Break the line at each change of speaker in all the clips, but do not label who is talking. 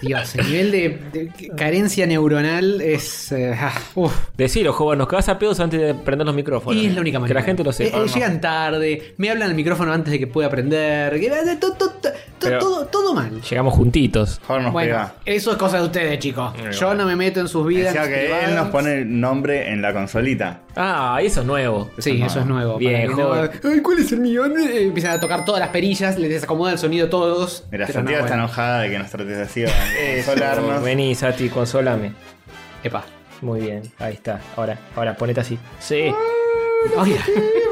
Dios, el nivel de, de carencia neuronal es. eh, ah, uf.
Decilo, joven, nos cagás a pedos antes de prender los micrófonos.
y es la única manera.
Que la gente lo sepa.
Eh, eh, llegan tarde, me hablan al micrófono antes de que pueda aprender. que- eh, to- to- to-
Pero-
todo, todo mal.
Llegamos juntitos.
Joder, nos
bueno,
pega.
eso es cosa de ustedes, chicos.
Muy
Yo
bueno.
no me meto en sus vidas.
Decía que
privadas.
él nos pone el nombre en la consolita.
Ah, eso es nuevo.
Sí, eso es nuevo.
Bien,
para que no-
joven.
Ay, ¿Cuál es el millón? Eh, Empiezan a tocar todas las perillas, les desacomoda el sonido a todos.
Mira,
pero no,
Santiago está
bueno.
enojada de que nos trates así, de consolarnos.
Vení, Sati, consolame.
Epa.
Muy bien, ahí está. Ahora, ahora ponete así. Sí.
Oye.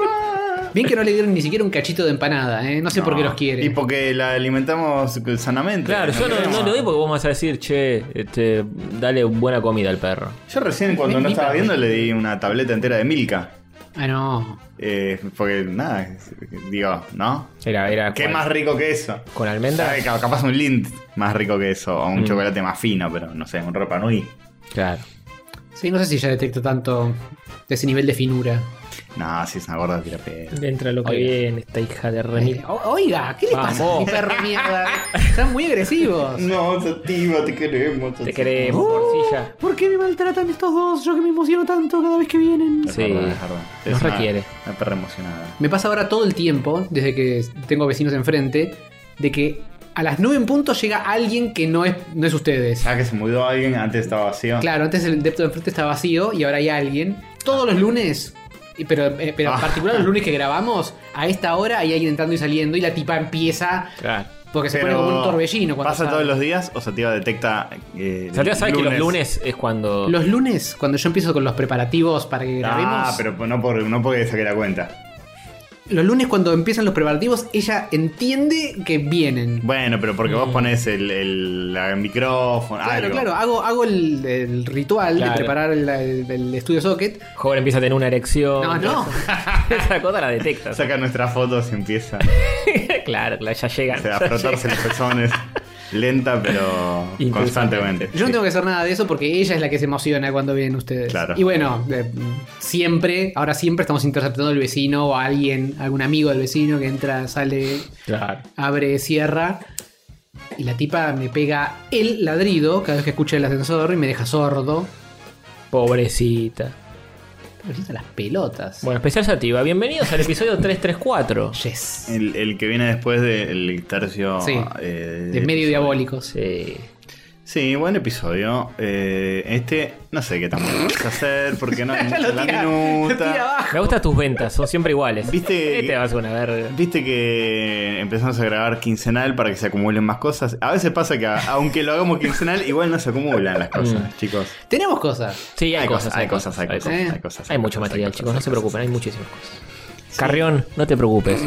Bien que no le dieron ni siquiera un cachito de empanada, ¿eh? No sé por qué los quiere.
Y porque la alimentamos sanamente.
Claro, yo no,
queremos-
no lo doy porque vos me vas a decir, che, este, dale buena comida al perro.
Yo recién cuando
Ni-
no
ni
estaba
para-
viendo le di una tableta entera de Milka.
Ah, no.
Eh, porque nada, es- digo, ¿no?
Era, era
¿Qué
con-
más rico que eso?
con almendras.
Sabe, ca- Capaz un Lindt más rico que eso, o
Mm.
un chocolate más fino, pero no sé, un ropa nui.
Claro.
Sí, no sé si ya detecto tanto de ese nivel de finura.
No, si es una gorda tirapeda.
Entra lo que
Oiga.
viene, esta hija de
Eh,
remil.
o- oiga, ¿qué le pasa a
Vamos.
mi perro mierda? Están muy agresivos.
No, Sativa, te queremos.
Te queremos, porcilla.
¡Oh! ¿Por qué me maltratan estos dos? Yo que me emociono tanto cada vez que vienen.
Es
Sí.
verdad, es verdad.
Nos
Es una-
requiere.
Una perra emocionada.
Me pasa ahora todo el tiempo, desde que tengo vecinos enfrente, de que a las 9 en punto llega alguien que no es, no es ustedes.
Ya Ah, que se mudó alguien, antes estaba vacío.
Claro, antes el depto de enfrente estaba vacío y ahora hay alguien. Todos los lunes, y- pero, eh, pero en
Ah.
particular los lunes que grabamos, a esta hora hay alguien entrando y saliendo y la tipa empieza
Claro.
porque se
Pero
pone como un torbellino. Cuando
¿Pasa
sale.
todos los días o Sativa detecta. Eh,
Santiago sabe que los lunes es cuando.
Los lunes, cuando yo empiezo con los preparativos para que grabemos,
Ah, pero no, por, no porque saqué la cuenta.
los lunes cuando empiezan los preparativos, ella entiende que vienen.
Bueno, pero porque vos pones el, el, la- el micrófono.
Mm. Claro,
algo.
claro, hago, hago el, el ritual
Claro.
de preparar el, el- el estudio socket.
Joven empieza a tener una erección.
No, no.
Esa cosa la detectas.
Saca nuestras fotos y empieza
claro, claro, ya llegan.
o sea, a
Ya
frotarse los pezones. Lenta, pero
Impulsivamente.
constantemente.
Yo no
Sí.
tengo que hacer nada de eso porque ella es la que se emociona cuando vienen ustedes.
Claro.
Y bueno, eh, siempre, ahora siempre estamos interceptando al vecino o a alguien, algún amigo del vecino que entra, sale,
Claro.
abre, cierra. Y la tipa me pega el ladrido cada vez que escucha el ascensor y me deja sordo.
Pobrecita.
Pero necesito las pelotas.
Bueno, especial Sativa. Bienvenidos al episodio 334.
Yes.
El, el que viene después del tercio.
Sí.
eh,
De medio diabólicos.
Sí.
Sí, buen episodio. Eh, este, no sé qué tan bueno vas a hacer porque no hay mucha
Lo
la
tira- lo tira
minuta.
abajo.
Me gustan tus ventas, son siempre iguales.
Viste-
Este vas a una verga.
Viste que empezamos a grabar quincenal para que se acumulen más cosas. A veces pasa que a- aunque lo hagamos quincenal, igual no se acumulan las cosas, chicos.
Tenemos cosas.
Sí, Mm. hay,
Hay
cosas,
cosas, hay cosas, hay cosas,
cosas.
hay cosas.
Hay mucho
cosas,
material,
cosas,
chicos, no
hay
se
cosas.
preocupen, hay muchísimas cosas. Carrión, no te preocupes.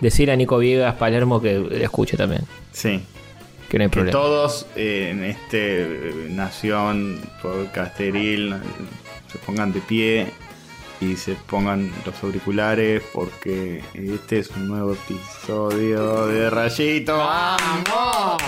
Decir a Nico Viegas Palermo que le escuche también,
Sí.
que no hay
Que
problema.
todos eh, en este eh, Nación, Podcasteril, eh, se pongan de pie y se pongan los auriculares porque este es un nuevo episodio de Rayito.
¡Vamos!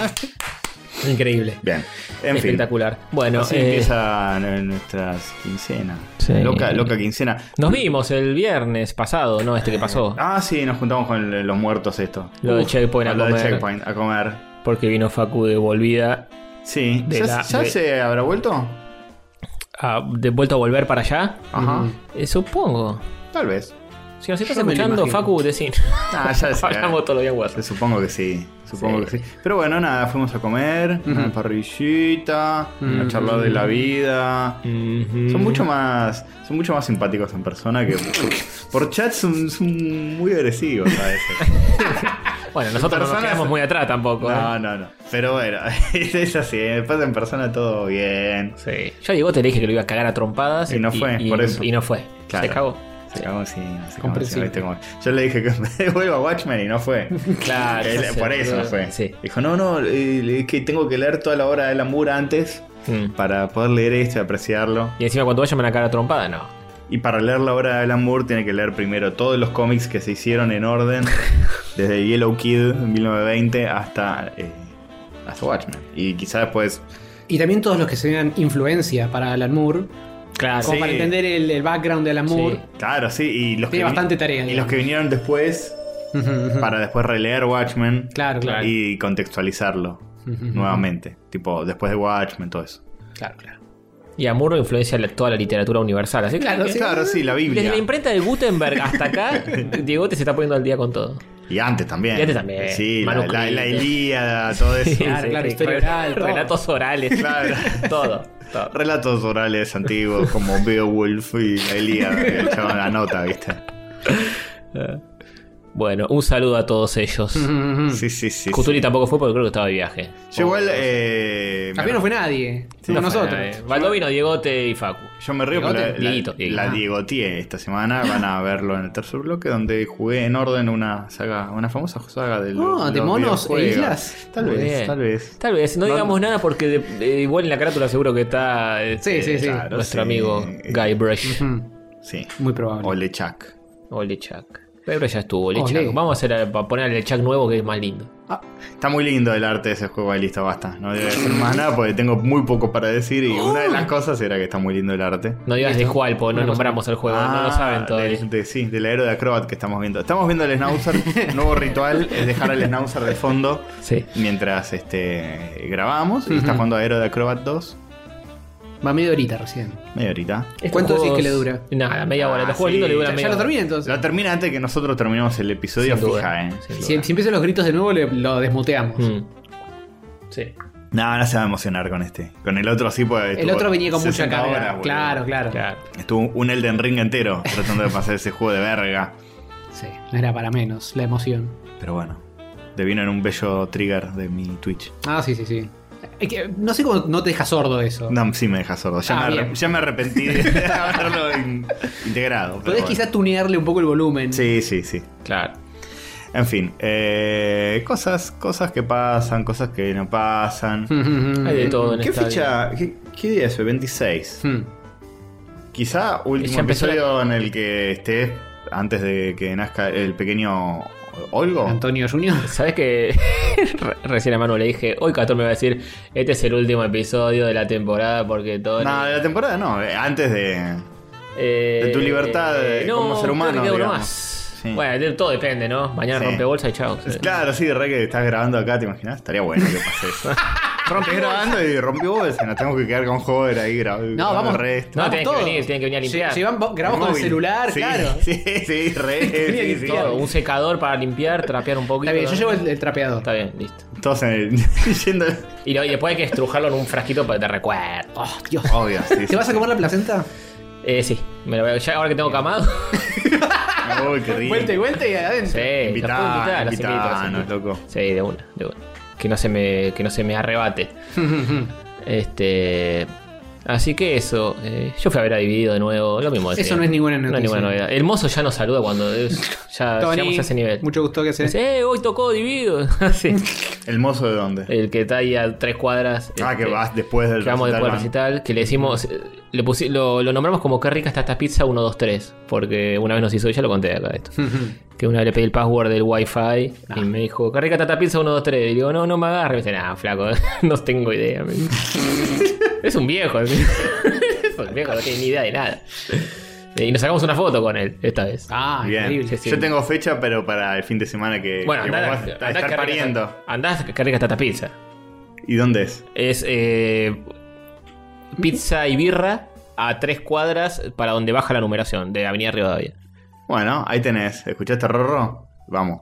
Increíble.
Bien, en fin.
Espectacular. Bueno,
Así
eh,
empiezan eh, nuestras quincenas.
Sí.
Loca, loca quincena.
nos vimos el viernes pasado, ¿no? Este que pasó.
Ah, sí, nos juntamos con el- los muertos esto.
Lo de
Uf,
Checkpoint a
lo de
comer.
Checkpoint a comer.
Porque vino Facu de volvida.
Sí.
De
¿Ya,
la-
ya
de-
se habrá vuelto?
Ah, de vuelta a volver para allá.
Ajá.
Mm.
Eh, supongo.
Tal vez.
Si nos estás
Yo me lo
escuchando,
imagino.
Facu, decir.
Ah, ya se-
Hablamos todo lo bien WhatsApp.
Supongo que sí, supongo
Sí.
que sí. Pero bueno, nada, fuimos a comer, una parrillita, a charlar de la vida. Son mucho más son mucho más simpáticos en persona que por chat son, son muy agresivos a veces.
Bueno, nosotros no nos
personas-
quedamos muy atrás tampoco. ¿eh?
No, no, no. Pero bueno, es, es así, después en persona todo bien.
Sí. Yo a Diego te le dije que lo iba a cagar a trompadas.
Y no fue, por eso.
Y no fue.
Claro.
Se cagó.
Se cagó encima, se cagó encima,
Comprensible.
¿viste cómo es? Yo le dije que me devuelva a Watchmen y no fue.
Claro,
Él-
ya sé,
por eso no
boludo.
fue.
Sí.
Dijo, no, no, eh, es que tengo que leer toda la obra de Lambura antes
Mm.
para poder leer esto y apreciarlo.
Y encima cuando vaya me van a cagar a trompada, no.
Y para leer la obra de Alan Moore tiene que leer primero todos los cómics que se hicieron en orden, desde Yellow Kid en 1920 hasta, eh, hasta Watchmen. Y quizás después...
Y también todos los que sean influencia para Alan Moore.
Claro.
Como
Sí.
para entender el, el background de Alan Moore.
Sí.
Claro, sí, y
Tiene
los, que, vi-
bastante tarea,
y los
digamos.
que vinieron después
Ujú, ujú.
para después releer Watchmen
Claro, claro.
y contextualizarlo.
Ujú.
nuevamente. Tipo, después de Watchmen, todo eso.
Claro, claro.
Y a Murro influencia la- toda la literatura universal. Así que
Claro, sí.
Claro, sí, la Biblia.
desde la imprenta de Gutenberg hasta acá, Diegote se está poniendo al día con todo.
Y antes también.
Y antes también.
Sí, la,
Manuscrito.
la, la Ilíada, todo eso.
Claro, claro, historia oral, todo.
Relatos orales.
Claro.
Todo. todo.
Relatos orales antiguos como Beowulf y la Ilíada, que echaban la nota, ¿viste?
Bueno, un saludo a todos ellos.
Mm, Ujú.
Sí, sí, sí.
Cutuli
sí.
tampoco fue porque creo que estaba de viaje.
Yo igual.
Oh,
Eh,
Acá no Ah, fue nadie.
No
Como
fue
nosotros.
nada, eh. Baldovino, Diegote y Facu.
Yo me río
Diegote,
porque la, la,
Dieguito, Dieguito.
la
Ah.
diegoteé esta semana. Van a verlo en el tercer bloque, donde jugué en orden una saga, una famosa saga del.
Ah, ¿de monos e islas?
Tal
Muy
vez,
bien.
tal vez.
Tal vez, no,
No-
digamos nada porque de- de- igual en la carátula seguro que está este,
Sí, sí, sí.
Claro,
nuestro
sí.
amigo Guy Brush.
Ujú.
Sí.
Mm, Muy probable.
O Lechak.
O Lechak. Guy Brush ya estuvo, Lechak.
Olé.
Vamos a, hacer, a poner al Lechak nuevo que es más lindo.
Ah, Está muy lindo el arte de ese juego, ahí listo, basta. No debe decir más nada porque tengo muy poco para decir. Y una de las cosas era que está muy lindo el arte.
No digas de cuál, porque no
Una cosa.
nombramos el juego, no lo
Ah,
saben todavía.
del- de- sí, del aero de Acrobat que estamos viendo. Estamos viendo el Schnauzer. nuevo ritual es dejar el Schnauzer de fondo
Sí.
mientras este, grabamos. Y está
Ujú.
jugando aero de Acrobat 2.
Va media horita recién.
Media horita.
¿Cuánto
Estos
decís que le dura?
juegos- Nada, media hora.
Ah,
Los juegos
sí.
lindos le
Ya,
duran
ya
media
lo
hora.
terminé entonces.
Lo termina antes de que nosotros terminemos el episodio,
Sin duda,
fija, eh.
sin duda.
Si, si empiezan los gritos de nuevo, le- lo desmuteamos.
Mm. Sí.
No, no se va a emocionar con este. Con el otro sí, pues.
El
estuvo
otro venía con mucha
60
carga.
horas, boludo.
claro, claro,
Claro.
Estuvo un Elden Ring entero tratando de pasar ese juego de verga.
Sí, no era para menos la emoción.
Pero bueno, devino en un bello trigger de mi Twitch.
Ah, sí, sí, sí. Es que no sé cómo no te deja sordo eso.
No, sí me deja sordo. Ya,
Ah,
me, arre-
bien.
ya me arrepentí de haberlo in- integrado. pero
Podés
bueno.
quizás tunearle un poco el volumen.
Sí, sí, sí.
Claro.
En fin, eh, cosas, cosas que pasan, cosas que no pasan.
Hmm,
Hay de todo en
¿Qué
esta vida.
fecha? ¿Qué, qué día es? hoy? 26.
Hmm.
Quizá último
Ya empezó
episodio en el que esté antes de que nazca el pequeño Olgo.
Antonio Junior.
¿Sabes que Re- Recién a Manu le dije, hoy Castor me va a decir, este es el último episodio de la temporada porque todo...
No, de la temporada no, eh, antes de.
Eh,
de tu libertad, eh, como ser
creo
humano,
que queda uno
digamos.
más.
Sí.
Bueno, de- todo depende, ¿no? Mañana
Sí.
rompe bolsa y chao.
Claro, sí, de verdad que estás grabando acá, ¿te imaginas? Estaría bueno que pase eso. Rompí grabando y rompió bolsa, nos tenemos que quedar con Hover ahí grabando.
No, vamos.
el resto.
No,
vamos
tienen que
todos.
venir, tienen que venir a limpiar.
Lle- llevan- bo- grabamos con el
Móvil.
celular,
Sí,
claro.
Sí, sí, re.
Tenía que
sí, sí.
Todo, un secador para limpiar, trapear un
Está
poquito.
bien, yo
¿no?
llevo el, el trapeador.
Está bien, listo.
Todos en el- yendo.
Y, lo- y después hay que estrujarlo en un frasquito para que te recuerde.
Oh, Dios.
Obvio, sí.
¿Te vas a comer la placenta?
Eh, sí, me lo voy a- ya ahora que tengo camado.
comer? Uy, qué rico.
Vuelta y vuelta y adentro.
sí, los puedo invitar,
Invitanos,
los invito, los
invitanos,
invito.
loco.
Sí, de una, de una. Que no se me, que no se me arrebate. Este. Así que eso. eh, yo fui a ver a Dividido de nuevo. Lo mismo. de
Eso
siempre.
no es ninguna
No
noticia.
hay ninguna novedad. El mozo ya nos saluda cuando es- ya
Tony,
llegamos a ese nivel.
mucho gusto que se.
Dice, eh, hoy tocó Dividido. Sí.
¿El mozo de dónde?
El que está ahí a tres cuadras.
Ah,
este,
que vas después del
Que vamos después
recital,
del
man.
recital. Que le decimos. eh, Le pusi- lo, lo nombramos como qué rica está esta pizza 1, 2, 3. Porque una vez nos hizo, ya lo conté acá esto. Que una vez le pedí el password del wifi y me dijo, qué rica está esta pizza 1, 2, 3. Y digo, no, no me agarre. Y me dice, nah, flaco, no tengo idea. me dice. es un viejo. así. es un viejo, no tiene ni idea de nada. Y nos sacamos una foto con él esta vez.
Ah,
Bien.
increíble.
sí.
Yo tengo fecha, pero para el fin de semana que,
Ah, bueno,
que
andá,
vos vas a
andá,
estar
qué rica
pariendo.
está- Andá, qué rica está esta pizza.
¿Y dónde es?
Es eh, pizza y birra a tres cuadras para donde baja la numeración de Avenida Rivadavia.
Bueno, ahí tenés. ¿Escuchaste Rorro? Vamos.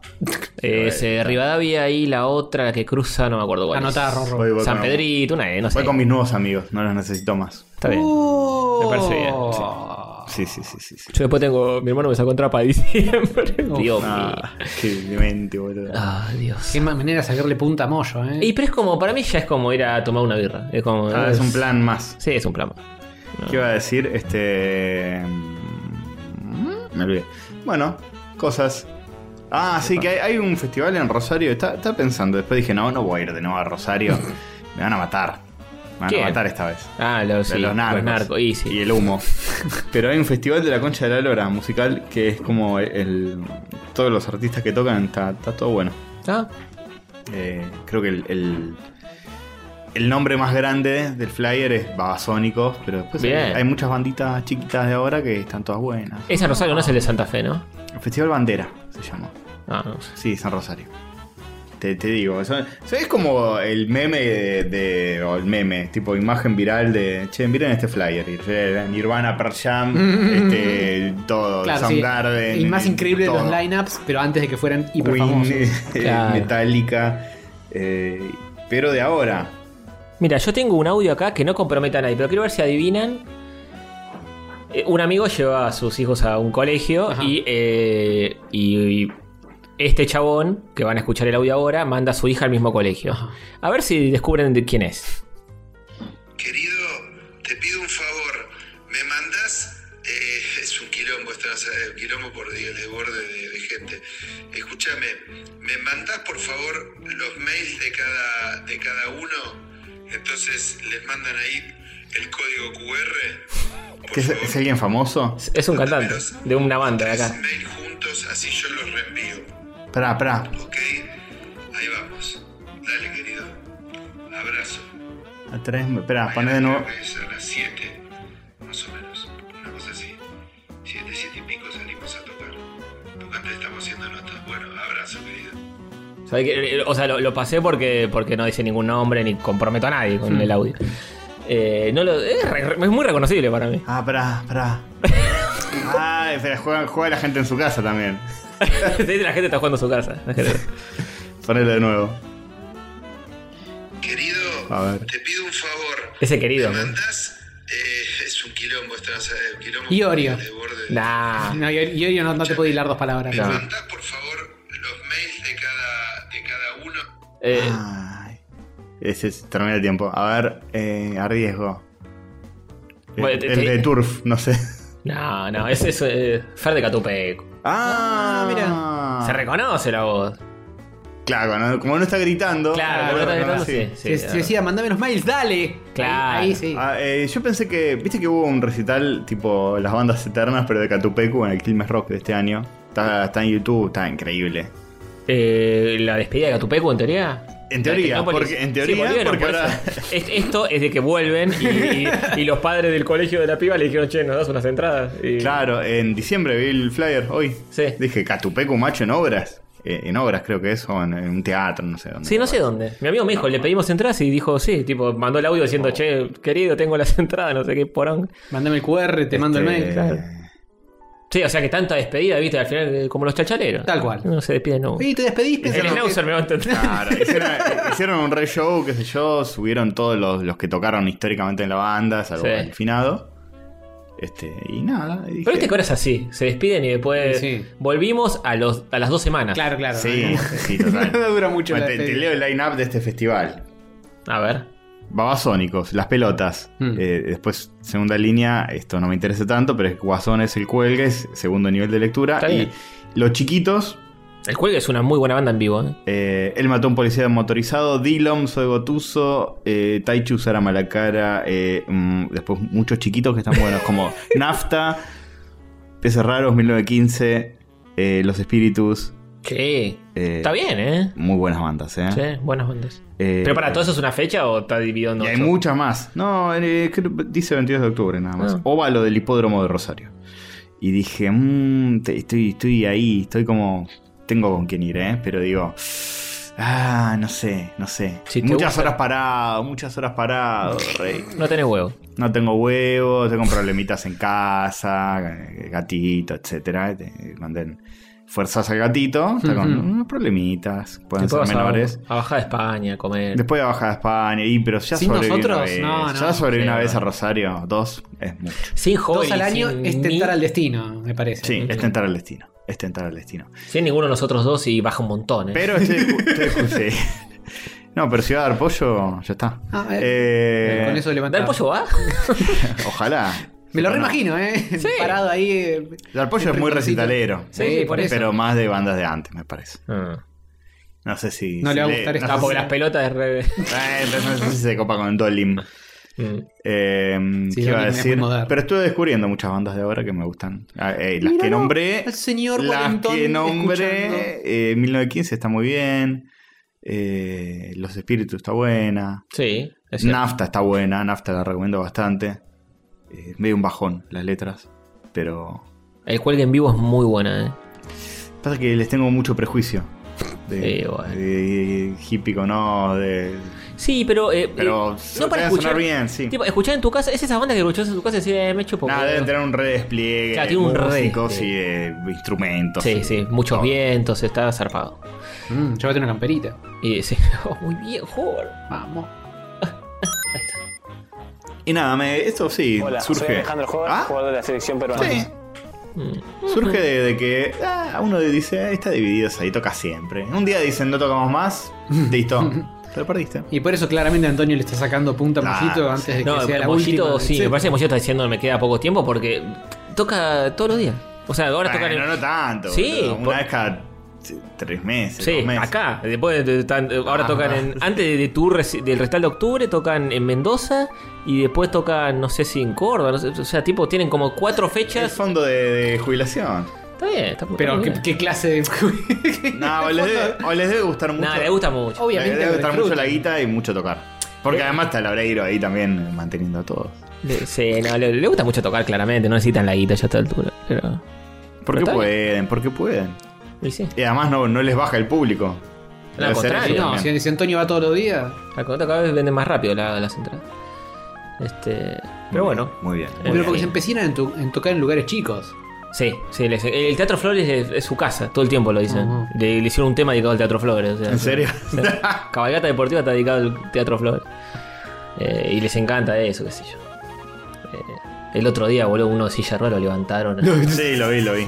Es eh, Rivadavia y la otra la que cruza, no me acuerdo cuál. es.
Anotá, Rorro.
Hoy voy
San
con-
Pedrito, una de, no sé.
Voy con mis nuevos amigos, no los necesito más.
Está bien.
Oh.
Me parece bien,
Sí, sí, sí, sí. sí.
Yo después tengo. Mi hermano me sacó entrada para diciembre. Dios mío.
Ah, qué demente, boludo.
Ah, Dios.
Qué ma- manera de sacarle punta a Moyo, ¿eh?
Y pero es como, para mí ya es como ir a tomar una birra. Es Ah. como.
Ah, es un plan más.
Sí, es un plan.
¿Qué iba a decir? Este. mm, Me olvidé. Bueno, cosas. Ah, sí, que hay, hay un festival en Rosario. Está- Estaba pensando, después dije, no, no voy a ir de nuevo a Rosario. Me van a matar. Me van
¿Quién?
a matar esta vez.
Ah, lo, sí,
de los narcos,
Y sí.
y el humo. Pero hay un festival de la Concha de la Lora musical que es como el, todos los artistas que tocan está, está todo bueno.
Ah,
Eh, creo que el, el, el nombre más grande del flyer es Babasónicos, pero después hay,
Bien.
hay muchas banditas chiquitas de ahora que están todas buenas.
Eh.
es en Rosario, no es el de Santa Fe, ¿no?
El Festival Bandera se llama.
Ah, no sé.
Sí, San Rosario. Te, te digo, eso, eso es como el meme de, de- o el meme, tipo imagen viral de, che, miren este flyer, y, eh, Nirvana, Pearl Jam, este, todo,
Claro, sí.
Soundgarden,
El más
eh,
increíble de los
todo.
lineups, pero antes de que fueran hiper
Queen,
famosos.
eh,
Claro.
Metallica, eh, pero de ahora.
Mira, yo tengo un audio acá que no compromete a nadie, pero quiero ver si adivinan. Eh, Un amigo lleva a sus hijos a un colegio
Ajá.
y, eh, y- y este chabón, que van a escuchar el audio ahora, manda a su hija al mismo colegio.
Ajá.
A ver si descubren de quién es.
Querido, te pido un favor. ¿Me mandas? es un quilombo, esta, eh, quilombo por el desborde de, de gente. Escúchame, ¿me mandás por favor los mails de cada, de cada uno? Entonces les mandan ahí el código QR. Por
¿Qué ¿Es,
favor.
es alguien famoso?
Es- Es un cantante de una banda de acá.
Tres mail juntos, así yo los reenvío.
Pará, pará.
¿Ok? Ahí vamos. Dale, querido. Abrazo.
A tres, espera, poné
Mañana
de nuevo.
creo que Es a las 7, más o menos. Una cosa así. 7, 7 y pico salimos a tocar. Porque antes estamos haciendo notas. Bueno, abrazo, querido.
¿Sabe qué? Eh, O sea, lo, lo pasé porque, porque no dice ningún nombre ni comprometo a nadie
Mm.
con el audio. Eh, no lo- es, re- es muy reconocible para mí.
Ah, pará, pará. Ah, espera, juega, juega la gente en su casa también.
la gente está jugando a su casa. La gente-
Ponelo de nuevo.
Querido,
A ver.
te pido un favor.
Ese querido.
¿Me
¿no?
mandás? Eh, es un quilombo, estás eh, quilombo.
Y Oreo.
de borde.
Nah.
No, yo, yo no, no te puedo hilar dos palabras.
¿Me
No.
mandás, por favor, los mails de cada, de cada uno?
Eh,
Ay. Ese es, termina el tiempo. A ver, eh, arriesgo. El,
Bueno, te-
el
te-
de Turf, no sé.
No, no, ese es eh, Fer de Catupeco.
Ah,
mira.
Se reconoce la voz.
Claro, ¿no? como no está gritando.
Claro,
lo
lo está gritando,
reconoce.
sí.
Si, si decía, mandame los mails, dale.
Claro.
Ahí, ahí sí.
Ah, eh, yo pensé que, viste que hubo un recital tipo las bandas eternas, pero de Catupecu en el Quilmes Rock de este año. Está, está en YouTube, está increíble.
Eh, la despedida de Catupeco, en teoría.
En
La
teoría,
Tecnópolis.
porque- en
Sí,
teoría,
volvieron,
porque
por eso.
ahora-
Es- esto es de que vuelven y, y- y los padres del colegio de la piba le dijeron, che, nos das unas entradas. Y-
Claro, en diciembre vi el flyer hoy.
Sí.
Dije Catupecu macho en obras. Eh, en obras creo que es, o en, en un teatro, no sé dónde.
Sí, no sé dónde. Mi amigo me dijo, le pedimos entradas y dijo, sí, tipo, mandó el audio diciendo, che, querido, tengo las entradas, no sé qué porón.
Mandame el QR, te mando el
Este,
mail. Claro.
Sí, o sea que tanta despedida, viste, al final, eh, como los chachaleros.
Tal cual.
No se despiden no.
Y te despedís
El
pensando que-
schnauzer me va a entender.
Claro, hicieron, hicieron un re show, qué sé yo, subieron todos los, los que tocaron históricamente en la banda, salvo
Sí.
el finado. Este, y nada. y
Pero
dije,
este que ahora es así, se despiden y después
Sí, sí.
volvimos a, los, a las dos semanas.
Claro, claro.
Sí, sí, total.
No dura mucho
Bueno,
la
te, te
despedida.
leo el line-up de este festival.
A ver.
Babasónicos, las pelotas.
Hmm.
Eh, después, segunda línea, esto no me interesa tanto, pero es Guasones, el Cuelgues, segundo nivel de lectura.
Está
Y
bien.
Los Chiquitos,
El Cuelgue es una muy buena banda en vivo, ¿eh?
eh, El Matón Policía Motorizado, Dilom, Soy Gotuso, eh, Taichu, Sara Malacara, eh, mm, después muchos chiquitos que están buenos, como Nafta, Peces Raros, 1915, eh, Los Espíritus.
Sí.
eh,
Está bien, ¿eh?
Muy buenas bandas, ¿eh?
Sí, buenas bandas.
Eh,
¿Pero para todo eso es una fecha o está dividido en
Y
dos?
hay muchas más. No, eh, creo- dice 22 de octubre nada más.
Ah.
Óvalo del hipódromo de Rosario. Y dije, mmm, te- estoy, estoy ahí, estoy como. Tengo con quién ir, ¿eh? Pero digo. Ah, no sé, no sé.
Si te
muchas
gusta-
horas parado, muchas horas parado, rey.
No tenés huevo.
No tengo huevos, tengo problemitas en casa, eh, gatito, etcétera. Te- Manden fuerzas al gatito, está con
Ujú.
unos problemitas, pueden ser
Después vas a-
menores.
A, bajar a España, a comer.
Después de bajar a España, y pero ya
¿Sin
sobreviví
nosotros?
una vez.
No, no.
ya sobreviví
Sí,
una
no.
vez a Rosario, dos es mucho.
sin hobby.
Dos al año
sin
es
ni-
tentar al destino, me parece.
Sí, es tentar al destino. Es tentar al destino.
Sin ninguno de nosotros dos y baja un montón, ¿eh?
Pero estoy, estoy- sí. No, pero Ciudad del Pollo ya está.
Ah,
Eh,
Con eso
¿Da el
levantaba.
pollo va?
Ojalá.
Me lo
Pero no.
reimagino, ¿eh?
Sí.
Parado ahí. eh,
Ciudad del Pollo es muy
rinconcito.
recitalero.
Sí, por eso.
Pero más de bandas de antes, me parece.
Ah.
No sé si.
No
si
le va a gustar
no
esta
Ah,
sé
porque
sí.
las pelotas es re...
si- Eh, pero no sé si se copa con Dolim.
Mm.
Eh,
Sí,
¿Qué iba a
Dolim es
decir?
muy moderno.
Pero estuve descubriendo muchas bandas de ahora que me gustan. Ah, eh, las que
Míralo,
nombré.
El señor
Las
cuarentón
que
escuchando.
nombré, eh, 1915 está muy bien. eh, Los Espíritus está buena.
Sí, es cierto.
Nafta está buena, Nafta la recomiendo bastante. Eh, medio un bajón las letras, pero
El cuelgue en vivo es muy buena, ¿eh?
pasa que les tengo mucho prejuicio. de,
Sí, bueno.
de hippie con no, de.
Sí, pero. eh,
Pero
eh,
se puede sonar bien, sí.
Tipo, escuchar en tu casa. Es esa banda que escuchás en tu casa y decís, eh, me chupo.
Nada, deben tener un redespliegue
Claro, tiene un
de
re-
músicos
sí.
y de instrumentos.
Sí, sí, muchos
Todo.
vientos, está zarpado.
Mm, llévate una camperita.
Y sí, oh, muy bien, joder.
Vamos.
Y nada, me, esto sí,
Hola, soy
surge.
Alejandro Jover,
¿Ah?
jugador de la selección peruana.
Sí.
Mm.
Surge de, de que ah, uno dice, "Ah, está dividido ahí, toca siempre. Un día dicen, no tocamos más, listo. Te lo perdiste.
Y por eso claramente Antonio le está sacando punta a
Claro,
Mollito antes de que
No,
sea la
Mollito,
última.
sí, me parece que Mollito está diciendo que me queda poco tiempo porque toca todos los días. O sea, ahora toca.
Bueno, no tanto.
Sí,
boludo. Una
por-
vez cada t- tres meses.
Sí,
dos meses.
acá. Después de- de tan- eh, ahora
Ah.
tocan en, antes de, de tu reci- del restal de octubre tocan en Mendoza y después tocan no sé si en Córdoba, no sé, o sea, tipo tienen como cuatro
El
fechas.
fondo de, de jubilación.
Está bien, está muy
Pero ¿qué,
bien.
qué clase de.
No, o les debe, o les debe gustar mucho.
Nada, le gusta mucho.
Obviamente
les debe
lo
gustar mucho
disfrutan.
la guita y mucho tocar.
Eh.
Porque además está el Obreiro ahí también eh, manteniendo a todos.
Le- sí, no, le, le gusta mucho tocar claramente, no necesitan la guita ya a esta altura, pero
Porque
está bien.
pueden, porque pueden.
y sí.
Y además no, no les baja el público.
No, al
Debe ser
contrario.
eso
No,
también.
si, si Antonio va todos los días.
Al contrario, cada vez venden más rápido la- las entradas. Este, pero bueno.
Muy bien.
Eh,
Pero porque
sí.
se empecinan en, tu- en tocar en lugares chicos.
Sí, sí, les- el Teatro Flores es, es su casa, todo el tiempo lo dicen.
Ujú.
le, le hicieron un tema dedicado al Teatro Flores. o sea,
¿En serio?
o sea, Cabalgata Deportiva está dedicado al Teatro Flores. Eh, y les encanta eso, qué sé yo. Eh, el otro día, boludo, uno de silla Roll lo levantaron.
Sí, lo vi, lo vi.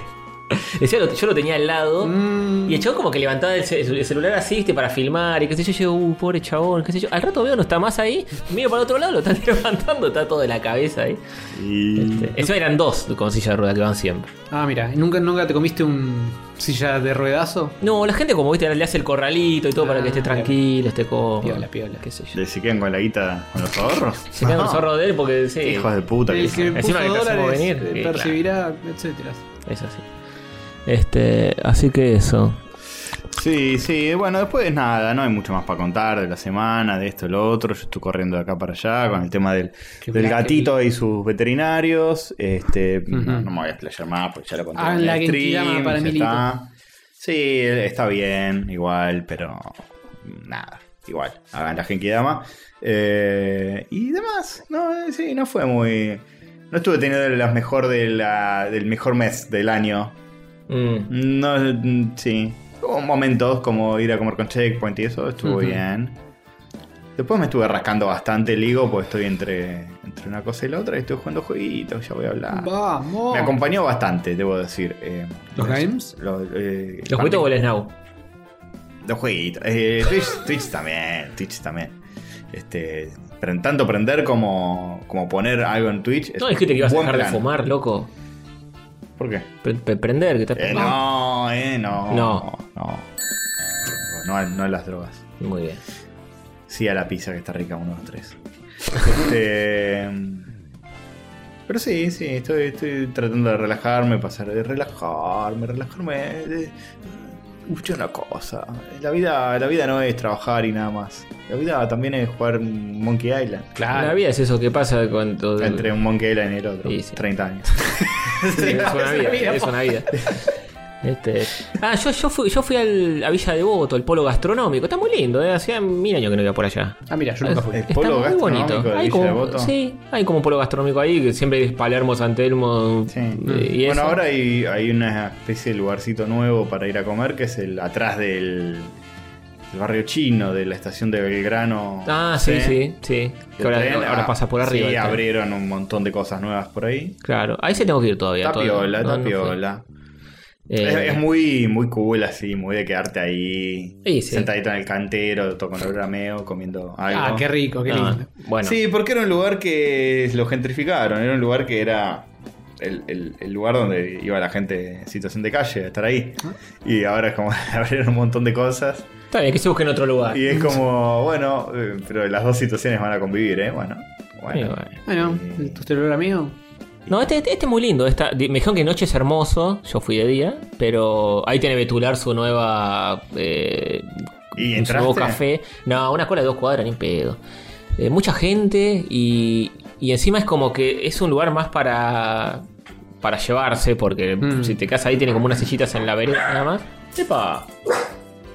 Decía, lo- yo lo tenía al lado.
Mm.
Y el chabón como que levantaba el, ce- el celular así, viste, para filmar y qué sé yo, yo, uh, pobre chabón, qué sé yo. Al rato veo, no está más ahí, miro para otro lado, lo están levantando, está todo de la cabeza ahí.
Y...
Este, encima eran dos con silla de rueda que van siempre.
Ah, mira, ¿y ¿nunca, ¿nunca te comiste un silla de ruedazo?
No, la gente como viste, le hace el corralito y todo para
Ah,
que esté
claro.
tranquilo, esté cómodo.
Piola, piola.
Qué sé yo.
¿De si quedan con la guita, con los ahorros?
Se quedan los
Ajá.
ahorros de él porque sí.
Hijos Ah. de puta. que
El que
son.
Encima
puso
que te hacemos
dólares
venir,
eh,
sí,
percibirá, etcétera.
Es así. Este, así que eso.
Sí, sí, bueno, después nada, no hay mucho más para contar de la semana, de esto, lo otro. Yo estoy corriendo de acá para allá con el tema del,
Qué
del
bla-
gatito y sus veterinarios. Este, no,
Ujú.
no me voy a explayar más porque ya lo conté.
Ah,
en
la
el
que llama para
ya
Milito.
está. Sí, está bien, igual, pero nada, igual. Hagan la Genkidama. Eh, y demás, no, eh, sí, no fue muy. No estuve teniendo las mejor de la- del mejor mes del año.
Mm.
No, mm, sí. Hubo momentos como ir a comer con Checkpoint y eso, estuvo
Ujú.
bien. Después me estuve rascando bastante el higo porque estoy entre, entre una cosa y la otra y estoy jugando jueguitos, ya voy a hablar.
Vamos.
Me acompañó bastante, debo decir. eh,
¿Los games?
Los, eh,
¿Los juguetes o el Snow?
Los jueguitos. Eh, Twitch, Twitch también, Twitch también. Este, pre- tanto prender como, como poner algo en Twitch. es
No dijiste que ibas a
buen
dejar de
plan.
fumar, loco.
¿Por qué?
Pre- pre- prender, que estás
Eh,
prendido.
no, eh, no.
No.
No. No, a- no a las drogas.
Muy bien.
Sí, a la pizza que está rica, uno, dos, tres. Este, pero sí, sí, estoy, estoy tratando de relajarme, pasar de relajarme, relajarme. De, escuché una cosa. La vida, la vida no es trabajar y nada más. La vida también es jugar Monkey Island.
La vida es eso que pasa cuando.
Entre un Monkey Island y el otro.
Sí, sí.
30 años.
es una vida, es una vida. Este, ah, yo, yo fui, yo fui al, a Villa de Boto, al polo gastronómico. Está muy lindo, ¿eh? hacía mil años que no iba por allá.
Ah, mira, yo nunca fui.
¿El polo
Está muy
gastronómico
bonito.
de
Hay
Villa
como,
Devoto?
Sí, hay como polo gastronómico ahí, que siempre es Palermo, San Telmo.
Sí.
Y
bueno,
eso.
ahora hay, hay una especie de lugarcito nuevo para ir a comer que es el atrás del, del barrio chino, de la estación de Belgrano.
Ah, sí, sí, sí. Que
El
ahora,
tren,
ahora
ah,
pasa por arriba.
Sí,
el tren.
abrieron un montón de cosas nuevas por ahí.
Claro, ahí se tengo que ir todavía. todavía.
Tapiola,
No, no fui.
tapiola.
Eh,
es, es muy, muy cool así, muy de quedarte ahí
Sí, sí.
sentadito en el cantero, todo con olor a meo, comiendo algo.
Ah, qué rico, qué
no,
lindo.
bueno,
Sí, porque era un lugar que lo gentrificaron, era un lugar que era el, el- el lugar donde iba la gente en situación de calle a estar ahí.
Ah.
Y ahora es como abrieron un montón de cosas.
está bien, que se busque en otro lugar.
Y es como, bueno, eh, pero las dos situaciones van a convivir, ¿eh? Bueno.
Sí,
bueno.
bueno.
Bueno,
Sí.
¿tu celular amigo?
No, este, este, este es muy lindo. Esta, di- me dijeron que noche es hermoso. Yo fui de día. Pero ahí tiene Betular su nueva. eh,
¿Y
su nuevo
entraste?
café. No, una cola de dos cuadras, ni en pedo. Eh, mucha gente y, y encima es como que es un lugar más para. Para llevarse, porque
Mm.
si te casas ahí tiene como unas sillitas en la vereda nada más. ¡Epa!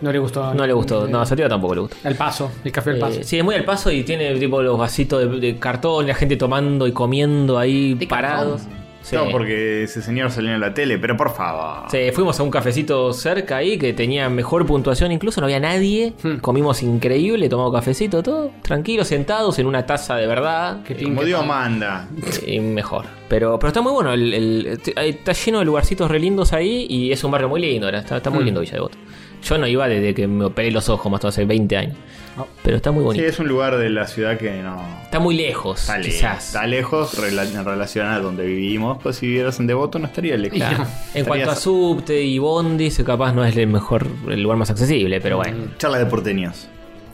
No le gustó.
No le gustó.
Eh,
No, a Sativa tampoco le gustó.
Al paso, el café al
Eh,
paso.
sí, es muy al paso y tiene tipo los vasitos de, de cartón, la gente tomando y comiendo ahí
¿De
parados. Sí.
No, porque ese señor salió en la tele, pero por favor.
Sí, fuimos a un cafecito cerca ahí que tenía mejor puntuación, incluso no había nadie.
Hmm.
Comimos increíble, tomamos cafecito, todo tranquilos, sentados en una taza de verdad. eh,
Qué
Como
pinta.
Dios manda.
Y mejor. Pero, pero está muy bueno. El, el- te- hay- está lleno de lugarcitos re lindos ahí y es un barrio muy lindo. ahora, Está, está muy
Hmm.
Mm.
lindo Villa Devoto. Yo no iba desde que me operé los ojos, más o menos hace 20 años.
No.
Pero está muy
Ah. Sí,
bonito.
es un lugar de la ciudad que no.
Está muy lejos,
Está, le-
quizás.
está lejos rela- en relación a donde vivimos, pues si vivieras en Devoto no estaría lejos.
Claro. En
Estarías-
cuanto a subte y bondis, capaz no es el mejor, el lugar más accesible, pero bueno.
Charla de porteños.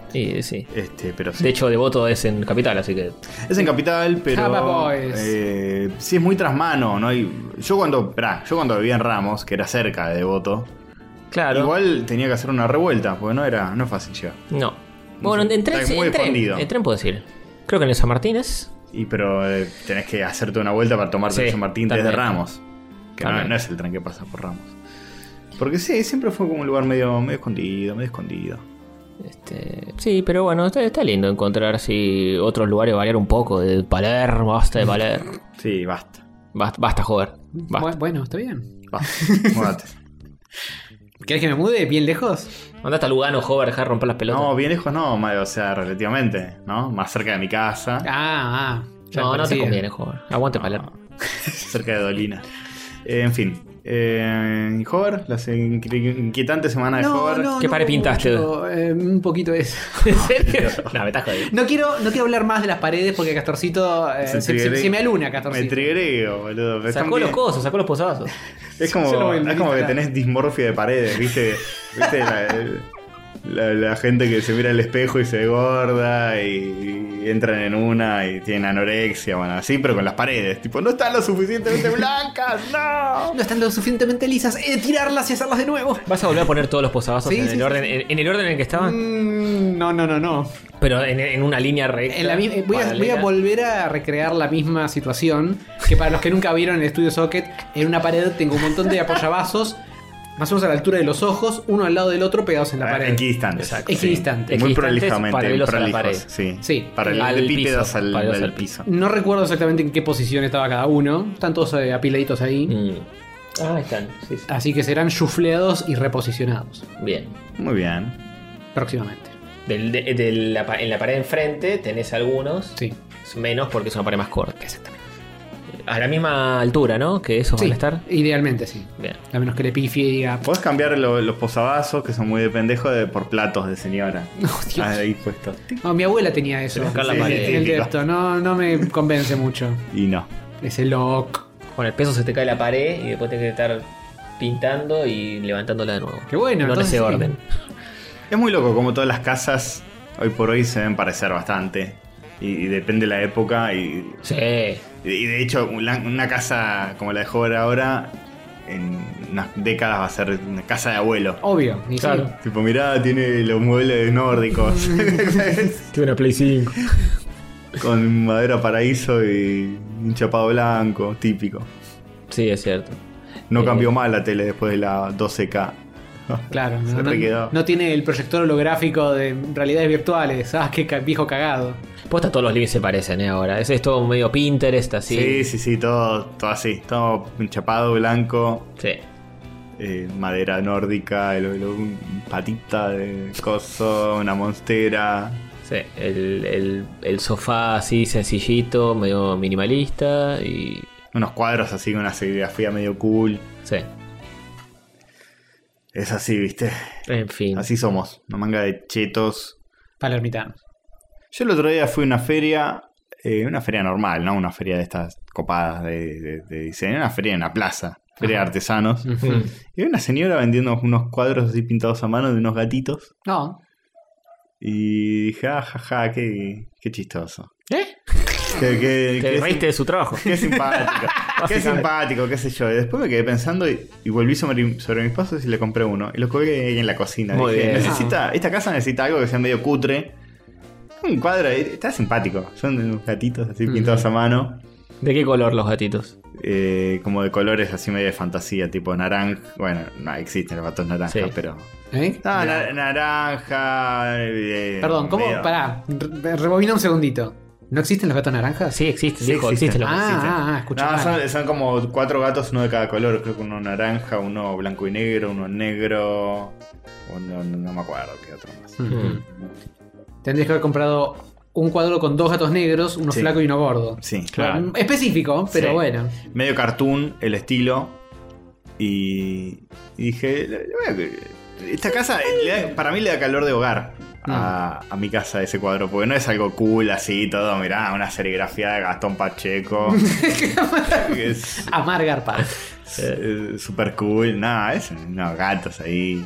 Hmm.
Sí, sí.
Este, pero sí.
De hecho, Devoto es en Capital, así que
Es en capital,
Java
pero
Boys.
eh, sí es muy tras mano, ¿no? Y yo cuando, pará, yo cuando vivía en Ramos, que era cerca de Devoto,
Claro.
igual tenía que hacer una revuelta, porque no era, no es fácil llegar.
No. Bueno, en tren,
Está muy
en tren,
escondido.
en tren puedo decir. Creo que en el San Martín es.
Y pero eh, tenés que hacerte una vuelta para tomarte
Sí,
el San Martín desde
también.
Ramos. Que no,
También.
no es el tren que pasa por Ramos. Porque sí, siempre fue como un lugar medio, medio escondido, medio escondido.
Este, sí, pero bueno, está, está lindo encontrar si otros lugares variar un poco. De Palermo, basta de Palermo.
Sí, basta.
Basta, basta joder. Basta.
Bu- Bueno, está bien.
Basta. Mudate.
¿Querés que me mude bien lejos?
Andá hasta Lugano, joder, dejar romper las pelotas.
No, bien lejos no, ma- o sea, relativamente, ¿no? Más cerca de mi casa,
Ah, ah. ya
no, no te
parecía.
conviene, joder. Aguante Palermo.
cerca de Dolina. Eh, en fin. Eh, Hover, la se- inqui- inquietante semana de
No,
Hover.
no,
¿Qué
no,
pared pintaste?
mucho, eh, un poquito de eso.
¿En serio? no, me estás jodiendo.
No quiero, no quiero hablar más de las paredes porque Castorcito eh, se, se-
triggeré-
se me aluna,
Me
Castorcito.
trigueo, boludo. pero
Sacó
están
los
bien.
cosos, sacó los posavasos.
Es como,
Yo lo voy a
es
invitar.
como que tenés dismorfia de paredes, ¿viste? ¿Viste? La, la- la gente que se mira al espejo y se ve gorda y, y entran en una y tienen anorexia, bueno, así, pero con las paredes. Tipo, no están lo suficientemente blancas, no.
No están lo suficientemente lisas. Eh, tirarlas y hacerlas de nuevo.
Vas a volver a poner todos los posavasos
Sí,
en,
sí,
el
sí,
orden, en, en el orden en el que estaban,
Mm, no, no, no, no.
pero en, en una línea recta.
En la mi- eh, voy, a, voy a
paralela.
volver a recrear la misma situación que para los que nunca vieron el estudio Socket, en una pared tengo un montón de apoyabazos, más o menos a la altura de los ojos, uno al lado del otro pegados en
Ah,
la pared.
Equidistantes.
Exacto.
Equidistantes.
Muy
Equidistantes,
prolijamente.
paralelos a la
prolijos,
pared.
Sí.
Sí.
Al
Paralelepípedos
piso,
al,
paralelos
al
al
piso.
No recuerdo exactamente en qué posición estaba cada uno, están todos eh, apiladitos ahí,
Mm. Ah, ahí están. Sí, sí.
así que serán chufleados y reposicionados
Bien.
Muy bien.
próximamente.
Del- de- de la pa- en la pared de enfrente tenés algunos,
Sí.
menos porque es una pared más corta. Exactamente. A la misma altura, ¿no? Que esos
Sí,
van a estar.
idealmente sí.
Bien.
A menos que le pifie y diga,
Podés cambiar lo- los posavasos, que son muy de pendejo, de, por platos de señora. Ah,
Dios.
Ahí puestos.
No, mi abuela tenía eso.
Se busca la
Sí,
pared.
el de esto, no, no me convence mucho.
Y no.
Ese loco.
Con el peso se te cae la pared y después tenés que estar pintando y levantándola de nuevo.
Qué bueno,
No en
entonces
ese
sí.
orden.
Es muy loco como todas las casas hoy por hoy se deben parecer bastante. Y, y depende la época. Y,
Sí.
y de hecho, una, una casa como la de Hover ahora, en unas décadas va a ser una casa de abuelo.
Obvio, y sí.
Claro.
Tipo, mirá, tiene los muebles nórdicos.
Tiene una Play 5.
con madera paraíso y un chapado blanco, típico.
Sí, es cierto.
No
Eh.
cambió mal la tele después de la 12K.
Claro,
Se
no, no-
re quedó.
no tiene el proyector holográfico de realidades virtuales. Ah, qué ca- viejo cagado.
Posta todos los livings se parecen, ¿eh? Ahora. Ese es todo medio Pinterest, así.
Sí, sí, sí, todo, todo así. Todo un chapado blanco,
Sí.
eh, madera nórdica, el- el- un patita de coso, una monstera.
Sí, el, el- el sofá así sencillito, medio minimalista y...
Unos cuadros así con una serigrafía medio cool.
Sí,
Es así, viste.
en fin.
Así somos. Una manga de chetos.
Palermitano.
Yo el otro día fui a una feria, eh, una feria normal, ¿no? Una feria de estas copadas de, de- de diseño, una feria en la plaza, feria de artesanos.
Mm.
Y había una señora vendiendo unos cuadros así pintados a mano de unos gatitos.
No.
Y dije, ah, jaja, qué, qué chistoso.
¿Eh?
Qué, qué-
Te
qué-
reíste de su trabajo.
qué simpático. qué
Básicamente.
simpático, qué sé yo. Y después me quedé pensando y, y volví sobre, sobre mis pasos y le compré uno. Y lo colgué ahí en la cocina.
Muy
Dije,
bien. Ah.
necesita, esta casa necesita algo que sea medio cutre. Un cuadro, eh, está simpático. Son unos gatitos así pintados a mano.
¿De qué color los gatitos?
eh, como de colores así medio de fantasía, tipo naranja. Bueno, no existen los gatos naranjas,
Sí.
pero.
¿Eh?
No, na- naranja. eh,
Perdón, ¿cómo?
medio-
Pará, re- rebobina un segundito. ¿No existen los gatos naranjas?
Sí, existe,
Sí,
viejo, existe
existen.
los
ah,
existen.
ah, ah, escuché.
No,
mal.
son, son como cuatro gatos, uno de cada color. Creo que uno naranja, uno blanco y negro, uno negro. Uno, no me acuerdo qué otro más.
Hmm.
Ujú. Tendrías que haber comprado un cuadro con dos gatos negros, uno
Sí.
flaco y uno gordo.
Sí,
Claro.
Mm, Específico, pero
Sí.
bueno.
medio cartoon el estilo. Y, y dije, "Le- le voy a- esta casa le da- para mí le da calor de hogar a, a mi casa ese cuadro, porque no es algo cool así, todo, mirá, una serigrafía de Gastón Pacheco. que es
Amargar paz.
eh, super cool, nada, es unos gatos ahí.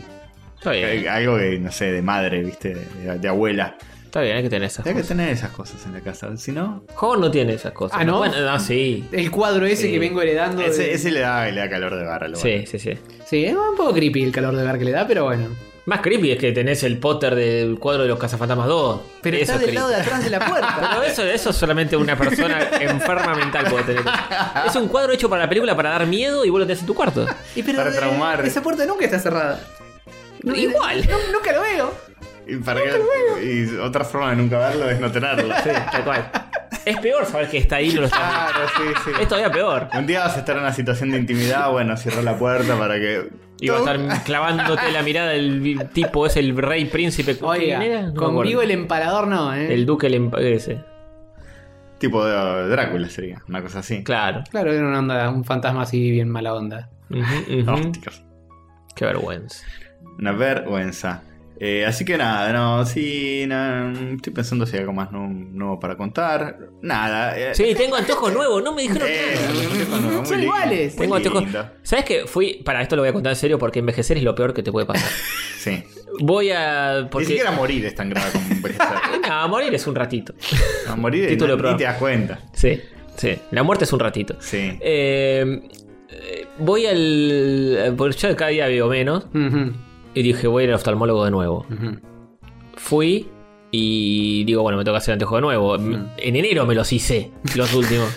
Está bien,
Algo que, no sé, de madre, viste, de, de abuela.
está bien, hay que tener esas
Hay que
cosas.
tener esas cosas en la casa, si no...
Hogwarts no tiene esas cosas.
Ah, ¿no?
Bueno, no, sí.
El cuadro ese
Sí.
que vengo heredando. de-
Ese, ese le, da, le da calor de hogar al lugar.
Sí, sí, sí.
Sí, es un poco creepy el calor de ver que le da, pero bueno.
Más creepy es que tenés el Potter del cuadro de los Cazafantasmas 2.
Pero
Eso
está
es
del
creepy.
lado de atrás de la puerta.
Pero eso, eso solamente una persona enferma mental puede tener. Es un cuadro hecho para la película para dar miedo y vos lo tenés en tu cuarto.
Y pero
Para
de-
traumar.
Esa puerta nunca está cerrada. No,
Igual.
no- nunca lo veo.
Y, para que- y otra forma de nunca verlo es no tenerlo.
Tal cual. Es peor saber que está ahí y no lo está.
Claro, sí, sí.
Es todavía peor.
Un día vas a estar en una situación de intimidad, bueno, cierra la puerta para que.
Y va a estar clavándote la mirada el tipo, es el rey príncipe. ¿Quién era?
Oiga,
No me
conmigo el
acuerdo.
emparador no, ¿eh?
El duque el empa- ese.
Tipo de Drácula sería, una cosa así.
Claro.
Claro, era una onda, un fantasma así bien mala onda.
Ujú, ujú.
Oh, Dios.
Qué vergüenza.
Una vergüenza. Eh, así que nada, no, sí, no, estoy pensando si hay algo más nu- nuevo para contar. Nada. eh,
Sí, tengo antojos nuevos, no me dijeron
eh,
nada.
no, no, muy
Son
lindo,
iguales.
muy
Tengo antojos.
lindo.
¿Sabes qué? Fui. Para esto lo voy a contar en serio porque envejecer es lo peor que te puede pasar.
Sí.
Voy a.
Ni
Porque.
siquiera morir es tan grave como envejecer.
No, morir es un ratito.
No, morir y
Título
no-
de programa.
ni te das cuenta.
Sí, sí. La muerte es un ratito.
Sí.
Eh, eh, voy al. Porque yo cada día veo menos.
Ujú,
Y dije, voy a ir al oftalmólogo de nuevo.
ujú.
Fui y digo, bueno, me toca hacer anteojo de nuevo.
Mm.
En enero me los hice, los últimos.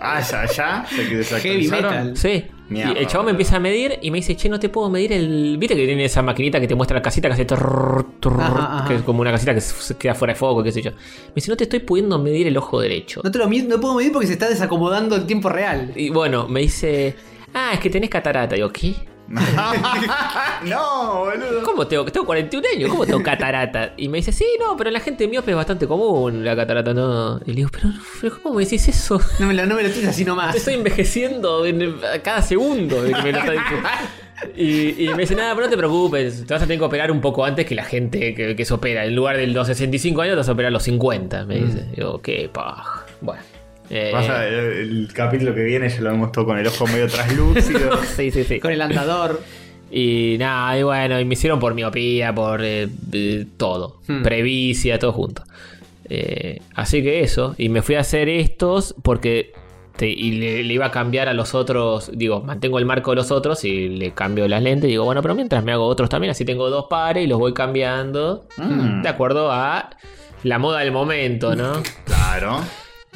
Ah, ya, ya. ¿Se que
Heavy
desactualizaron?
metal.
Sí.
Mierda,
y el chabón me
boludo.
empieza a medir y me dice, che, no te puedo medir el. ¿Viste que tiene esa maquinita que te muestra la casita que hace trrr, trrr,
Ajá, ajá.
que es como una casita que se queda fuera de foco, qué sé yo? Me dice, no te estoy pudiendo medir el ojo derecho.
No te lo mid- no puedo medir porque se está desacomodando el tiempo real.
Y bueno, me dice, ah, es que tenés catarata. Digo, ¿qué?
no, boludo.
¿Cómo tengo? Tengo 41 años, ¿cómo tengo catarata? Y me dice, sí, no, pero en la gente miope es bastante común la catarata, ¿no? Y le digo, pero, pero ¿cómo me decís eso?
No me lo, no me lo tires así nomás.
Estoy envejeciendo en el- a cada segundo de que me lo está diciendo. Y, y me dice, nada, pero no te preocupes, te vas a tener que operar un poco antes que la gente que, que se opera. En lugar de los 65 años, te vas a operar a los 50, me dice. Digo, qué paja. Bueno. eh,
Vas a- el, el capítulo que viene ya lo vemos todo con el ojo medio traslúcido.
sí, sí, sí.
Con el andador.
Y nada, y bueno, y me hicieron por miopía, por eh, eh, todo.
Hmm.
Previcia, todo junto. Eh, así que eso. Y me fui a hacer estos porque. te- y le, le iba a cambiar a los otros. Digo, mantengo el marco de los otros y le cambio las lentes. Digo, bueno, pero mientras me hago otros también, así tengo dos pares y los voy cambiando.
Mm.
De acuerdo a la moda del momento, ¿no?
claro.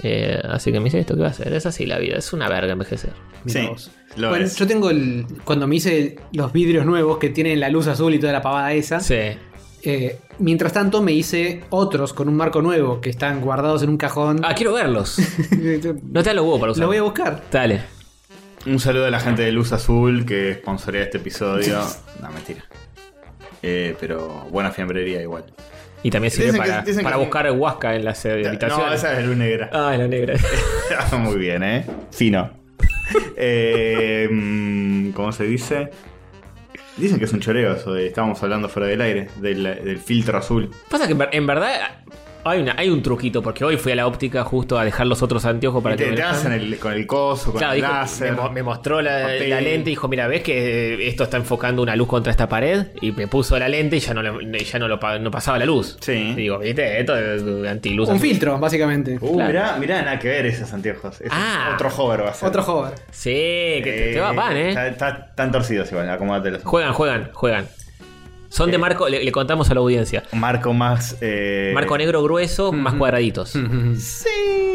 Eh, así que me hice esto, ¿qué va a hacer? Es así la vida, es una verga envejecer.
Mira
Sí,
vos.
lo
Bueno,
es.
yo tengo el. Cuando me hice los vidrios nuevos que tienen la luz azul y toda la pavada esa.
Sí.
eh, mientras tanto me hice otros con un marco nuevo que están guardados en un cajón.
Ah, quiero verlos. No te da los huevos para usar.
lo voy a buscar.
Dale.
Un saludo a la gente de Luz Azul que sponsorea este episodio. No, mentira. Eh, pero buena fiambrería igual.
Y también sirve
Dicen que-
para,
dicen que
para
son-
buscar huasca en las eh, habitaciones.
No, esa es la luz negra.
Ah, en la negra.
Muy bien, ¿eh? Fino. Eh, mm, ¿Cómo se dice? Dicen que es un choreo eso. de- Estábamos hablando fuera del aire, del, del filtro azul.
Pasa que en, ver- en verdad hay, una, hay un truquito, porque hoy fui a la óptica justo a dejar los otros anteojos para
Y te,
que me
te
los-
hacen el- con el coso, con
Claro,
el
dijo-
láser.
me, mo- me mostró la,
papel.
la lente y dijo, mira, ¿ves que eh, esto está enfocando una luz contra esta pared? Y me puso la lente y ya no, lo- ya no, lo pa- no pasaba la luz.
Sí.
Y digo, viste, esto es eh, antiluz.
Un
azul".
filtro, básicamente.
Uh,
Claro.
mirá, mirá, nada que ver esos anteojos. Ese
Ah.
es otro hover va a ser.
Otro hover.
Sí, que te, te va,
Eh,
van, eh.
Está, está- están torcidos igual, acomódatelos.
Juegan, juegan, juegan. Son de marco, le- le contamos a la audiencia.
Marco más. eh,
Marco negro grueso, más cuadraditos.
Sí,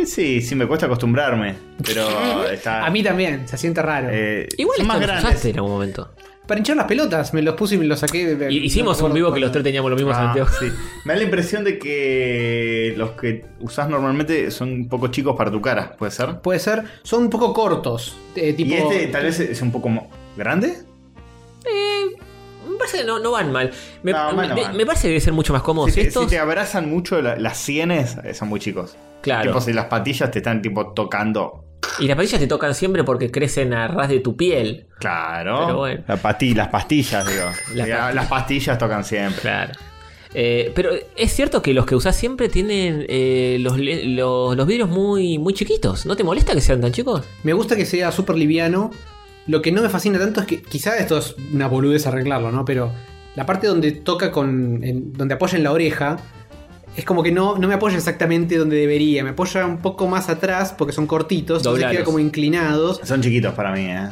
Eh, sí, sí, me cuesta acostumbrarme. Pero está.
Ah.
A mí también, se siente raro.
eh,
Igual
son
esto
más
lo
grandes.
usaste en algún momento.
Para hinchar las pelotas, me los puse y me los saqué. de-
Y- hicimos
no
un vivo que
recuerdo
los tres teníamos lo mismo,
Ah,
Santiago.
sí. Me da la impresión de que los que usás normalmente son un poco chicos para tu cara, ¿puede ser?
Puede ser, son un poco cortos. eh, tipo,
Y este tal vez es un poco mo- grande.
Eh, me parece que no, no van mal. Me,
No, mal no
me-
van.
me parece que debe ser mucho más cómodo.
si, te,
estos,
si te abrazan mucho la- las sienes, eh, son muy chicos.
claro.
Tipo, si las patillas te están tipo tocando.
Y las pastillas te tocan siempre porque crecen a ras de tu piel.
Claro.
Pero bueno.
La pati- las pastillas, digo.
Las
Diga,
pastillas.
las pastillas tocan siempre.
Claro. Eh, pero es cierto que los que usás siempre tienen eh, los, le- los, los vidrios muy, muy chiquitos. ¿No te molesta que sean tan chicos?
Me gusta que sea súper liviano. Lo que no me fascina tanto es que quizá esto es una boludez arreglarlo, ¿no? Pero la parte donde toca con. en- donde apoya en la oreja. Es como que no, no me apoya exactamente donde debería. Me apoya un poco más atrás porque son cortitos. Entonces
Doblalos.
queda como inclinados.
Son chiquitos para mí, ¿eh?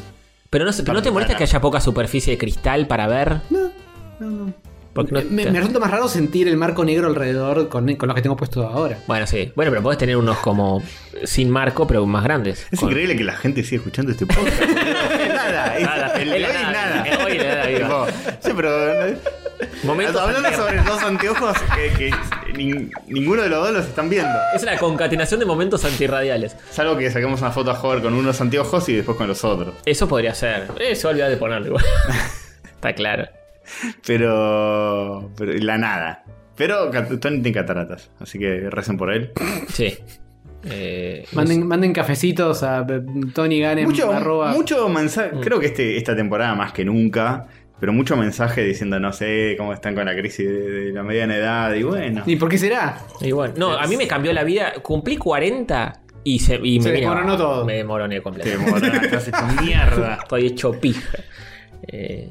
Pero no, sé- pero no te
Para
molesta
nada.
que haya poca superficie de cristal para ver.
No, no, no.
Porque no
me,
te-
me resulta más raro sentir el marco negro alrededor con, con los que tengo puesto ahora.
Bueno, sí. Bueno, pero podés tener unos como sin marco, pero más grandes.
Es
Con-
increíble que la gente siga escuchando este podcast. nada, es-
Nada,
el
es
de
la
hoy
nada,
nada.
el de hoy nada, digo.
Tipo, sí, pero.
Momentos
hablando
alternos.
sobre dos anteojos que, que nin- ninguno de los dos los están viendo.
Es una concatenación de momentos antirradiales.
Salvo que saquemos una foto a jugar con unos anteojos y después con los otros.
Eso podría ser. Eh, se va a olvidar de ponerlo igual. Está claro.
Pero. pero la nada. Pero Cat- Tony tiene cataratas, así que recen por él.
Sí. Eh, no
Manden, manden cafecitos a eh, Tony Ganem.
Mucho,
arroba.
mucho mensaje. Creo que este, esta temporada más que nunca. Pero mucho mensaje diciendo, no sé, cómo están con la crisis de, de la mediana edad. Y bueno.
¿Y por qué será?
Y bueno, no, a mí me cambió la vida. Cumplí 40 y, se, y me
Se
vine
desmoronó
abajo.
todo.
Me desmoroné
Te
completamente.
morás, Este, estás hecho mierda.
Estoy hecho pija. Eh,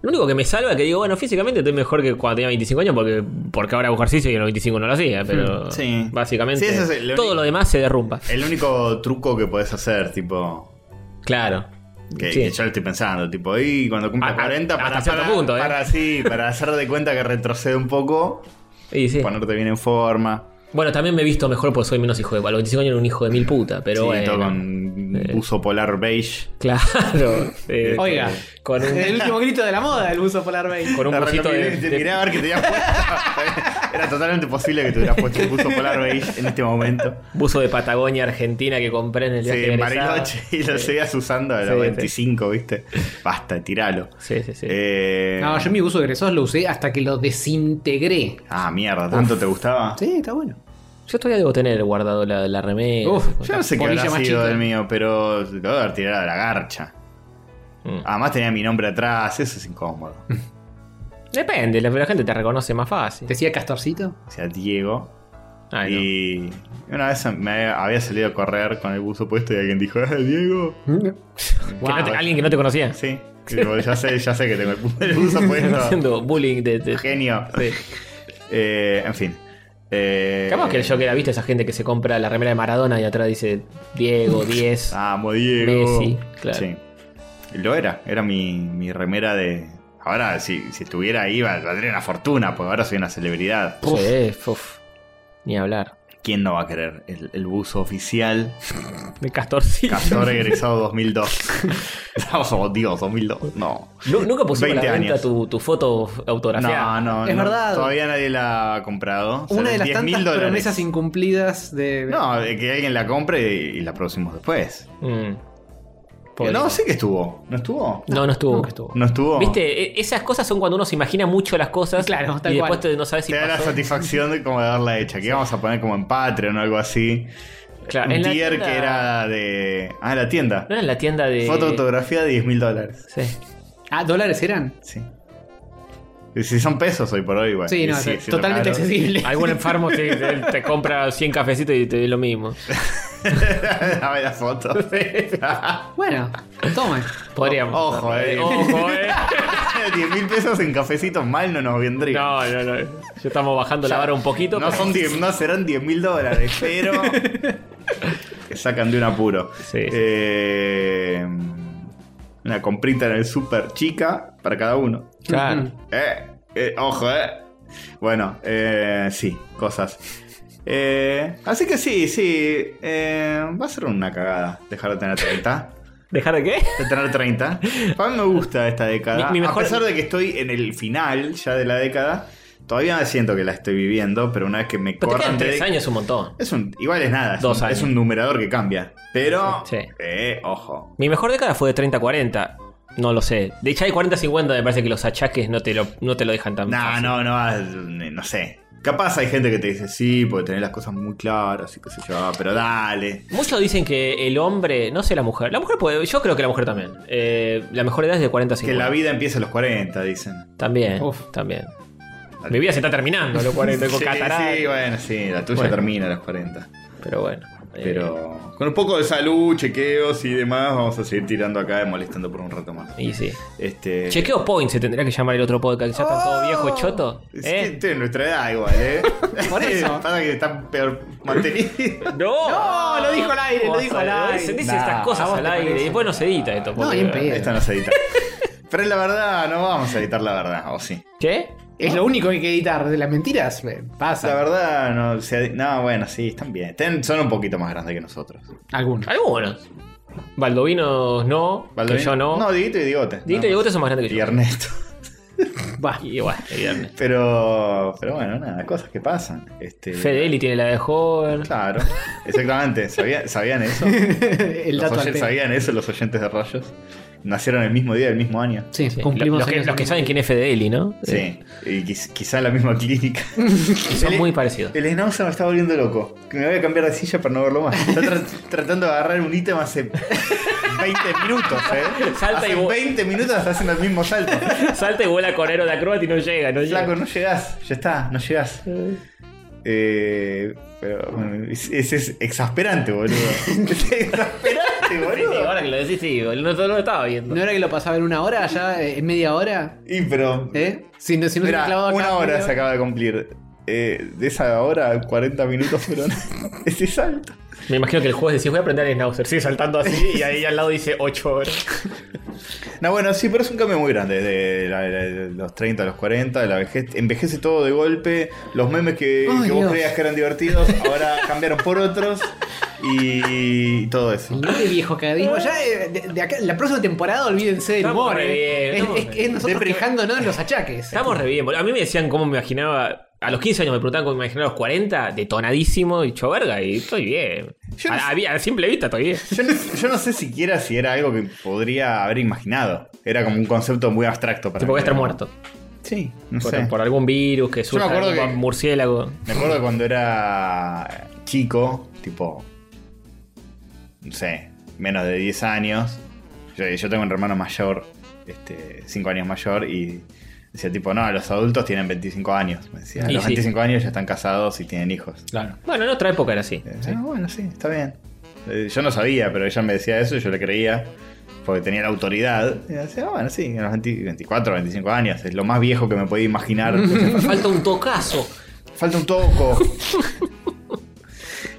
lo único que me salva es que digo, bueno, físicamente estoy mejor que cuando tenía 25 años porque, porque ahora hago ejercicio y en los 25 no lo hacía, pero
Hmm, sí.
básicamente
Sí, eso es lo
todo
único.
lo demás se derrumba.
El único truco que podés hacer, tipo.
Claro.
Que,
Sí.
que yo lo estoy pensando, tipo, y cuando cumpla
Ah,
40,
hasta
para,
cierto
para,
punto, ¿eh?
para sí, para hacer de cuenta que retrocede un poco,
Y sí.
ponerte bien en forma.
Bueno, también me he visto mejor porque soy menos hijo de... A los 25 años era un hijo de mil puta, pero
sí,
bueno. eh.
todo con buzo polar beige.
Claro. eh,
Oiga.
Con un,
El último grito de la moda, el buzo polar beige.
con un
Te
busito de-
reconfirmé, te
de
miré a ver que te habías puesto. Era totalmente posible que te hubieras puesto un buzo polar beige en este momento.
Buzo de Patagonia Argentina que compré en el
Sí,
viaje de
en
egresado.
Bariloche y lo seguías usando a los
Sí, sí.
25, ¿viste? Basta, tiralo.
Sí, sí, sí.
Eh,
No, yo mi buzo de egresados lo usé hasta que lo desintegré.
Ah, mierda, ¿tanto te gustaba?
Sí, está bueno.
Yo todavía debo tener guardado la, la remera.
Uf,
esas cosas.
Yo no sé qué
Polilla
habrá
más
sido
chica.
el mío, pero lo debo haber tirado a la garcha.
Mm.
Además tenía mi nombre atrás, eso es incómodo.
Depende, la, la gente te reconoce más fácil.
¿Decía Castorcito?
O sea, Diego.
Ay, no.
y una vez me había salido a correr con el buzo puesto y alguien dijo, ¡Ah, Diego!
Que no te-
Wow.
alguien que no te conocía.
Sí. Digo, ya sé, ya sé que tengo el bu- el buzo puesto.
Haciendo bullying de. de-
Genio.
sí.
Eh, en fin. Eh,
Capaz que yo que la visto esa gente que se compra la remera de Maradona y atrás dice Diego, 10.
Amo Diego.
Messi, claro.
Sí. Lo era, era mi, mi remera de. Ahora, si, si estuviera ahí, va- valdría una fortuna, porque ahora soy una celebridad.
Sí, eh, fuf. Ni hablar.
¿Quién no va a querer el, el buzo oficial?
De Castorcito.
Castor egresado 2002. oh, Dios, 2002. No.
Nu- Nunca pusiste a la
20
venta
años.
tu, tu foto autografiada.
No, no,
Es
no.
verdad.
Todavía nadie la ha comprado. O sea,
Una de las
10.000
tantas
dólares.
promesas incumplidas de.
No, de que alguien la compre y, y la producimos después.
Mm. Pobre.
No, sé que estuvo. ¿No estuvo?
no, no estuvo.
nunca estuvo.
No estuvo.
Viste, E- esas cosas son cuando uno se imagina mucho las cosas.
Claro, tal
y después
cual.
te- no sabes si
Te da la
pasó.
satisfacción de como de haberla hecha. Que íbamos a poner como en Patreon o algo así.
Claro,
Un
en la
tier
tienda-
que era de. Ah, la tienda.
No eh, era en la tienda de.
Foto autografía de 10 mil dólares.
Sí.
Ah, ¿dólares eran?
Sí. Y Si son pesos hoy por hoy, bueno.
sí, no,
sigue
to-
siendo
totalmente
caro.
accesible.
Algún enfermo te, te- te compra 100 cafecitos y te da lo mismo.
Dame la foto.
Bueno, toma.
Podríamos.
Ojo, eh.
Ojo, eh.
10 mil pesos en cafecitos mal no nos vendría.
No, no, no. Yo estamos bajando la vara un poquito.
No,
pero-
son 10 no serán 10 mil dólares, pero. que sacan de un apuro.
Sí.
Eh, una comprita en el super chica para cada uno.
Claro.
Mm.
Eh, eh, ojo, eh. Bueno, eh, sí, cosas. Eh, así que sí, sí. eh, va a ser una cagada dejar de tener 30.
¿Dejar de qué?
De tener 30. Para mí me gusta esta década.
Mi- mi mejor-
A pesar de que estoy en el final ya de la década, todavía siento que la estoy viviendo, pero una vez que me
Pero te quedan
cortan de
tres
década-
años un montón.
Es un, igual es nada, es,
Dos
un,
años.
es un numerador que cambia. Pero,
Sí.
eh, ojo.
Mi mejor década fue de 30-40. No lo sé. De hecho, hay 40-50 me parece que los achaques no te lo, no te lo dejan tan
No,
fácil.
no, no, ah, no sé. Capaz hay gente que te dice sí, porque tenés las cosas muy claras y qué sé yo, ah, pero dale.
Muchos dicen que el hombre, no sé la mujer, la mujer puede, yo creo que la mujer también. Eh, la mejor edad es de 40 a
Que
50.
la vida empieza a los 40, dicen.
También,
Uf.
también. Mi vida se está terminando a los 40 con
sí,
catarata.
sí, bueno, sí, la tuya
Bueno.
termina a los 40.
Pero bueno. eh,
Pero con un poco de salud, chequeos y demás, vamos a seguir tirando acá y molestando por un rato más.
Eh, y sí.
Eh,
Este,
Chequeo Point se tendría que llamar el otro podcast. Ya está todo
Oh.
viejo choto.
Es que
¿eh?
estoy en nuestra edad igual, ¿eh?
Por eso.
Pasa que están peor mantenidos.
No,
No, lo dijo al aire, lo
Vos
dijo al
sabés,
aire.
Se dice
Nah,
estas
¿a
cosas
vos
al
te
aire.
parece?
Y después no se edita esto. porque-
ni en pedo.
Esta no se edita. Pero es la verdad, no vamos a editar la verdad, o sí.
¿Qué?
Es lo único que hay que editar. De las mentiras, me pasa.
La verdad, no, se- no, bueno, sí, están bien. Ten- son un poquito más grandes que nosotros.
Alguno.
Algunos. Valdovinos no.
Baldovino-
Que yo no.
No, Dieguito y Digote.
Dieguito y Digote son más grandes que
Y
yo.
Ernesto.
Va.
Y bueno, el viernes.
Pero, pero bueno, nada, cosas que pasan. Este,
Eh, Fedeli tiene la de Hover.
Claro, exactamente. ¿Sabía- ¿Sabían eso?
El
Los
dato al
oyen-
pedo.
¿Sabían eso los oyentes de Rayos? Nacieron el mismo día, el mismo año.
Sí,
Sí,
cumplimos
los, que,
años
los que
en-
saben quién es Fedeli, ¿no? Eh,
Sí, y quiz- quizá la misma clínica.
y son
Él-
muy parecidos.
El Snow se me está volviendo loco. Que me voy a cambiar de silla para no verlo más. Está tra- tratando de agarrar un ítem hace 20 minutos, ¿eh?
Salta
hace
y vo-
20 minutos está haciendo el mismo salto.
Salta y vuela con Aero de Acrobat y no llega, no llega.
Flaco, no llegás. Ya está, no llegás. Eh, pero bueno, es, es- es exasperante, boludo. Es exasperante,
Sí, sí,
boludo.
ahora que lo decís, sí, no, no lo estaba viendo.
¿No era que lo pasaba en una hora, ya eh, en media hora?
Y pero...
¿Eh? Si no, si no se
Mirá,
me clavaba acá,
una hora
media
se acaba de cumplir. Eh, de esa hora, 40 minutos fueron ese salto.
Me imagino que el juez decía, voy a aprender el Snauzer. Sigue saltando así y ahí al lado dice 8 horas.
No, bueno, sí, pero es un cambio muy grande. De, la- la- de los 30 a los 40, la vejez, envejece todo de golpe. Los memes que,
Ay,
que vos
Dios.
creías que eran divertidos, ahora cambiaron por otros. Y todo eso.
No de viejo cagadismo. Ya eh, de, de acá, la próxima temporada olvídense del
Estamos
humor.
re
eh.
bien,
Es-
estamos
es,
re
que es nosotros
Deprim-
quejándonos de los achaques.
Estamos re bien, boludo. A mí me decían cómo me imaginaba. A los 15 años me preguntaban cómo me imaginaba a los 40, detonadísimo, y cho verga, y estoy bien.
Yo no
A, a- a simple vista estoy bien.
Yo no, yo no sé siquiera si era algo que podría haber imaginado. Era como un concepto muy abstracto para
Tipo, voy a
mí.
estar muerto.
Sí, no sé.
Por, por algún virus que surja,
acuerdo
algún
que-
murciélago.
Me acuerdo cuando era chico, tipo. No sé, menos de 10 años. Yo, yo tengo un hermano mayor, este, 5 años mayor, y decía, tipo, no, los adultos tienen 25 años. Me decía,
Y
los
sí.
25 años ya están casados y tienen hijos.
Claro.
Bueno, en otra época era así.
Eh, ah, bueno, sí, está bien. Eh, yo no sabía, pero ella me decía eso y yo le creía. Porque tenía la autoridad. Y decía, ah, bueno, sí, en los 20 24, 25 años. Es lo más viejo que me podía imaginar.
Falta un tocazo.
Falta un toco.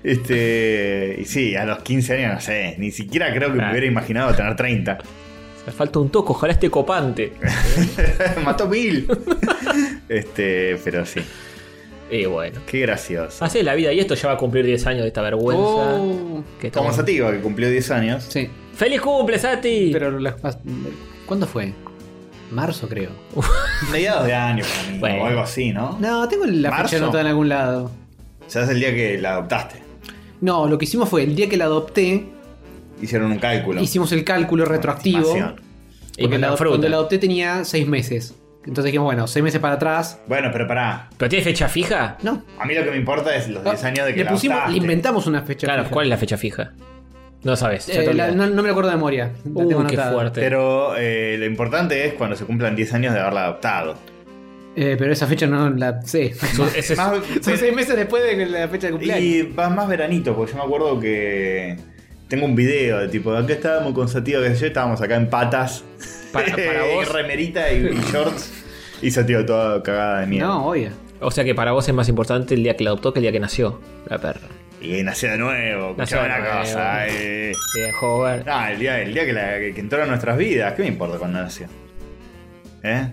este. Y sí, a los 15 años no sé. Ni siquiera creo que me
Ah.
hubiera imaginado tener 30.
Falta un toco, ojalá esté copante.
Mató mil. este, pero sí.
Y bueno.
Qué
Ah,
gracioso.
Así es la vida y esto ya va a cumplir 10 años de esta vergüenza.
Oh.
que
Como
estamos-
Sativa, que cumplió 10 años.
Sí.
¡Feliz cumple, Sati!
Pero las- ¿Cuándo fue? Marzo, creo.
Mediados de año para mí.
Bueno.
O algo así, ¿no?
No, tengo la
¿Marzo?
fecha anotada en algún lado.
O sea, es el día que la adoptaste.
No, lo que hicimos fue el día que la adopté,
Hicieron un cálculo.
hicimos el cálculo retroactivo.
Estimación.
y
Porque
me
la,
la fruta.
cuando la adopté tenía seis meses. Entonces dijimos, bueno, seis meses para atrás.
Bueno, pero pará.
¿Pero tiene fecha fija?
No.
A mí lo que me importa es los 10 años de que
Ah, le
la
pusimos, le
adoptaste.
inventamos una fecha.
Claro,
fija.
¿cuál es la fecha fija? No sabes. ya
Eh,
te
la-
olvidaste.
no, no me la acuerdo de memoria. La tengo
Uh, qué
anotada.
fuerte.
Pero eh, lo importante es cuando se cumplan 10 años de haberla adoptado.
Eh, pero esa fecha no la sé.
Eso- ese es-
Más-
Son seis meses después de la fecha de cumpleaños.
Y vas más veranito, porque yo me acuerdo que tengo un video de tipo, acá estábamos con Sativa, que yo estábamos acá en patas,
Para- para
y
vos.
remerita y, y shorts, y Sativa toda cagada de miedo.
No, obvio.
O sea que para vos es más importante el día que la adoptó que el día que nació la perra.
Y nació de nuevo,
Nació
escuchaba
de
una
nuevo.
cosa. eh.
De joven.
Ah, el día, el día que, la- que entró a nuestras vidas, ¿qué me importa cuando nació? ¿Eh?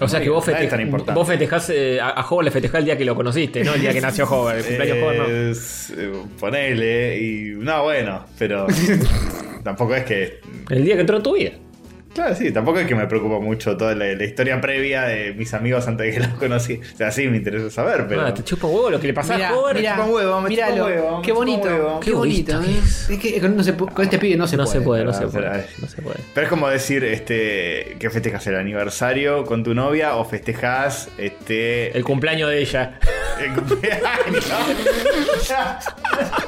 O sea
No,
que vos,
nada es
fete-
tan importante.
vos festejás eh, a, a Hover le festejás el día que lo conociste, ¿no? El día que nació Hover, el cumpleaños de Hover, no.
Es, eh, ponele, y. No, bueno, pero. tampoco es que.
El día que entró en tu vida.
Claro, sí, tampoco es que me preocupa mucho toda la, la historia previa de mis amigos antes de que los conocí. O sea, sí, me interesa saber, pero.
Ah, te chupa un huevo lo que le pasás
Mirá,
a Hover.
mirá,
chupa un huevo, me chupa
miralo,
un huevo, me
qué
chupa un
bonito,
huevo.
qué
Qué
bonito.
bonito que
Es, es que con, no se pu- con este pibe no se
no
puede.
se puede, no se
¿verdad?
puede.
Ay.
No se puede.
Pero es como decir, este, que festejas el aniversario con tu novia o festejas este
El cumpleaños de ella.
el cumpleaños.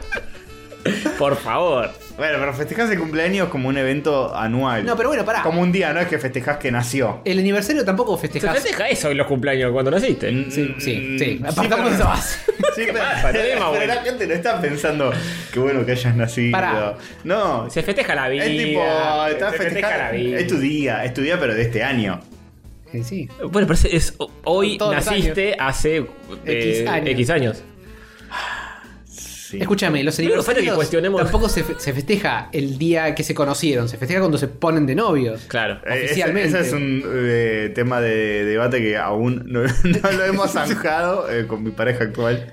Por favor.
bueno, pero festejas el cumpleaños como un evento anual.
No, pero bueno, pará.
Como un día, no es que festejas que nació.
El aniversario tampoco
Se
festejas.
festeja eso en los cumpleaños cuando naciste.
Mm,
Sí, sí, sí. Apartamos
pero-
esa base.
Sí, pero,
pasa? Tenés
pero
más,
la gente no está pensando que bueno que hayas nacido.
Pará.
No.
Se festeja la vida.
es tipo, estás
se festeja la
festejando.
vida.
Es tu día, es tu día, pero de este año.
Eh, Sí.
Bueno, parece es o- hoy
Todos los
naciste hace eh,
X años.
X años.
Sí.
Escúchame, los
Pero falta que
aniversarios
cuestionemos-
tampoco se, fe- se festeja el día que se conocieron, se festeja cuando se ponen de novios.
Claro.
Eh, ese-
Oficialmente.
Ese, es un eh, tema de debate que aún no, no lo hemos zanjado eh, con mi pareja actual.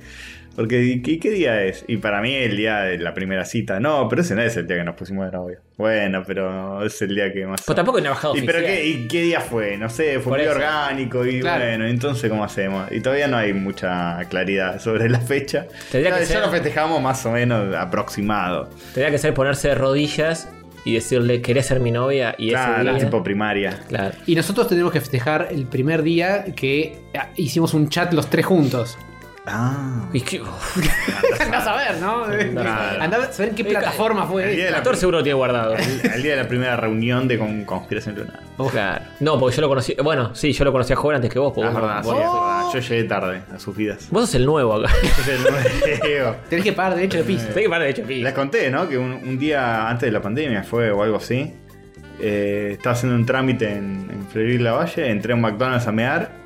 Porque, ¿qué, qué día es? Y para mí el día de la primera cita. No, pero ese no es el día que nos pusimos de novio. Bueno, pero es el día que más...
Pues tampoco es una bajada
¿Y,
oficial.
pero qué, ¿Y qué día fue? No sé, fue
Por
un día
eso.
orgánico y
Claro.
bueno, entonces ¿cómo hacemos? Y todavía no hay mucha claridad sobre la fecha.
Tendría
Ya,
que
ya
ser-
lo festejamos más o menos aproximado.
Tendría que ser ponerse de rodillas y decirle, ¿querés ser mi novia? Y ese
Claro,
día...
tipo primaria.
Claro.
Y nosotros tenemos que festejar el primer día que ah, hicimos un chat los tres juntos.
Ah.
Y que- uf,
Andás a ver, ¿no?
Claro.
Andás a ver en qué plataforma
El día
fue.
de la-
14 seguro lo tiene guardado.
El día de la primera reunión de con Conspiración Lunar.
Claro. No, porque yo lo conocí. Bueno, sí, yo lo conocí a joven antes que vos. Porque
Ah, es
vos,
verdad, sí,
vos-
es verdad. Yo llegué tarde a sus vidas.
vos sos el nuevo acá.
Yo llegué nuevo.
Tenés que pagar derecho de piso.
Tenés que parar de hecho, pi.
Les conté, ¿no? Que un, un día antes de la pandemia fue o algo así. eh, estaba haciendo un trámite en, en Fleury Lavalle, entré a un McDonald's a mear.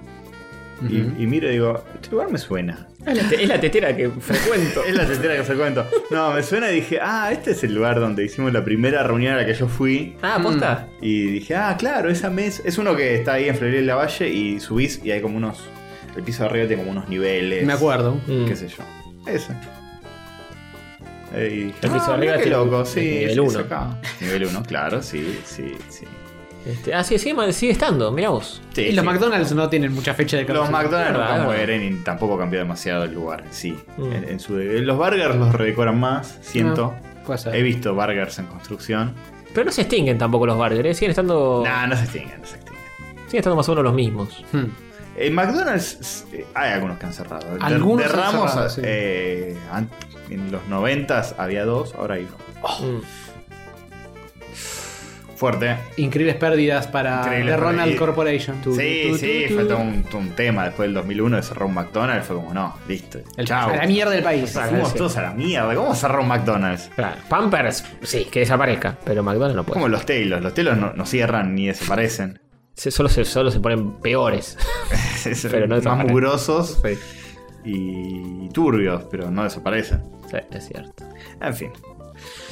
Y,
Ujú.
y miro y digo, este lugar me suena.
Es la te- es la tetera que frecuento.
Es la tercera que frecuento. No, me suena y dije, ah, este es el lugar donde hicimos la primera reunión a la que yo fui.
ah, posta.
Y dije, ah, claro, esa mesa. Es uno que está ahí en Fleury Lavalle y subís y hay como unos. El piso de arriba tiene como unos niveles.
Me acuerdo.
Mm.
Qué sé yo. Ese. Eh, y dije,
El piso
ah,
de arriba
mirá qué
tiene
loco,
el
sí.
nivel
sí, es
uno.
acá. Nivel 1, claro, sí, sí, sí. Mm.
Este, ah, sí, sí, ma- sigue estando. Mirá vos.
Sí,
Y los
sí.
McDonald's no tienen mucha fecha de
Los
caducidad.
McDonald's
Verdad,
nunca
verdad.
mueren y tampoco cambió demasiado el lugar, sí.
Mm.
En, en su, los burgers los redecoran más, siento.
Ah, puede ser.
He visto burgers en construcción.
Pero no se extinguen tampoco los burgers, ¿eh? siguen estando.
Nah, no se extinguen, no se extinguen.
Siguen estando más o menos los mismos.
Hmm.
En McDonald's eh, hay algunos que han cerrado. De-
Algunos
de
han
Ramos,
cerrado, sí.
eh, an- en los 90 había dos, ahora hay uno.
Oh.
Mm.
Fuerte.
Increíbles pérdidas para
Increíbles
The Ronald
pérdidas.
Corporation. Tu,
sí,
tu,
sí,
tu, tu.
fue todo un, todo un tema después del 2001 de cerrar un McDonald's. Fue como, no, listo.
El-
chao.
A la mierda del país.
Fuimos todos a la mierda. ¿Cómo cerró un McDonald's?
Claro. Pampers, sí, que desaparezca. Pero McDonald's no puede.
Como los telos. Los telos no, no cierran ni desaparecen.
Se- solo, se, solo se ponen peores. Pero no
más
desaparecen.
mugrosos
sí,
y turbios, pero no desaparecen.
es cierto.
En fin.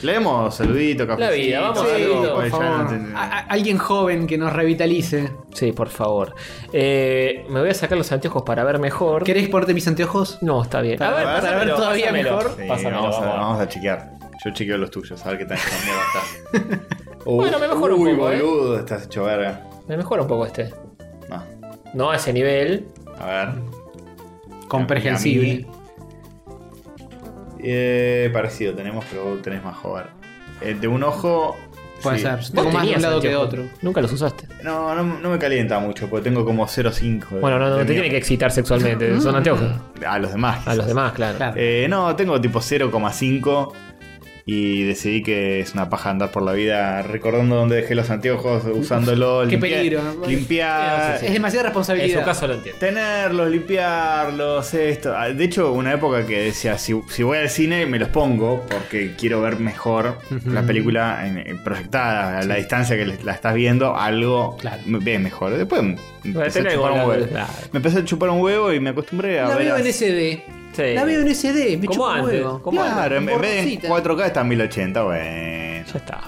Leemos saludito, cafecito.
vida, vamos
Sí,
a algo,
porque
por
pues ya
favor. Ah,
no entendí.
A- a- alguien joven que nos revitalice.
Sí, por favor. Eh, me voy a sacar los anteojos para ver mejor.
¿Querés ponerte mis anteojos?
No, está bien.
A ver,
para ver
pásamelo,
todavía
pásamelo.
mejor.
Sí,
Pásamelo,
vamos, a,
vamos.
vamos a chequear. Yo chequeo los tuyos, a ver qué tan cambiado estás.
Bueno, me mejoró un
Uy,
poco, ¿eh?
boludo, estás hecho verga.
Me mejora un poco este.
No,
No a ese nivel.
a ver.
Comprehensible.
Eh, parecido tenemos, pero vos tenés más joven. El de un ojo.
Puede
sí.
ser. Tengo más de un
tenías
lado que de
anteojos.
otro.
Nunca los usaste.
No, no, no me calienta mucho, porque tengo como 0,5. de-
Bueno, no, no
de
te
mío.
tiene que excitar sexualmente. Son anteojos.
A los demás.
A los demás, claro.
Claro.
Eh, no, tengo tipo 0,5 y decidí que es una paja andar por la vida recordando dónde dejé los anteojos, usándolo,
Qué
limpiar,
peligro, ¿no?
limpiar,
Es demasiada
En
responsabilidad.
su caso lo entiendo.
tenerlos, limpiarlos, esto. Ah, De hecho, una época que decía, si, si voy al cine me los pongo porque quiero ver mejor la película en- en proyectada a la distancia que la estás viendo, algo
Claro.
me- ves mejor. Después me empecé, a
tenés
chupar un
igual,
huevo.
claro.
me empecé a chupar un huevo y me acostumbré a
La
ver
veo
a-
en SD.
Sí.
La veo en SD. Me
Como
chupa un
antes,
huevo.
como
Claro, en
Borrosita.
vez de 4K está en 1080, bueno.
Ya está.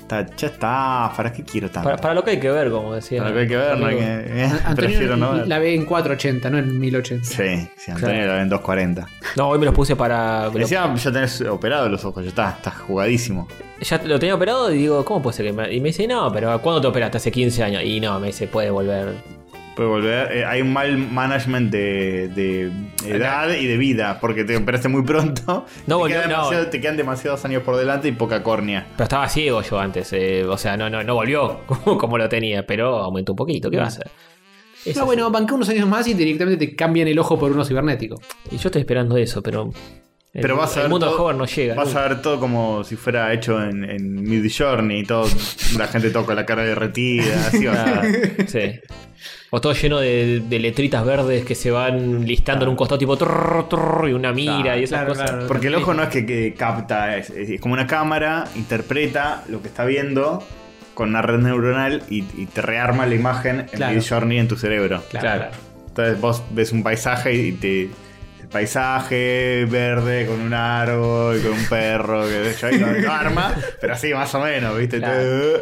está, ya está. ¿Para qué quiero tanto?
Para, para lo que hay que ver, como decía.
Para lo que hay que ver, no hay que. eh, prefiero
Antonio
no ver.
la ve en 480, no en 1080.
Sí, sí, Antonio
Claro.
la ven 240.
No, hoy me los puse para. lo-
Decía, ya tenés operado los ojos, ya está, estás jugadísimo.
ya lo tenía operado y digo, ¿cómo puede ser que me.? Y me dice, no, pero ¿cuándo te operaste? Hace 15 años. Y no, me dice, puede volver.
Puede volver. eh, hay un mal management de, de edad y de vida, porque te operaste muy pronto.
No,
te,
volvió,
quedan
no.
demasiado- te quedan demasiados años por delante y poca córnea.
Pero estaba ciego yo antes, eh, o sea, no, no, no volvió como, como lo tenía, pero aumentó un poquito, ¿qué va a hacer? Es
No,
así.
bueno, banqué unos años más y directamente te cambian el ojo por uno cibernético.
Y yo estoy esperando eso, pero. El,
Pero vas a ver
el mundo
todo-
joven no llega.
Vas
nunca.
a ver todo como si fuera hecho en, en Mid Journey y todo. la gente toca la cara derretida, así vas a ver.
Sí. O todo lleno de, de letritas verdes que se van listando en un costado tipo trrr, trrr, y una mira y esas
claro,
cosas.
claro.
Porque el ojo no es que, que capta, es, es- es como una cámara, interpreta lo que está viendo con una red neuronal y, y te rearma la imagen en
Claro.
Mid Journey en tu cerebro.
Claro.
Entonces vos ves un paisaje y te. el Paisaje verde con un árbol, con un perro, que yo ahí no- no arma, pero así más o menos, ¿viste?
Claro.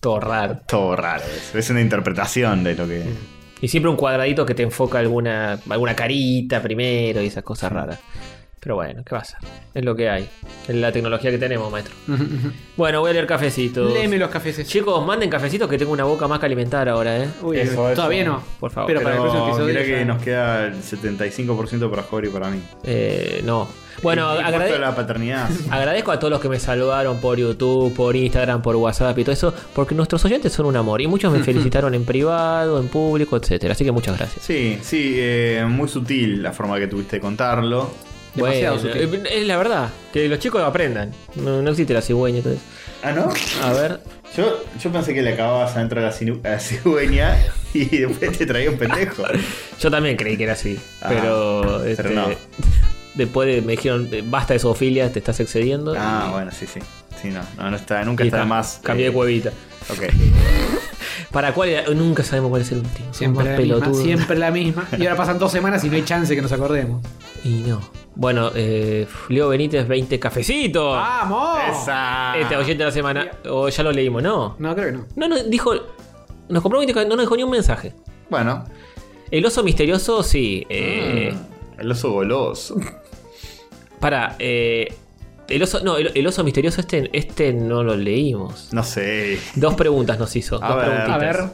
Todo raro.
Todo raro, es, es una interpretación de lo que.
Y siempre un cuadradito que te enfoca alguna, alguna carita primero y esas cosas raras. Pero bueno, ¿qué pasa? Es lo que hay. Es la tecnología que tenemos, maestro. Bueno, voy a leer cafecitos.
Léeme los cafés.
Chicos, manden cafecitos que tengo una boca más que alimentar ahora, ¿eh?
Uy,
Eso, eso.
todavía no.
Por favor.
Pero, para el próximo episodio.
mirá que
ya-
nos queda el 75% para Jorge y para mí.
Eh, no. Bueno,
El- el costo
agradezco.
de la paternidad.
Agradezco a todos los que me saludaron por YouTube, por Instagram, por WhatsApp y todo eso, porque nuestros oyentes son un amor y muchos me felicitaron en privado, en público, etcétera. Así que muchas gracias.
Sí, sí, eh, muy sutil la forma que tuviste de contarlo.
Demasiado sutil.
eh, es la verdad, que los chicos aprendan. No, no existe la cigüeña, entonces.
Ah, ¿no?
A ver,
Yo, yo pensé que le acababas adentro a la, cinu- a la cigüeña y después te traía un pendejo.
yo también creí que era así,
Ah,
pero, este,
pero no.
después de- me dijeron, eh, basta de zoofilia, te estás excediendo.
Ah,
Y-
bueno, sí, sí. Sí, no, no, no está, nunca
y
está,
está,
más.
Cambié
eh,
de cuevita.
Ok.
¿Para cuál era? Nunca sabemos cuál es el último. Somos
Siempre
más
la, misma,
pelotudos.
siempre la misma. Y ahora pasan dos semanas y no hay chance que nos acordemos.
Y no. Bueno, eh, Leo Benítez, 20 cafecitos.
¡Vamos!
Esa.
Este oyente de la semana. O ya lo leímos, no.
No, creo que no.
No nos dijo. Nos compró 20 cafecitos, no nos dejó ni un mensaje.
Bueno.
El oso misterioso, sí. eh,
mm, El oso goloso. Mm.
Para. eh, el oso. No, el, el oso misterioso, este, este no lo leímos.
No sé.
Dos preguntas nos hizo.
A
dos
ver,
preguntitas.
A ver.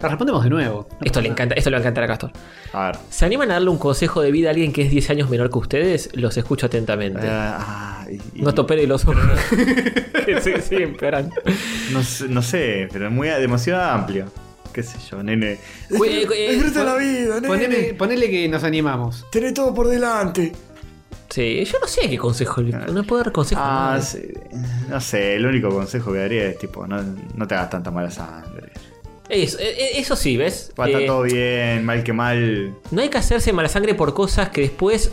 La respondemos de nuevo.
Esto le encanta, esto le va a encantar a Castor.
A ver.
¿Se animan a darle un consejo de vida a alguien que es 10 años menor que ustedes? Los escucho atentamente.
Eh, ah, y- y-
Este. no topé el oso. Que sí, sí, empeoran.
no, sé- no sé, pero es muy, demasiado amplio. Qué sé yo, nene.
Cu- eh, cu- eh,
Disfruta la vida,
Ponele,
nene.
ponele que nos animamos.
Tenés todo por delante.
Sí, yo no sé qué consejo. le- No puedo dar consejos.
Ah,
¿no?
sí. no sé, el único consejo que daría es tipo, no, no te hagas tanta mala sangre.
Eso, eh, eh, eso sí, ¿ves?
Va a estar
Eh,
todo bien, mal que mal.
No hay que hacerse mala sangre por cosas que después,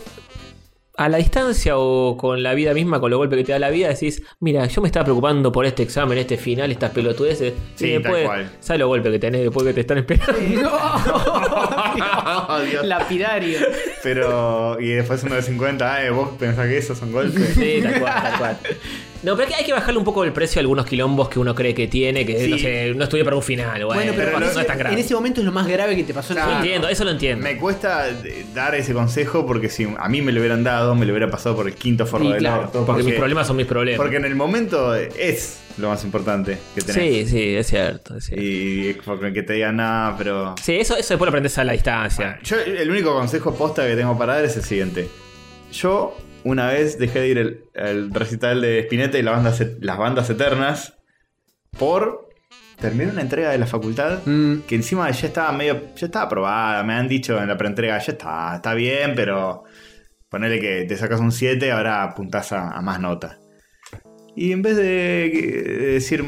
a la distancia o con la vida misma, con los golpes que te da la vida, decís, mira, yo me estaba preocupando por este examen, este final, estas pelotudeces.
Sí,
y
tal
después,
cual.
¿sabes los golpes que tenés después que te están esperando?
Oh, Dios.
Lapidario.
Pero, y después uno de 50, ay, vos pensás que esos son golpes.
Sí, tal cual, tal cual. No, pero hay que- hay que bajarle un poco el precio a algunos quilombos que uno cree que tiene, que
Sí.
no sé, no estudié para un final, bueno,
Bueno, pero,
pero
no,
en,
no es tan
ese,
grave.
en ese momento es lo más grave que te pasó en la
Lo
Claro.
vida.
entiendo, eso lo entiendo.
Me cuesta eh, dar ese consejo porque si a mí me lo hubieran dado, me lo hubiera pasado por el quinto forro
Y
del
claro,
orto,
Porque mis problemas son mis problemas.
porque en el momento eh, es lo más importante que tenés.
sí, sí, es cierto. Es cierto.
Y es porque que te digan nada, pero.
Sí, eso, eso después lo aprendes a la distancia.
Yo, el único consejo posta que tengo para dar es el siguiente. Yo una vez dejé de ir al al recital de Spinetta y la banda se- las bandas eternas por terminar una entrega de la facultad
Mm.
que encima ya estaba medio, ya estaba aprobada, me han dicho en la preentrega, ya está, está bien, pero ponele que te sacas un 7, ahora apuntás a, a más nota. Y en vez de, de decir,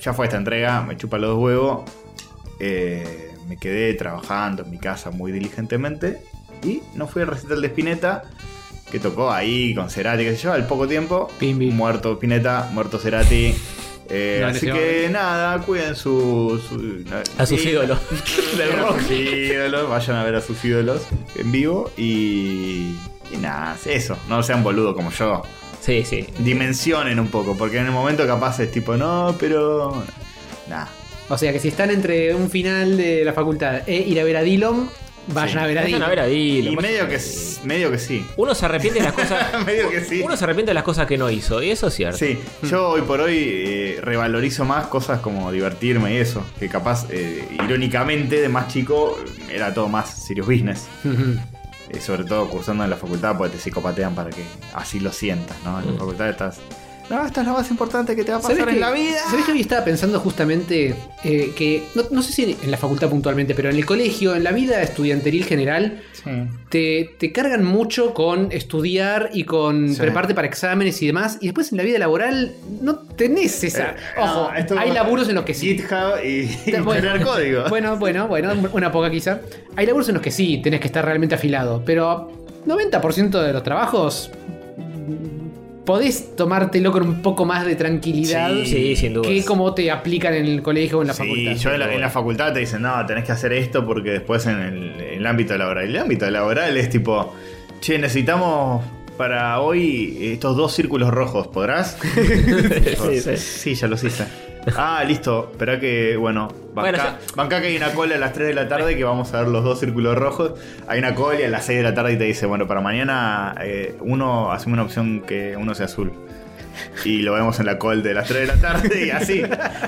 ya fue esta entrega, me chupa los dos huevos, eh, me quedé trabajando en mi casa muy diligentemente y no fui al recital de Spinetta, que tocó ahí con Cerati, que se yo, al poco tiempo,
Pimbi.
muerto Spinetta, muerto Cerati. Eh,
No, en
así
ese
que nada, cuiden su, su-
A sus
sí,
ídolos.
del rock. Sus ídolos, vayan a ver a sus ídolos en vivo y, y nada, eso, no sean boludo como yo.
Sí, sí.
dimensionen un poco, porque en el momento capaz es tipo, no, pero. Nah.
O sea que si están entre un final de la facultad e ir a ver a Dillon, vayan a ver a
Vayan
Dillon.
a ver a Dylan,
Y
vayan a
medio
ver
que,
a Dylan.
medio que sí.
Uno se arrepiente de las cosas.
Medio que sí.
Uno se arrepiente de las cosas que no hizo, y eso es cierto.
Sí,
Mm.
yo hoy por hoy eh, revalorizo más cosas como divertirme y eso, que capaz, eh, irónicamente, de más chico era todo más serious business.
Ujú.
Eh, sobre todo cursando en la facultad, porque te psicopatean para que así lo sientas, ¿no? En la facultad estás... No, esto es lo más importante que te va a pasar
¿Sabés
en
Mm. que-
la vida.
¿Sabés que hoy estaba pensando justamente eh, que, no, no sé si en la facultad puntualmente, pero en el colegio, en la vida estudiantil general,
Sí.
te, te cargan mucho con estudiar y con
Sí.
prepararte para exámenes y demás, y después en la vida laboral no tenés esa...
Eh,
Ojo,
no, esto-
hay laburos en los que sí.
GitHub y, y
Bueno,
tener código.
Bueno, bueno, bueno, una poca quizá. Hay laburos en los que sí tenés que estar realmente afilado, pero 90% de los trabajos mm, podés tomártelo con un poco más de tranquilidad
Sí,
Sí, sin duda.
que como te aplican en el colegio o en la
Sí,
facultad.
yo en la, en la facultad te dicen, no, tenés que hacer esto porque después en el, el ámbito laboral. El ámbito laboral es tipo, che, necesitamos para hoy estos dos círculos rojos, ¿podrás?
Sí, sí.
Sí, ya los hice. Ah, listo. Esperá que, bueno,
Bueno,
bancá, bancá que hay una cola a las 3 de la tarde que vamos a ver los dos círculos rojos. Hay una cola y a las 6 de la tarde y te dice, bueno, para mañana eh, uno asume una opción que uno sea azul. Y lo vemos en la call de las 3 de la tarde y así.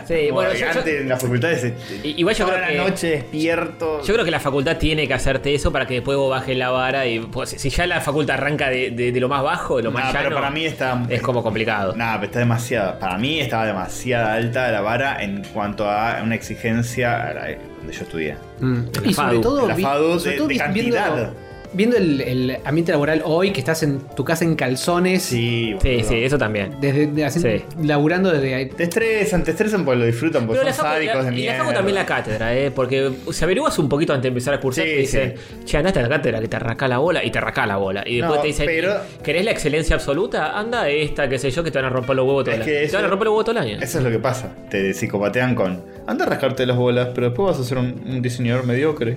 Sí,
Como
bueno,
que
yo-
antes
yo-
en la facultad es, eh,
I- igual yo
toda
creo
la
que-
noche despierto.
Yo creo que la facultad tiene que hacerte eso para que después vos bajes la vara y pues, si ya la facultad arranca de, de- de lo más bajo, de lo más
Nah, pero
llano,
para mí está
es como complicado.
Nada, pero está demasiado. Para mí estaba demasiado alta la vara en cuanto a una exigencia a la- eh, donde yo estudié.
Mm. Y
la
sobre
FADU,
todo,
en la
vi-
FADU
sobre
de-
todo
de
vi- viendo,
cantidad.
viendo el, el ambiente laboral hoy, que estás en tu casa en calzones,
Sí,
Sí,
boludo.
sí, eso también.
desde, de- haciendo-
Sí.
laburando desde ahí.
Te estresan, te estresan porque lo disfrutan, porque
Pero la
Pues son
facu,
sádicos
la-
de
y la
mierda.
facu también la cátedra, ¿eh? Porque se averiguas un poquito antes de empezar a cursar,
Sí,
te dicen, che, andate a la cátedra que te arranca la bola y te arranca la bola. Y después
No,
te dicen,
pero-
¿querés la excelencia absoluta? Anda a esta, qué sé yo, que te van a romper los huevos todo el
Es
año.
que
Te
eso-
van a romper los huevos todo el año.
Eso es lo que pasa. Te psicopatean con. Anda a rascarte las bolas, pero después vas a ser un, un diseñador mediocre.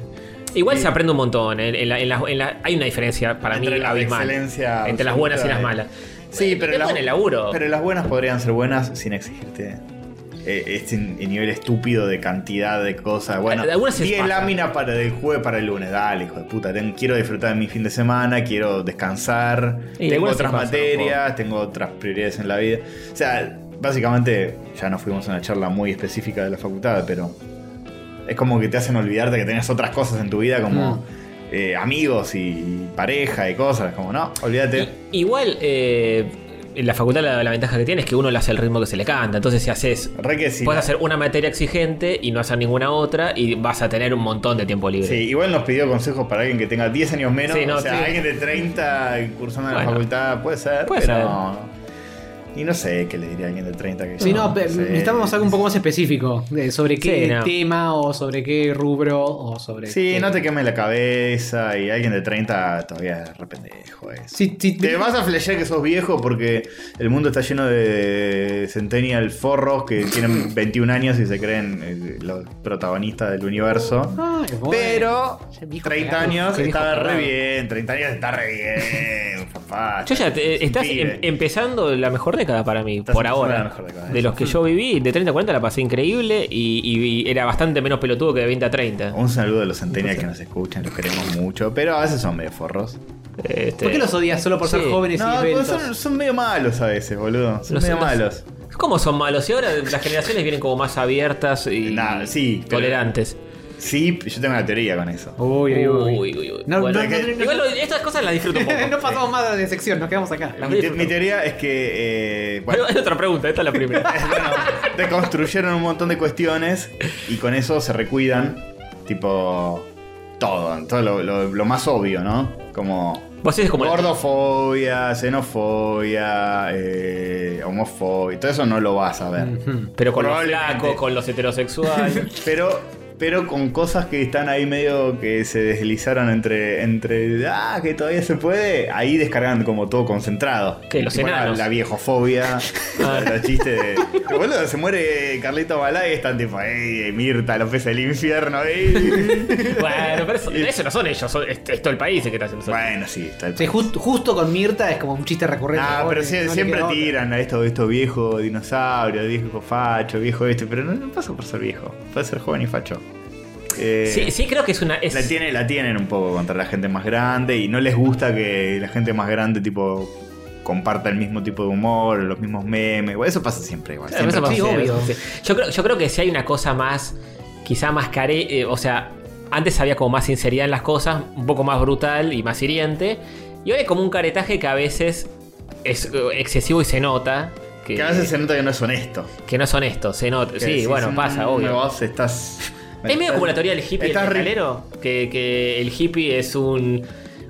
Igual se aprende un montón. eh, En, en la- en la- en la- hay una diferencia para
Entre
mí
la
abismal.
excelencia
Entre las
absoluta
buenas y las
y-
malas.
Sí, pero
Después
las,
en el laburo.
pero las buenas podrían ser buenas sin exigirte eh, este n- nivel estúpido de cantidad de cosas. Bueno,
De Ah, algunas se
10
pasa.
láminas para del jueves para el lunes. Dale, hijo de puta. ten- quiero disfrutar de mi fin de semana, quiero descansar.
Y de
tengo
algunas se
otras
pasa,
materias, tengo otras prioridades en la vida. O sea, básicamente ya nos fuimos a una charla muy específica de la facultad, pero es como que te hacen olvidarte que tenías otras cosas en tu vida como...
Mm.
eh, amigos y pareja y cosas, como no, olvídate.
I- igual, eh, en la facultad la, la ventaja que tiene es que uno le hace el ritmo que se le canta. Entonces, si haces.
Re que sí.
Puedes hacer una materia exigente y no hacer ninguna otra y vas a tener un montón de tiempo libre.
Sí, igual nos pidió consejos para alguien que tenga 10 años menos.
Sí, no,
o sea,
sí.
alguien de 30 cursando en la
Bueno.
facultad, puede ser.
Puede
pero
ser.
no. Y no sé qué le diría a alguien de 30 que
Sí, no, pe-
sé.
necesitamos algo un poco más específico eh, sobre qué
Sí, no.
tema o sobre qué rubro o sobre.
Sí,
qué-
no te quemes la cabeza y alguien de 30 todavía es re pendejo es.
Sí, sí,
Te vas a flashear que sos viejo porque el mundo está lleno de centennial forros que tienen 21 años y se creen eh, los protagonistas del universo.
Ay, bueno.
Pero
Ese viejo
30
cagado,
años
ese viejo
está re
cagado.
bien, 30 años está re bien, papá.
Yo ya te-
Es un
estás
pibe.
em- empezando la mejor década para mí,
Estás
por
empezando
ahora.
la mejor década.
de los que yo viví, de 30 a 40 la pasé increíble y, y- y era bastante menos pelotudo que de 20 a 30.
Un saludo a los centenias que nos escuchan, los queremos mucho, pero a veces son medio forros.
Este,
¿Por qué los odias solo por ser
Sí.
jóvenes
No,
y
pues
esbeltos?
son, son medio malos a veces, boludo. Son
Los-
medio
los-
malos.
¿Cómo son malos? Y ahora las generaciones vienen como más abiertas y
Nah, sí, pero-
tolerantes.
Sí, yo tengo una teoría con eso.
Oh,
Uy, uy, uy.
Uy, uy, uy.
No,
Bueno,
no, no,
que-
no, no.
Igual lo- estas cosas las disfruto un poco.
no pasamos más de sección, nos quedamos acá.
La-
Mi, te- mi teoría es que. eh, bueno,
Hay otra pregunta, esta es la primera.
bueno, deconstruyeron un montón de cuestiones y con eso se recuidan, tipo, todo, todo lo, lo- lo más obvio, ¿no? Como
Vos es como la-
Gordofobia, xenofobia, eh, homofobia, todo eso no lo vas a ver.
Ujú.
Pero con los
Probablemente.
flacos, con los heterosexuales.
Pero pero con cosas que están ahí medio que se deslizaron entre. entre ah, que todavía se puede. Ahí descargan como todo concentrado.
¿Qué, los
Tipo la-
enanos?
La, viejofobia.
Ah.
la- la chiste de. Boludo, se muere Carlito Balá y están tipo, ey, Mirta, los peces del infierno, ey.
Bueno, pero eso, eso no son ellos, son- es, es todo el país el que está haciendo eso.
bueno, sí, está el
Sí, just- justo con Mirta es como un chiste recurrente.
Ah,
Pobre,
pero sie-
no le
siempre
queda otra.
tiran a esto, esto viejo dinosaurio, viejo facho, viejo este, pero no, no pasa por ser viejo, puede ser joven y facho. Eh,
Sí, sí, creo que es una. es-
La, tiene, la tienen un poco contra la gente más grande y no les gusta que la gente más grande tipo comparta el mismo tipo de humor, los mismos memes, igual, eso pasa siempre igual.
Claro,
siempre
eso
sí,
pasa,
obvio.
sí. Yo creo, yo creo que si hay una cosa más, quizá más care, eh, o sea, antes había como más sinceridad en las cosas, un poco más brutal y más hiriente, y ahora hay como un caretaje que a veces es eh, excesivo y se nota. Que,
Que a veces se nota que no es honesto.
que no son estos, se nota.
Que
Sí,
decís,
bueno,
"Mm,
pasa, obvio.
Vos estás...
Es medio como la teoría del hippie
Estás
el
ri-
metalero, que, que el hippie es un,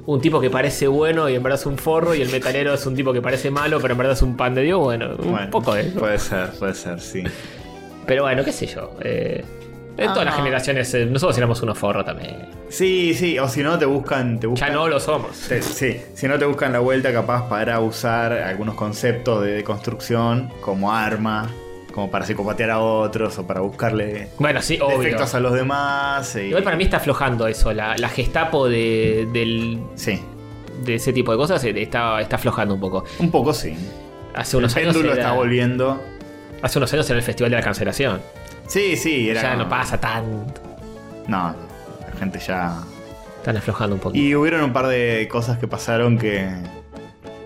un tipo que parece bueno y en verdad es un forro, y el metalero es un tipo que parece malo, pero en verdad es un pan de Dios. Bueno, un
Bueno,
poco de eso.
Puede ser, puede ser, sí.
Pero bueno, qué sé yo. eh, en todas las generaciones, eh, nosotros éramos unos forros también.
Sí, sí, o si no te buscan... Te buscan
Ya no lo somos.
Te- Sí, si no te buscan la vuelta capaz para usar algunos conceptos de construcción como arma, como para psicopatear a otros o para buscarle
Bueno, sí, obvio.
defectos a los demás. y-
Igual para mí está aflojando eso, la, la gestapo de, del-
Sí,
de ese tipo de cosas eh, está, está aflojando un poco.
un poco sí.
Hace unos
el
años.
péndulo
era-
está volviendo.
hace unos años era el Festival de la Cancelación.
Sí, sí, era
ya
como-
no pasa tanto.
No, la gente ya...
Están aflojando un poquito.
Y hubieron un par de cosas que pasaron que...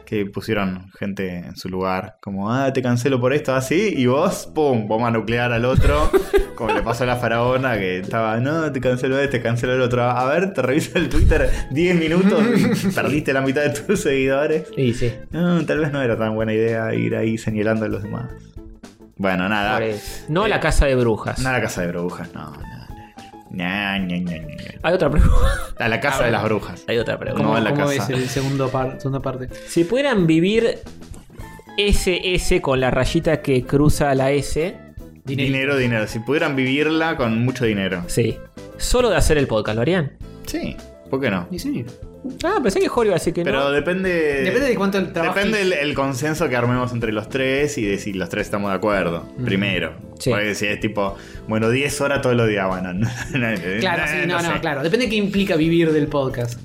Que pusieron gente en su lugar. Como, ah, te cancelo por esto, así. y vos, pum, bomba nuclear al otro. como le pasó a la faraona que estaba, no, te cancelo este, te cancelo el otro. A ver, te revisa el Twitter 10 minutos y perdiste la mitad de tus seguidores.
Y sí.
No, tal vez no era tan buena idea ir ahí señalando a los demás. Bueno, nada.
Por eso. No a la casa de brujas.
No a la casa de brujas, no, no, no. Ña, Ña, Ña, Ña, Ña.
Hay otra pregunta.
A la casa de las brujas.
Hay otra pregunta.
¿Cómo,
No, en la
cómo
casa.
es el segundo par- segunda parte?
Si pudieran vivir SS con la rayita que cruza la S,
Dinero, dinero. Si pudieran vivirla con mucho dinero.
sí. Solo de hacer el podcast, ¿lo harían?
Sí, ¿por qué no?
Y sí.
Ah, pensé que Jorge iba a decir que
Pero
no.
depende.
Depende de cuánto el trabajo.
Eh, depende el, el consenso que armemos entre los tres y de si los tres estamos de acuerdo. Primero.
Sí.
Porque si es tipo, bueno, 10 horas todos los días, bueno. no- Eh, no-
Claro, sí, no, no,
sé.
claro. Depende de qué implica vivir del podcast.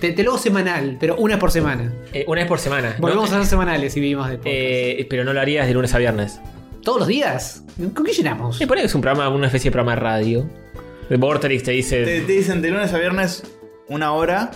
Te, te lo hago semanal, pero una por semana.
Eh, una vez por semana. ¿no?
Volvemos a ser semanales si vivimos del podcast.
Eh, pero no lo harías de lunes a viernes.
¿Todos los días? ¿Con qué llenamos?
Me parece que es un programa, una especie de programa de radio. De Vorterix te dice.
Te, te dicen de lunes a viernes una hora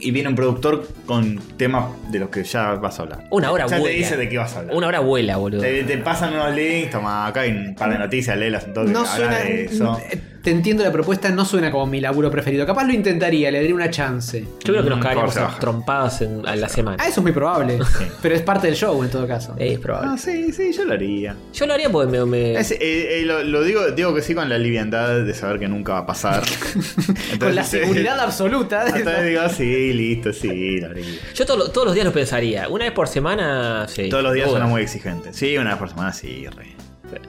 y viene un productor con temas de los que ya vas a hablar.
Una hora
Ya te
vuela.
dice de qué vas a hablar.
Una hora vuela, boludo.
Te, te pasan unos links, toma acá hay un par de noticias, léelas un toque,
No
habla
suena.
de eso.
Te entiendo la propuesta, no suena como mi laburo preferido. Capaz lo intentaría, le daría una chance.
Yo creo que nos
Mm,
cagaríamos
corta.
a trompadas en- a la semana.
Ah, eso es muy probable. Pero es parte del show en todo caso.
Eh, es probable.
Ah, sí, sí, yo lo haría.
Yo lo haría porque me. me-
Es- eh, eh, lo, lo digo, digo que sí con la liviandad de saber que nunca va a pasar. Entonces,
Con la seguridad absoluta. de-
Entonces digo, "Ah, sí, listo, sí, lo haría.
Yo todo lo- todos los días lo pensaría. Una vez por semana, sí.
Todos los días
Todas.
suena muy exigente. Sí, una vez por semana, sí, re. re.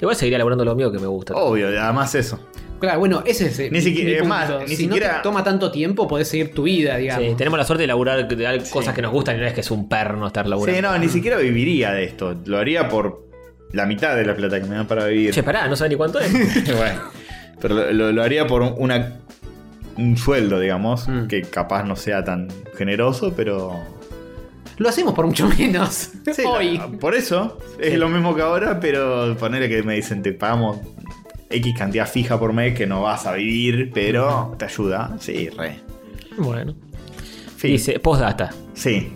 Igual seguiría laburando lo mío que me gusta.
Obvio, además eso.
Claro, bueno, ese es. eh,
Ni siquiera-
mi
es
punto.
más, ni
si no
siquiera-
te toma tanto tiempo, podés seguir tu vida,
Sí,
digamos.
tenemos la suerte de laburar de dar cosas que nos gustan y no es que es un perno estar laburando.
Sí, no, ni siquiera viviría de esto. Lo haría por la mitad de la plata que me dan para vivir.
Che, pará, no sé ni cuánto es.
Bueno, pero lo, lo- lo haría por una, un sueldo, digamos,
Mm.
que capaz no sea tan generoso, pero...
Lo hacemos por mucho menos.
Sí,
Hoy.
la- por eso, es lo mismo que ahora, pero ponerle que me dicen, te pagamos X cantidad fija por mes que no vas a vivir, pero te ayuda. Sí, re.
bueno.
Fin.
Dice, postdata. E,
Sí.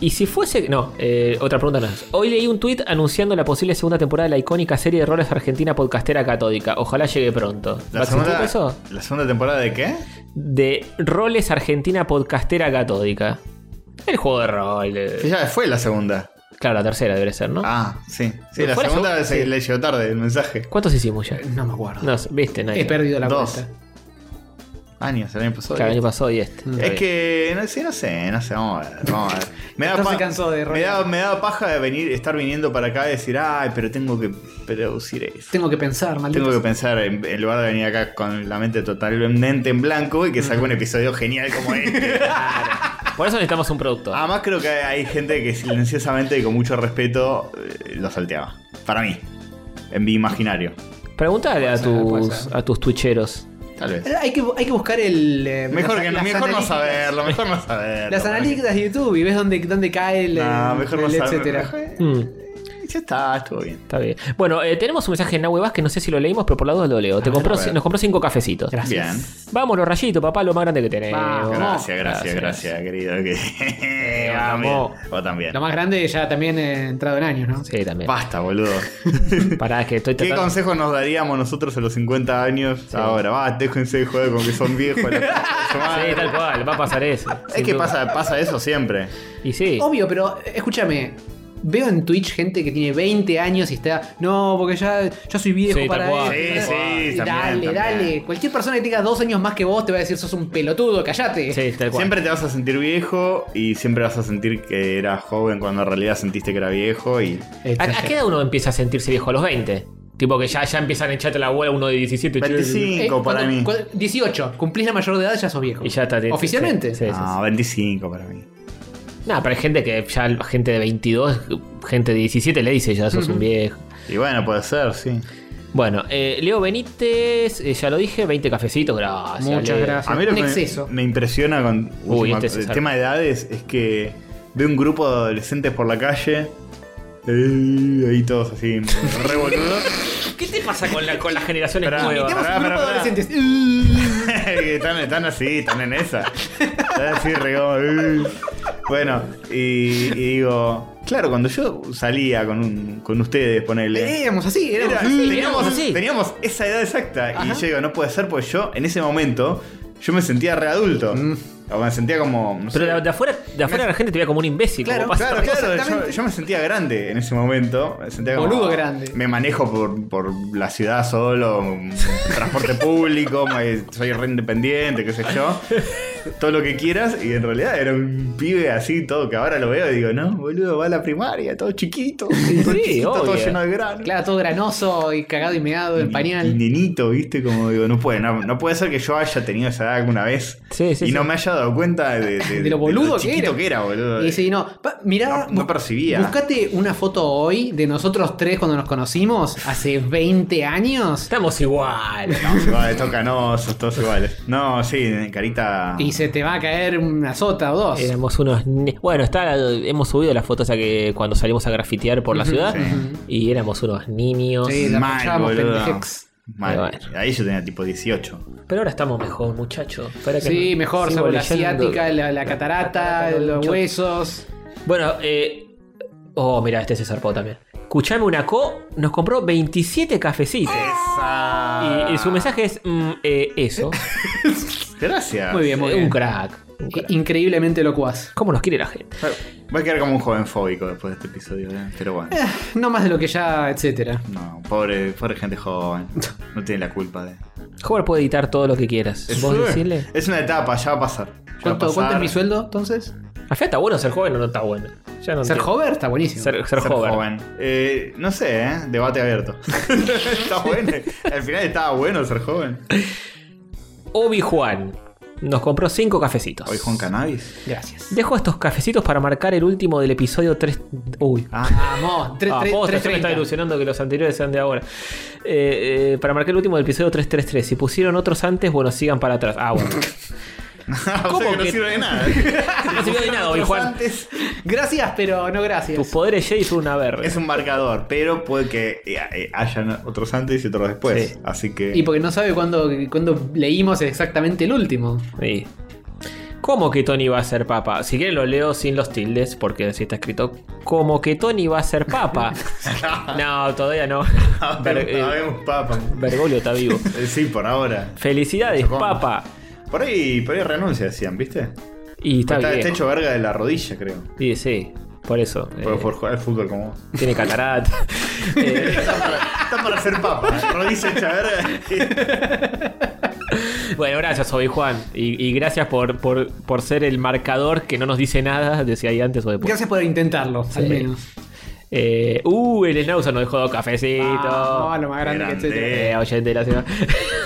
Y si fuese. No, eh, otra pregunta no es. Hoy leí un tuit anunciando la posible segunda temporada de la icónica serie de roles argentina podcastera catódica. Ojalá llegue pronto. ¿Va a
La
existir
segunda,
eso?
¿La segunda temporada de qué?
De roles argentina podcastera catódica. El juego de rol. eh.
Sí, ya fue la segunda.
Claro, la tercera debe ser, ¿no?
Ah, sí. Sí, la
¿Fue la
segunda
segunda?
se
Sí.
le llegó tarde el mensaje.
¿Cuántos hicimos ya?
No me acuerdo.
No, viste, nadie.
He perdido la
Dos.
cuenta.
años el año pasado.
Cada año pasado y este.
Es que, no sé, no sé, no sé, vamos a ver. Vamos a ver. Me
Entonces
pa-
cansó de
me,
rodear.
da, me da paja de venir, estar viniendo para acá y decir, ay, pero tengo que producir eso.
Tengo que pensar, maldito.
Tengo que pensar, en, en lugar de venir acá con la mente totalmente en blanco y que salga un episodio genial como este.
Por eso necesitamos un productor.
Además, creo que hay gente que silenciosamente y con mucho respeto eh, lo salteaba. Para mí, en mi imaginario,
Pregúntale a
ser, puede
tus,
ser.
a tus twitcheros.
tal vez.
Eh, Hay que, hay que buscar el. eh,
Mejor,
las-
que no,
las
mejor no
analíticas-
saberlo, mejor no saberlo.
Las analíticas de YouTube y ves dónde, dónde cae el.
No,
el-
mejor no
el
saberlo.
etcétera.
Mm,
Ya está, estuvo bien.
está bien. Bueno, eh, tenemos un mensaje de Nahue Vázquez, no sé si lo leímos, pero por la duda lo leo. Te compró,
bueno.
nos compró cinco cafecitos.
Bien.
Vamos, los rayitos, papá, lo más grande que tenemos.
Vamos.
Gracias, gracias, gracias, querido. Que... Vos
vamos.
también. Vos también.
Eh, Lo más grande ya también eh, entrado en años, ¿no?
Sí, también.
Basta, boludo.
Pará, es que estoy
¿Qué
tratando.
consejos nos daríamos nosotros a los 50 años ahora? Va, déjense de joder con que son viejos. la puta de su madre.
Sí, tal cual, va a pasar eso.
Es
sin
que Oh,
duda.
pasa, pasa eso siempre.
Y sí.
Obvio, pero eh, escúchame. Veo en Twitch gente que tiene 20 años y está. No, porque ya yo soy viejo
Sí,
para
tal cual.
esto".
Sí, sí,
Dale,
también, también.
dale. Cualquier persona que tenga dos años más que vos te va a decir sos un pelotudo, callate.
Sí, tal cual.
Siempre te vas a sentir viejo y siempre vas a sentir que eras joven cuando en realidad sentiste que era viejo y.
Eh,
¿A, a qué edad uno empieza a sentirse viejo? A los 20. Tipo que ya, ya empiezan a echarte la abuela uno de 17. che.
25 para
eh, cuando-
mí.
cuando- 18. Cumplís la mayor de edad, ya sos viejo.
Y ya está. te-
Oficialmente.
Sí, sí, sí.
Ah, 25 para mí.
No, pero hay gente que ya, gente de 22, gente de 17 le dice ya sos un viejo.
Y bueno, puede ser, sí.
Bueno, eh, Leo Benítez, eh, ya lo dije, 20 cafecitos, gracias.
Muchas
Leo.
gracias.
A mí lo
un
que me-
exceso.
me impresiona con
Uy,
última-
este es
el
César.
tema de edades es que veo un grupo de adolescentes por la calle. eh, ahí todos así, re boludo.
¿Qué te pasa con la, con las generaciones
Pará,
nuevas?
Tenemos
pará,
un grupo de
pará, pará.
adolescentes. Uh,
están, están así, están en esa. Están así, re como, eh. Bueno, y, y digo, claro, cuando yo salía con, un- con ustedes, ponele.
Éramos así, éramos
Era-
así.
teníamos,
éramos así.
teníamos esa edad exacta. Y yo digo, no puede ser, pues yo en ese momento yo me sentía re adulto. O me sentía como. no
Pero
sé,
de, de afuera, de afuera la gente te veía como un imbécil.
Claro,
como pasa.
Claro, claro, yo,
Exactamente.
yo me sentía grande en ese momento. Me sentía como,
Boludo grande.
Me manejo por, por la ciudad solo, transporte público, me- soy re independiente, qué sé yo. Todo lo que quieras, y en realidad era un pibe así, todo que ahora lo veo y digo, no, boludo, va a la primaria, todo chiquito, todo,
sí,
chiquito, todo
obvio.
lleno de grano.
Claro, todo granoso y cagado y meado en
Y
pañal.
nenito, viste, como digo, no puede, no, no puede ser que yo haya tenido esa edad alguna vez
Sí, sí,
y no
sí.
me haya dado cuenta de, de-
De lo boludo que
chiquito
era.
que era, boludo.
Y sí, no. Pa- mirá,
No- no
bu-
percibía.
Buscate una foto hoy de nosotros tres cuando nos conocimos, hace 20 años.
Estamos igual.
No, iguales, todos canosos, todos iguales. No, sí, carita.
Y se te va a caer una sota o dos.
Éramos unos. ne- Bueno, está, hemos subido las fotos a que cuando salimos a grafitear por la ciudad
sí.
y éramos unos niños.
Sí, la manchábamos, pendejex.
Mal.
Pero bueno.
Ahí yo tenía tipo 18.
Pero ahora estamos mejor, muchachos. Espera que
Sí,
no-
mejor,
sigo
sobre la
leyendo.
asiática, la, la catarata,
catarata,
los
yo-
huesos.
Bueno, eh. Oh, mira, este se zarpó también. Escuchame una co, nos compró 27 cafecitos.
Esa.
Y, y su mensaje es mm, eh, eso.
Gracias.
Muy bien, muy
Eh,
bien.
Un crack. un
I-
crack.
Increíblemente locuaz.
¿Cómo nos quiere la gente?
Pero Va a quedar como un joven fóbico después de este episodio, ¿eh? pero bueno.
No más de lo que ya, etcétera.
No, pobre, pobre gente joven. No tiene la culpa de.
Howard puede editar todo lo que quieras. ¿Vos decirle?
Es una etapa, ya va a pasar. Ya va a
¿Cuánto,
pasar.
cuánto es mi sueldo entonces?
Al final está bueno ser joven o no está bueno. Ya no
Ser
entiendo.
joven está buenísimo.
Ser, ser joven.
Eh, no sé, ¿eh? Debate abierto. está bueno. Al final estaba bueno ser joven.
Obi Juan nos compró 5 cafecitos.
Hoy Juan Cannabis.
Gracias.
Dejo estos cafecitos para marcar el último del episodio 3. Uy.
Ah,
Vamos,
Ah, posta, yo me
330.
estaba ilusionando que los anteriores sean de ahora. Eh, eh, para marcar el último del episodio 333. Si pusieron otros antes, bueno, sigan para atrás. Ah, bueno.
o sea
¿Cómo
que no
que-
sirve de nada.
no sirvió de nada hoy,
Otros
Juan.
antes.
Gracias, pero no
Tus
gracias.
poderes Jedi son una verga.
Es un marcador, pero puede que eh, eh, hayan otros antes y otros después.
Sí.
Así que.
Y porque no sabe cuándo, cuándo leímos exactamente el último.
Sí. ¿Cómo que Tony va a ser papa? Si quieren lo leo sin los tildes, porque así está escrito. Como que Tony va a ser papa? no, todavía no. Ver- eh,
Habemos papa.
Bergoglio está vivo.
Eh, Sí, por ahora.
Felicidades,
Chocó.
papa.
Por ahí, por ahí renuncia, decían, ¿viste?
Y está,
Está, está
bien.
hecho verga de la rodilla, creo.
Sí, sí, por eso.
Por,
Eh,
por jugar al fútbol como vos.
Tiene catarata. Eh,
Está para, está para ser papa. Rodilla hecha verga.
Bueno, gracias, Soy Juan. Y, y gracias por, por, por ser el marcador que no nos dice nada de si hay antes o después.
Gracias por intentarlo, al
Sí.
menos.
Eh, uh, el Snauza nos dejó dos cafecitos.
Ah, lo más grande
Grande.
que existe.
Eh, oyente de la semana.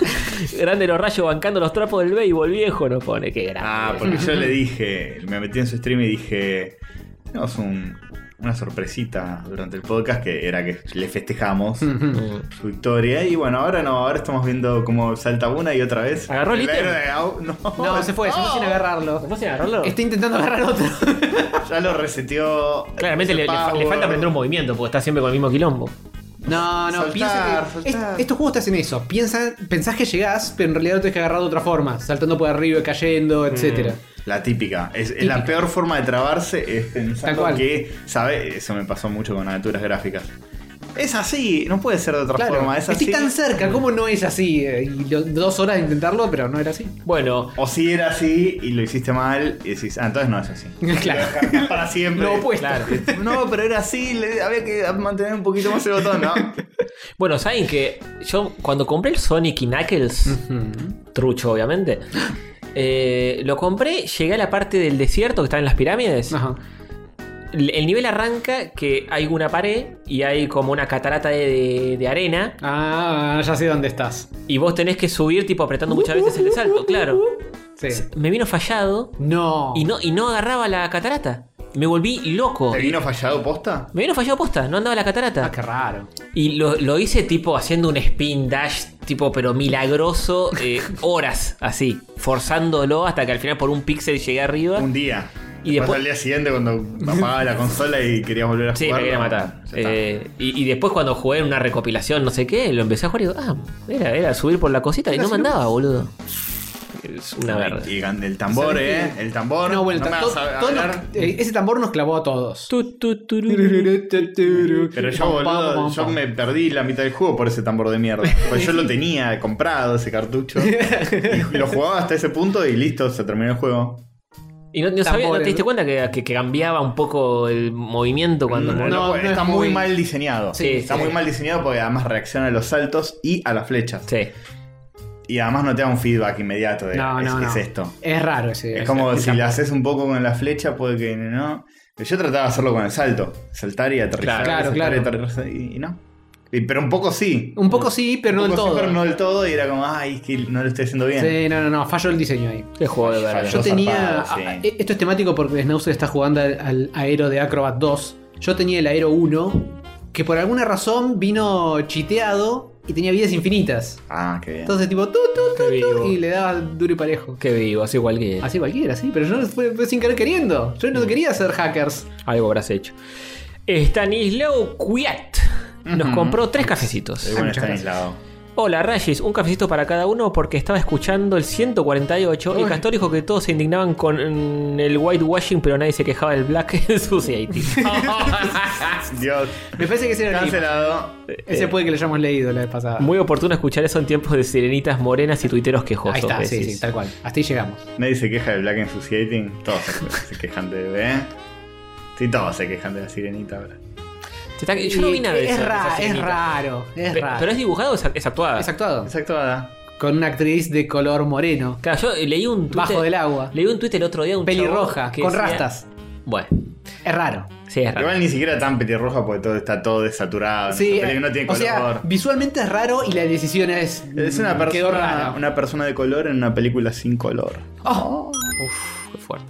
grande los rayos bancando los trapos del béisbol viejo, nos pone. Qué grande.
Ah, porque yo le dije, me metí en su stream y dije, tenemos un- una sorpresita durante el podcast que era que le festejamos
Ujú.
Mm.
su victoria. Y bueno, ahora no, ahora estamos viendo cómo salta una y otra vez.
¿Agarró el
La
ítem?
era de Gau- No,
No, se fue, se fue sin agarrarlo.
¿Cómo se agarrarlo?
Está intentando agarrar otro.
Ya lo reseteó.
Claramente le, le fa- le falta aprender un movimiento porque está siempre con el mismo quilombo.
No, no,
Saltar,
piensa que
saltar.
est- estos juegos te hacen eso. Piensa, pensás que llegás, pero en realidad lo tenés que agarrar de otra forma, saltando por arriba, cayendo, etcétera.
La típica. Es, es
Típica.
La peor forma de trabarse es
Tal
pensando
cual.
que, ¿sabe? Eso me pasó mucho con aventuras gráficas. Es así, no puede ser de otra
Claro,
forma. Es
estoy
así.
tan cerca, ¿cómo no es así? Eh, Y lo- dos horas de intentarlo, pero no era así.
Bueno,
O si era así y lo hiciste mal y decís, ah, entonces no es así.
Claro.
Lo dejaste para siempre.
Lo opuesto.
claro.
No, pero era así, le- había que mantener un poquito más el botón, ¿no?
Bueno, saben que yo cuando compré el Sonic y
Mm.
Knuckles, trucho obviamente, eh, lo compré, llegué a la parte del desierto que está en las pirámides.
Ajá.
El el nivel arranca que hay una pared y hay como una catarata de, de- de arena
Ah, ya sé dónde estás.
y vos tenés que subir tipo apretando muchas veces el salto, claro.
Sí.
Me vino fallado
No.
y no, y no agarraba la catarata. Me volví loco.
¿Te vino fallado posta?
Me vino fallado posta, no andaba la catarata.
Ah, qué raro.
Y lo, lo hice tipo haciendo un spin dash, tipo pero milagroso, eh, horas así, forzándolo hasta que al final por un pixel llegué arriba.
Un día.
Y
Y
después-
después al día siguiente cuando apagaba la consola y querías volver a
Sí, me
jugar.
quería
no,
matar.
ya está.
Eh, y, y después cuando jugué en una recopilación, no sé qué, lo empecé a jugar y digo, ah, era, era subir por la cosita y no me andaba, boludo. Es una verga.
Y gan- el tambor, eh. El tambor.
No, bueno,
me
to-
vas a
todos
hablar.
nos- eh, ese tambor nos clavó a todos.
Tu, tu, tu, ru, ru, ru.
Pero
Pero
yo, boludo, yo me perdí la mitad del juego por ese tambor de mierda. Pues yo lo tenía comprado, ese cartucho. Y lo jugaba hasta ese punto y listo, se terminó el juego.
Y no, no sabía-
Tambores,
¿no te diste
¿no?
cuenta que, que- que cambiaba un poco el movimiento cuando...
Mm, No,
no
está
es
muy
muy-
mal diseñado.
Sí,
está
sí.
muy mal diseñado porque además reacciona a los saltos y a las flechas.
Sí.
Y además no te da un feedback inmediato de
No,
es,
no,
¿qué
no.
es esto.
Es raro ese.
Es como
ese
si le
tambor.
haces un poco con la flecha, puede que no. Yo trataba de hacerlo con el salto. Saltar y aterrizar.
Claro,
saltar y
claro.
aterrizar, y, y no. Y- pero un poco sí.
Un poco sí, pero no
Un
del
poco sí,
todo.
pero no del todo. Y era como, ay, es que no lo estoy haciendo bien.
Sí, no, no, no, falló el diseño ahí.
Qué juego de verga.
Yo
Yo
tenía.
zarpado, sí.
a- a- esto es temático porque Snauzer está jugando al, al Aero de Acrobat 2. Yo tenía el Aero 1, que por alguna razón vino chiteado y tenía vidas infinitas.
Ah, qué bien.
Entonces, tipo, tú, tú,
Qué vivo.
y le daba duro y parejo.
Qué vivo, así cualquiera.
Así cualquiera, sí, pero yo fue, fue sin querer queriendo. Yo no quería ser hackers.
Algo habrás hecho. Stanislao Cuiat nos
Ujú.
compró tres cafecitos.
El bueno
muchas
está
gracias.
aislado.
Hola Rayis, un cafecito para cada uno porque estaba escuchando el 148 y Castor dijo que todos se indignaban con mm, el whitewashing pero nadie se quejaba del black society.
Dios.
Me parece que ese era el
Cancelado.
Ese puede que lo hayamos leído la vez pasada.
Muy oportuno escuchar eso en tiempos de sirenitas morenas y tuiteros quejosos.
Ahí está, sí,
decís.
sí, tal cual. Hasta ahí llegamos.
Nadie se queja de Black Enthusiasm. Todos se, se quejan de. ¿eh? Sí, todos se quejan de la sirenita ahora.
Se está- yo no vi nada de
es,
esa- de esa
ra- es
sirenita.
raro, es
Pe-
raro.
¿Pero es dibujado o es, es actuada?
Es actuado.
Es actuada.
Con una actriz de color moreno.
Claro, yo leí un Twitter,
Bajo del agua.
Leí un Twitter el otro día de un
Pelirroja,
chabón que
con
decía-
rastas.
Bueno,
Es raro.
sí, es raro.
Igual ni siquiera tan petirroja porque todo está todo desaturado.
Sí,
Ah,
eh,
la peli no tiene
o
color.
sea, visualmente es raro y la decisión es.
es una
mm, Quedó
persona,
rara.
una persona de color en una película sin color.
Uf, qué fuerte.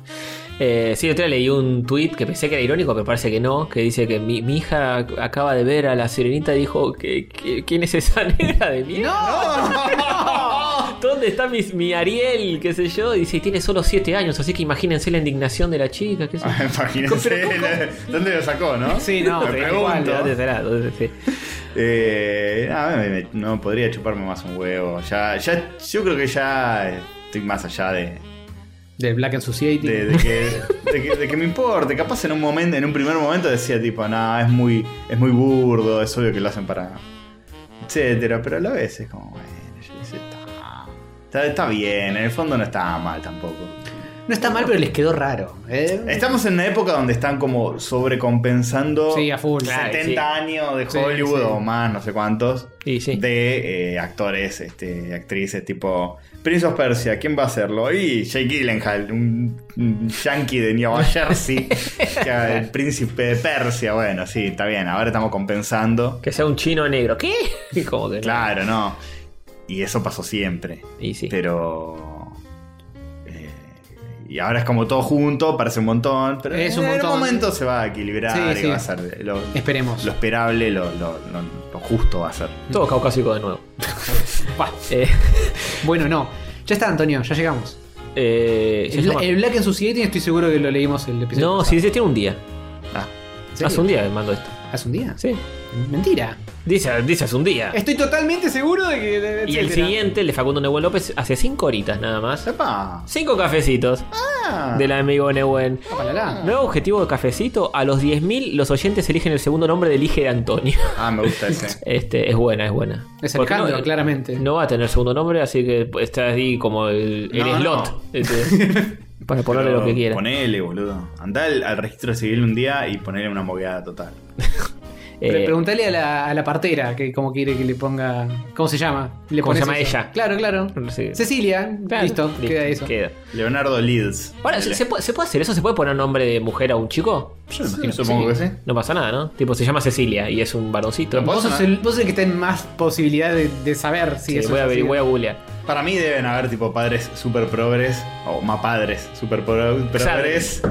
Eh, sí, otra leí un tweet que pensé que era irónico, pero parece que no, que dice que mi, mi hija acaba de ver a la sirenita y dijo, que, que- ¿quién es esa negra de mierda? ¿Dónde está mi, mi Ariel? ¿Qué sé yo? Y dice, tiene solo 7 años, así que imagínense la indignación de la chica, qué sé yo.
Imagínense
Pero,
dónde lo sacó, ¿no?
Sí, no,
me
pero
¿De
pregunto.
dónde será? ¿Dónde- sí.
Eh, a ver, me- no podría chuparme más un huevo. Ya, ya, yo creo que ya estoy más allá de,
Del Black and Society.
de, de que, de que- de que me importe. Capaz en un momento, en un primer momento decía tipo, no, es muy, es muy burdo, es obvio que lo hacen para. etcétera. Pero a la vez es como, bueno, yo qué sé, está. Está, está bien, en el fondo no está mal tampoco.
No está mal, pero les quedó raro. ¿eh?
Estamos en una época donde están como sobrecompensando
Sí, a full.
70
sí.
años de
Sí,
Hollywood
sí.
o más, no sé cuántos,
Y sí.
de eh, actores, este, actrices tipo Prince of Persia, ¿quién va a hacerlo? Y Jake Gyllenhaal, un, un yankee de Nueva Jersey, que haga el príncipe de Persia, bueno, sí, está bien, ahora estamos compensando.
Que sea un chino negro. ¿Qué? Como que no.
Claro, no. Y eso pasó siempre.
Y sí.
Pero. eh, y ahora es como todo junto, parece un montón. Pero
Es un
en
montón.
algún momento se va a equilibrar
Sí,
y
sí.
va a ser lo,
Esperemos.
lo esperable, lo, lo- lo- lo justo va a ser.
Todo caucásico de nuevo.
Bah,
Eh,
Bueno, no. Ya está, Antonio, ya llegamos.
eh, se
El,
llama-
el Black en su siete estoy seguro que lo leímos el episodio.
No,
pasado.
sí, sí, tiene un día.
Ah,
¿Sí?
Hace un día que mando esto.
¿Hace un día?
Sí.
Mentira.
Dice, dice hace un día.
Estoy totalmente seguro de que. de-
Y el
etcétera.
siguiente, el de Facundo Nehuen López, hace cinco horitas nada más.
sepa.
Cinco cafecitos
Ah.
del amigo Nehuen.
Ah, para la.
Nuevo objetivo de cafecito, a los 10.000 los oyentes eligen el segundo nombre del Lige de Antonio.
Ah, me gusta ese.
Este, es buena, es buena.
Es
Porque
Alejandro,
no-
claramente.
No va a tener segundo nombre, así que pues, está ahí como el, el
No, no.
slot. este, para ponerle
Pero
lo que quiera.
Ponele, boludo. Andá al, al registro civil un día y ponele una moviada total.
Pre-
Eh,
Preguntale a la, a la partera que cómo quiere que le ponga. ¿Cómo se llama? Le
¿Cómo
pones
se llama
eso.
ella?
Claro, claro.
Sí.
Cecilia.
claro,
listo, queda eso.
queda.
Leonardo Leeds.
Ahora, ¿se,
Ponele.
se puede, se puede hacer eso? ¿Se puede poner nombre de mujer a un chico?
Yo me imagino, supongo que sí.
No pasa nada, ¿no? Tipo, se llama Cecilia y es un varoncito.
Lo
Vos
¿Vos,
sos,
no?
el, vos sos el que tenés más posibilidad de, de saber si
Sí,
eso
voy,
es
a ver,
así.
voy a googlear.
Para mí deben haber tipo padres super progres o más padres super pro- progres.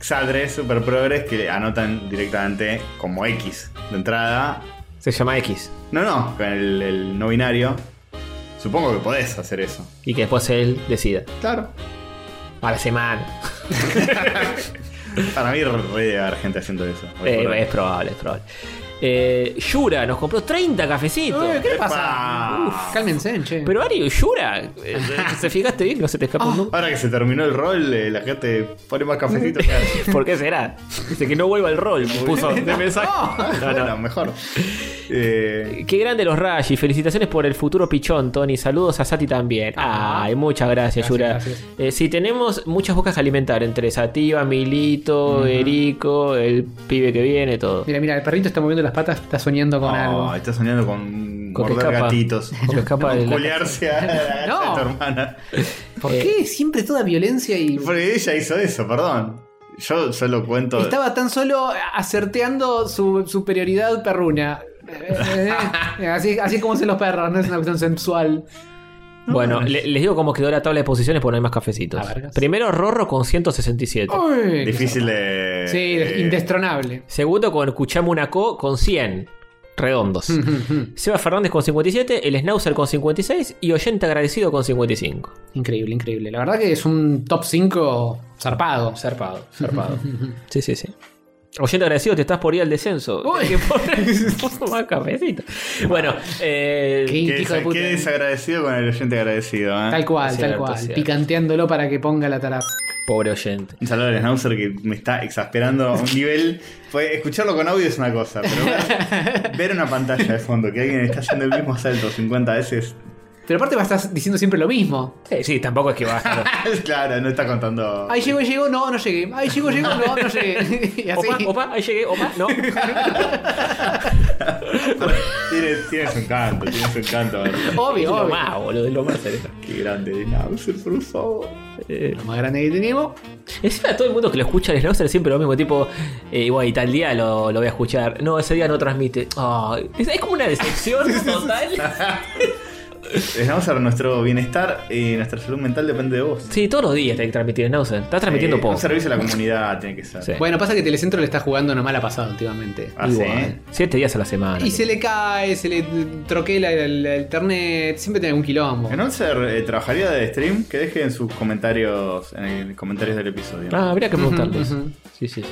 Xadres super progres que anotan directamente como X de entrada.
Se llama X.
No, no, con el, el no binario. Supongo que podés hacer eso.
Y que después él decida.
Claro.
A la semana.
Para mí re debe haber gente haciendo eso. hoy
Eh,
por hoy.
es probable, es probable. Eh, Yura nos compró 30 cafecitos.
Uy, ¿Qué le
Epa.
pasa? Uf, Ah. cálmense, che.
Pero Ari, Yura, eh, ¿se fijaste bien? No se te escapa
Ah.
un número.
Ahora que se terminó el rol, eh, la gente pone más cafecito. que antes.
¿Por qué será? Dice que no vuelva el rol, puso de mensaje. No, no.
Bueno, mejor. Eh,
Qué grande los Rashi, felicitaciones por el futuro pichón, Tony. Saludos a Sati también.
Ah.
Ay, muchas
Gracias,
gracias, Yura.
gracias.
Eh, sí, tenemos muchas bocas que alimentar entre Sativa, Milito, Erico, el pibe que viene, todo.
Mira, mira, el perrito está moviendo las patas, está soñando con
oh,
algo.
está soñando con,
Con que
morder
escapa.
gatitos.
Con que escapa de la
Culearse a la gata
No.
de tu hermana.
¿Por
Eh,
qué siempre toda violencia y.
Porque ella hizo eso, perdón. Yo solo cuento.
Estaba tan solo acerteando su superioridad perruna. Eh, eh, así, así como hacen los perros, no es una cuestión sensual.
Bueno, le- les digo cómo quedó la tabla de posiciones por no hay más cafecitos.
A Oh. ver.
Primero Rorro con 167.
Uy,
Difícil de.
Sí,
eh,
indestronable.
Segundo con Cuchamunaco con 100. Redondos. Seba Fernández con 57, el Snauzer con 56 y Oyente Agradecido con 55.
increíble, increíble. La verdad que es un top 5 zarpado.
Zarpado, zarpado. sí, sí, sí. Oyente agradecido, te estás por ir al descenso.
Uy.
Hay que poner- puso más cafecito. Bueno, eh,
Qué
Qué,
hijo de
desa-
puta.
qué desagradecido con el oyente agradecido. ¿eh?
Tal cual,
Cierto,
tal cual.
cierto.
Picanteándolo para que ponga la taraza.
pobre oyente.
Un saludo al Snauzer que me está exasperando a un nivel. Fue, escucharlo con audio es una cosa, pero ver, ver una pantalla de fondo que alguien está haciendo el mismo salto 50 veces.
Pero aparte vas a estar diciendo siempre lo mismo.
Sí, sí, tampoco es que va a estar.
claro, no está contando.
Ahí llegó, llegó, no, no llegué. Ahí llegó, llegó, no, no llegué. Y así.
Opa, opa, ahí llegué, opa, no.
Tienes, tienes un canto, tienes un canto. ¿verdad?
Es
Obvio,
lo
obvio.
más, boludo, es lo más. cerca.
Qué grande, Snauzer, por favor.
Eh,
Lo más grande que tenemos.
Encima todo el mundo que lo escucha el Snauzer siempre lo mismo, tipo, eh, bueno, y tal día lo, lo voy a escuchar. No, ese día no transmite. Ah, es, es como una decepción total.
Snauzer, nuestro bienestar y nuestra salud mental depende de vos.
Sí, todos los días tenés que transmitir el Snauzer. Estás transmitiendo
Eh,
poco.
Un servicio a la comunidad tiene que ser.
Sí.
Bueno, pasa que Telecentro le está jugando una mala pasada últimamente.
Ah, sí, ¿eh?
Igual. Siete días a la semana.
Y se le cae, se le troquela el, el internet, siempre tiene algún quilombo.
En Oncer eh, trabajaría de stream, que dejen sus comentarios en el comentarios del episodio.
Ah, habría que preguntarles.
Ujú, ujú.
Sí, sí, sí.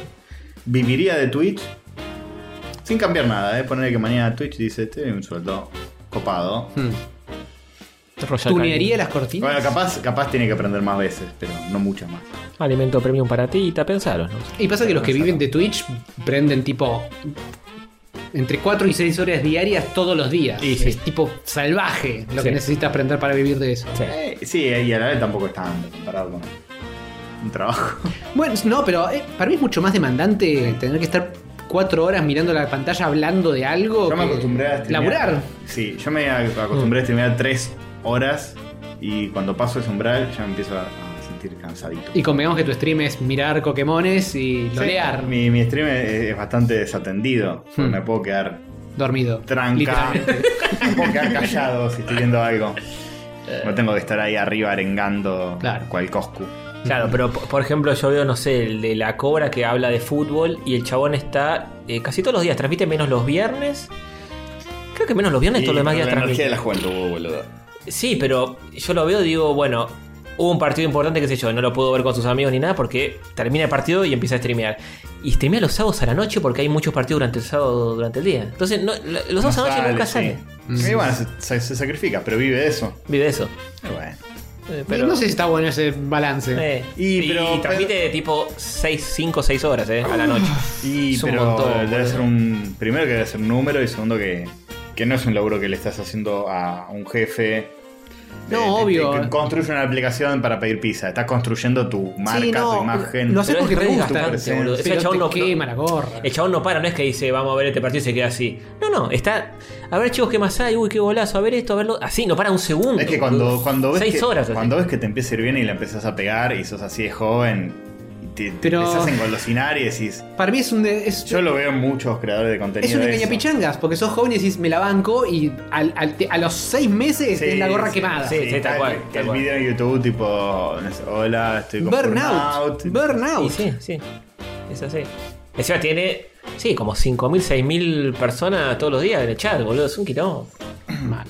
Viviría de Twitch sin cambiar nada, eh. Ponerle que mañana Twitch dice, tiene un sueldo copado.
Mm.
Hmm.
Royal
¿Tunearía
Canin.
las cortinas?
Bueno, capaz, capaz tiene que aprender más veces, pero no muchas más.
Alimento premium para ti, te pensaron. ¿no?
Y pasa que los que viven de Twitch prenden tipo entre 4 y 6 horas diarias todos los días.
Y sí.
Es tipo salvaje lo
Sí.
que necesitas aprender para vivir de eso.
Sí.
Eh, sí, y a la vez tampoco es tanto comparado con un trabajo.
Bueno, no, pero eh, para mí es mucho más demandante tener que estar cuatro horas mirando la pantalla hablando de algo.
Yo me
que
acostumbré a streamear.
Laburar.
Sí, yo me acostumbré a streamear tres horas y cuando paso ese umbral ya me empiezo a, a sentir cansadito.
Y convengamos que tu stream es mirar Pokémones y
Sí,
lolear.
Mi, mi stream es, es bastante desatendido.
Hmm.
Me puedo quedar
Dormido.
tranca.
Literalmente.
me puedo quedar callado si estoy viendo algo. No tengo que estar ahí arriba arengando
Claro.
cual coscu.
Claro, pero po- por ejemplo, yo veo, no sé, el de la Cobra que habla de fútbol y el chabón está eh, casi todos los días, transmite menos los viernes. Creo que menos los viernes,
Y
todos los demás días
la
transmite.
energía de la juventud, boludo.
Sí, pero yo lo veo y digo, bueno, hubo un partido importante, qué sé yo, no lo puedo ver con sus amigos ni nada porque termina el partido y empieza a streamear. Y streamea los sábados a la noche porque hay muchos partidos durante el sábado, durante el día. Entonces, no- la- los sábados a la noche nunca
sale,
sale.
sí.
Mm.
Sí, bueno, se, se- se sacrifica, pero vive de eso.
Vive eso.
Y bueno.
Eh,
Pero- No sé si está bueno ese balance.
Eh,
Y,
y,
pero-
transmite tipo 6, 5, 6 horas eh, a la noche.
Y
Es un
pero
montón,
debe
boludo.
ser un. Primero que debe ser un número y segundo que, que no es un laburo que le estás haciendo a un jefe.
No, obvio.
que construye una aplicación para pedir pizza. Estás construyendo tu marca,
no,
tu imagen.
lo hace
Pero
porque
es
te
re
gusta.
desgastante, boludo. Ese
Pero
chabón
te
no-
quema la gorra.
El chabón no para, no es que dice vamos a ver este partido y se queda así. No, no, está. A ver, chicos, qué más hay, uy, qué golazo, a ver esto, a verlo. Así, no para un segundo.
Es que cuando,
boludo.
cuando, ves,
Seis
que,
horas. así.
cuando ves que te empieza a ir bien y la empezás a pegar y sos así de joven, y te, te
Pero-
empezás a engolosinar y decís.
Para mí es un. de- Es,
Yo lo veo en muchos creadores de contenido.
es una
de eso.
cañapichangas, porque sos joven y decís, me la banco, y al- al- te- a los seis meses
Sí,
es la gorra
sí,
quemada.
sí, tal
está
cual,
el-
tal
El
cual.
video en YouTube tipo, no sé, hola, estoy con
Burnout.
Y
Burnout.
sí, sí. Es así. Encima tiene, sí, como 5.000, 6.000 personas todos los días en el chat, boludo. Es un quilombo.
Mal.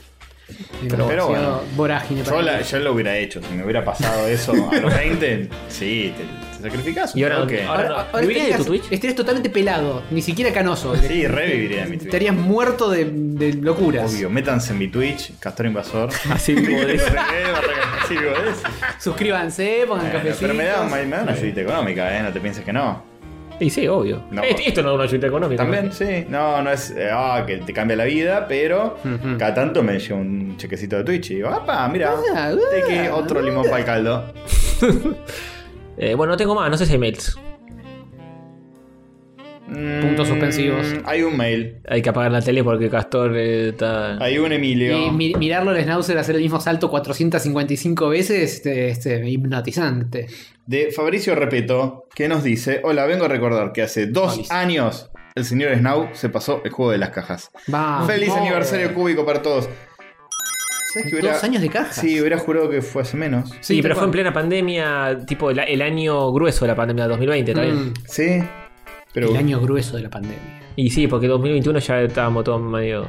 Pero
Demasiado
bueno.
Vorágine. para
Yo,
mí.
la- yo lo hubiera hecho, si me hubiera pasado eso a los 20, sí, te, te sacrificás.
Y ahora,
supongo que-
ahora- ¿Vivirías de tu
estarías-
Twitch?
Estarías totalmente pelado, ni siquiera canoso.
Sí, reviviría mi Twitch.
Estarías muerto de, de locuras.
Obvio, métanse en mi Twitch, Castor Invasor. eh,
Así mismo de eso.
Así vivo de eso.
Suscríbanse, pongan
Bueno,
cafecitos.
Pero me da, me da una ayudita económica, ¿eh? No te pienses que no.
Y sí, obvio.
No.
Este- Esto no es una ayuda económica.
También, sí. No, no es eh, ah, que te cambia la vida, pero
Ujú.
cada tanto me llevo un chequecito de Twitch y digo, ¡apa! Mira,
Ah,
te
ah,
que otro limón para el caldo.
Eh, bueno, no tengo más, no sé si hay mails.
Puntos
Mm,
suspensivos.
Hay un mail,
Hay que apagar la tele porque Castor eh, está.
hay un Emilio.
Y mi- mirarlo al Schnauzer hacer el mismo salto 455 veces, este, este, hipnotizante.
de Fabricio Repeto, que nos dice: Hola, vengo a recordar que hace dos
Feliz.
años el señor Snow se pasó el juego de las cajas.
Vamos.
¡Feliz
no.
aniversario cúbico para todos! ¿Sabes que hubiera-
Dos años de caja.
Sí, hubiera jurado que fue hace menos.
Sí, pero fue en plena pandemia, tipo el, el año grueso de la pandemia, 2020
Mm.
también.
Sí, pero.
El año grueso de la pandemia.
Y sí, porque 2021 ya estábamos todos medio.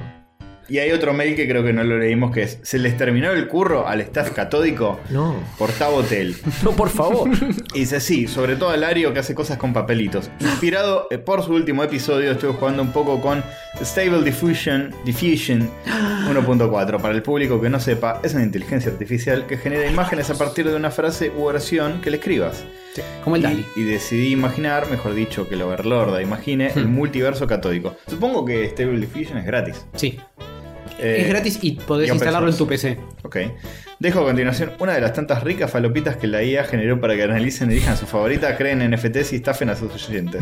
Y hay otro mail que creo que no lo leímos que es: Se les terminó el curro al staff catódico.
No.
por Tabotel.
No, por favor.
Y dice, sí, sobre todo a Lario que hace cosas con papelitos. Inspirado eh, por su último episodio, estuve jugando un poco con Stable Diffusion, Diffusion 1.4. Para el público que no sepa, es una inteligencia artificial que genera imágenes a partir de una frase u oración que le escribas.
Como el Dali.
Y, y decidí imaginar, mejor dicho, que el Overlorda imagine
Hmm.
el multiverso catódico. Supongo que Stable Diffusion es gratis.
Sí.
Eh,
es gratis y podés
y open
instalarlo en tu
source.
PC.
Ok. Dejo a continuación una de las tantas ricas falopitas que la IA generó para que analicen, dirijan su favorita, creen en NFTs y estafen a sus oyentes.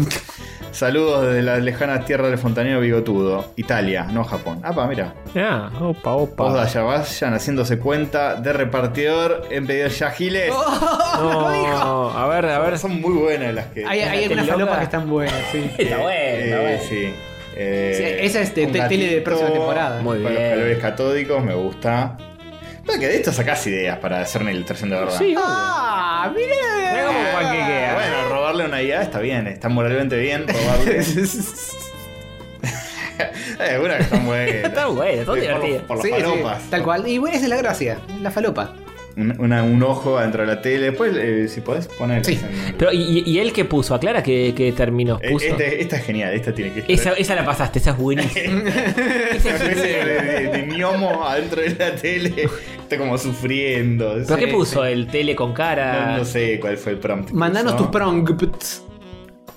Saludos desde las lejanas tierras del fontanero bigotudo, Italia, no Japón. Ah, pa, mira.
Ah, opa,
Vos
opa.
ya vayan haciéndose cuenta de repartidor en pedidos ya giles.
Oh.
No, a ver, a ver.
Son muy buenas las que. Eh,
Hay, hay
que
algunas
loca.
falopas que están buenas, sí.
Está bueno, está bueno.
Sí. Eh,
Sí, esa es de
un
te- tele de próxima
gatito,
temporada.
Muy
Con los
bien.
calores catódicos, me gusta. Pero que de esto sacás ideas para hacer una ilustración de verdad.
Sí, obvio.
¡Ah!
Mirá cómo panquequea.
Bueno, robarle una IA está bien, está moralmente bien robarle. Hay algunas Eh, que están buenas.
Está bueno, son
Por-
divertidas.
Por, las
Sí, sí,
palopas.
tal cual. Y bueno, esa es la gracia, la falopa.
Un, una- un ojo adentro de la tele. Después, eh, si podés poner.
Sí.
Pero, ¿y, y él qué puso? Aclara qué, qué términos
Eh,
puso.
este, esta es genial, esta tiene que
Esa, esa la pasaste, esa es buenísima.
Una especie de, de- de miomo adentro de la tele. Está como sufriendo.
¿Pero
Sí.
qué puso? ¿El tele con cara?
No, no sé cuál fue el prompt. que
Mandanos
usó.
tus prompts.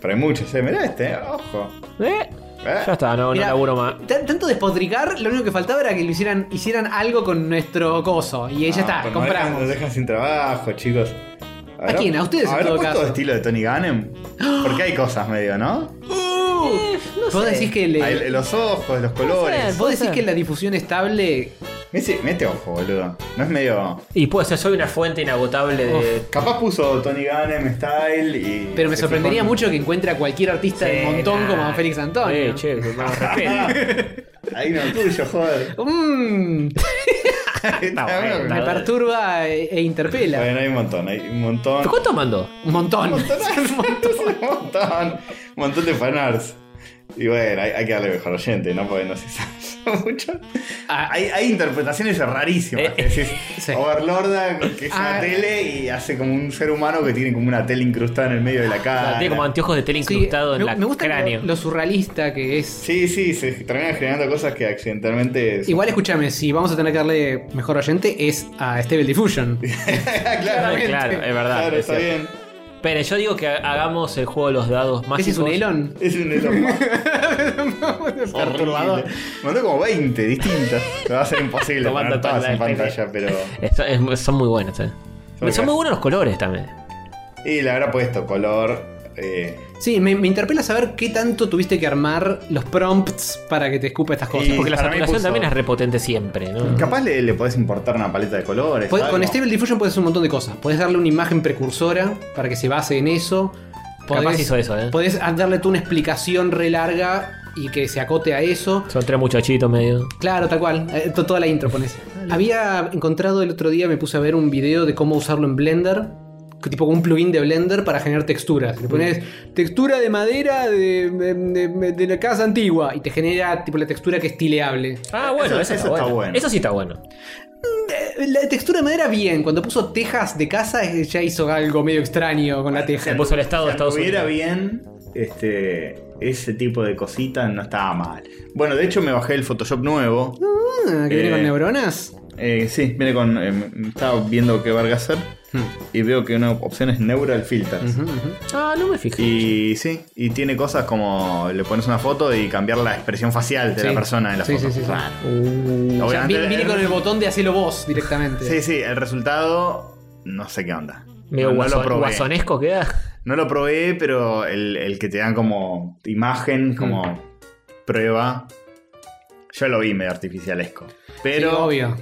Pero hay muchos, eh. Mirá este, ojo.
¿Eh?
Eh.
Ya está, no, no
Mirá,
laburo más.
tan- Tanto despodrigar, lo único que faltaba era que lo hicieran, hicieran algo con nuestro coso. Y ahí ya
Ah,
está,
pero nos dejan-
compramos.
Nos dejan sin trabajo, chicos.
¿A quién? A ustedes en
¿Habrá
todo
puesto
caso.
estilo de Tony Gannem? Porque hay cosas medio, ¿no?
Eh, No
Uh, Vos
sé.
decís que le-
Hay- los ojos, los colores.
ser.
vos
puede
decís que la difusión estable.
Ese- mete ojo, boludo. No es medio.
Y puede ser, soy una fuente inagotable de.
Capaz puso Tony Gannem Style y.
Pero me
se
sorprendería
fijó
mucho que encuentre a cualquier artista
Sí,
del montón
nah.
como Félix Antonio.
Eh, che, con más respeto.
en- Ah, Ahí no tuyo, joder.
Mm,
Está bueno,
me
está
perturba e, e interpela.
Bueno, hay un montón, hay un montón.
¿Cuánto mandó?
Un montón.
un montón. un montón. Un montón de fanarts. Y bueno, hay, hay que darle mejor oyente, ¿no? Porque no se sabe mucho.
Ah.
hay, hay interpretaciones
Eh,
rarísimas. que decís,
sí.
Overlorda, que es una
Ah.
tele y hace como un ser humano que tiene como una tele incrustada en el medio de la
O sea,
cara.
tiene como anteojos de tele
Sí,
incrustado en
me,
la
me gusta
cráneo.
lo, lo surrealista que es.
Sí, sí, se terminan generando cosas que accidentalmente. son-
Igual escúchame, si vamos a tener que darle mejor oyente es a Stable Diffusion.
Claramente.
Claro, es verdad,
Ah, Claro,
es
está
cierto.
bien.
Pero yo digo que ha- hagamos el juego de los dados más.
Ese es un Elon.
Es un Elon Musk.
Perturbador.
Horrible. Mandó como 20 distintas. Lo va a ser imposible
Tomando
poner todas
todas
en
las
pantalla, pero.
son muy buenos, eh. Pero
casi-
Son muy buenos los colores también.
Y le habrá puesto color. eh,
Sí, me, me interpela saber qué tanto tuviste que armar los prompts para que te escupa estas cosas.
Y-
Porque la
para mí
saturación
puso-
también es repotente siempre, ¿no?
Capaz le, le podés importar una paleta de colores.
Podés-
algo.
Pues, con este Stable Diffusion puedes hacer un montón de cosas. Podés darle una imagen precursora para que se base en eso.
Capaz hizo eso, ¿eh?
Podés darle tú una explicación re larga y que se acote a eso.
Son tres muchachitos medio.
Claro, tal cual. Eh, to- toda la intro pones. Había encontrado el otro día, me puse a ver un video de cómo usarlo en Blender. que Tipo con un plugin de Blender para generar texturas. Le pones
Mm.
textura de madera de, de- de- de la casa antigua y te genera tipo la textura que es tileable.
Ah, bueno,
Eso-
eso,
eso
está,
está
bueno.
bueno.
Eso sí está bueno.
Eh, La textura de madera, bien. Cuando puso tejas de casa, eh, ya hizo algo medio extraño con la
Ah, Se
teja.
puso el estado de Estados
Si estuviera
Unidos.
bien, este, ese tipo de cositas no estaba mal. Bueno, de hecho me bajé el Photoshop nuevo.
Ah, que viene
Eh.
con neuronas.
Eh, sí, viene con. eh, m- estaba viendo qué verga hacer. Y veo que una opción es Neural Filters.
Ujú, ujú.
Ah, no me fijé.
Y sí, y tiene cosas como le pones una foto y cambiar la expresión facial de
Sí.
la persona en la
Sí,
foto.
sí, sí, sí.
Raro.
Uh,
O sea,
Obviamente, eh,
viene, viene con el botón de hacerlo vos directamente.
Sí, sí, el resultado no sé qué onda.
medio
no, no
guaso-
lo probé.
guasonesco queda.
No lo probé, pero el, el que te dan como imagen, como prueba, yo lo vi medio artificialesco. Pero,
Sí, obvio.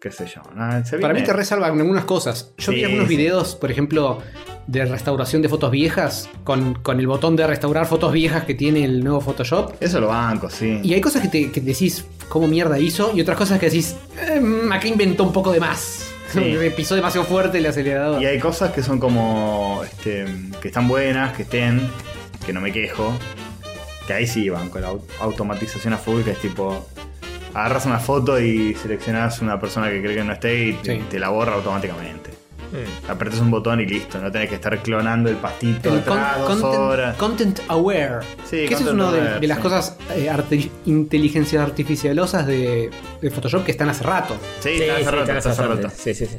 qué sé yo. no, se
Para
viene.
mí te resalva con algunas cosas. Yo vi
Sí,
algunos
sí.
videos, por ejemplo, de restauración de fotos viejas con, con el botón de restaurar fotos viejas que tiene el nuevo Photoshop.
Eso lo banco, sí.
Y hay cosas que, te, que decís, ¿cómo mierda hizo? Y otras cosas que decís, "Em, acá inventó un poco de más.
Sí.
Me Pisó demasiado fuerte el acelerador.
Y hay cosas que son como. Este, que están buenas, que estén, que no me quejo. Que ahí sí van con la au- automatización a full, que es tipo. Agarras una foto y seleccionas una persona que cree que no esté y te,
Sí.
te la borra automáticamente. Apretas un botón y listo, no tenés que estar clonando el pastito
El con-
atrás, dos
content,
horas.
content aware.
Sí,
que eso es
content
una de,
aware,
de las
sí.
cosas eh, arti- inteligencias artificialosas de, de Photoshop que están hace rato.
Sí, está hace rato,
está
está hace
hace
rato.
rato. Sí, sí, sí.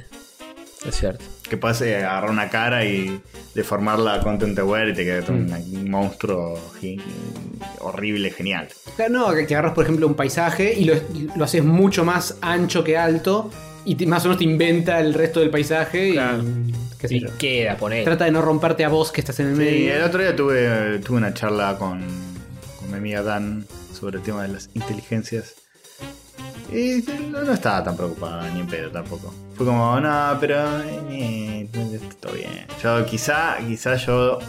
Es cierto.
Que puedes eh, agarrar una cara y deformarla a content aware y te queda un, un monstruo gi- horrible, genial.
Claro, no, que, que agarras, por ejemplo, un paisaje y lo, y lo haces mucho más ancho que alto y te- más o menos te inventa el resto del paisaje
Claro.
y qué sé
Y
yo.
queda, poner.
Trata de no romperte a vos que estás en el
Sí,
medio.
el otro día tuve, tuve una charla con, con mi amiga Dan sobre el tema de las inteligencias. Y no, no estaba tan preocupada ni en pedo tampoco. Fue como, no, pero eh, eh, todo bien. Yo quizá, quizá yo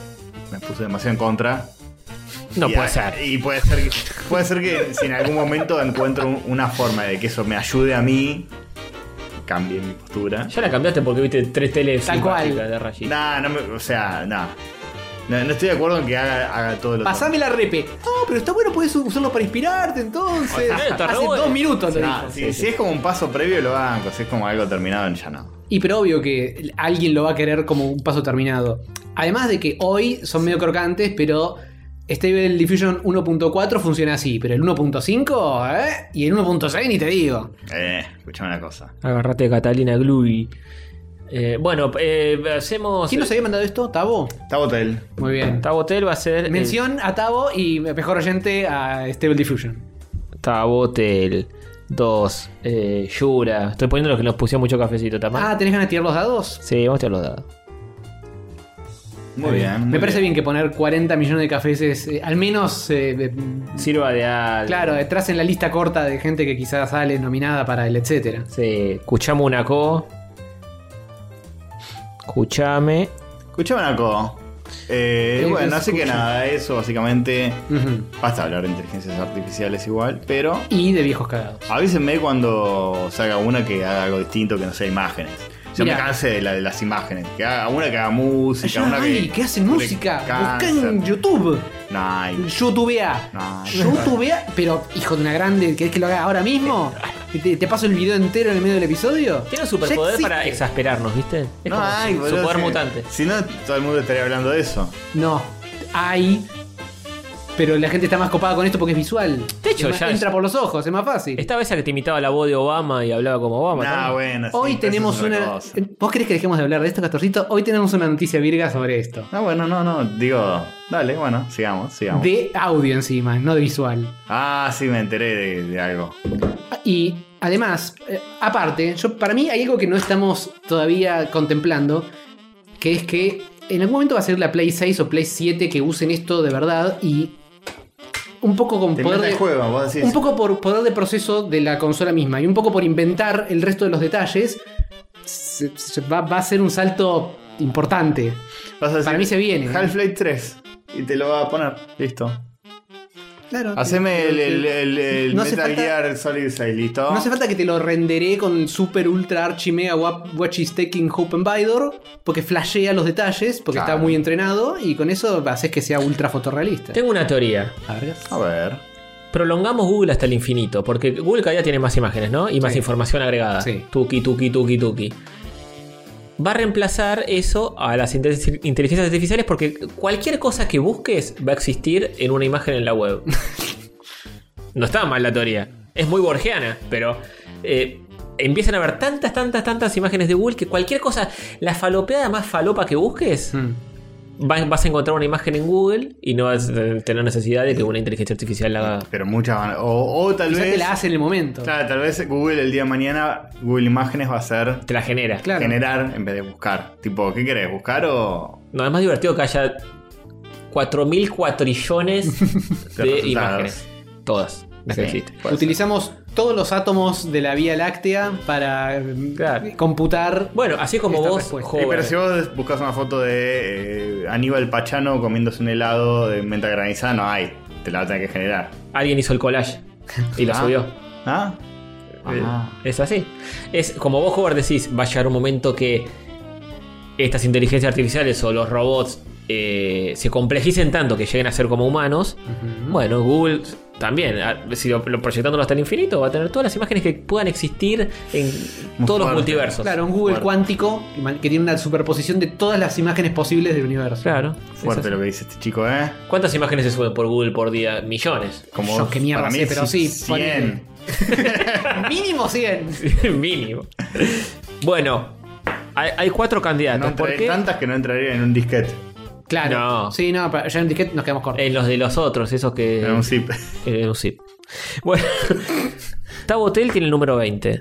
me puse demasiado en contra.
No
Y
puede
a-
ser.
Y puede ser, que, puede ser que si en algún momento encuentro un- una forma de que eso me ayude a mí, cambie mi postura.
Ya la cambiaste porque viste tres teles
Tal
simpáticas
cual.
de rayita.
Nah, no me, o sea, nah. no. No estoy de acuerdo en que haga, haga todo lo
Pasame la repe. No, pero está bueno, puedes usarlo para inspirarte entonces.
Bueno, está re
hace
bueno.
dos minutos lo
Ah,
dijo.
si, si es como un paso previo, lo banco. Si es como algo terminado, ya no.
Y pero obvio que alguien lo va a querer como un paso terminado. Además de que hoy son medio crocantes, pero Stable Diffusion 1.4 funciona así, pero el 1.5 ¿eh? y el 1.6 ni te digo.
Eh, escuchame una cosa.
Agarrate a Catalina Gluy. Eh, bueno, eh, hacemos.
¿Quién nos había mandado esto? ¿Tabo?
Está hotel.
Muy bien.
Tabotel va a ser. el-
Mención a Tabo y eh, mejor oyente a Stable Diffusion.
Tabotel 2. Eh, Yura. Estoy poniendo los que nos pusieron mucho cafecito, ¿está mal?
Ah, ¿tenés ganas de tirar los dados?
Sí, vamos a tirar los dados.
Muy bien. muy
Me parece bien que poner 40 millones de cafés es, eh, al menos, eh, de-
Sirva de algo.
claro, detrás en la lista corta de gente que quizás sale nominada para el etcétera.
Sí, escuchame una co. Escuchame.
Escuchame una co. Eh,
Eh,
bueno, así que
escucha.
nada, eso básicamente.
Ujú.
Basta hablar de inteligencias artificiales igual, pero
Y de viejos cagados.
avísenme cuando salga una que haga algo distinto, que no sea imágenes. Yo
Mirá.
me cansé de, la, de las imágenes. Que haga una que haga música,
Allá,
una que.
ay, que hacen
le
música. Busca en
canta.
YouTube.
Ay,
YouTubea.
No.
YouTubea. Pero, hijo de una grande, ¿querés que lo haga ahora mismo? ¿Que ¿Te, te paso el video entero en el medio del episodio?
Tiene un
Ya
superpoder
existe.
para exasperarnos, ¿viste? Es
no
como
hay,
su, su
boludo,
poder
si-
mutante.
Si no, todo el mundo estaría hablando de eso.
No, hay. Pero la gente está más copada con esto porque es visual.
De hecho,
Es más-
ya es-
entra por los ojos, es más fácil.
Estaba esa que te imitaba la voz de Obama y hablaba como Obama.
Nah,
¿no?
Ah, bueno, sí,
Hoy
eso es
tenemos
otra
una.
cosa.
¿Vos querés que dejemos de hablar de esto, Castorcito? Hoy tenemos una noticia virga sobre esto.
No, Ah, bueno, no, no. Digo, dale, bueno, sigamos, sigamos.
De audio encima, no de visual.
Ah, sí, me enteré de, de algo.
Y además, eh, aparte, yo, para mí hay algo que no estamos todavía contemplando, que es que en algún momento va a ser la Play 6 o Play 7 que usen esto de verdad y un poco con
Te
poder
metes
de,
el juego, vos decís.
un poco por poder de proceso de la consola misma y un poco por inventar el resto de los detalles, se- se- va, va a ser un salto importante.
Vas a decir,
para mí se viene, ¿eh?
Half-Life 3. Y te lo va a poner. Listo.
Claro.
Haceme el, el, el, el
No hace
Metal
falta-
Gear Solid 6, listo.
No hace falta que te lo renderé con super ultra archi mega wa- watch is taking hope and Vidor, porque flashea los detalles, porque
Claro.
está muy entrenado y con eso haces que sea ultra fotorrealista.
Tengo una teoría.
A ver,
A ver.
Prolongamos Google hasta el infinito, porque Google cada día tiene más imágenes, ¿no? Y más
Sí.
información agregada.
Sí.
Tuki, tuki, tuki, tuki. Va a reemplazar eso a las inte- inteligencias artificiales porque cualquier cosa que busques va a existir en una imagen en la web. no está mal la teoría. Es muy borgiana, pero eh, empiezan a haber tantas, tantas, tantas imágenes de Google que cualquier cosa, la falopeada más falopa que busques,
Mm.
va- vas a encontrar una imagen en Google y no vas a tener necesidad de que una inteligencia artificial la haga.
Pero muchas van. O, o tal
Quizás te
vez.
la hace en el momento.
Claro, tal vez Google el día de mañana, Google Imágenes va a ser
te la genera.
Claro.
generar en vez de buscar. Tipo, ¿qué querés? ¿Buscar o.?
No, es más divertido que haya 4.000 cuatrillones de
resultados.
imágenes. Todas las que
Sí,
existen.
puede ser.
Utilizamos todos los átomos de la Vía Láctea para eh,
Claro.
computar.
Bueno, así como
Esta
vos,
respuesta.
Y
joven,
pero si vos buscas una foto de eh, Aníbal Pachano comiéndose un helado de menta granizada, no hay. Te la vas a tener que generar.
alguien hizo el collage y lo
Ah.
subió.
¿Ah?
Eh,
Ajá.
Es así. Es como vos, joven, decís, va a llegar un momento que estas inteligencias artificiales o los robots eh, se complejicen tanto que lleguen a ser como humanos. Bueno, Google también, ah, si lo, lo proyectándolo hasta el infinito, va a tener todas las imágenes que puedan existir en
Muy
todos los
fuerte.
multiversos.
Claro, un Google
Bueno.
cuántico que tiene una superposición de todas las imágenes posibles del universo.
Claro.
Fuerte lo que dice este chico, ¿eh?
¿Cuántas imágenes se suben por Google por día? Millones.
Como
Yo qué mierda
para mí
sé, pero sí,
100.
Mínimo 100.
Mínimo. Bueno, hay, hay cuatro
No
candidatos. ¿Por
entraré-
qué?
tantas que no entraría en un disquete,
Claro.
No.
Sí, no, pero ya en disquete nos quedamos cortos.
En los de los otros, esos que.
en un zip.
en un zip. Bueno, Tabo Hotel tiene el número 20.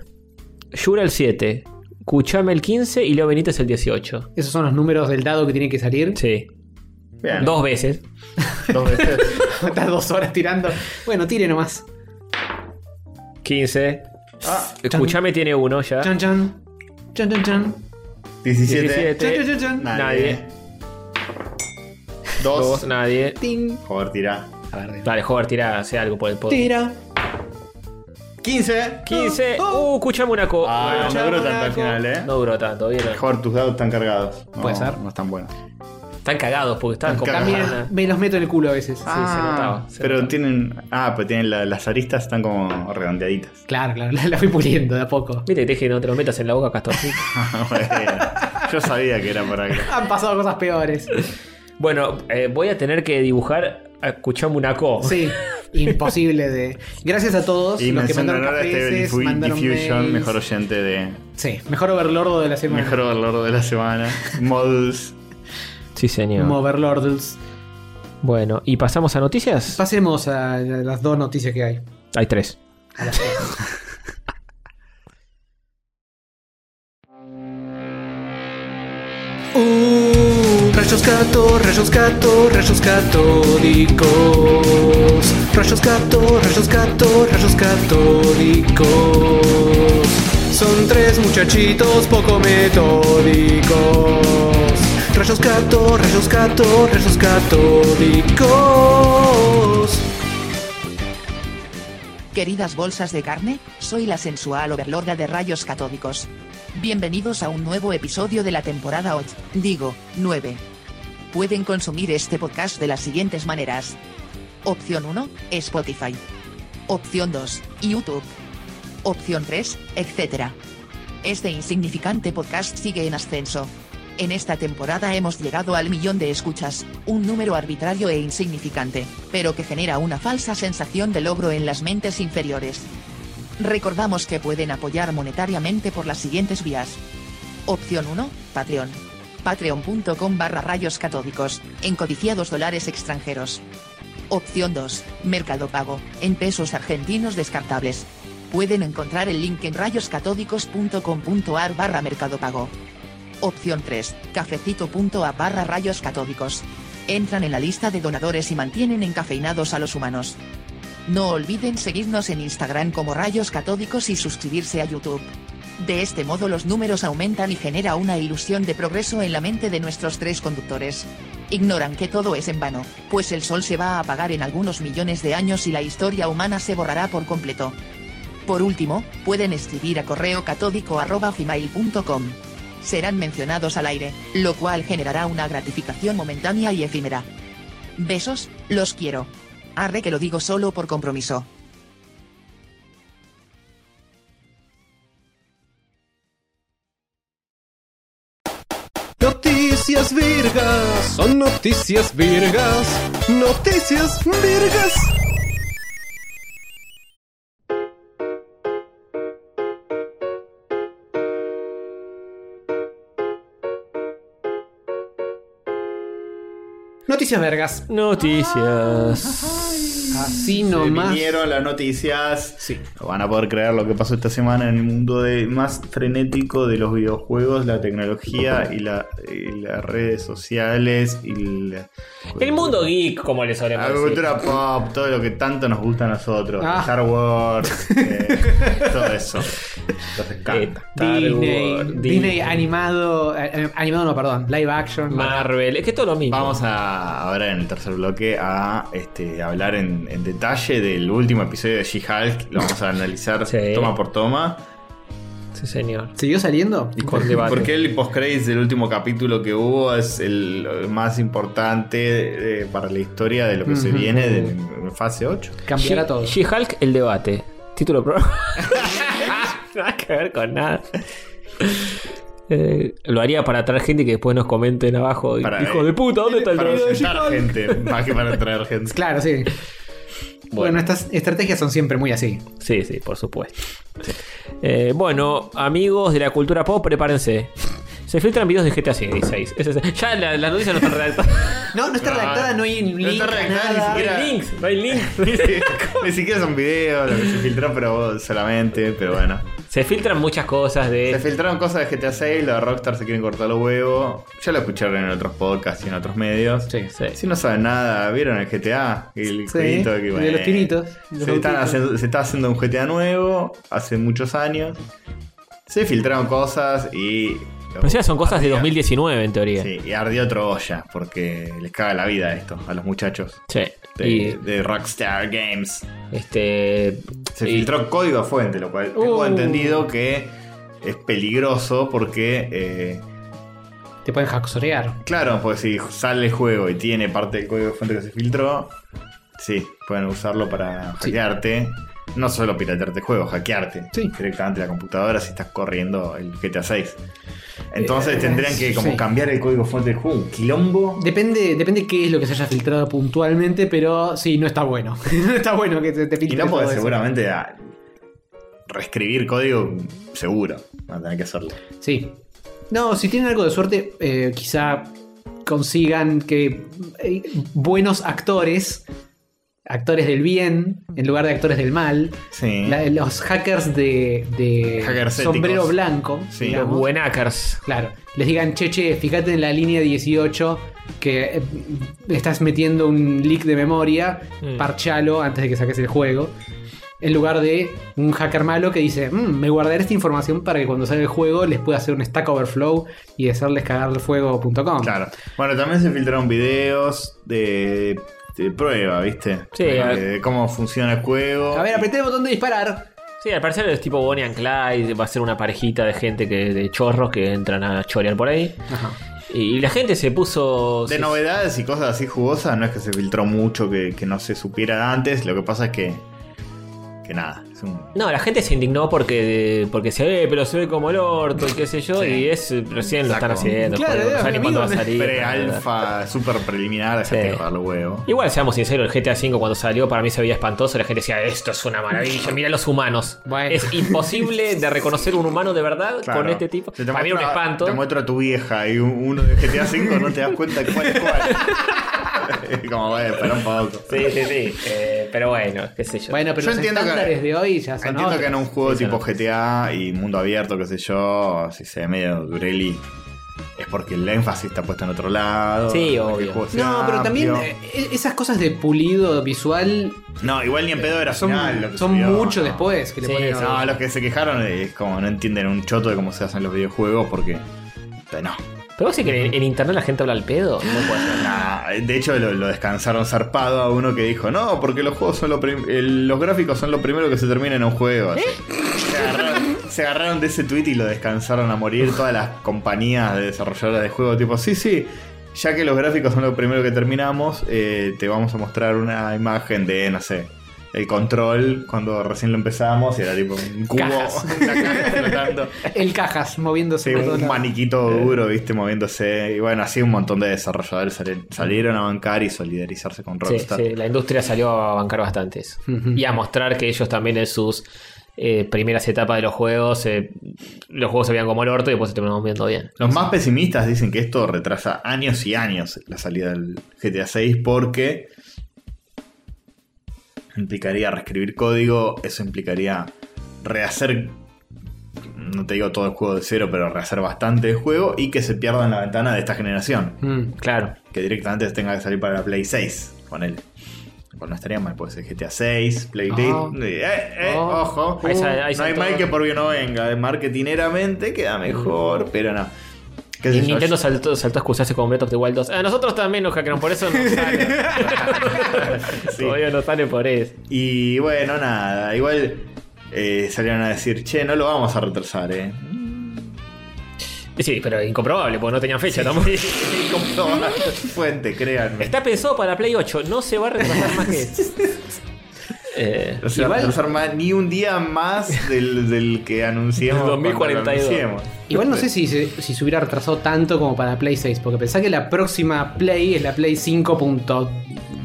Yura el 7. Cuchame el 15 y Leo Benítez el 18.
Esos son los números del dado que tienen que salir.
Sí.
Bien.
Dos veces.
Dos veces.
Estás dos horas tirando. Bueno, tire nomás.
15.
Ah,
Escuchame tiene uno ya.
Chan, chan. Chan, chan, chan.
17.
17.
Chan, chan, chan, chan.
Nadie.
¿eh? Dos.
Dos, nadie.
Ting.
Joder, tirá.
A ver,
Dale, joder, tirá, hace algo por el podcast.
tira. Oh,
15.
15. Uh, escuchame una cosa.
Ah, no duró tanto
Chabonaco.
al final, ¿eh?
No duró tanto, ¿vieron?
Joder, tus dados están cargados. No,
Puede ser.
No están buenos.
Están cagados porque estaban
Están
con
cagados.
También
ganas.
me los meto en el culo a veces.
se notaba, se
pero
notaba.
tienen. Ah, pero tienen la- las aristas están como redondeaditas.
Claro, claro, la, la fui puliendo de a poco.
Viste que te dije que no te lo metas en la boca, Castor.
Ah,
Bueno, Yo sabía que era para acá.
Han pasado cosas peores.
bueno, eh, voy a tener que dibujar. Escuchame una co.
Sí, imposible de. Gracias a todos
Y
los que
mención de
mandaron
honor a este
cafés,
Difu-
mandaron
Diffusion,
mails.
mejor oyente de.
Sí, mejor overlordo de la semana.
Mejor valor de la semana. Models.
Sí, señor.
Overlords.
bueno, ¿y pasamos a noticias?
Pasemos a las dos noticias que hay.
Hay tres.
Ultra Rayos gato, rayos gato, rayos catódicos. Rayos gato, rayos gato, rayos catódicos. Son tres muchachitos poco metódicos. Rayos gato, rayos gato, rayos catódicos.
Queridas bolsas de carne, soy la sensual overlorda de rayos catódicos. Bienvenidos a un nuevo episodio de la temporada 8, digo, 9. Pueden consumir este podcast de las siguientes maneras. Opción 1, Spotify. Opción 2, YouTube. Opción 3, etc. Este insignificante podcast sigue en ascenso. En esta temporada hemos llegado al millón de escuchas, un número arbitrario e insignificante, pero que genera una falsa sensación de logro en las mentes inferiores. Recordamos que pueden apoyar monetariamente por las siguientes vías. Opción 1, Patreon. Patreon.com barra rayos catódicos, en codiciados dólares extranjeros. Opción 2, Mercado Pago, en pesos argentinos descartables. Pueden encontrar el link en rayoscatódicos.com.ar barra Mercado Pago. Opción 3, cafecito.a barra rayos catódicos. Entran en la lista de donadores y mantienen encafeinados a los humanos. No olviden seguirnos en Instagram como Rayos Catódicos y suscribirse a YouTube. De este modo los números aumentan y genera una ilusión de progreso en la mente de nuestros tres conductores. Ignoran que todo es en vano, pues el sol se va a apagar en algunos millones de años y la historia humana se borrará por completo. Por último, pueden escribir a correo catódico arroba gmail.com. Serán mencionados al aire, lo cual generará una gratificación momentánea y efímera. Besos, los quiero. Arre que lo digo solo por compromiso.
Noticias virgas, son noticias virgas, noticias virgas. Noticias vergas.
Noticias.
Así
Se
nomás.
eh, vinieron las noticias. Sí. No van a poder creer lo que pasó esta semana en el mundo de, más frenético de los videojuegos, la tecnología y, la- y las redes sociales y la,
El mundo geek, como le
la
solemos decir.
cultura pop, todo lo que tanto nos gusta a nosotros.
Ah.
Star Wars, eh, todo eso. Nos
Eh,
encanta.
Star
Disney,
Wars,
Disney animado, eh, animado no, perdón, live action.
Marvel, es que todo lo mismo.
Vamos a ahora en el tercer bloque a este, hablar en, en detalle del último episodio de She-Hulk. Lo vamos a analizar
Sí.
toma por toma.
Sí, señor.
¿Siguió saliendo?
Con debate.
Porque el post-credits del último capítulo que hubo es el más importante eh, para la historia de lo que se
Ujú.
viene de en fase 8.
Cambiará
She-
todo.
She-Hulk, el debate. Título pro. Nada que ver con nada. Eh, lo haría para atraer gente y que después nos comenten abajo.
Para,
Hijo
eh,
de puta, ¿dónde está el
Para
video de
sentar
She-Hulk?
gente, más que para traer gente.
Claro, sí. Bueno.
Bueno.
estas estrategias son siempre muy así.
Sí, sí, por supuesto. Eh, bueno, amigos de la cultura pop, prepárense. Se filtran videos de GTA 16. Ya la, la noticia no está redactada.
No, no está
No,
redactada, no hay
no
link,
está redactada
nada.
ni
No
siquiera.
hay links, no hay links.
Ni siquiera son videos, lo que se filtró, pero solamente, pero bueno.
Se filtran muchas cosas
Eh.
Se
de.
filtraron cosas de GTA 6, los de Rockstar se quieren cortar los huevos. Ya lo escucharon en otros podcasts y en otros medios.
Sí.
Sí.
Si no saben nada, ¿vieron el GTA? El
Sí,
jueguito
el de
que, bueno,
los tiritos, de los
Se,
autitos.
están haciendo- se está haciendo un GTA nuevo hace muchos años. Se filtraron cosas y.
Pero sí, son cosas de 2019 en teoría. Sí.
Sí, y ardió Troya, porque les caga la vida esto a los muchachos de,
Y
de Rockstar Games.
este.
Se
y-
filtró código a fuente, lo cual tengo
Uh.
entendido que es peligroso porque. eh,
Te pueden hackear.
Claro, porque si sale el juego y tiene parte del código de fuente que se filtró, sí, pueden usarlo para
Sí.
hackearte. No solo piratearte el juego, hackearte
Sí.
directamente la computadora si estás corriendo el GTA 6. Entonces tendrían que como
Eh, sí.
cambiar el código fuente del juego. Un quilombo.
Depende, depende qué es lo que se haya filtrado puntualmente, pero sí, no está bueno. no está bueno que te, te
Y
filtre
no podés
todo eso.
seguramente a- reescribir código seguro. Van a tener que hacerlo.
Sí. No, si tienen algo de suerte, eh, quizá consigan que eh, buenos actores actores del bien en lugar de actores del mal.
Sí.
La- los hackers de, de
Hackers
sombrero
éticos.
blanco.
Sí.
Los
digamos.
buenacers.
Claro, les digan, che, che, fíjate en la línea 18 que eh, estás metiendo un leak de memoria,
Mm.
parchalo antes de que saques el juego. En lugar de un hacker malo que dice, "Mm, me guardaré esta información para que cuando salga el juego les pueda hacer un stack overflow y hacerles cagar el fuego.com.
Claro. Bueno, también se filtraron videos de, de prueba, ¿viste?
Sí,
Eh,
a-
de cómo funciona el juego.
A ver, apreté el botón de disparar.
Sí, al parecer es tipo Bonnie and Clyde. Va a ser una parejita de gente que de chorros que entran a chorear por ahí. Y, y la gente se puso.
De
se-
novedades y cosas así jugosas, no es que se filtró mucho que, que no se supiera antes. Lo que pasa es que. Que nada. Es un.
No, la gente se indignó porque, porque se ve, pero se ve como el orto y qué sé yo,
Sí.
y es recién lo están
Exacto.
haciendo.
Claro,
joder, no
eh,
saben ni
amigo,
cuándo va a
me-
salir.
Pre-alfa, super preliminar,
Sí.
dejate de jugar los huevos.
Igual, seamos sinceros, el GTA V cuando salió para mí se veía espantoso. La gente decía, esto es una maravilla, mira los humanos.
Bueno.
Es imposible de reconocer un humano de verdad
Claro.
con este tipo.
Se te
para mí era un
muestra-
espanto.
Te muestro a tu vieja y un- uno de GTA V no te das cuenta cuál es cuál. Como, bueno, espera un poco.
Sí, sí, sí. Eh, pero bueno, qué sé yo.
Bueno, pero
Yo
los
entiendo que-
estándares de hoy ya son
Entiendo que en
otros.
un juego
Sí, son
tipo
otros.
GTA y mundo abierto, qué sé yo, si se ve medio Durelli, es porque el énfasis está puesto en otro lado.
Sí,
que el
obvio.
juego sea
No, pero también
amplio.
eh, esas cosas de pulido visual
No, igual ni en pedo era
son,
final. lo que
son
subió,
mucho
no.
después que le
Sí,
ponen
sí.
a-
No, los que se quejaron es como no entienden un choto de cómo se hacen los videojuegos porque. eh, No.
Pero vos sí que en, en internet la gente habla al pedo. No puede ser.
Nah, de hecho, lo, lo descansaron zarpado a uno que dijo: No, porque los juegos son lo prim- el- los gráficos son lo primero que se termina en un juego. así. Se, agarraron, se agarraron de ese tweet y lo descansaron a morir todas las compañías de desarrolladoras de juegos. Tipo, sí, sí, ya que los gráficos son lo primero que terminamos, eh, te vamos a mostrar una imagen de, no sé. El control, cuando recién lo empezamos, y era tipo un cubo,
Cajas.
una caja flotando.
El cajas moviéndose.
Sí,
por todos
un
lados.
maniquito duro, viste, moviéndose. Y bueno, así un montón de desarrolladores sali- salieron a bancar y solidarizarse con
Sí,
Rockstar.
sí, la industria salió a bancar bastantes.
Ujú.
Y a mostrar que ellos también en sus eh, primeras etapas de los juegos, eh, los juegos se veían como el orto y después se terminaron viendo bien.
Los más pesimistas dicen que esto retrasa años y años la salida del GTA 6 porque implicaría reescribir código, eso implicaría rehacer, no te digo todo el juego de cero, pero rehacer bastante el juego y que se pierda en la ventana de esta generación,
Mm.
Claro.
que directamente tenga que salir para la Play 6 con él. Bueno, no estaría mal, puede ser GTA 6, PlayStation. eh, eh,
Ah. Oh.
ojo. Uh,
Ahí sale- ahí
no
sale
hay mal
todo. Mm.
que por bien no venga. eh, Marketineramente queda mejor, pero no. ¿Qué sé
Y
yo,
Nintendo
yo-
saltó, saltó a excusarse con Breath of the Wild 2. A nosotros también nos hackearon, por eso no sale.
Sí.
Todavía no sale por eso.
Y bueno, nada. Igual eh, salieron a decir, che, no lo vamos a retrasar, eh.
Y Sí, pero incomprobable, porque no tenían fecha tampoco.
Fuente, créanme.
Está pensado para Play 8, no se va a retrasar más que eso. Eh,
No se va a
Igual-
retrasar más- ni un día más del, del que anunciamos.
Del
cuando lo
2042.
anunciemos.
Igual no sé si se, si se hubiera retrasado tanto como para Play 6, porque pensá que la próxima Play es la Play 5.2.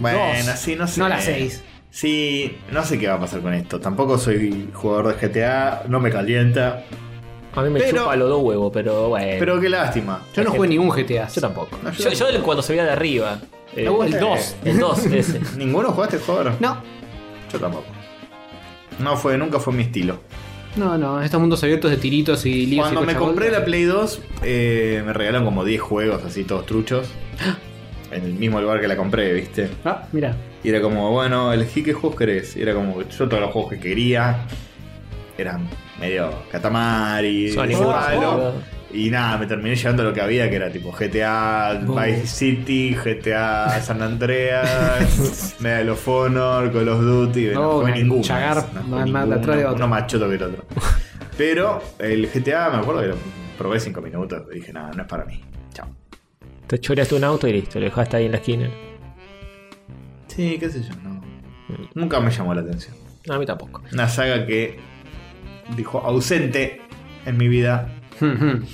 Bueno, sí, no sé.
No la 6.
Sí, no sé qué va a pasar con esto. Tampoco soy jugador de GTA, no me calienta.
a mí me
Pero-
chupa los dos huevos, pero bueno.
Pero qué lástima.
Yo no jugué ningún GTA.
yo tampoco.
No, yo
yo, yo cuando se veía de arriba. eh,
Ah, vos el 2.
El 2, ese.
¿Ninguno jugaste jugador?
No,
Yo tampoco. No fue, nunca fue mi estilo.
no, no. Estos mundos abiertos de tiritos y líos
Cuando
y
me
cochabol-
compré la Play 2, eh, me regalaron como 10 juegos así, todos truchos. En el mismo lugar que la compré, ¿viste?
Ah, mira.
Y era como, bueno, elegí qué juegos querés. Y era como, yo todos los juegos que quería eran medio Katamari,
Sonic
ese
Wars,
palo.
boludo.
Y nada, me terminé llevando lo que había, que era tipo GTA
Oh.
Vice City, GTA San Andreas, Medal of Honor, Call of Duty.
Oh,
No, fue
una
ninguno.
chagar,
no
más-
jugué
más de atrás de
ninguno,
otro.
uno más choto que el otro. Pero el GTA, me acuerdo que lo probé 5 minutos. y Dije, nada, no es para mí. Chao.
Te choreaste un auto y listo, lo dejaste ahí en la esquina.
Sí, qué sé yo, no. Nunca me llamó la atención.
No, a mí tampoco.
Una saga que dijo ausente en mi vida.
Hmm, hmm.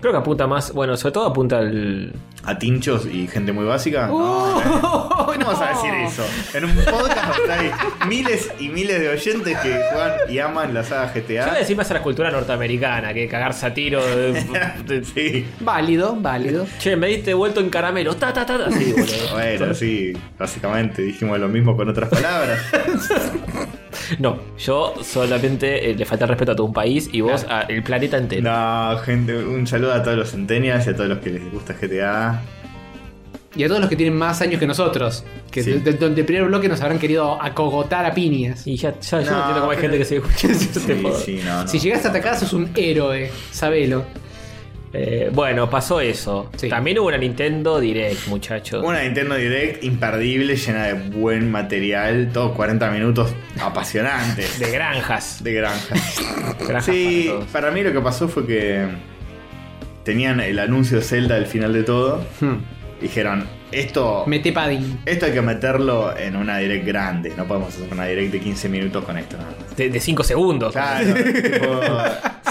Creo que apunta más, bueno, sobre todo apunta al.
¿A tinchos y gente muy básica?
¡Oh!
no, no vas a decir eso. En un podcast hay miles y miles de oyentes que juegan y aman la saga
Yo voy a
GTA.
decir más a la cultura norteamericana, que cagarse a tiro. de-
Sí.
Válido, válido.
che, me diste vuelto en caramelo. Ta, ta, ta, ta. Así, boludo.
Bueno, sí, básicamente dijimos lo mismo con otras palabras.
No, yo solamente eh, le falta el respeto a todo un país y vos al planeta entero.
No, gente, un saludo a todos los centenias y a todos los que les gusta GTA.
Y a todos los que tienen más años que nosotros, que
Sí.
del del- del primer bloque nos habrán querido acogotar a piñas.
Y ya, ya, yo
No,
no entiendo cómo hay gente que se escucha ese
Sí,
tipo.
sí, no, no.
Si llegaste hasta acá, sos un héroe, sabelo.
Eh, bueno, pasó eso.
Sí.
También hubo una Nintendo Direct, muchachos.
Una Nintendo Direct imperdible, llena de buen material, todos 40 minutos apasionantes.
De granjas.
De granja.
Granjas
Sí,
para todos.
para mí lo que pasó fue que tenían el anuncio de Zelda al final de todo.
Hmm.
Dijeron, esto,
Mete padding.
esto hay que meterlo en una direct grande. No podemos hacer una direct de 15 minutos con esto. nada más".
De 5 segundos.
Claro, tipo,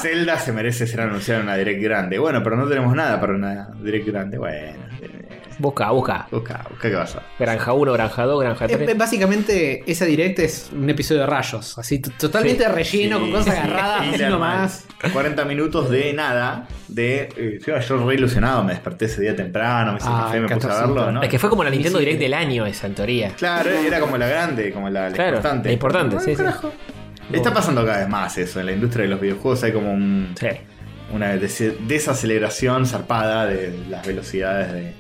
Zelda se merece ser anunciada en una direct grande. Bueno, pero no tenemos nada para una direct grande. Bueno, eh,
Busca, busca.
busca, busca qué pasa.
Granja 1, granja 2, granja
Eh,
3.
Básicamente, esa directa es un episodio de rayos. Así, t- totalmente relleno,
Sí.
con cosas agarradas,
Sí,
así
la
nomás.
hermana. 40 minutos de nada. De, eh, yo, yo re ilusionado, me desperté ese día temprano, me hice
Ah,
café, me puse a
14,
verlo. ¿no?
Es que fue como la Nintendo
Sí, sí.
Direct del año esa en teoría.
Claro, era como la grande, como la, la
Claro,
importante.
la importante,
Bueno,
sí, sí.
carajo. Está pasando cada vez más eso. En la industria de los videojuegos hay como un-
Sí.
una des- desaceleración zarpada de las velocidades de.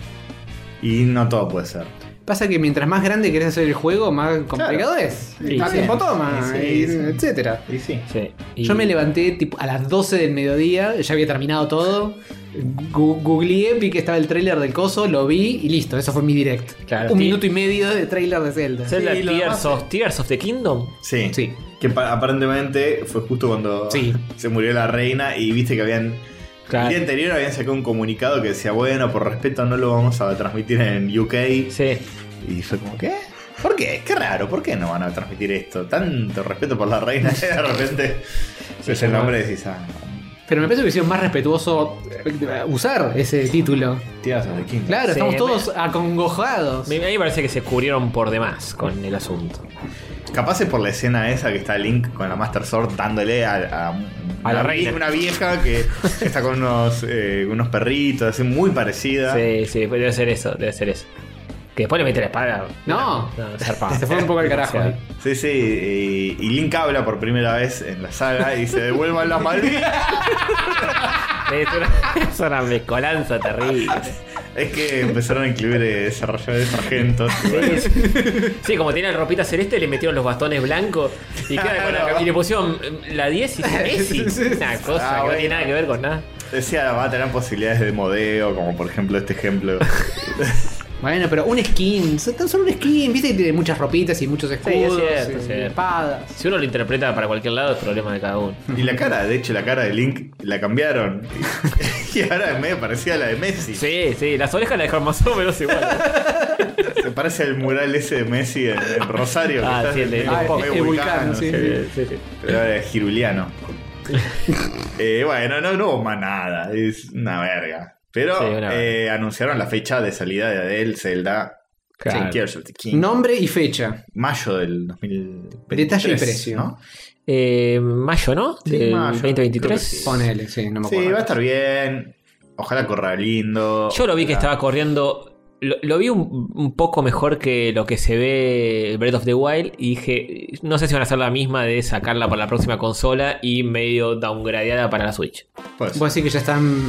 Y no todo puede ser.
Pasa que mientras más grande querés hacer el juego, más complicado es.
Y
más
sí.
tiempo toma,
Y sí,
y-
sí.
etcétera.
Y sí.
sí. Y-
Yo me levanté tipo a las 12 del mediodía, ya había terminado todo. Gu- googleé, vi que estaba el tráiler del coso, lo vi y listo. Eso fue mi direct.
Claro,
Un
sí.
minuto y medio de tráiler de Zelda.
Zelda
Sí, lo
Tears,
demás-
of, Tears of the Kingdom.
Sí.
Sí.
Que pa- aparentemente fue justo cuando
Sí.
se murió la reina y viste que habían.
Claro.
El día anterior habían sacado un comunicado que decía, bueno, por respeto no lo vamos a transmitir en UK.
Sí.
Y fue como, ¿qué? ¿Por qué? Qué raro, ¿por qué no van a transmitir esto? Tanto respeto por la reina y de repente es el
como-
nombre y decís, ah,
Pero me parece que hubiese sido más respetuoso eh, usar ese título.
tías de King.
Claro,
Sí,
estamos
me-
todos acongojados.
A mí me parece que se cubrieron por demás con el asunto.
Capaz es por la escena esa que está Link con la Master Sword dándole a, a
A la
una
reina.
vie- Una vieja que está con unos, eh, unos perritos, así muy parecida.
Sí, sí, pues debe ser eso, debe ser eso. Que después le mete la espada.
No.
no zarpado.
Se fue un poco al carajo
O sea,
ahí.
Sí, sí, y, y Link habla por primera vez en la saga y se devuelvan las Malvinas.
Es una, es una mezcolanza terrible.
Es que empezaron a incluir eh, desarrolladores sargentos. y bueno,
Sí, como tenía la ropita celeste, le metieron los bastones blancos y, queda con la
Claro.
cam- y le pusieron eh, la 10 y Messi. Una cosa
Ah,
que no
bueno.
tiene nada que ver con nada.
Decía, va a tener posibilidades de modeo, como por ejemplo este ejemplo.
Bueno, pero un skin, so- tan solo un skin, viste que tiene muchas ropitas y muchos escudos,
cierto,
y
es cierto.
espadas.
Si uno lo interpreta para cualquier lado, es problema de cada uno.
Y la cara, de hecho, la cara de Link la cambiaron. Y ahora es medio parecida a la de Messi.
Sí, sí, las orejas las dejaron más o menos igual. ¿eh?
Se parece al mural ese de Messi en, en Rosario. que
Ah,
está
sí, el de-
medio-
ah,
medio
el- el
vulcano,
sí.
sí,
Sí, sí, sí.
Pero ahora es giruliano. Eh, bueno, no, no hubo más nada. Es una verga. Pero
Sí, una verga.
eh, anunciaron la fecha de salida de él, Zelda.
Claro.
Tears of the King.
Nombre y fecha.
Mayo del 2023.
Detalle y precio.
¿no?
Eh, mayo, ¿no?
Sí,
Del
mayo, creo que
2023.
sí.
Ponele, sí, no me acuerdo.
Sí, va a estar bien. Ojalá corra lindo.
Yo lo vi que
Ojalá-
estaba corriendo. Lo, lo vi un, un poco mejor que lo que se ve el Breath of the Wild. Y dije, no sé si van a hacer la misma de sacarla para la próxima consola y medio downgradeada para la Switch.
Pues,
Vos decís que ya están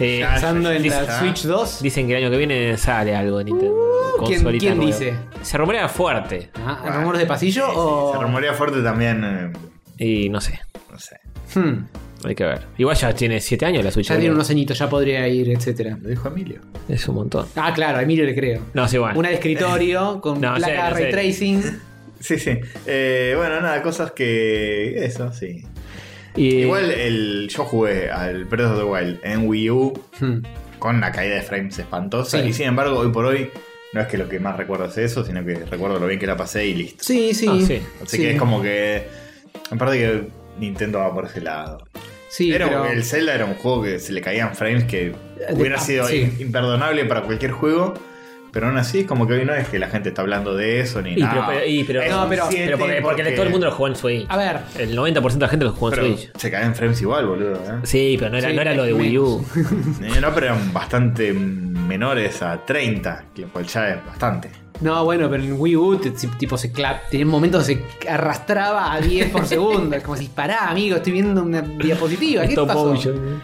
Eh,
Ya,
pensando
ya
en la
está.
Switch 2.
Dicen que el año que viene sale algo de Nintendo.
Uh, ¿quién-
consolita
quién
nueva.
dice?
Se rumorea fuerte.
Ah,
Bueno,
¿Rumores de pasillo
sí, sí,
o.?
Se rumorea fuerte también. eh,
Y no sé,
No sé.
Hmm,
hay que ver. Igual ya tiene 7 años la Switch.
ya tiene
boludo.
unos añitos, ya podría ir, etcétera.
Lo dijo Emilio.
Es un montón.
Ah, claro, a Emilio le creo.
No, es igual.
Una de escritorio con
No, en
placa
serio,
ray
en
tracing.
Sí, sí. Eh, bueno, nada, cosas que. Eso, sí.
Y-
Igual el, yo jugué al Breath of the Wild en Wii U
Hmm.
con una caída de frames espantosa.
Sí.
Y sin embargo, hoy por hoy, no es que lo que más recuerdo es eso, sino que recuerdo lo bien que la pasé y listo.
Sí, sí.
Ah, sí.
Así
Sí.
que es como que. Aparte que Nintendo va por ese lado.
Sí,
Era-
pero.
El Zelda era un juego que se le caían frames
Eh,
que hubiera
ah,
sido
sí.
imperdonable para cualquier juego. Pero aún así, como que hoy no es que la gente está hablando de eso ni
Y, pero,
nada.
pero- y, pero-
Es
No,
un
pero-
siete
pero porque, porque todo el mundo lo jugó en Switch.
A ver,
El 90% de la gente lo jugó en
pero
Switch.
se caían frames igual, boludo. ¿eh?
Sí, pero no era,
Sí,
no era lo de Wii U.
Eh, no, pero eran bastante menores a 30, que lo cual ya es bastante.
no, bueno, pero en Wii U, te- si- tipo, se clap, tenía momentos se arrastraba a 10 por segundo. es como si, pará, amigo, estoy viendo una diapositiva. ¿Qué
Stop
pasó?
motion.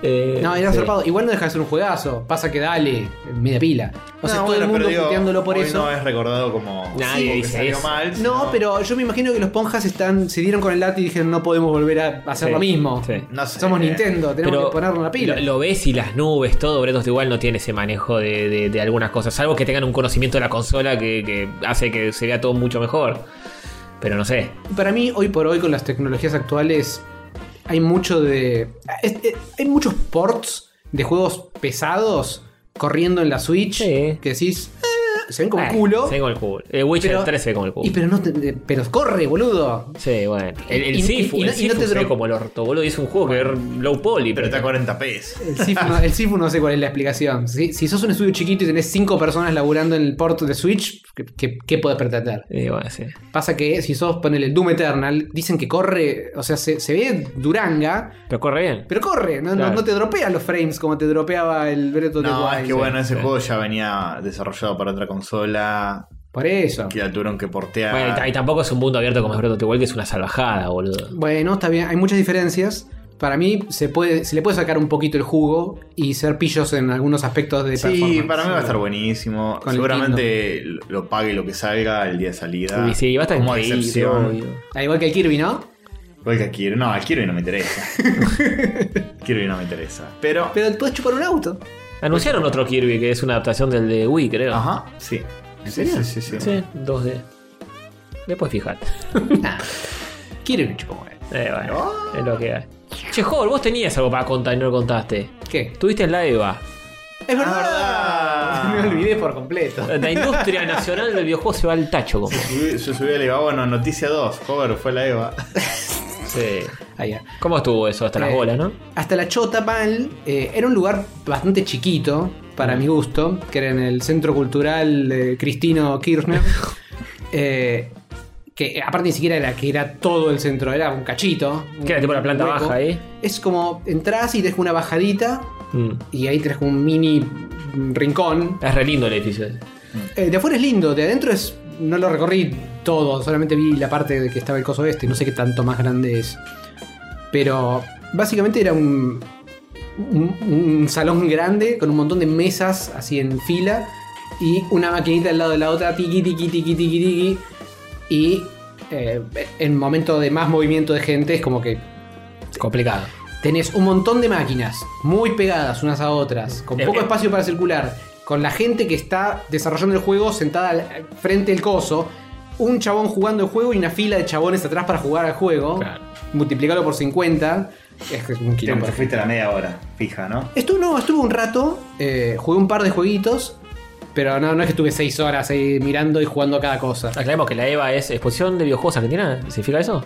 Eh,
No, era
sí.
zarpado. Igual no deja de ser un juegazo. Pasa que dale, media pila. O sea,
No,
todo
bueno,
el mundo
pero digo,
puteándolo por
hoy
eso.
No es recordado como.
Nadie
algo que
dice
salió
eso.
mal,
No,
sino-
pero yo me imagino que los ponjas están, se dieron con el látigo y dijeron no podemos volver a hacer
Sí,
lo mismo.
sí.
No sé.
Somos Nintendo, tenemos
Pero
que ponernos la pila.
Lo, lo ves y las nubes, todo, Breath of the Wild no tiene ese manejo de, de- de algunas cosas, salvo que tengan un conocimiento de la consola que, que hace que se vea todo mucho mejor. Pero no sé.
Para mí, hoy por hoy, con las tecnologías actuales, hay mucho de. es- es- hay muchos ports de juegos pesados corriendo en la Switch
Sí.
que decís. "Eh, se ven como el
Eh,
culo.
Se ve como el culo. El Witcher
Pero-
3 se ve como el culo.
Y pero no te- eh, pero corre, boludo.
Sí, bueno. El, el
Y- y-
Sifu,
y no-
el
y no
Sifu
te
se ve
dro-
como el orto, boludo. Y es un juego que es low poly.
Pero está a 40 pesos.
El Sifu, no, el Sifu no sé cuál es la explicación. Si, si sos un estudio chiquito y tenés cinco personas laburando en el port de Switch, ¿qué, qué, qué podés pretender?
Eh, bueno, sí.
Pasa que si sos, ponele el Doom Eternal, dicen que corre, o sea, se, se ve duranga,
Pero corre bien.
pero corre, no, no-
Claro.
no te dropea los frames como te dropeaba el Breath of the
No,
Wild.
es que bueno, ese
sí.
juego ya venía desarrollado para otra consola.
Por eso.
Que la tuvieron que portear.
Bueno, y, ta- y tampoco es un mundo abierto como es Breath of the Wild, que es una salvajada, boludo.
Bueno, está bien, hay muchas diferencias. Para mí se, puede, se le puede sacar un poquito el jugo y ser pillos en algunos aspectos de
Sí,
performance.
para mí va a estar buenísimo.
Con el
Seguramente lo pague lo que salga el día de salida.
Y sí, va a estar
Como
increíble,
excepción.
obvio.
Al igual que el Kirby, ¿no?
Igual que a Kirby. No, a Kirby no me interesa. Kirby no me interesa. Pero.
Pero puedes chupar un auto.
Anunciaron otro Kirby, que es una adaptación del de Wii, creo.
Ajá, sí. ¿En
serio?
Sí, sí, sí.
Sí, 2D. Después fijate.
Nah. Kirby chupa un huevo.
Eh, bueno,
Ah.
es lo que hay. Che, Joel, vos tenías algo para contar y no lo contaste.
¿Qué?
Tuviste la EVA,
¡Es
verdad!
Me olvidé por completo.
la industria nacional del videojuego se va al tacho, como.
Subí- Yo subí a la Eva, bueno, noticia 2. Joder, fue la Eva.
Sí.
Ahí va.
¿Cómo estuvo eso? Hasta las
Eh,
bolas, ¿no?
Hasta la Chota Mal eh, era un lugar bastante chiquito, para mi gusto, que era en el Centro Cultural de Cristino Kirchner. Eh, que eh, aparte ni siquiera era que era todo el centro, era un cachito. un-
Que era tipo la planta
un hueco.
baja ahí.
Es como entras y dejas una bajadita
Mm.
y ahí tenés como un mini rincón.
Es re lindo el edificio. ese.
Eh, de afuera es lindo, de adentro es. No lo recorrí todo, solamente vi la parte de que estaba el coso este, no sé qué tanto más grande es. Pero básicamente era un, un, un salón grande con un montón de mesas así en fila y una maquinita al lado de la otra, tiqui, tiqui, tiqui, tiqui, tiqui. Y eh, en momento de más movimiento de gente es como que
Complicado.
tenés un montón de máquinas muy pegadas unas a otras, con
Eh,
poco
eh.
espacio para circular, con la gente que está desarrollando el juego sentada al- frente al coso, un chabón jugando el juego y una fila de chabones atrás para jugar al juego,
Claro.
multiplicarlo por 50, es que es un
Te
quilombo.
fuiste a la media hora, fija, ¿no?
Estuve, no, estuve un rato, eh, jugué un par de jueguitos, pero no, no es que estuve 6 horas ahí mirando y jugando a cada cosa,
Aclaremos que la EVA es exposición de videojuegos argentina. ¿Significa eso?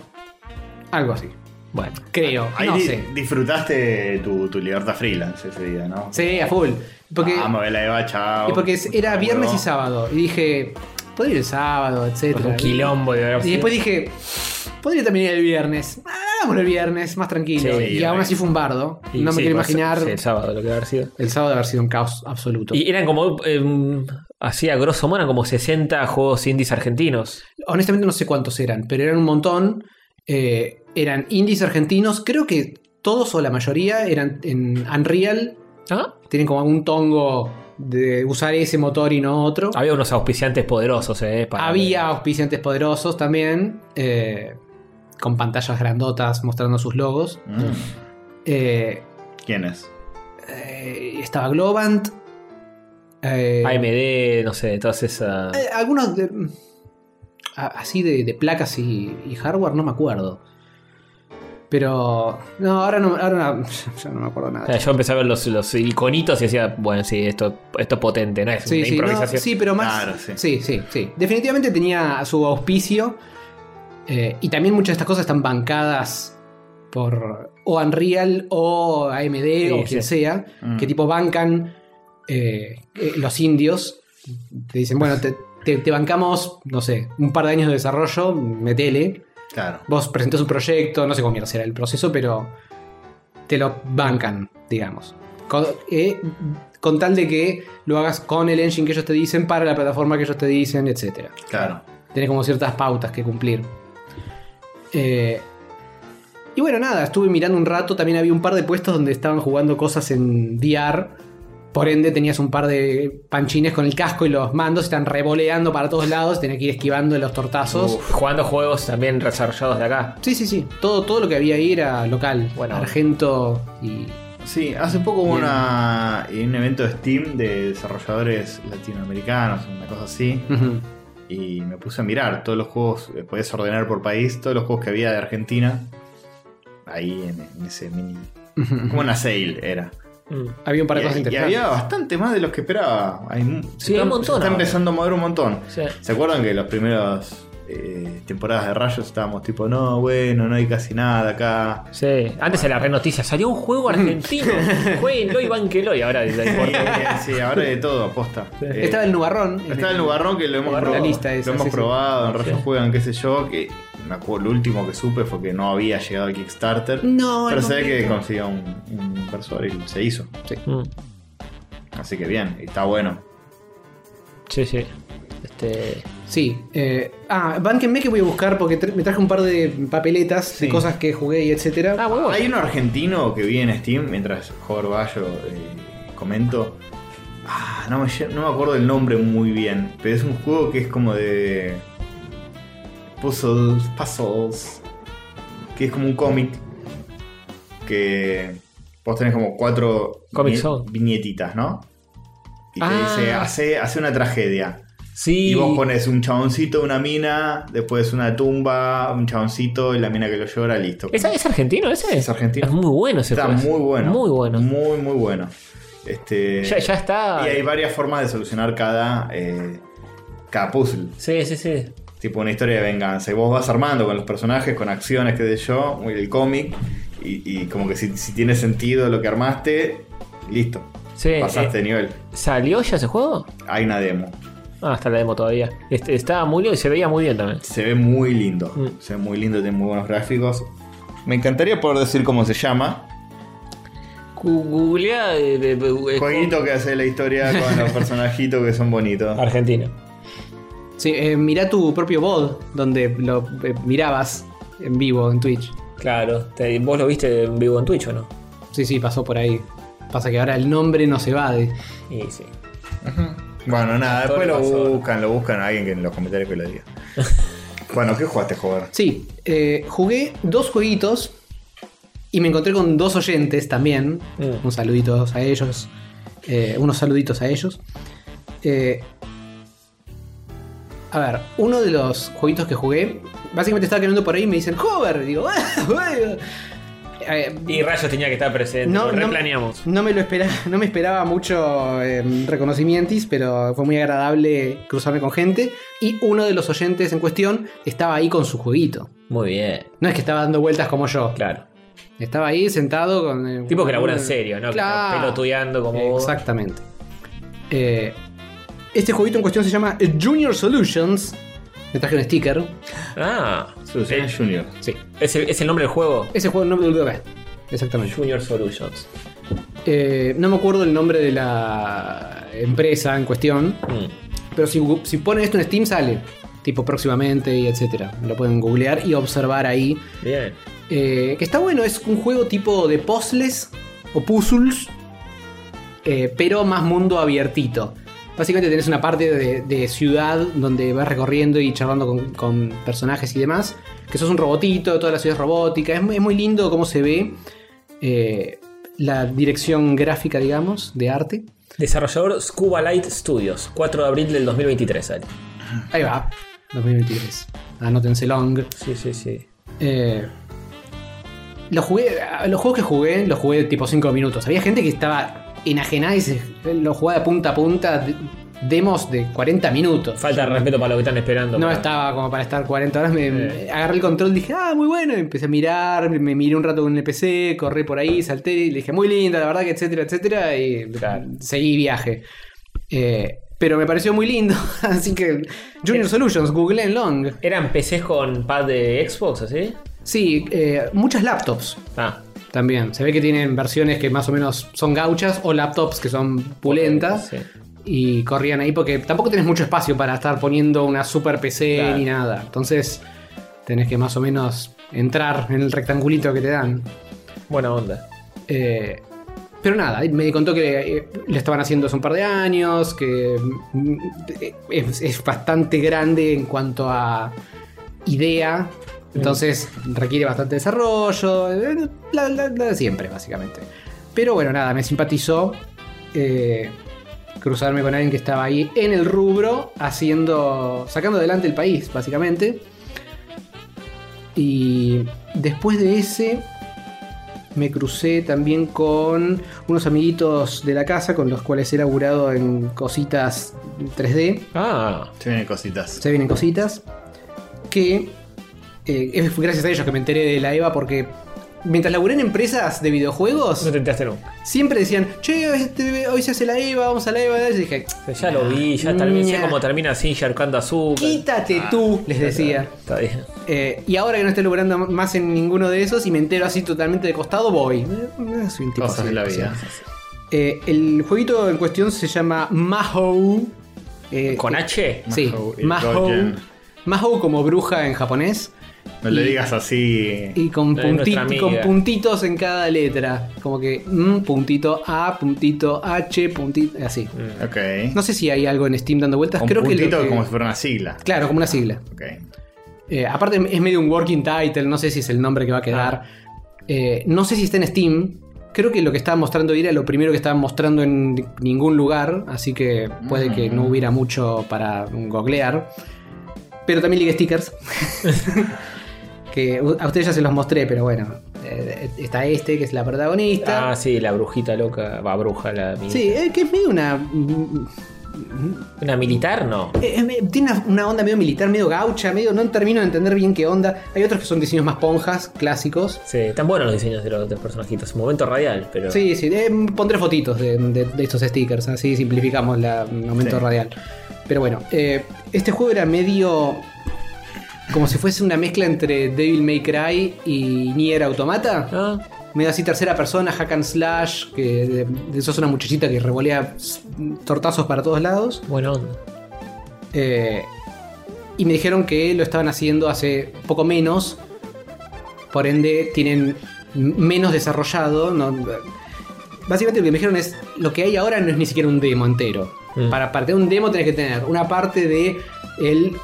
algo así,
Bueno.
creo,
Ahí
no
di-
sé.
disfrutaste tu, tu libertad freelance ese día, ¿no?
Sí, a full. Porque
Vamos a ver la Eva, chao.
Y porque era
Bueno.
viernes y sábado. Y dije, podría ir el sábado, etcétera.
Un quilombo de
Y después dije, podría también ir el viernes. Ah, Hagámoslo el viernes, más tranquilo.
Sí,
y aún así fue un bardo. no me
pues,
quiero imaginar
el sábado, lo que va a haber sido.
el sábado haber sido un caos absoluto.
Y eran como, eh, así a grosso modo, eran como 60 juegos indies argentinos.
Honestamente no sé cuántos eran, pero eran un montón. Eh, eran indies argentinos. Creo que todos o la mayoría eran en Unreal.
¿Ah?
Tienen como algún tongo de usar ese motor y no otro.
Había unos auspiciantes poderosos, ¿eh? para-
Había auspiciantes poderosos también, eh, con pantallas grandotas mostrando sus logos.
Mm.
Eh,
¿Quién es?
eh, estaba Globant. eh,
AMD, no sé, todas esas.
eh, algunos de- a- así de, de placas y, y hardware, no me acuerdo. Pero. No, ahora no, ahora no- ya no me acuerdo
O
nada.
sea, yo empecé a ver los, los iconitos y decía, bueno, sí, esto, esto es potente, ¿no? Es
Sí,
una
sí, no,
improvisación.
sí, pero más.
Claro, sí.
sí. sí, sí, Definitivamente tenía su auspicio. eh, y también muchas de estas cosas están bancadas por o Unreal o AMD o
sí.
quien sea,
Mm.
que tipo bancan eh, eh, los indios. Te dicen, bueno, te, te- te bancamos, no sé, un par de años de desarrollo, metele.
Claro.
Vos presentás un proyecto, no sé cómo mierda será el proceso, pero te lo bancan, digamos. Con, eh, con tal de que lo hagas con el engine que ellos te dicen, para la plataforma que ellos te dicen, etcétera
Claro.
tenés como ciertas pautas que cumplir. Eh, y bueno, nada, estuve mirando un rato, también había un par de puestos donde estaban jugando cosas en VR. Por ende, tenías un par de panchines con el casco y los mandos, están revoleando para todos lados, tenés que ir esquivando los tortazos.
Uf, jugando juegos también desarrollados de acá.
Sí, sí, sí. Todo, todo lo que había ahí era local.
Bueno.
Argento y.
Sí, hace poco hubo
Bien.
una, un evento de Steam de desarrolladores latinoamericanos, una cosa así.
Ujú.
Y me puse a mirar todos los juegos, eh, podías ordenar por país, todos los juegos que había de Argentina. Ahí en, en ese mini. Como una sale era.
Había un par de
y,
cosas
y
interesantes.
había bastante más de los que esperaba. Hay, mu-
Sí,
se
hay
está-
un montón
se Está
ahora.
empezando a mover un montón.
Sí.
¿Se acuerdan que las primeras eh, temporadas de Rayos estábamos tipo, no, bueno, no hay casi nada acá?
Sí. Antes en la red noticias salió un juego argentino. Jueguenlo y banquenlo. Y ahora ya
Y,
importa.
eh, sí, ahora hay de todo, aposta. Eh,
Estaba el nubarrón.
Está el nubarrón que lo hemos
La
probado.
lista esa,
lo hemos
sí, sí.
probado, en
Sí.
Rayos Juegan, qué sé yo. Que me acuerdo, lo último que supe fue que no había llegado al Kickstarter.
No,
pero
el
se ve que
momento.
consiguió un, un inversor y se hizo.
Mm.
Así que bien, está bueno.
Sí, sí. Este.
Sí. eh, ah, banquenme que voy a buscar porque tra- me traje un par de papeletas
Sí.
de cosas que jugué y etcétera.
Ah, muy bueno.
Hay un argentino que vi en Steam, mientras Jorge Bayo eh, comento. Ah, no, me, lle- no me acuerdo el nombre muy bien, pero es un juego que es como de. Puzzles, puzzles. Que es como un cómic. Que vos tenés como cuatro
Comic
viñe-
Zone.
viñetitas, ¿no? Y te
Ah.
dice, hace, hace una tragedia.
Sí.
Y vos pones un chaboncito, una mina, después una tumba, un chaboncito y la mina que lo llora, listo.
¿Es, es argentino ese?
Es argentino.
Es muy bueno ese
Está
juego.
muy bueno.
Muy bueno.
Muy, muy bueno. Este,
Ya, ya está.
Y hay varias formas de solucionar cada, eh, cada puzzle.
Sí, sí, sí.
Tipo una historia de venganza. Y vos vas armando con los personajes, con acciones, qué sé yo, muy el cómic. Y, y como que si, si tiene sentido lo que armaste, listo.
Sí,
Pasaste
eh,
de nivel.
¿Salió ya ese juego?
Hay una demo.
Ah, está la demo todavía. Este, estaba muy bien y se veía muy bien también.
Se ve muy lindo.
Mm.
Se ve muy lindo, tiene muy buenos gráficos. Me encantaría poder decir cómo se llama.
Googlea. eh, eh, eh,
Jueguito que hace la historia con los personajitos que son bonitos.
Argentino.
Sí, eh, mirá tu propio bod donde lo eh, mirabas en vivo en Twitch.
Claro. te- vos lo viste en vivo en Twitch o no?
Sí, sí, pasó por ahí. Pasa que ahora el nombre no se va de.
Y sí.
Bueno, nada,
Todo
después
le
lo
pasó.
buscan, lo buscan a alguien que en los comentarios que lo diga. bueno, ¿qué jugaste, joder?
Sí, eh, jugué dos jueguitos y me encontré con dos oyentes también.
Mm.
Un saludito a ellos. eh, unos saluditos a ellos. Eh, a ver, uno de los jueguitos que jugué, básicamente estaba caminando por ahí y me dicen, ¡Hover! Y digo, ¡Ah! bueno". Eh,
Y Rayos tenía que estar presente.
No,
lo
no-
replaneamos.
No me lo esperaba, no me esperaba mucho reconocimientos, pero fue muy agradable cruzarme con gente. Y uno de los oyentes en cuestión estaba ahí con su jueguito.
Muy bien.
No es que estaba dando vueltas como yo.
Claro.
Estaba ahí sentado con. el-
Tipo que labura en
Mm,
serio, ¿no? Que
Claro.
está pelotudeando como vos.
Exactamente. Eh, este jueguito en cuestión se llama Junior Solutions. Me traje un sticker.
Ah.
Soluciones
Eh,
Junior.
Sí.
¿Es el, es el nombre del juego?
Ese juego no Exactamente.
Junior Solutions.
Eh, no me acuerdo el nombre de la empresa en cuestión.
Mm.
Pero si, gu- si ponen esto en Steam sale, tipo próximamente y etcétera. Lo pueden googlear y observar ahí.
Bien.
Eh, que está bueno, es un juego tipo de puzzles o puzzles, eh, pero más mundo abiertito. Básicamente tenés una parte de, de ciudad donde vas recorriendo y charlando con, con personajes y demás. Que sos un robotito, toda la ciudad es robótica. Es, muy- es muy lindo cómo se ve eh, la dirección gráfica, digamos, de arte.
Desarrollador Scuba Light Studios, 4 de abril del 2023 sale.
Ahí va, 2023. Anótense long.
Sí, sí, sí.
Eh, lo jugué, los juegos que jugué, los jugué tipo 5 minutos. Había gente que estaba enajenada y se, lo jugaba de punta a punta, de, demos de 40 minutos.
Falta de respeto para lo que están esperando.
No
para-
estaba como para estar 40 horas. Me,
Eh.
Agarré el control, dije, ah, muy bueno. y empecé a mirar, me, me miré un rato con el PC, corrí por ahí, salté y le dije, muy linda, la verdad que etcétera, etcétera. Y
Claro.
seguí viaje. Eh, pero me pareció muy lindo, así que Junior Solutions, Google en Long.
¿Eran PCs con pad de Xbox así?
Sí, eh, muchas laptops
Ah,
también. Se ve que tienen versiones que más o menos son gauchas o laptops que son pulentas.
sí.
Y corrían ahí porque tampoco tenés mucho espacio para estar poniendo una super PC
Claro.
ni nada. Entonces tenés que más o menos entrar en el rectangulito que te dan.
Buena onda.
Eh, pero nada, me contó que eh, lo estaban haciendo hace un par de años, que mm, eh, es, es bastante grande en cuanto a idea, entonces requiere bastante desarrollo, eh, la, la- la de siempre básicamente. Pero bueno, nada, me simpatizó eh, cruzarme con alguien que estaba ahí en el rubro, haciendo, sacando adelante el país básicamente. Y después de ese, me crucé también con unos amiguitos de la casa con los cuales he laburado en cositas 3D.
Ah,
Se vienen cositas.
Se vienen cositas. Que eh, es gracias a ellos que me enteré de la EVA porque mientras laburé en empresas de videojuegos,
no te enteraste nunca.
siempre decían, che, este, hoy se hace la EVA, vamos a la EVA. Y dije,
Ya lo vi, ya tal vez sé cómo termina así, encharcando azúcar.
quítate
Ah,
tú, les decía.
Está bien.
Eh, y ahora que no estoy laburando más en ninguno de esos y me entero así totalmente de costado, voy. Eh, Soy un tipo
Cosas
así,
de la
así.
vida.
Eh, el jueguito en cuestión se llama Mahou. Eh,
¿Con
eh,
H?
Sí,
Mahou y
Mahou.
Gojen.
Mahou como bruja en japonés.
No le
Y-
digas así.
Y con,
La de
punti-
nuestra amiga.
con puntitos en cada letra. Como que mm, puntito A, puntito H, puntito. Así.
Mm.
Ok.
No sé si hay algo en Steam dando vueltas.
Con
Creo que lo
puntito
que-
como si fuera una sigla.
Claro, como una sigla.
Ok.
Eh, aparte es medio un working title, no sé si es el nombre que va a quedar. Eh, no sé si está en Steam. Creo que lo que estaba mostrando era lo primero que estaban mostrando en ningún lugar, así que puede que no hubiera mucho para googlear. Pero también ligue stickers. que u- a ustedes ya se los mostré, pero bueno. Eh, está este, que es la protagonista.
Ah, sí, la brujita loca. Va, bruja, la militar.
sí, eh, que es medio una. mm,
¿Una militar? No.
Eh, eh, me- tiene una, una onda medio militar, medio gaucha, medio. No termino de entender bien qué onda. Hay otros que son diseños más ponjas, clásicos.
Sí, están buenos los diseños de los dos personajitos. Momento radial, pero.
Sí, sí, eh, pondré fotitos de, de- de estos stickers, así simplificamos la- el aumento
Sí.
radial. Pero bueno, eh, este juego era medio como si fuese una mezcla entre Devil May Cry y Nier Automata.
Ah,
Medio así tercera persona, hack and slash, que de- de- sos una muchachita que revolea s- tortazos para todos lados.
buena onda.
Eh, y me dijeron que lo estaban haciendo hace poco menos. Por ende, tienen m- menos desarrollado. no- básicamente lo que me dijeron es, lo que hay ahora no es ni siquiera un demo entero.
Mm.
Para, para tener un demo tenés que tener una parte de el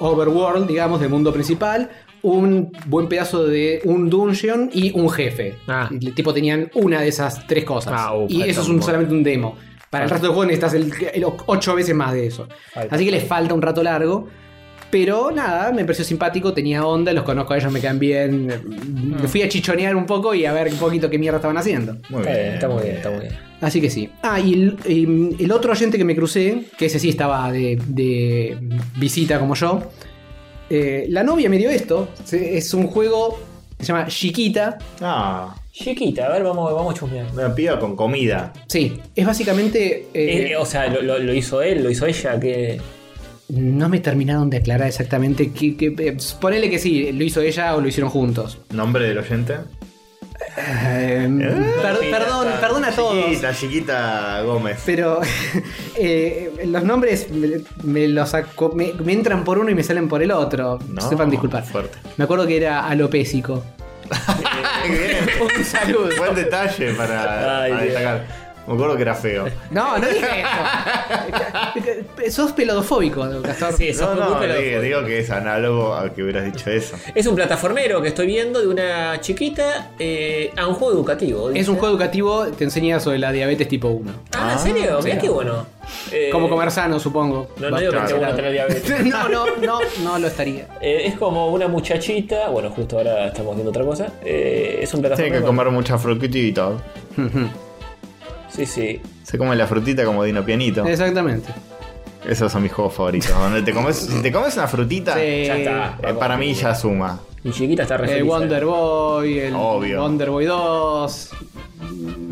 overworld, digamos, del mundo principal, un buen pedazo de un dungeon y un jefe.
Ah.
Y el tipo tenían una de esas tres cosas.
Ah, upa,
y eso es un,
tampoco.
solamente un demo. Para el
Ah.
resto del juego necesitas el, el o- ocho veces más de eso.
Falta.
Así que les falta un rato largo. Pero nada, me pareció simpático, tenía onda, los conozco a ellos, me caen bien.
Mm.
Me Fui a chichonear un poco y a ver un poquito qué mierda estaban haciendo.
Muy
Está
bien.
bien, Eh, está muy bien, está muy bien.
Así que sí. Ah, y el, y el otro oyente que me crucé, que ese sí estaba de, de visita como yo, eh, la novia me dio esto. Se- Es un juego que se llama Chiquita.
Ah,
Chiquita, a ver, vamos, vamos a chusmear.
una piba con comida.
Sí, es básicamente... eh,
Eh, o sea, lo, lo- lo hizo él, lo hizo ella, que.
no me terminaron de aclarar exactamente qué... qué- eh, ponele que sí, lo hizo ella o lo hicieron juntos.
¿Nombre del oyente?
Eh, per- perdón, perdón a todos.
Chiquita, chiquita Gómez.
Pero eh, los nombres me, me los aco- me, me entran por uno y me salen por el otro.
No,
Sepan disculpar.
fuerte.
Me acuerdo que era alopésico. Un saludo.
Buen detalle para,
Ay,
para
Dios.
destacar. Me acuerdo que era feo.
No, no dije eso. Sos pelodofóbico, Castor.
Sí, sos
No,
muy
no,
pelotudo.
digo, digo que es análogo a que hubieras dicho eso.
Es un plataformero que estoy viendo de una chiquita eh, a un juego educativo.
Es
dice.
un juego educativo, te enseña sobre la diabetes tipo 1.
Ah, ¿en serio? Mirá
sí.
qué bueno. Eh,
Como comer sano, supongo.
No, no digo que
Va-
esté bueno
claro.
tener diabetes.
No, no, no, no lo estaría.
Eh, es como una muchachita, bueno, justo ahora estamos viendo otra cosa. Eh, es un
Tiene
plataformero.
que comer mucha frutita y todo.
Ujú.
Sí, sí.
Se come la frutita como Dino Pianito.
Exactamente.
Esos son mis juegos favoritos. Donde te comes, si te comes una frutita,
Sí.
Ya está.
eh, para mí ya suma.
Y chiquita está re
El
feliz,
Wonder
¿eh?
Boy, el
Obvio.
Wonder Boy 2,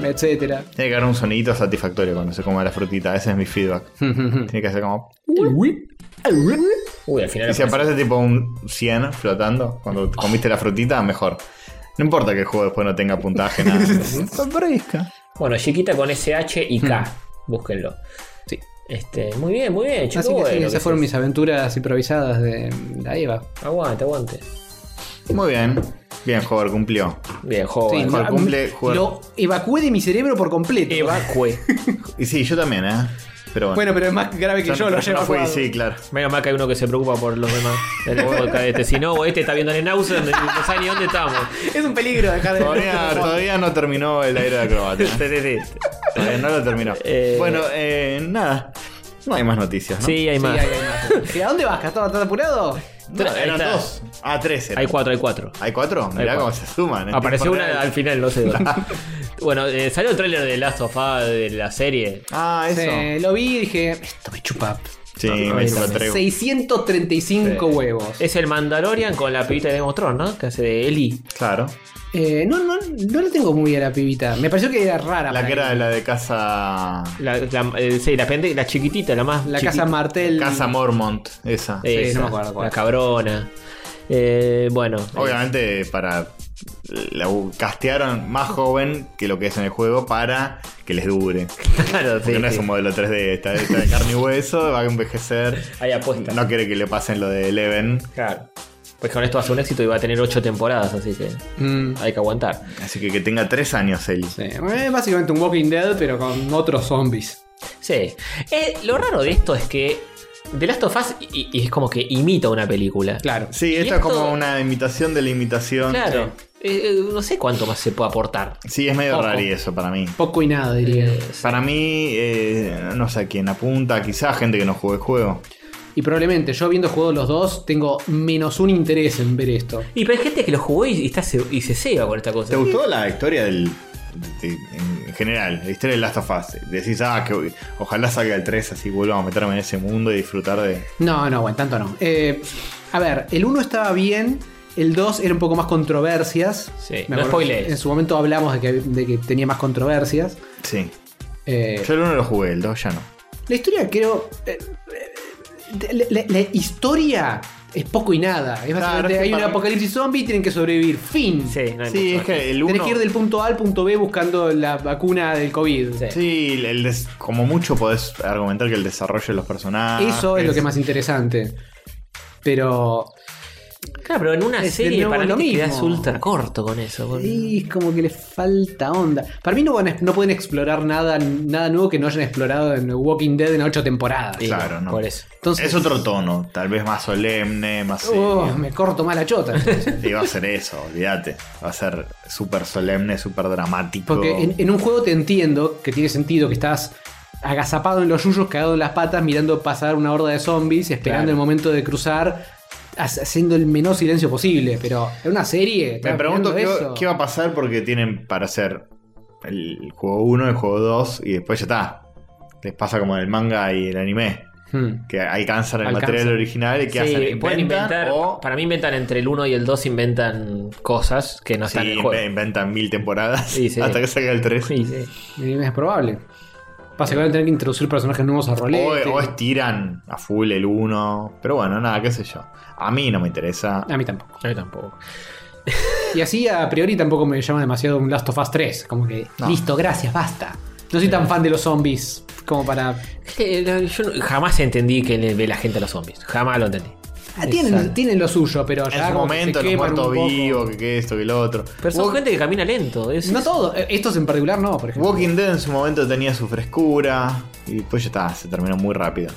etcétera.
Tiene que haber un sonidito satisfactorio cuando se come la frutita. Ese es mi feedback.
Hmm.
Tiene que hacer como.
Uy, al final.
Y si aparece tipo un 100 flotando
Oh.
cuando te comiste la frutita, mejor. No importa que el juego después no tenga puntaje, nada. Aparezca.
Bueno, chiquita con SH y K. Búsquenlo. Sí. Este, muy bien, muy bien, chicos.
Así que sí,
bueno,
esas fueron
que
mis aventuras improvisadas de la Eva.
sí. Aguante, aguante.
Muy bien. Bien, Hover cumplió.
Bien, joven.
Sí. Oh, Mejor
ma-
cumple, jugar-
ah, lo evacué de mi cerebro por completo.
Evacue.
Y sí, yo también, ¿eh? Pero bueno.
bueno, pero es más grave que yo, lo
no
haya
fui,
evacuado.
sí, claro.
Menos mal que hay uno que se preocupa por los demás en el podcast este. Si no, este está viendo en el náusea donde no sabe ni dónde estamos.
Es un peligro dejar de
Todavía, todavía no terminó el aire de acrobata.
Sí, sí, sí.
Todavía no lo terminó.
Eh.
Bueno, eh, nada. No hay más noticias, ¿no?
Sí, hay
Sí,
más.
ahí hay más. ¿Y ¿A dónde vas, Gastón? ¿Estás apurado?
No,
Ahí
eran
está.
dos. Ah, tres. eran.
Hay cuatro, hay cuatro.
¿Hay cuatro? Mirá
cuatro.
cómo se suman. Ah, este en
Apareció
tiempo
una
real.
al final, no sé. dónde. bueno, eh, salió el tráiler de Last of Us de la serie.
Ah, eso.
Sí, Eh, lo vi y dije, esto me chupa
Sí,
Ah,
me
ahí
hizo
está.
traigo.
635
Sí.
huevos.
Es el Mandalorian con la pibita de Game of Thrones, ¿no? Que hace de Ellie.
Claro.
Eh, no, no, no la tengo muy a la pibita. Me pareció que era rara.
La
para
que
mí.
era la de casa.
La, la- eh, sí, la, pende- la chiquitita, la más.
La
chiquita.
casa Martel.
Casa Mormont, esa.
Esa,
Sí, no me acuerdo cuál.
La cabrona. Eh, bueno.
Obviamente para la castearon más joven que lo que es en el juego para que les dure.
Claro,
Porque
sí,
no es
sí.
un modelo 3D, está, está de carne y hueso, va a envejecer.
Hay apuesta.
No quiere que le pasen lo de Eleven.
Claro. Pues con esto hace un éxito y va a tener ocho temporadas, así que
Mm,
hay que aguantar.
Así que que tenga tres años él.
sí. Eh, básicamente un Walking Dead, pero con otros zombies.
Sí. Eh, lo raro de esto es que The Last of Us i- i- es como que imita una película.
Claro.
Sí,
¿Y
esto es
esto?
como una imitación de la imitación.
Claro. Eh, eh, no sé cuánto más se puede aportar.
Sí, es medio
Ojo.
raro eso para mí.
Poco y nada, diría.
Eh,
Para mí, eh, no sé a quién apunta, quizá gente que no juegue el juego.
Y probablemente yo habiendo jugado los dos, tengo menos un interés en ver esto.
Y pero hay gente que lo jugó y, está se- y se ceba con esta cosa.
¿Te gustó la historia del. de- en general, la historia de Last of Us? Decís, ah, que ojalá salga el 3 así, vuelva a meterme en ese mundo y disfrutar de.
No, no, bueno, tanto no. Eh, a ver, el 1 estaba bien, el 2 era un poco más controversias.
Sí,
Me
no
acuerdo
spoilees.
que En su momento hablamos de que, de que tenía más controversias.
Sí.
Eh,
Yo el 1 lo jugué, el 2 ya no.
La historia, creo. eh, eh, la, la- la historia es poco y nada. Es básicamente,
es que
hay un
para-
apocalipsis zombie y tienen que sobrevivir. Fin.
Sí, no hay
Sí,
mucho
es que el
Tenés
1.
que ir del punto A al punto B buscando la vacuna del COVID.
Sí.
Sí, el- el des- como mucho podés argumentar que el desarrollo de los personajes.
Eso es lo que es más interesante. Pero.
más. Claro, pero en una
Es de
serie
nuevo
para mí
lo
te
mismo.
quedás ultra corto con eso. boludo.
sí, es como que le falta onda. Para mí no, van a- no pueden explorar nada, nada nuevo que no hayan explorado en Walking Dead en ocho temporadas.
Sí,
claro, no.
Por eso.
Entonces.
Es otro tono, tal vez más solemne, más serio.
Oh, me corto más la chota. entonces.
Y va a ser eso, olvídate. Va a ser súper solemne, súper dramático.
Porque en, en un juego te entiendo que tiene sentido que estás agazapado en los yuyos, cagado en las patas, mirando pasar una horda de zombies, esperando
Claro.
el momento de cruzar, ha- haciendo el menor silencio posible. Pero en una serie,
Me
estás
pregunto qué,
mirando eso.
qué va a pasar porque tienen para hacer el juego 1, el juego 2 y después ya está. Les pasa como en el manga y el anime,
Hmm.
que alcanzan el
Alcanzan.
material original y que
Sí,
hacen
pueden inventar.
o
Para mí inventan entre el 1 y el 2 inventan cosas que no
Sí,
están en el
inve-
juego.
inventan mil temporadas
Sí, sí.
hasta que salga el 3.
Sí, sí.
Eh, Es probable. Pasa que van a tener que introducir personajes nuevos a rolete.
O, o estiran a full el 1, pero bueno, nada, qué sé yo. A mí no me interesa.
A mí tampoco.
A mí tampoco.
Y así a priori tampoco me llama demasiado un Last of Us 3. Como que,
No.
listo, gracias, basta. No soy tan fan de los zombies como para...
Eh, lo- Yo no- jamás entendí que le ve la gente a los zombies. Jamás lo entendí.
Ah, Tienen,
Exacto.
tienen lo suyo, pero
En
ya
su
como que se
momento, los
queman un
muertos
poco.
vivos, que- que esto, que lo otro.
Pero son
Walk-
gente que camina lento. es-
No todo, eh, estos en particular no, por ejemplo.
Walking Dead en su momento tenía su frescura y después ya está, se terminó muy rápido.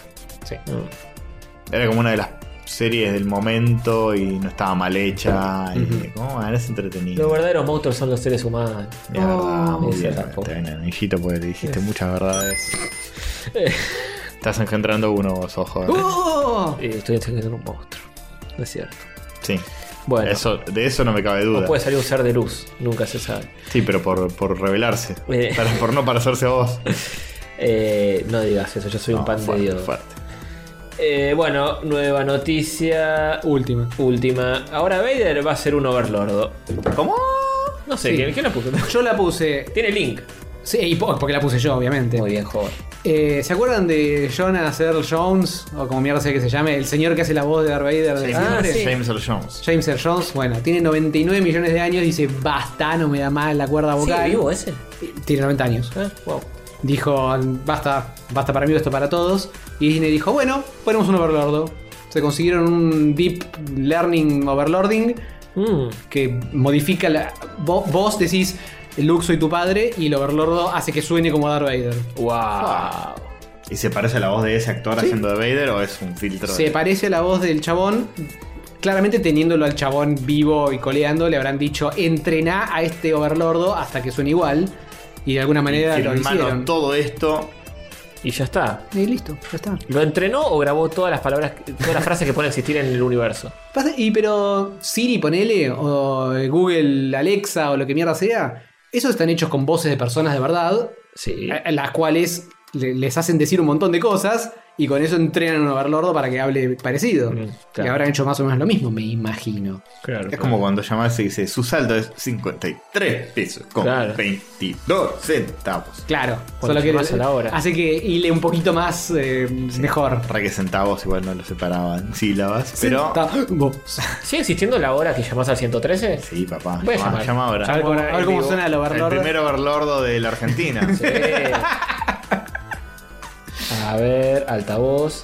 Sí.
Mm.
Era como una de las series del momento y no estaba mal hecha. Y
Ujú.
como, "Ah, eres entretenido.
Los verdaderos monstruos son los seres humanos.
Es verdad, muy
esa
bien.
tampoco.
Está bien, anillito, porque le dijiste muchas verdades. Estás engendrando uno vos, ojo.
¡Oh!
Eh, Estoy entendiendo un monstruo. No es cierto.
Sí,
Bueno,
eso, de eso no me cabe
o
duda.
puede salir un ser de luz. Nunca se sabe.
Sí, pero por, por revelarse.
Eh.
Para- por no parecerse a vos.
Eh, no digas eso. Yo soy
No,
un pan
fuerte,
de Dios. Ah,
fuerte.
Eh, bueno, nueva noticia.
Última.
Última. Ahora Vader va a ser un overlordo.
¿Cómo?
No sé,
Sí.
¿quién, quién la puso?
Yo la puse.
Tiene link.
Sí, y po- porque la puse yo, obviamente.
Muy bien, joven.
Eh, ¿Se acuerdan de Jonas Earl Jones? O como mierda sea que se llame, el señor que hace la voz de Darth Vader de
James,
siempre.
sí.
James Earl Jones.
James Earl Jones, bueno, tiene 99 millones de años, dice basta, no me da mal la cuerda vocal.
ese?
Tiene 90 años.
Ah, wow.
Dijo, basta, basta para mí, esto para todos. Y Disney dijo, bueno, ponemos un overlordo. Se consiguieron un deep learning overlording
Mm.
que modifica la. vo- vos decís, Luke soy tu padre, y el overlordo hace que suene como Darth Vader.
Wow.
¿Y se parece a la voz de ese actor haciendo de Vader o es un filtro?
Se
de-
parece a la voz del chabón. Claramente teniéndolo al chabón vivo y coleando, le habrán dicho, entrená a este overlordo hasta que suene igual. Y de alguna manera
Y
lo
hermano,
hicieron.
todo esto.
Y ya está.
Y listo, ya está.
¿Lo entrenó o grabó todas las palabras, todas las frases que pueden existir en el universo?
Pasa- Y pero Siri, ponele, o Google Alexa, o lo que mierda sea, esos están hechos con voces de personas de verdad,
Sí.
a- a Eh, las cuales le- les hacen decir un montón de cosas y con eso entrenan a un overlordo para que hable parecido.
Mm, claro.
Y habrán hecho más o menos lo mismo, me imagino.
Claro.
Es como cuando llamás y dice: su saldo es 53 pesos con
Claro.
22 centavos.
Claro,
Cuando
solo que
llamás a la hora.
hace que hile un poquito más eh, mejor.
Para que centavos igual no lo separaban sílabas, pero.
Ta- bo-
¿Sigue existiendo la hora que llamás al 113?
Sí, papá.
Voy a
Llama,
llamar.
llama ahora.
A ver cómo,
ahora
a ver cómo
digo,
suena el
El
overlordo.
primer overlordo de la Argentina.
Eh. A ver, altavoz.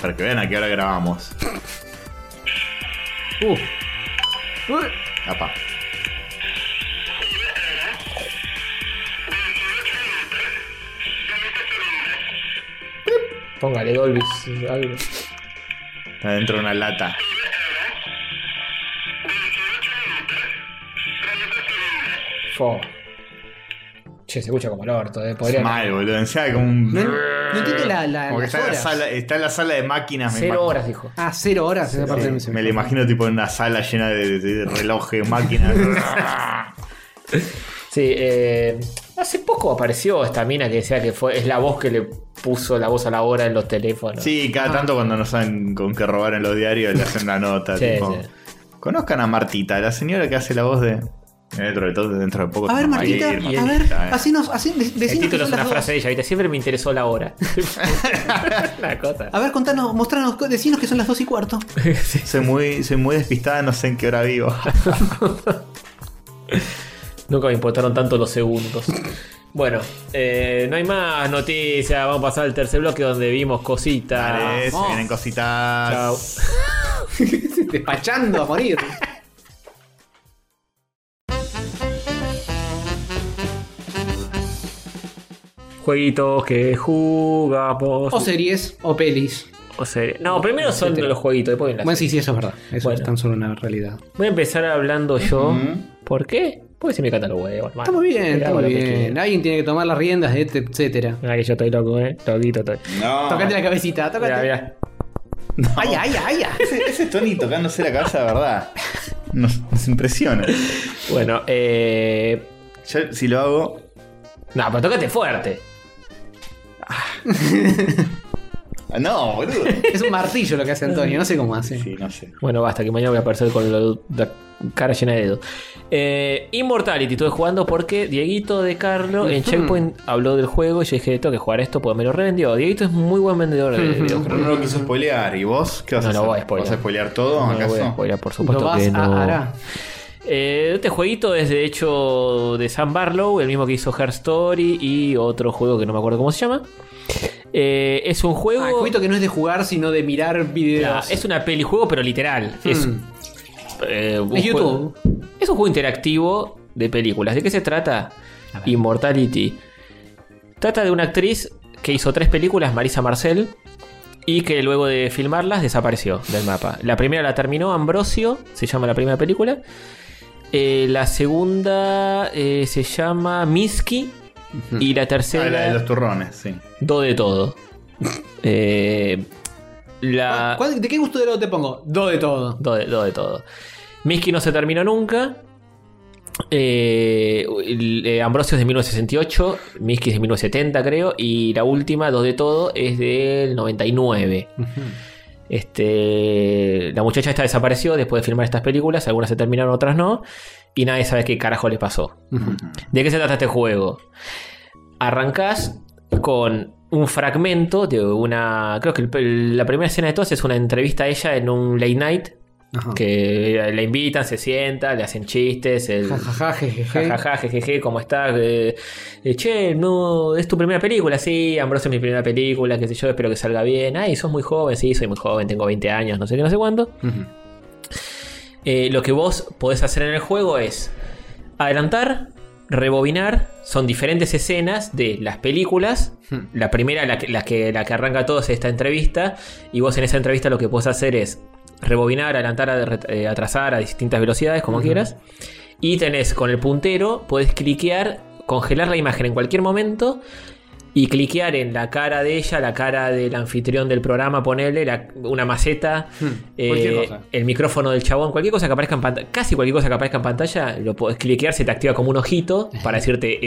Para que vean a qué hora grabamos.
Uh,
Papá.
Póngale Dolby. algo.
Está dentro de una lata.
Fo. Che, se escucha como el orto, eh.
Es
Podría.
mal, boludo. En serio, como un.
no, no entiendo la, la-
Como que
las
está en, la
horas.
sala, está en la sala de máquinas. me
Cero
imagino.
horas, dijo.
Ah, cero horas esa parte
Sí,
de mi semana.
me lo imagino tipo en una sala llena de, de- de relojes, máquinas.
Sí, eh, hace poco apareció esta mina que decía que fue, es la voz que le puso la voz a la hora en los teléfonos.
sí, cada tanto cuando no saben con qué robar en los diarios le hacen una nota.
Sí,
tipo,
sí.
Conozcan a Martita, la señora que hace la voz de... Dentro de todo, dentro de poco.
A ver,
se nos va
Martita,
ir,
a ver,
Martita, eh.
hacenos, hace- de-
El
decinos que son
título es una
las
frase
dos.
de ella, ¿viste? Siempre me interesó la hora. Una cosa.
A ver, contanos, mostranos, co- decinos que son las dos y cuarto.
Soy muy, soy muy despistada, no sé en qué hora vivo.
Nunca me importaron tanto los segundos. Bueno, eh, no hay más noticias. Vamos a pasar al tercer bloque donde vimos cositas.
Dale, se
vamos.
vienen cositas.
Chao.
Despachando a morir.
Jueguitos que jugamos.
O series o pelis.
O serie. No, primero son los jueguitos, después vienen las
Bueno, sí, sí, eso es verdad. Eso
Bueno.
es tan solo una realidad.
Voy a empezar hablando yo. ¿Por qué? Porque se me canta los huevos, hermano.
Está muy bien,
Mirá,
está muy
lo que
bien.
quiero.
Alguien tiene que tomar las riendas, et- etcétera.
Mirá que yo estoy loco, eh. Loquito estoy.
No.
Tocate la cabecita,
Mirá,
tocate.
mirá.
Ay, ay, ay, ay.
Ese, ese Tony tocándose la cabeza de verdad. Nos, nos impresiona.
Bueno, eh.
Yo, si lo hago,
No, pero tocate fuerte.
Ah, No, boludo.
Es un martillo lo que hace Antonio, no sé cómo hace.
Sí, no sé.
Bueno, basta, que mañana voy a aparecer con la, la cara llena de dedos. Eh, Immortality, estuve jugando porque Dieguito de Carlo en
Ujú.
Checkpoint habló del juego y yo dije, tengo que jugar esto porque me lo revendió. Dieguito es muy buen vendedor de
Ujú.
Pero
videojuegos.
no lo quiso spoilear. ¿Y vos qué vas
No
a
lo
hacer?
voy a spoilear.
¿Vas a spoilear todo,
No
acaso?
voy a spoiler, por
Lo
supuesto
vas
que no.
a hará.
Eh, este jueguito es de hecho de Sam Barlow, el mismo que hizo Her Story y otro juego que no me acuerdo cómo se llama. Eh, es un
Ah, el
juego.
jueguito que no es de jugar, sino de mirar
la-
videos.
es una peli juego, pero literal. Es,
Mm.
eh, un
Es
juego-
YouTube.
es un juego interactivo de películas. ¿De qué se trata? Immortality. Trata de una actriz que hizo tres películas, Marisa Marcel, y que luego de filmarlas desapareció del mapa. La primera la terminó Ambrosio, se llama la primera película. Eh, la segunda eh, se llama Miski. Y la tercera,
Ah, la de los turrones, sí.
Do de Todo. Eh, la...
¿Cuál- ¿De qué gusto de lo te pongo? Do de todo.
Do de, do de todo. Miski no se terminó nunca. Eh, el- eh, Ambrosio es de 1968, Miski es de 1970 creo, y la última, Dos de Todo, es del 99. Este, la muchacha esta desapareció después de filmar estas películas, algunas se terminaron, otras no, y nadie sabe qué carajo le pasó. ¿De qué se trata este juego? Arrancás con un fragmento de una... Creo que el- el- la primera escena de todas es una entrevista a ella en un late night,
Ajá.
que la invitan, se sienta, le hacen chistes, el,
Ja, ja, ja, jejeje.
Jajaja, jejeje, ¿cómo estás? Eh, eh, che, no, es tu primera película, sí, Ambrosio es mi primera película, qué sé yo, espero que salga bien. Ay, sos muy joven, sí, soy muy joven, tengo 20 años, no sé qué, no sé cuánto.
Ujú.
Eh, lo que vos podés hacer en el juego es adelantar, rebobinar, son diferentes escenas de las películas.
Hmm.
La primera, la que, la que, la que arranca todo es esta entrevista, y vos en esa entrevista lo que podés hacer es rebobinar, adelantar, adre- eh, atrasar a distintas velocidades, como
Ujú.
quieras. Y tenés con el puntero, podés cliquear, congelar la imagen en cualquier momento y cliquear en la cara de ella, la cara del anfitrión del programa, ponerle una maceta, eh,
Cualquier cosa.
el micrófono del chabón, cualquier cosa que aparezca en pantalla, casi cualquier cosa que aparezca en pantalla, lo podés cliquear, se te activa como un ojito para decirte,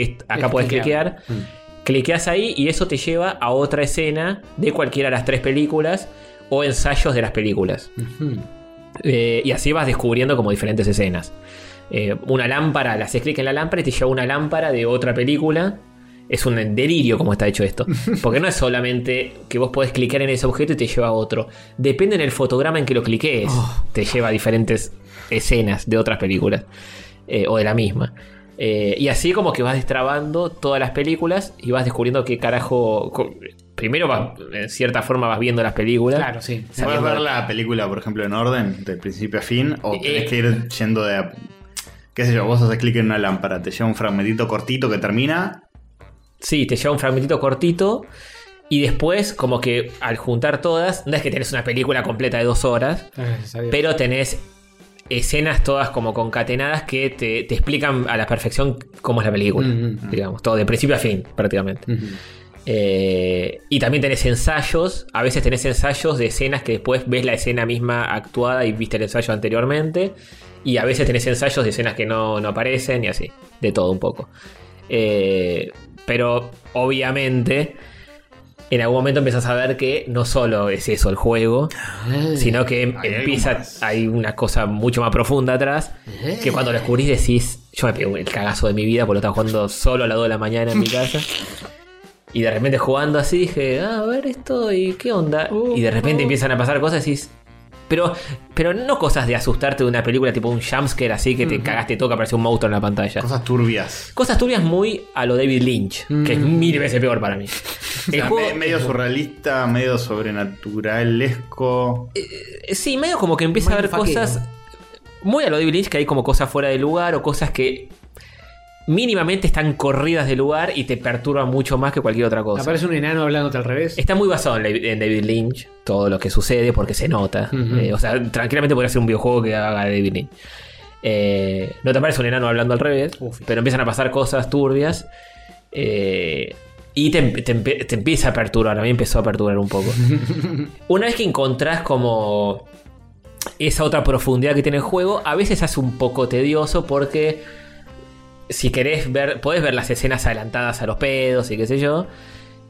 "Est- acá
Es
podés
cliqueable.
cliquear. Cliqueas ahí y eso te lleva a otra escena de cualquiera de las tres películas o ensayos de las películas.
Ujú.
Eh, y así vas descubriendo como diferentes escenas. Eh, una lámpara, le haces clic en la lámpara y te lleva una lámpara de otra película. Es un delirio como está hecho esto. Porque no es solamente que vos podés clicar en ese objeto y te lleva a otro. Depende en el fotograma en que lo cliques. Te lleva a diferentes escenas de otras películas. eh, o de la misma. Eh, y así como que vas destrabando todas las películas y vas descubriendo qué carajo... co- Primero, vas- en cierta forma, vas viendo las películas.
Claro, sí.
¿Puedes
Sabiendo-
ver la película, por ejemplo, en orden, de principio a fin? ¿O tenés
Eh,
que ir yendo de. a- ¿Qué sé yo? Vos haces clic en una lámpara, te lleva un fragmentito cortito que termina.
Sí, te lleva un fragmentito cortito. Y después, como que al juntar todas, no es que tenés una película completa de dos horas,
Ah, sabía.
pero tenés escenas todas como concatenadas que te, te explican a la perfección cómo es la película.
Mm, mm.
Digamos, todo de principio a fin, prácticamente.
Ujú.
Eh, y también tenés ensayos, a veces tenés ensayos de escenas que después ves la escena misma actuada y viste el ensayo anteriormente. Y a veces tenés ensayos de escenas que no, no aparecen y así, de todo un poco. Eh, pero obviamente, en algún momento empiezas a ver que no solo es eso el juego, sino que
Hay algo
empieza,
más.
hay una cosa mucho más profunda atrás, que cuando lo descubrís decís, yo me pego el cagazo de mi vida porque lo estaba jugando solo a las 2 de la mañana en mi casa. Y de repente jugando así dije, ah, a ver esto y qué onda.
Uh,
y de repente empiezan a pasar cosas y decís, pero, pero no cosas de asustarte de una película tipo un jumpscare así que te cagaste todo que apareció un monstruo en la pantalla.
Cosas turbias.
Cosas turbias muy a lo David Lynch, que es mil veces peor para mí.
Mm. O
El
sea,
juego-
me- medio surrealista, medio sobrenaturalesco.
Eh, Sí, medio como que empieza a haber
Mindfuckero.
cosas muy a lo de Lynch, que hay como cosas fuera de lugar o cosas que mínimamente están corridas de lugar y te perturban mucho más que cualquier otra cosa.
Aparece un enano hablándote al revés.
Está muy basado en David- en David Lynch todo lo que sucede porque se nota.
Ujú.
Eh, o sea, tranquilamente podría ser un videojuego que haga David Lynch. Eh, no te aparece un enano hablando al revés,
Uf.
pero empiezan a pasar cosas turbias eh, y te, em- te empe- te empieza a perturbar. A mí empezó a perturbar un poco. Una vez que encontrás como esa otra profundidad que tiene el juego, a veces hace un poco tedioso porque si querés ver, podés ver las escenas adelantadas a los pedos y qué sé yo.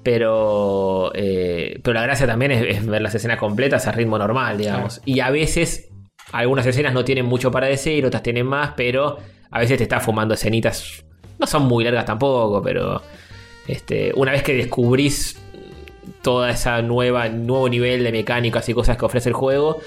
Pero, eh, pero la gracia también es, es ver las escenas completas a ritmo normal, digamos. Y a veces algunas escenas no tienen mucho para decir, otras tienen más, pero a veces te está fumando escenitas. No son muy largas tampoco, pero este, una vez que descubrís toda esa nueva nuevo nivel de mecánicas y cosas que ofrece el juego,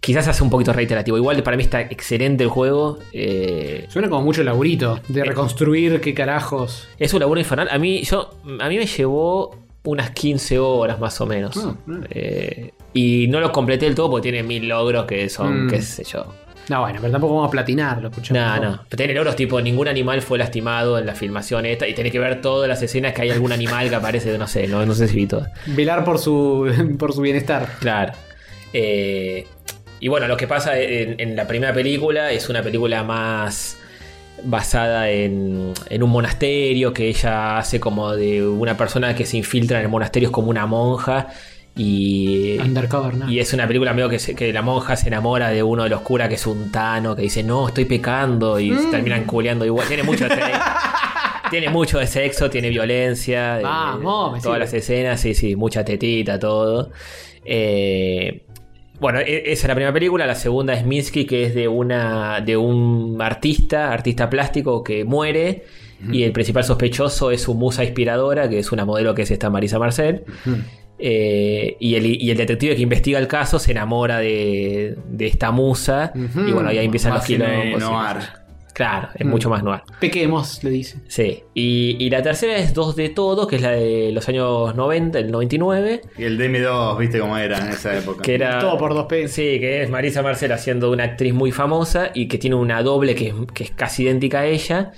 quizás hace un poquito reiterativo. Igual para mí está excelente el juego. eh,
Suena como mucho laburito de reconstruir qué carajos.
es un laburo infernal. A mí, yo, a mí me llevó unas 15 horas más o menos.
Ah, ah.
Eh, y no lo completé del todo porque tiene mil logros que son,
Mm.
qué sé yo.
No, bueno, pero tampoco vamos a platinarlo, escuchá,
No,
por favor.
no. Tiene logros tipo ningún animal fue lastimado en la filmación esta. Y tenés que ver todas las escenas que hay algún animal que aparece, no sé, no, no sé si vi todas.
Velar por su, por su bienestar.
Claro. Eh, y bueno, lo que pasa en, en la primera película es una película más basada en, en un monasterio que ella hace como de una persona que se infiltra en el monasterio es como una monja Y,
Undercover, ¿no?
Eh, y es una película medio que, se- que la monja se enamora de uno de los curas que es un tano, que dice, no, estoy pecando, y
Mm.
se terminan culeando igual. Tiene mucho de sexo, tiene mucho de sexo, tiene violencia. eh,
Vamos, me
todas las
sirve.
escenas, sí, sí, mucha tetita, todo. Eh, bueno, e- esa es la primera película. La segunda es Minsky, que es de una de un artista, artista plástico que muere. Y el principal sospechoso es su musa inspiradora, que es una modelo que es esta Marisa Marcel. Eh, y, el, y el detective que investiga el caso se enamora de, de esta musa.
Ujú.
Y bueno, ahí empiezan los
Más cine
quilombos.
noir.
Claro, es
Mm.
mucho más noir.
Pequemos, le dice.
Sí. Y, y la tercera es Dos de Todo, que es la de los años 90, el 99.
Y el DM2, viste cómo era en esa época.
Que era.
Todo por dos pesos.
Sí, que es Marisa Marcela siendo una actriz muy famosa y que tiene una doble que es, que es casi idéntica a ella.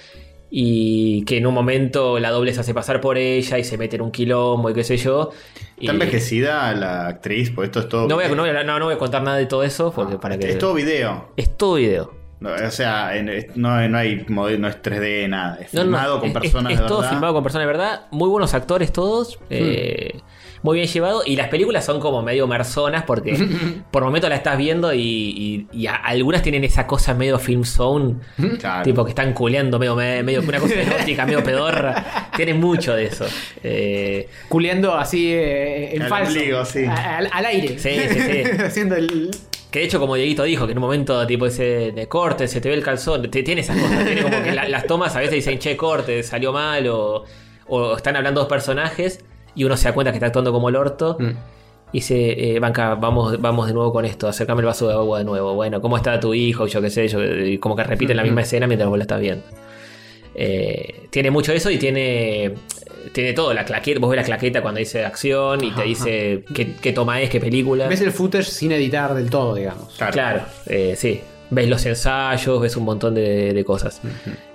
Y que en un momento la doble se hace pasar por ella y se mete en un quilombo y qué sé yo. Y-
Está envejecida la actriz, porque esto es todo.
No voy, a, no, voy a- no, no voy a contar nada de todo eso porque para que.
Ah, Es todo video.
es todo video.
No, O sea, en- es- no, no hay mode- no es 3D, nada. Es
No, no,
filmado con
es-
personas
es,
de
es todo
verdad. Hmm.
filmado con personas de verdad. Muy buenos actores todos. eh, muy bien llevado. Y las películas son como medio merzonas porque por momentos la estás viendo y, y- y a- algunas tienen esa cosa medio film zone.
Claro.
Tipo que están culeando medio, me- medio una cosa erótica, medio pedorra. Tienen mucho de eso. Eh,
Culeando así eh, en
Al
falso.
ombligo, sí.
A- al, al aire.
Sí, sí, sí.
Haciendo el.
que de hecho, como Dieguito dijo, que en un momento tipo dice, "De corte, se te ve el calzón. Te- tiene esas cosas. Tiene como que la- las tomas a veces dicen, che, corte, salió mal. O, o están hablando dos personajes y uno se da cuenta que está actuando como el orto.
Mm.
Y dice, eh, banca, vamos, vamos de nuevo con esto, acercame el vaso de agua de nuevo. Bueno, ¿cómo está tu hijo? Yo qué sé, yo, y como que repiten la misma escena mientras vos la estás viendo. Eh, tiene mucho eso y tiene tiene todo, la claqueta, vos ves la claqueta cuando dice acción y te dice qué, qué toma es, qué película.
Ves el footage sin editar del todo, digamos.
Claro.
Claro, eh, sí. Ves los ensayos, ves un montón de, de cosas.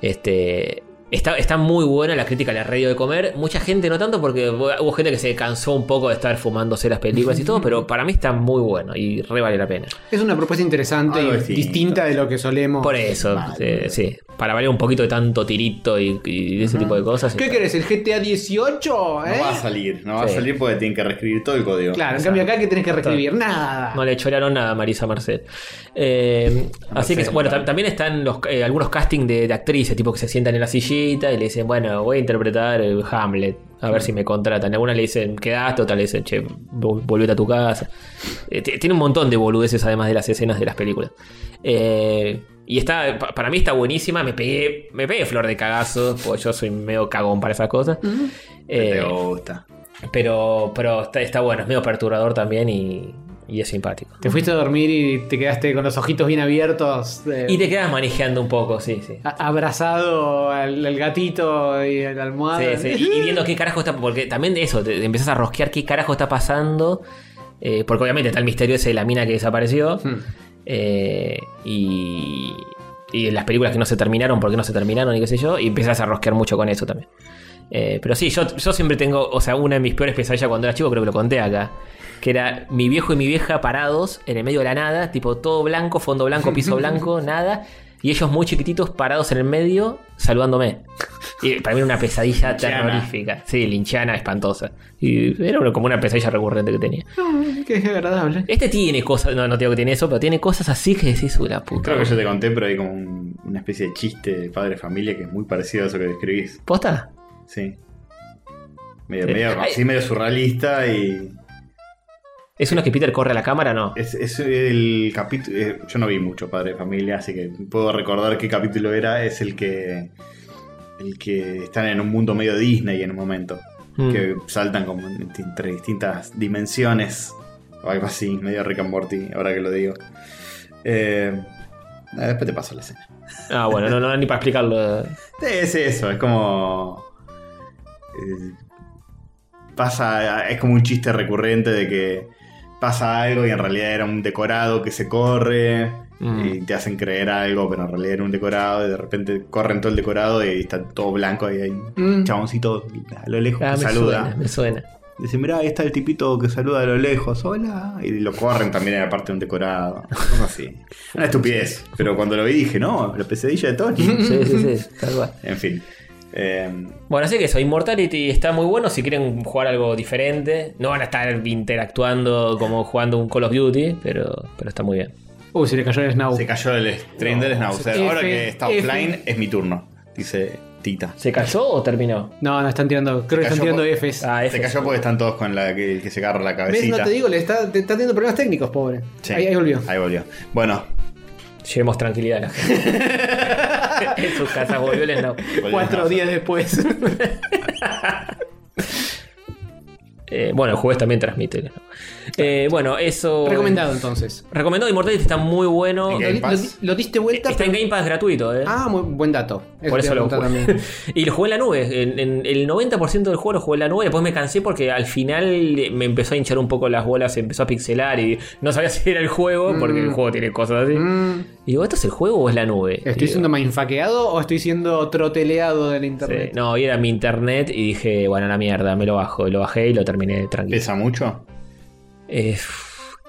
Este. Está, está muy buena la crítica a la radio de comer. Mucha gente no tanto porque hubo hubo gente que se cansó un poco de estar fumándose las películas y todo, pero para mí está muy bueno y re vale la pena.
Es una propuesta interesante
Algo
y
distinto.
distinta de lo que solemos.
Por eso, eh, sí. Para variar un poquito de tanto tirito y, y de ese tipo de cosas.
¿Qué
está-
querés? ¿El GTA 18?
No
¿Eh?
va a salir, no va a
Sí.
salir porque tienen que reescribir todo el código.
Claro, en cambio acá que tenés que reescribir nada.
No le choraron nada a Marisa Marcel. Eh, así que,
Marcel,
bueno,
claro.
tam- también están los, eh, algunos castings de, de actrices, tipo que se sientan en la sillita y le dicen, bueno, voy a interpretar eh, Hamlet, a ver si me contratan. Algunas le dicen, quedaste, otras le dicen, che, vol- volvete a tu casa. Eh, ti- tiene un montón de boludeces además de las escenas de las películas. Eh, y está, pa- para mí está buenísima, me pegué, me pegué flor de cagazo, porque yo soy medio cagón para esas cosas.
Que
Eh,
Te gusta.
pero pero está, está bueno, es medio perturbador también y, y es simpático.
Te fuiste a dormir y te quedaste con los ojitos bien abiertos. eh,
Y te quedas manejando un poco, sí, sí.
a- abrazado al, al gatito y a la almohada.
Sí, sí. Y, y viendo qué carajo está. Porque también eso, te, te empezás a rosquear qué carajo está pasando. eh, porque obviamente está el misterio ese de la mina que desapareció.
Hmm.
eh, y. Y en las películas que no se terminaron, por qué no se terminaron y qué sé yo. Y empezás a rosquear mucho con eso también. Eh, pero sí, yo, yo siempre tengo. O sea, una de mis peores pesadillas cuando era chico, creo que lo conté acá. Que era mi viejo y mi vieja parados en el medio de la nada, tipo todo blanco, fondo blanco, piso blanco, nada. Y ellos muy chiquititos parados en el medio, saludándome. Y para mí era una pesadilla
Linchana.
terrorífica. Sí, linchana, espantosa. Y era una- como una pesadilla recurrente que tenía.
Ay, Qué agradable.
Este tiene cosas, no, no tengo que tiene eso, pero tiene cosas así que decís, "Uh, la puta.
Creo que yo te conté, pero hay como un- una especie de chiste de padre de familia que es muy parecido a eso que describís.
¿Posta?
Sí. Medio,
Sí.
medio-
Ay.
así medio surrealista y.
¿Es uno que Peter corre a la cámara no?
Es, es el capítulo. eh, yo no vi mucho Padre de Familia, así que puedo recordar qué capítulo era. Es el que. El que están en un mundo medio Disney en un momento.
Mm.
Que saltan como en- entre distintas dimensiones. O algo así, medio Rick and Morty, ahora que lo digo. Eh, eh, después te paso la escena.
Ah, bueno, no, no, ni para explicarlo.
Es eso, es como. eh, pasa. Es como un chiste recurrente de que pasa algo y en realidad era un decorado que se corre.
Mm.
Y te hacen creer algo, pero en realidad era un decorado. Y de repente corren todo el decorado y está todo blanco. Y hay un
Mm.
chaboncito a lo lejos
Ah,
que
me
saluda.
suena, me suena.
Dicen, mirá, ahí está el tipito que saluda a lo lejos, hola. Y lo corren también en la parte de un decorado. Cosas así. Una estupidez. Pero cuando lo vi dije, no, la pesadilla de Tony.
Sí, sí, sí, tal cual.
En fin. Eh,
Bueno, así que eso, Immortality está muy bueno si quieren jugar algo diferente. No van a estar interactuando como jugando un Call of Duty, pero, pero está muy bien.
Uy, se le cayó el Snow.
se cayó el stream del Snow. O sea,
F,
ahora que está
F.
offline es mi turno, dice Tita.
¿Se cayó o terminó?
No, no, están tirando. Creo que
Se
están
cayó
tirando
por-
Fs.
Ah,
Se
F.
cayó porque están todos con la que, que se agarra la
¿Ves?
cabecita.
No te digo, le está, te está teniendo problemas técnicos, pobre.
Sí.
Ahí, ahí volvió.
Ahí volvió. Bueno,
Llevemos tranquilidad a la gente. en sus casas volvió el Snow.
volvió
Cuatro
Snow.
días después.
Eh, bueno, el jueves también transmite el Snow. Eh, bueno, eso.
Recomendado entonces. Eh,
Recomendado Immortality, está muy bueno.
¿En
Lo,
Game
di- lo di-
Pass?
lo diste vuelta.
Está en Game Pass gratuito, ¿eh?
Ah, muy buen dato.
Por eso
te iba
lo
a preguntar
jugué.
también.
y lo jugué en la nube. En, en- el 90% del juego lo jugué en la nube. Después me cansé porque al final me empezó a hinchar un poco las bolas, se empezó a pixelar y no sabía si era el juego, porque el juego tiene cosas así.
Mm,
Y digo, ¿esto es el juego o es la nube? Y
¿Estoy
digo,
siendo mindfaqueado o estoy siendo troteleado del
sí.
internet?
No, y era mi internet y dije, bueno, la mierda, me lo bajo. Y Lo bajé y lo terminé tranquilo.
¿Pesa mucho?
Eh, f-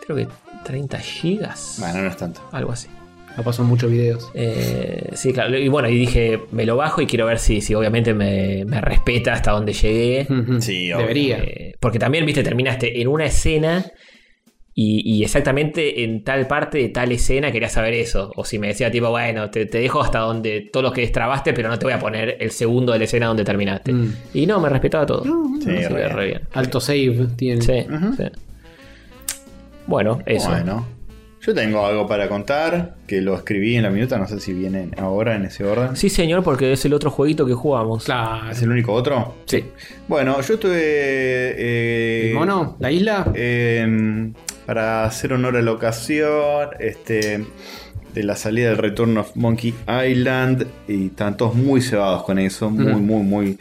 creo que 30 gigas.
Bueno, no es tanto.
Algo así.
No pasan muchos videos.
Eh, sí, claro. Y bueno, y dije, me lo bajo y quiero ver si, si obviamente me, me respeta hasta donde llegué.
Ujú.
Sí, obvio.
Debería.
Eh, porque también, viste, terminaste en una escena y, y exactamente en tal parte de tal escena quería saber eso. O si me decía, tipo, bueno, te, te dejo hasta donde todo lo que destrabaste, pero no te voy a poner el segundo de la escena donde terminaste.
Mm.
Y no, me respetaba todo.
Sí,
Así que
re bien.
re bien.
Alto save tiene.
Sí, sí. Bueno, eso.
Bueno. Yo tengo algo para contar que lo escribí en la minuta, no sé si viene ahora en ese orden.
Sí, señor, porque es el otro jueguito que jugamos.
Claro.
¿Es el único otro?
Sí.
Bueno, yo estuve. eh,
¿El mono? ¿La isla?
eh, para hacer honor a la ocasión, este, de la salida del Return of Monkey Island, y están todos muy cebados con eso, muy,
Ujú.
muy, muy,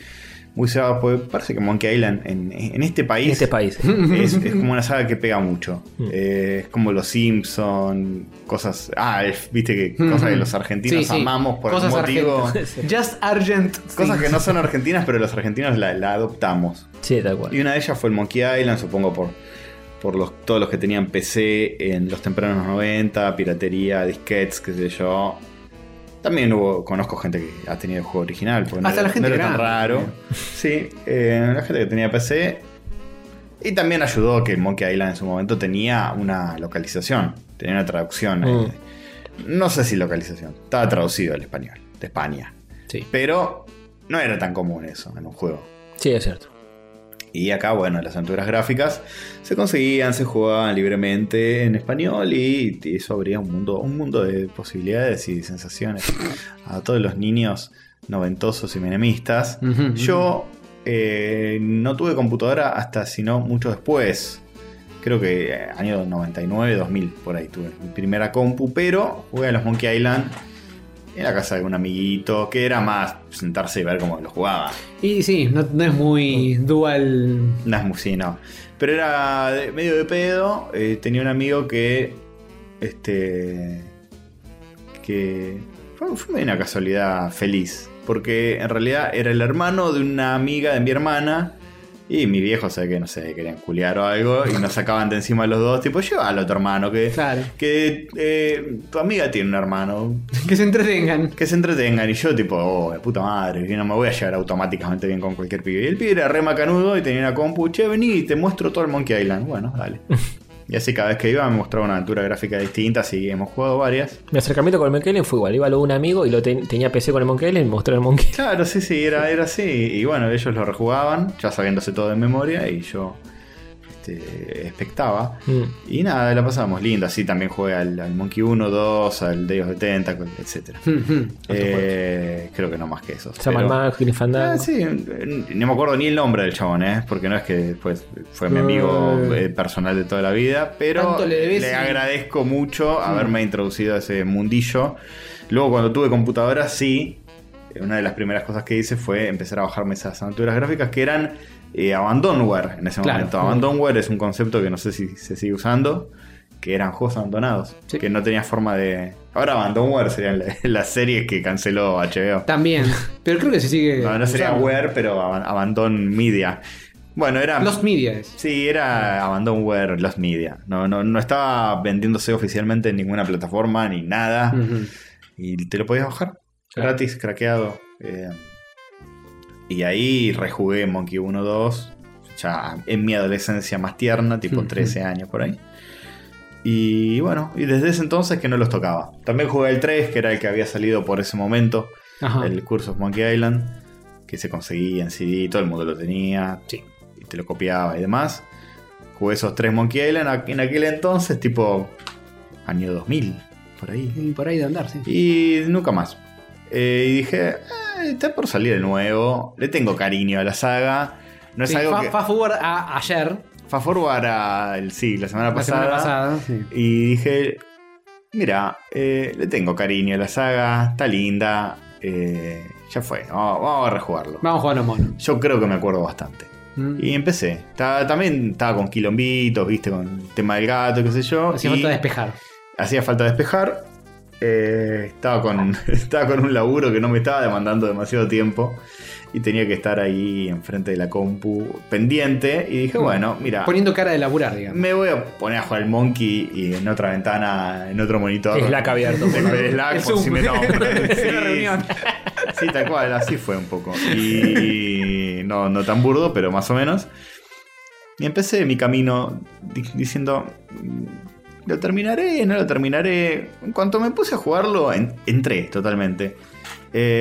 muy cebados, porque parece que Monkey Island en, en este país.
En este país.
Es, es como una saga que pega mucho.
Mm.
Eh, es como los Simpson, cosas. Ah, es- viste que cosas que los argentinos
Mm. Sí, sí.
amamos por
Cosas
algún motivo.
argentas. Just Argent.
Cosas
Sí.
que no son argentinas, pero los argentinos la, la adoptamos.
Sí, tal cual.
Y una de ellas fue el Monkey Island, supongo por, por los, todos los que tenían PC en los tempranos 90, piratería, disquets, qué sé yo. También hubo, conozco gente que ha tenido el juego original, porque no
Hasta
era-
la gente
no era tan
grande.
raro. Sí, eh, la gente que tenía PC. Y también ayudó que el Monkey Island en su momento tenía una localización, tenía una traducción. ahí.
Mm.
No sé si localización, estaba traducido al español, de España.
Sí.
Pero no era tan común eso en un juego.
Sí, es cierto.
Y acá, bueno, las aventuras gráficas se conseguían, se jugaban libremente en español y, y eso abría un mundo, un mundo de posibilidades y sensaciones a todos los niños noventosos y menemistas.
Ujú,
Yo eh, no tuve computadora hasta sino mucho después. Creo que eh, año 99, 2000, por ahí tuve mi primera compu, pero jugué a los Monkey Island en la casa de un amiguito, que era más sentarse y ver cómo lo jugaba.
Y sí, no, no es muy
Mm.
dual.
No es muy- sí, no. Pero era de- medio de pedo. eh, tenía un amigo que. Este. Que. Fue, fue una casualidad feliz. Porque en realidad era el hermano de una amiga de mi hermana. Y mi viejo, sé que no sé, querían culiar o algo. Y nos sacaban de encima los dos. Tipo, llévalo a tu hermano. Que,
Claro.
que eh, tu amiga tiene un hermano.
Que se entretengan.
Que se entretengan. Y yo, tipo, oh, la puta madre, yo no me voy a llevar automáticamente bien con cualquier pibe. Y el pibe era re macanudo y tenía una compu. Che, vení, te muestro todo el Monkey Island. Bueno, dale. y así cada vez que iba me mostraba una aventura gráfica distinta. Así hemos jugado varias.
Mi acercamiento con el Monkey Island fue igual. Iba lo de un amigo y lo ten- tenía PC con el Monkey Island y me mostró el Monkey
Claro, sí, sí, era, era así. Y bueno, ellos lo rejugaban, ya sabiéndose todo de memoria. Y yo este, expectaba.
Mm.
Y nada, la pasábamos lindo. Así también jugué al, al Monkey 1, 2, al Day of the Tentacle, etc.
Ujú.
creo que no más que eso.
Llama al
pero-
Max, Green Fandango.
Ah, sí, n- no me acuerdo ni el nombre del chabón, ¿eh? porque no es que después fue mi amigo
Eh.
eh, personal de toda la vida, pero
Tanto le
le,
debes y-
agradezco mucho haberme introducido a ese mundillo. Luego cuando tuve computadora, sí, eh, una de las primeras cosas que hice fue empezar a bajarme esas aventuras gráficas que eran eh, abandonware en ese
Claro.
momento. Abandonware es un concepto que no sé si se sigue usando. Que eran juegos abandonados.
Sí.
Que no tenía forma de. Ahora Abandonware serían la- las series que canceló HBO.
También. Pero creo que se sigue.
No, no sería
usando.
Ware, pero ab- Abandon Media. Bueno, era.
Los Media es.
Sí, era Abandon Ware, Los Media. No, no, no estaba vendiéndose oficialmente en ninguna plataforma ni
Mm.
nada.
Ujú.
Y te lo podías bajar. Gratis, craqueado. eh, Y ahí rejugué Monkey 1 2, ya en mi adolescencia más tierna, tipo
Ujú.
13 años por ahí. Y bueno, y desde ese entonces que no los tocaba. También jugué el 3, que era el que había salido por ese momento,
Ajá.
el Curse of Monkey Island, que se conseguía en CD, todo el mundo lo tenía,
Sí.
y te lo copiaba y demás. Jugué esos tres Monkey Island a- en aquel entonces, tipo año 2000, por ahí.
Y por ahí de andar, sí.
Y nunca más. Eh, y dije, "Eh, está por salir de nuevo. Le tengo cariño a la saga. No es
Sí,
algo
fa-
que.
fast forward a ayer,
Fast forward a el- sí, la semana
la
pasada.
semana pasada. sí.
Y dije, mira, eh, le tengo cariño a la saga. Está linda. eh, ya fue. Vamos, vamos a rejugarlo.
Vamos a jugar a los monos.
Yo creo que me acuerdo bastante.
Mm.
Y empecé. Ta- también estaba con quilombitos, viste, con el tema del gato, qué sé yo.
Hacía
y-
falta despejar.
hacía falta despejar. eh, estaba, con un, estaba con un laburo que no me estaba demandando demasiado tiempo. Y tenía que estar ahí enfrente de la compu pendiente. Y dije, bueno, mira,
Poniendo cara de laburar, digamos.
me voy a poner a jugar el monkey y en otra ventana, en otro monitor.
Slack abierto.
Tengo el Slack
El
por si
Zoom.
me nombran. Sí,
La reunión.
Sí, tal cual, así fue un poco. Y no, no tan burdo, pero más o menos. Y empecé mi camino di- diciendo, "Mm, lo terminaré, no lo terminaré. En cuanto me puse a jugarlo, en- entré totalmente.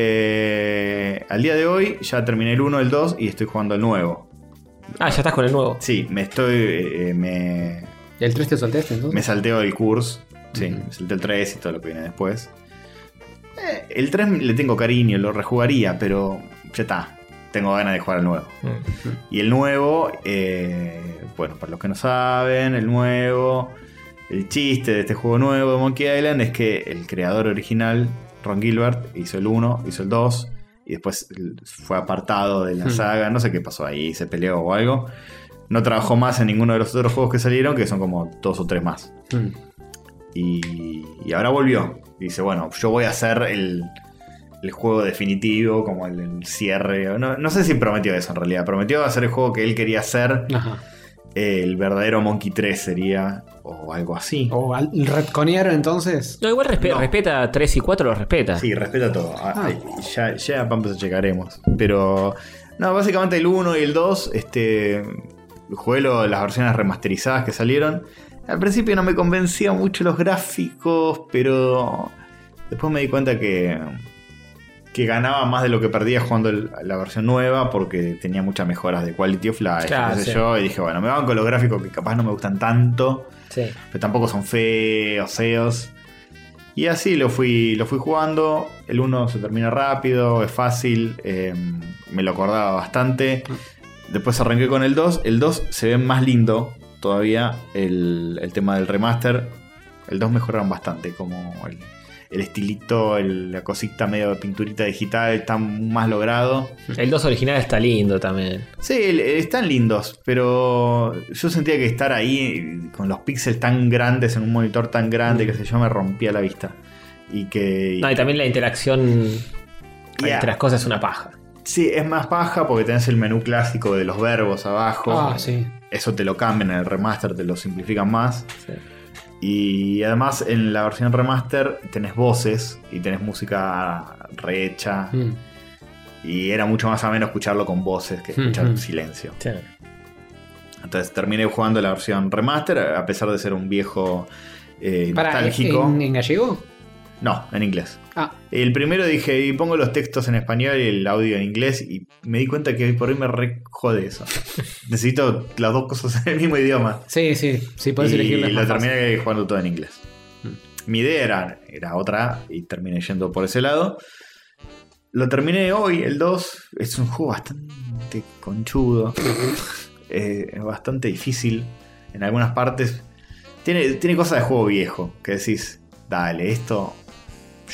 Eh, al día de hoy ya terminé el 1, el 2 y estoy jugando el nuevo.
Ah, ya estás con el nuevo.
Sí, me estoy... eh, eh, me,
¿El 3 te soltaste entonces?
me salteo el curso. Sí,
Ujú.
me salteo el 3 y todo lo que viene después. Eh, el 3 le tengo cariño, lo rejugaría, pero ya está. Tengo ganas de jugar al nuevo.
Mm.
Y el nuevo, eh, bueno, para los que no saben, el nuevo, el chiste de este juego nuevo de Monkey Island es que el creador original, Ron Gilbert, hizo el 1, hizo el 2 y después fue apartado de la
Hmm.
saga, no sé qué pasó ahí, se peleó o algo. No trabajó más en ninguno de los otros juegos que salieron, que son como dos o tres más.
Mm.
Y, y ahora volvió. Dice, bueno, yo voy a hacer el, el juego definitivo, como el, el cierre. No, no sé si prometió eso en realidad. Prometió hacer el juego que él quería hacer.
Ajá.
eh, el verdadero Monkey 3 sería, o algo así.
¿O al- retconearon entonces?
No, igual respe-
No.
respeta 3 y 4, lo respeta.
Sí, respeta todo. Ah,
Ah.
eh, Ya, ya vamos a checaremos. Pero, no, básicamente el 1 y el 2, este, jugué lo- las versiones remasterizadas que salieron. Al principio no me convencía mucho los gráficos, pero después me di cuenta que, que ganaba más de lo que perdía jugando el- la versión nueva porque tenía muchas mejoras de quality of life,
Claro,
qué sé
sí.
yo, y dije, bueno, me van con los gráficos que capaz no me gustan tanto
Sí.
pero tampoco son feos, feos. Y así lo fui, lo fui jugando. El 1 se termina rápido, es fácil, eh, me lo acordaba bastante. Después arranqué con el 2. El 2 se ve más lindo todavía el, el tema del remaster. El 2 mejoraron bastante, como el, el estilito, el- la cosita medio de pinturita digital está más logrado.
El 2 original está lindo también.
Sí, el- el- están lindos, pero yo sentía que estar ahí eh, con los píxeles tan grandes en un monitor tan
Mm.
grande, que se yo, me rompía la vista. Y que...
No, y también la interacción
Yeah.
entre las cosas es una paja.
Sí, es más paja porque tenés el menú clásico de los verbos abajo.
Ah, sí.
Eso te lo cambian en el remaster, te lo simplifican más.
Sí.
Y además en la versión remaster tenés voces y tenés música rehecha.
Mm.
Y era mucho más ameno escucharlo con voces
Mm,
que escuchar
Ujú.
silencio.
Sí.
Entonces terminé jugando la versión remaster, a pesar de ser un viejo eh,
Para, este,
nostálgico.
¿en, en gallego?
No, en inglés.
Ah,
El primero dije, y pongo los textos en español y el audio en inglés, y me di cuenta que hoy por hoy me re jode eso. Necesito las dos cosas en el mismo idioma.
sí, sí. Sí, puedes
y
elegirlo.
lo terminé jugando todo en inglés.
Mm.
Mi idea era, era otra, y terminé yendo por ese lado. Lo terminé hoy, el 2. Es un juego bastante conchudo. Eh, es bastante difícil en algunas partes. Tiene, tiene cosas de juego viejo, que decís, dale, esto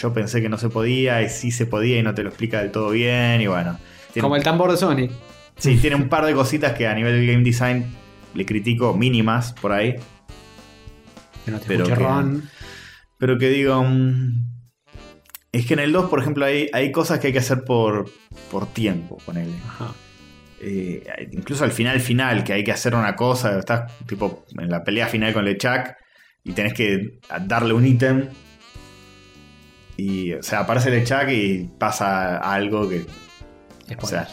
yo pensé que no se podía, y sí se podía, y no te lo explica del todo bien, y bueno. Tiene-
Como el tambor de Sonic.
Sí, tiene un par de cositas que a nivel del game design le critico mínimas por ahí.
Que no te
Pero
escuche
que-
Ron.
Pero que digo. mm, es que en el 2, por ejemplo, hay, hay cosas que hay que hacer por, por tiempo, ponele.
Ajá.
Eh, incluso al final, final, que hay que hacer una cosa. Estás tipo en la pelea final con Lechak y tenés que darle un ítem. Y, o sea, aparece Lechak y pasa algo que. O
Spoiler.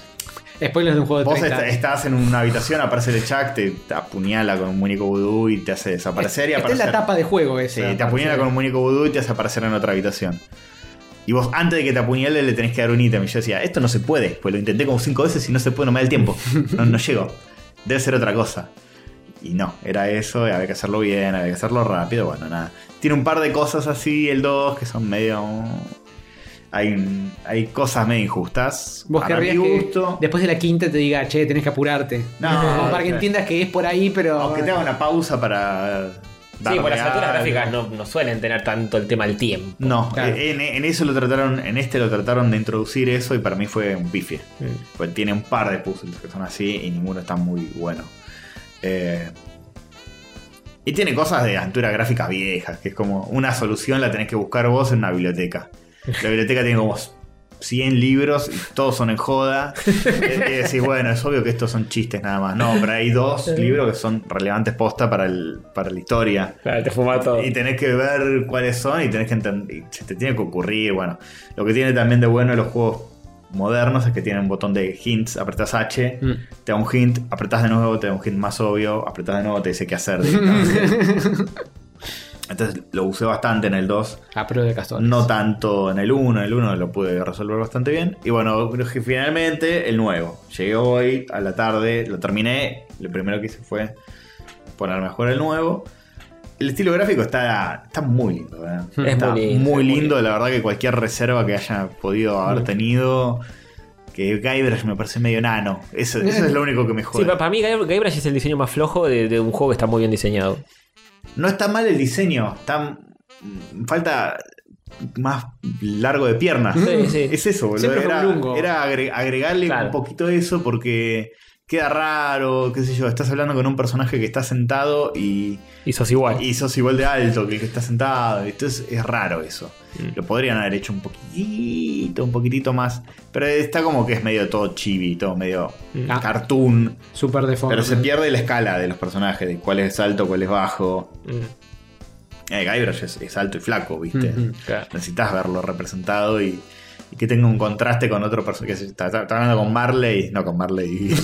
sea,
Spoilers de un juego de
Vos
30
est-
años.
estás en una habitación, aparece el Chuck, te, te apuñala con un muñeco vudú y te hace desaparecer y
Esta es
aparecer.
la tapa de juego
Sí,
esa.
te apuñala con un muñeco vudú y te hace aparecer en otra habitación. Y vos, antes de que te apuñale, le tenés que dar un ítem. Y yo decía, esto no se puede. Pues lo intenté como cinco veces y no se puede, no me da el tiempo. No, no llego. Debe ser otra cosa. Y no, era eso, y había que hacerlo bien, había que hacerlo rápido, bueno, nada. Tiene un par de cosas así, el 2, que son medio... Hay, un- hay cosas medio injustas.
Vos
Para mi
querrías que
gusto.
después de la quinta te diga, che, tenés que apurarte.
No,
Como para que
sí.
entiendas que es por ahí, pero. eh,
Aunque te haga una pausa para...
Sí,
darle
por las alturas
algo.
gráficas no, no suelen tener tanto el tema del tiempo.
No,
Claro.
eh, en, en eso lo trataron, en este lo trataron de introducir eso y para mí fue un pifie. Pues tiene un par de puzzles que son así y ninguno está muy bueno. Eh, y tiene cosas de altura gráficas viejas, que es como una solución la tenés que buscar vos en una biblioteca. La biblioteca tiene como 100 libros y todos son en joda. Y decís, bueno, es obvio que estos son chistes nada más. No, pero hay dos libros que son relevantes posta para, el, para la historia.
Claro, te fuma todo.
Y tenés que ver cuáles son y tenés que entender. Se te tiene que ocurrir. Bueno, lo que tiene también de bueno los juegos modernos es que tienen un botón de hints. Apretás H,
Mm.
te da un hint, apretás de nuevo, te da un hint más obvio, apretás de nuevo, te dice qué hacer. directamente. Entonces lo usé bastante en el 2.
Ah,
A prueba de Castor.
No tanto en el 1, en el 1 lo pude resolver bastante bien. Y bueno, creo que finalmente el nuevo. Llegué hoy a la tarde, lo terminé. Lo primero que hice fue poner mejor el nuevo. El estilo gráfico está, está muy lindo, ¿verdad?
Es
está
muy lindo, Mm. es muy
lindo, la verdad que cualquier reserva que haya podido haber tenido. Que Guybrush me parece medio nano. Eso, eso es lo único que me
Sí,
jode.
para, para mí Guy- Guybrush es el diseño más flojo de, de un juego que está muy bien diseñado.
No está mal el diseño, está mm, falta más largo de piernas.
Sí, sí.
Es eso, boludo.
Siempre fue
Era,
un lungo.
era agre- agregarle
Claro.
un poquito de eso porque queda raro, qué sé yo, estás hablando con un personaje que está sentado y,
Y sos igual.
y sos igual de alto que el que está sentado. Entonces es raro eso.
Mm.
Lo podrían haber hecho un poquitito, un poquitito más. Pero está como que es medio todo chibi, todo medio
Ah.
cartoon.
Super de fondo. Mm,
Pero se pierde la escala de los personajes, de cuál es alto, cuál es bajo.
Mm,
Eh, Guybrush es, es alto y flaco, ¿viste?
Ujú.
claro.
Necesitas verlo representado y, y que tenga un contraste con otro personaje. Está, está- está hablando con Marley, no con Marley.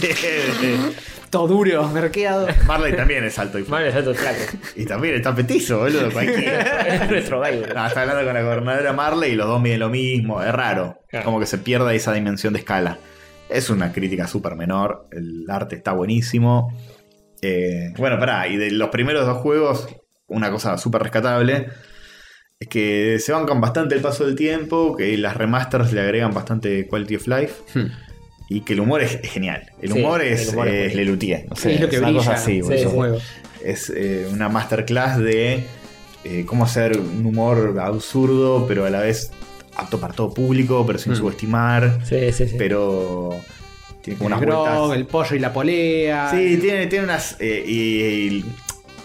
Todo duro, merqueado.
Marley también es alto y flaco.
Mario es alto y flaco.
Y también está petizo, boludo, cualquiera.
es nuestro Guybrush.
No, está hablando con la gobernadora Marley y los dos miden lo mismo. Es raro.
Claro.
Como que se pierda esa dimensión de escala. Es una crítica súper menor. El arte está buenísimo. Eh, bueno, pará. Y de los primeros dos juegos, una cosa súper rescatable. Es que se bancan bastante el paso del tiempo. Que las remasters le agregan bastante quality of life.
Hmm.
Y que el humor es, es genial. El
Sí,
humor
el
es,
humor es
eh,
buenísimo.
Lelutier. No sé,
es lo que
una
brilla
cosa así,
en
sí,
ese
boludo.
sí.
juego.
Es eh, una masterclass de eh, cómo hacer un humor absurdo, pero a la vez apto para todo público, pero sin
Mm.
subestimar.
Sí, sí, sí.
Pero tiene como
El
unas
grog,
vueltas.
el pollo y la polea.
Sí, tiene, tiene unas. eh, y, y-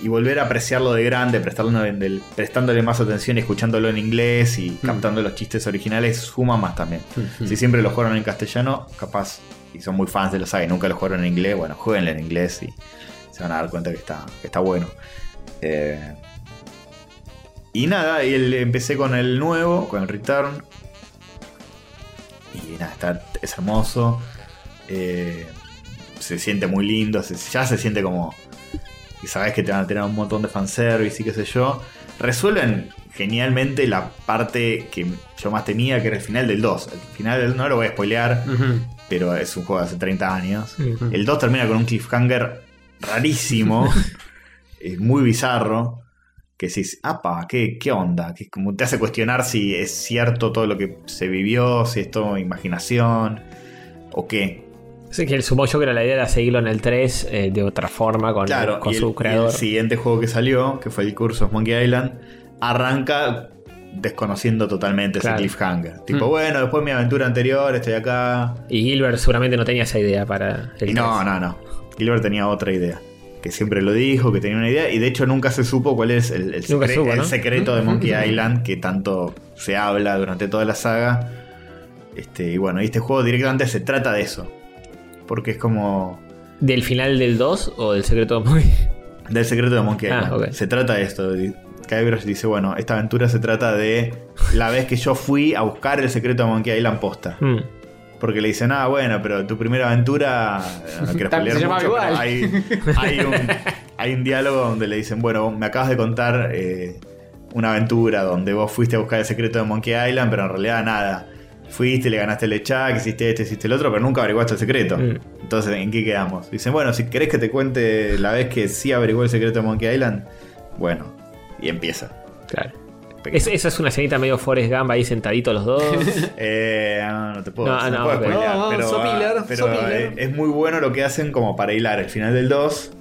y volver a apreciarlo de grande, prestándole, del- prestándole más atención y escuchándolo en inglés y captando los chistes originales, suma más también.
Ujú.
Si siempre lo jugaron en castellano, capaz, y son muy fans de la saga y nunca lo jugaron en inglés, bueno, jueguenlo en inglés y se van a dar cuenta que está, que está bueno. Eh, y nada, y el- empecé con el nuevo, con el Return. Y nada, está, es hermoso. Eh, se siente muy lindo, se- ya se siente como... Y sabes que te van a tener un montón de fanservice y qué sé yo. Resuelven genialmente la parte que yo más temía, que era el final del 2. El final del no lo voy a spoilear,
Mm. Ujú.
pero es un juego de hace 30 años.
Mm.
El 2 termina con un cliffhanger rarísimo, eh, muy bizarro. Que decís, apa, ¿qué, qué onda? Que es como te hace cuestionar si es cierto todo lo que se vivió, si es todo imaginación, o qué.
Sí, que el sumo yo que era la idea era seguirlo en el 3 eh, de otra forma con,
Claro,
con
y el-
su
y el,
creador.
siguiente juego que salió, que fue el Curse of Monkey Island, arranca desconociendo totalmente
Claro.
ese cliffhanger. Tipo,
Mm.
bueno, después de mi aventura anterior, estoy acá.
Y Gilbert seguramente no tenía esa idea para el
Y no,
3.
no, no. Gilbert tenía otra idea. Que siempre lo dijo, que tenía una idea. Y de hecho nunca se supo cuál es el, el
Nunca
secre-
supo,
el
¿no?
secreto de Monkey Island que tanto se habla durante toda la saga. Este, y bueno, y este juego directamente se trata de eso. Porque es como
¿Del final del 2 o del secreto muy
del secreto de Monkey
Ah,
Island.
ok.
Se trata de esto. Di- Guybrush dice, bueno, esta aventura se trata de la vez que yo fui a buscar el secreto de Monkey Island posta.
Mm.
Porque le dicen, ah, bueno, pero tu primera aventura. eh, No quiero
También
spoilear
se
mucho,
llamaba
pero
igual.
hay, hay un, hay un diálogo donde le dicen, bueno, me acabas de contar eh, una aventura donde vos fuiste a buscar el secreto de Monkey Island, pero en realidad nada. Fuiste, le ganaste el echak, hiciste este, hiciste el otro, pero nunca averiguaste el secreto.
Mm.
Entonces, ¿en qué quedamos? Dicen, bueno, si querés que te cuente la vez que sí averiguó el secreto de Monkey Island, bueno, y empieza.
Claro. Es- esa es una escenita medio Forrest Gump ahí sentaditos los dos.
Eh, no, no te puedo,
No,
no,
no,
puedo
ok.
spoilear,
No, no,
pero,
so
ah,
killer,
pero,
so killer.
eh, es muy bueno lo que hacen como para hilar el final del 2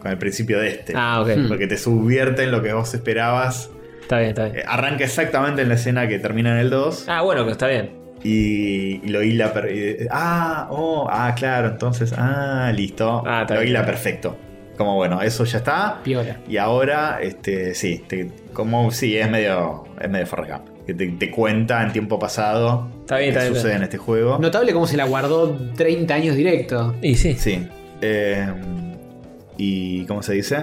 con el principio de este.
Ah, ok.
Mm.
Porque te subvierten lo que vos esperabas.
Está bien, está bien.
Eh, arranca exactamente en la escena que termina en el 2
Ah, bueno, que está bien.
y, y lo hila. per- y- ah, oh, ah, claro, entonces, ah, listo.
Ah, está
lo
bien.
hila perfecto. Como bueno, eso ya está.
Piola.
Y ahora, este, sí, te- como sí, es medio, es medio Forrest Gump, Que te, te cuenta en tiempo pasado
Está bien,
qué
está bien,
sucede
está bien.
en este juego.
Notable cómo se la guardó 30 años directo.
Y sí.
Sí. Eh, y ¿cómo se dice?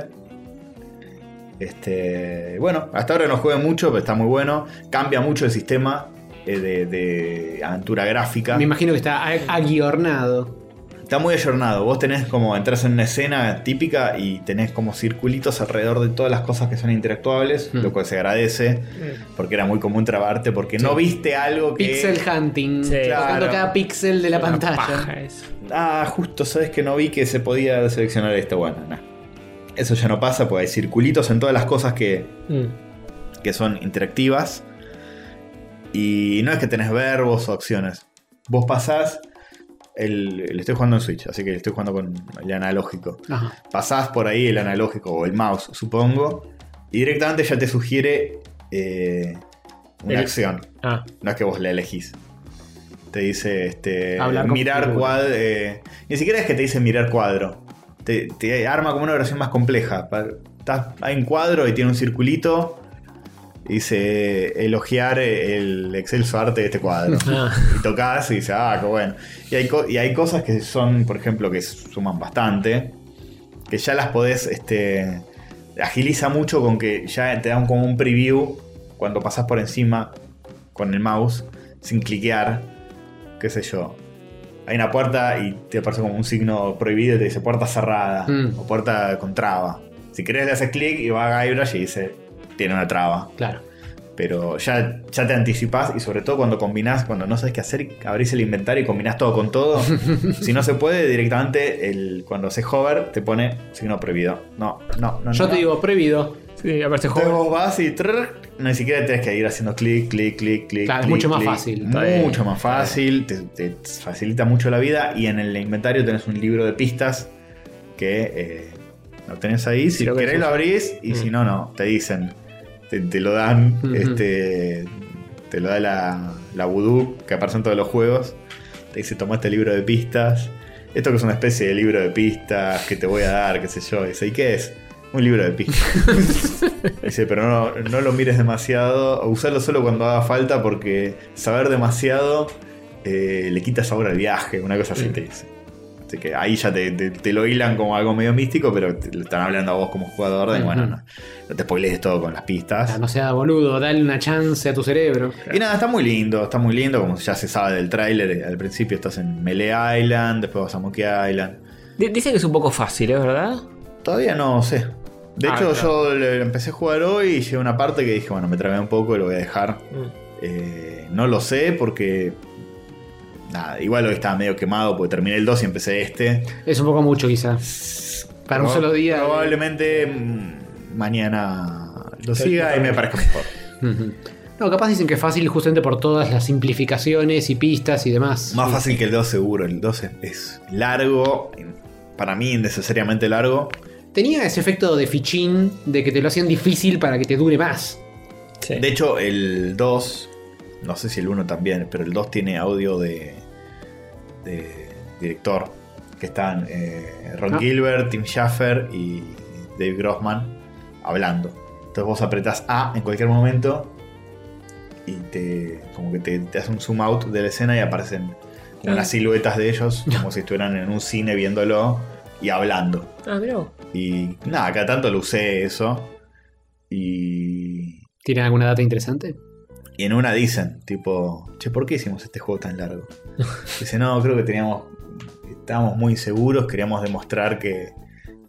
Este. Bueno, hasta ahora no jugué mucho, pero está muy bueno. Cambia mucho el sistema eh, de, de aventura gráfica.
Me imagino que está a- aguiornado.
Está muy ayornado. Vos tenés como entras en una escena típica y tenés como circulitos alrededor de todas las cosas que son interactuables,
Hmm.
lo cual se agradece, porque era muy común trabarte, porque no viste algo que.
Pixel hunting.
Sí.
Buscando
Eh, Claro.
cada pixel de la
Una
pantalla.
paja eso.
Ah, justo, sabes que no vi que se podía seleccionar esto. Bueno, nah. Eso ya no pasa, porque hay circulitos en todas las cosas que,
Mm.
que son interactivas. Y no es que tenés verbos o acciones. Vos pasás. El, le estoy jugando en Switch, así que le estoy jugando con el analógico.
Ajá.
Pasás por ahí el analógico o el mouse, supongo. Y directamente ya te sugiere eh, una
El-
acción.
Ah,
No es que vos la elegís. Te dice este,
Hablar con
mirar
figuras.
cuadro. ni siquiera es que te dice mirar cuadro. Te, te arma como una oración más compleja. Pa- estás- Hay un cuadro y tiene un circulito. y Dice elogiar el excelso arte de este cuadro.
Ah.
y tocas y dice, ah, qué bueno. Y hay, co- y hay cosas que son, por ejemplo, que suman bastante. Que ya las podés. Este, agiliza mucho con que ya te dan como un preview cuando pasas por encima con el mouse sin cliquear, qué sé yo. Hay una puerta y te aparece como un signo prohibido y te dice puerta cerrada
Mm.
o puerta con traba. Si querés le haces clic y va a Guybrush y dice tiene una traba.
Claro.
Pero ya, ya te anticipás y sobre todo cuando combinás, cuando no sabes qué hacer, abrís el inventario y combinás todo con todo. si no se puede, directamente el, cuando haces hover te pone signo prohibido. No, no, no.
Yo
no,
te
no.
digo, prohibido.
sí, aparece
Entonces
joven.
vos vas y trrr, ni siquiera tenés que ir haciendo clic, clic, clic, clic.
Claro, es
clic,
mucho más
clic.
fácil.
Está bien,
Mucho más
está bien.
fácil, te, te facilita mucho la vida. Y en el inventario tenés un libro de pistas que eh, lo tenés ahí. Si
Sí, lo
lo
que
querés
decís.
lo abrís y
Mm.
si no, no, te dicen. Te, te lo dan,
Ujú.
este, te lo da la, la voodoo que aparece en todos los juegos. Te dice, toma este libro de pistas. Esto que es una especie de libro de pistas que te voy a dar, qué sé yo. Dice, ¿y qué es? Un libro de pistas. Dice, pero no, no lo mires demasiado, o usarlo solo cuando haga falta, porque saber demasiado eh, le quita sabor al viaje, una cosa así te dice. Así que ahí ya te, te- te lo hilan como algo medio místico, pero te lo están hablando a vos como jugador de,
Ujú.
bueno, no, no te spoilees todo con las pistas.
No sea boludo, dale una chance a tu cerebro.
Y nada, está muy lindo, está muy lindo, como ya se sabe del tráiler, eh, al principio estás en Melee Island, después vas a Monkey Island.
Di- Dicen que es un poco fácil, ¿es verdad?
Todavía no sé. De
Ah,
hecho,
claro.
yo le- lo empecé a jugar hoy y llegué a una parte que dije, bueno, me trabé un poco y lo voy a dejar.
Mm.
Eh, no lo sé porque. Nada, igual hoy estaba medio quemado porque terminé el 2 y empecé este.
Es un poco mucho, quizás. Para un
Proba-
solo día. eh.
Probablemente mm, mañana lo siga y me parezca mejor.
Ujú. No, capaz dicen que es fácil justamente por todas las simplificaciones y pistas y demás.
Más fácil que el 2, seguro. El 2 es, es largo, para mí innecesariamente largo.
Tenía ese efecto de fichín, de que te lo hacían difícil para que te dure más.
Sí.
De hecho, el 2, no sé si el 1 también, pero el 2 tiene audio de, de director. Que están eh, Ron
Ah.
Gilbert, Tim Schaffer y Dave Grossman hablando. Entonces vos apretás A en cualquier momento y te como que te, te hace un zoom out de la escena y aparecen como
Ah.
las siluetas de ellos, como si estuvieran en un cine viéndolo y hablando.
Ah, mirá vos.
Y nada, cada tanto lo usé eso. Y
¿Tienen alguna data interesante?
y en una dicen, tipo, che, ¿por qué hicimos este juego tan largo? Dice, no, creo que teníamos. Estábamos muy inseguros, queríamos demostrar que,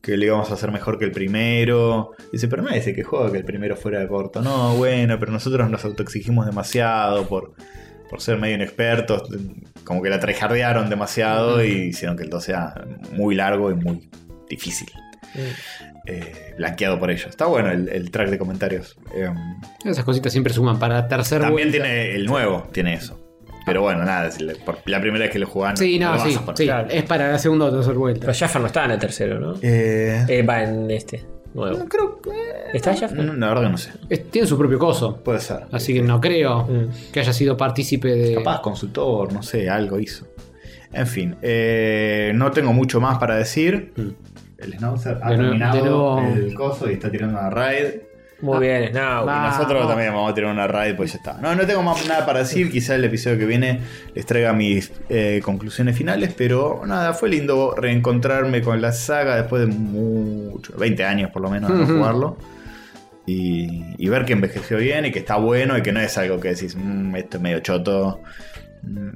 que lo íbamos a hacer mejor que el primero. Dice, pero nadie se quejó que el primero fuera corto. No, bueno, pero nosotros nos autoexigimos demasiado por, por ser medio inexpertos. Como que la tryhardearon demasiado y hicieron que el 2 sea muy largo y muy difícil. Eh, blanqueado por ellos. Está bueno el, el track de comentarios. Em,
Esas cositas siempre suman para tercer
también
vuelta.
tiene el nuevo, tiene eso. Pero bueno, nada, si la, por la primera vez que lo jugaban.
Sí,
lo
no,
vas
sí,
a Pues poner.
sí,
claro.
es para la segunda o tercera vuelta.
Pero Jaffa no está en el tercero, ¿no?
Eh,
Eh, va en este, nuevo.
creo que.
¿Está Jaffa?
No, la verdad que no sé.
Es- tiene su propio coso,
Puede ser.
así que no creo
Mm.
que haya sido partícipe de...
Capaz, consultor, no sé, algo hizo. En fin, eh, no tengo mucho más para decir. El Snowser ha
De nuevo- de
terminado
nuevo.
el coso y está tirando una raid.
Muy
Ah.
bien, no.
va.
Y nosotros
Ah.
también vamos a tirar una raid, pues ya está. No, no tengo más nada para decir. Quizá el episodio que viene les traiga mis eh, conclusiones finales. Pero nada, fue lindo reencontrarme con la saga después de mucho, 20 años por lo menos de no
Ujú.
jugarlo. Y, y ver que envejeció bien y que está bueno y que no es algo que decís, "Mm, esto es medio choto. Mm,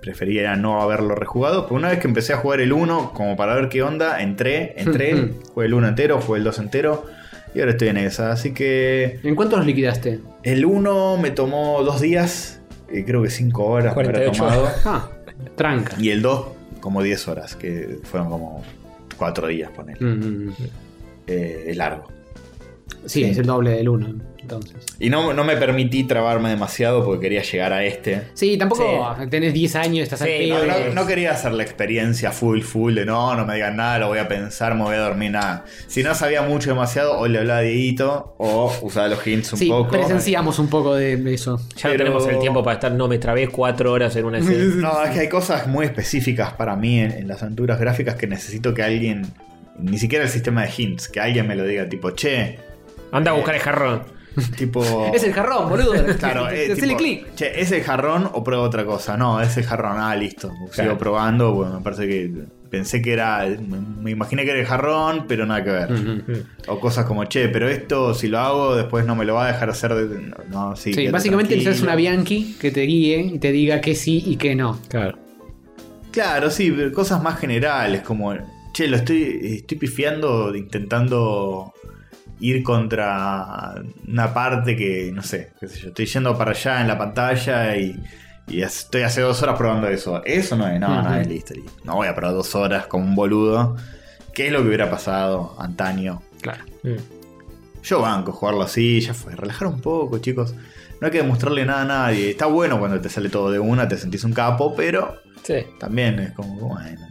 Preferiría no haberlo rejugado. Pero una vez que empecé a jugar el 1, como para ver qué onda, entré, entré,
Ujú.
jugué el 1 entero, jugué el 2 entero. Y ahora estoy en esa. Así que
¿En cuánto los liquidaste?
el 1 me tomó dos días, eh, creo que 5 horas me habrá
48
tomado.
Ah, tranca.
Y el 2 como 10 horas, que fueron como 4 días, poner.
Mm, mm.
es largo.
Sí, es el doble del uno, entonces.
Y no, no me permití trabarme demasiado porque quería llegar a este.
Sí, tampoco tenés 10 años, estás al
Sí,
pedo.
No, no-
es-
no quería hacer la experiencia full, full de no, no me digan nada, lo voy a pensar, me voy a dormir, nada. Si no sabía mucho demasiado, o le hablaba a Dieguito, o usaba los hints un
sí,
poco. eh.
presenciamos un poco de eso.
Ya no
Pero-
tenemos el tiempo para estar, no me trabé cuatro horas en una escena.
No, es que hay cosas muy específicas para mí en, en las aventuras gráficas que necesito que alguien, ni siquiera el sistema de hints, que alguien me lo diga, tipo, che,
Anda a buscar el jarrón.
tipo...
Es el jarrón, boludo.
Claro, eh,
Hacele
tipo,
clic.
Che, ¿es el jarrón o prueba otra cosa? No, es el jarrón. Ah, listo. Sigo
Claro.
probando, bueno, me parece que... Pensé que era... Me, me imaginé que era el jarrón, pero nada que ver. O cosas como, che, pero esto si lo hago después no me lo va a dejar hacer... de- no, no, sí.
Sí,
quédate
básicamente
tranquilo.
necesitas una Bianchi que te guíe y te diga que sí y que no.
Claro.
Claro, sí, pero cosas más generales, como, che, lo estoy, estoy pifiando intentando ir contra una parte que, no sé, qué sé yo, estoy yendo para allá en la pantalla y, y as- estoy hace dos horas probando eso. Eso no es, no, no
Ujú.
es listo, listo. No voy a probar dos horas como un boludo. ¿Qué es lo que hubiera pasado antaño?
Claro.
Yo banco jugarlo así, ya fue. Relajar un poco, chicos. No hay que demostrarle nada a nadie. Está bueno cuando te sale todo de una, te sentís un capo, pero
Sí.
también es como, bueno.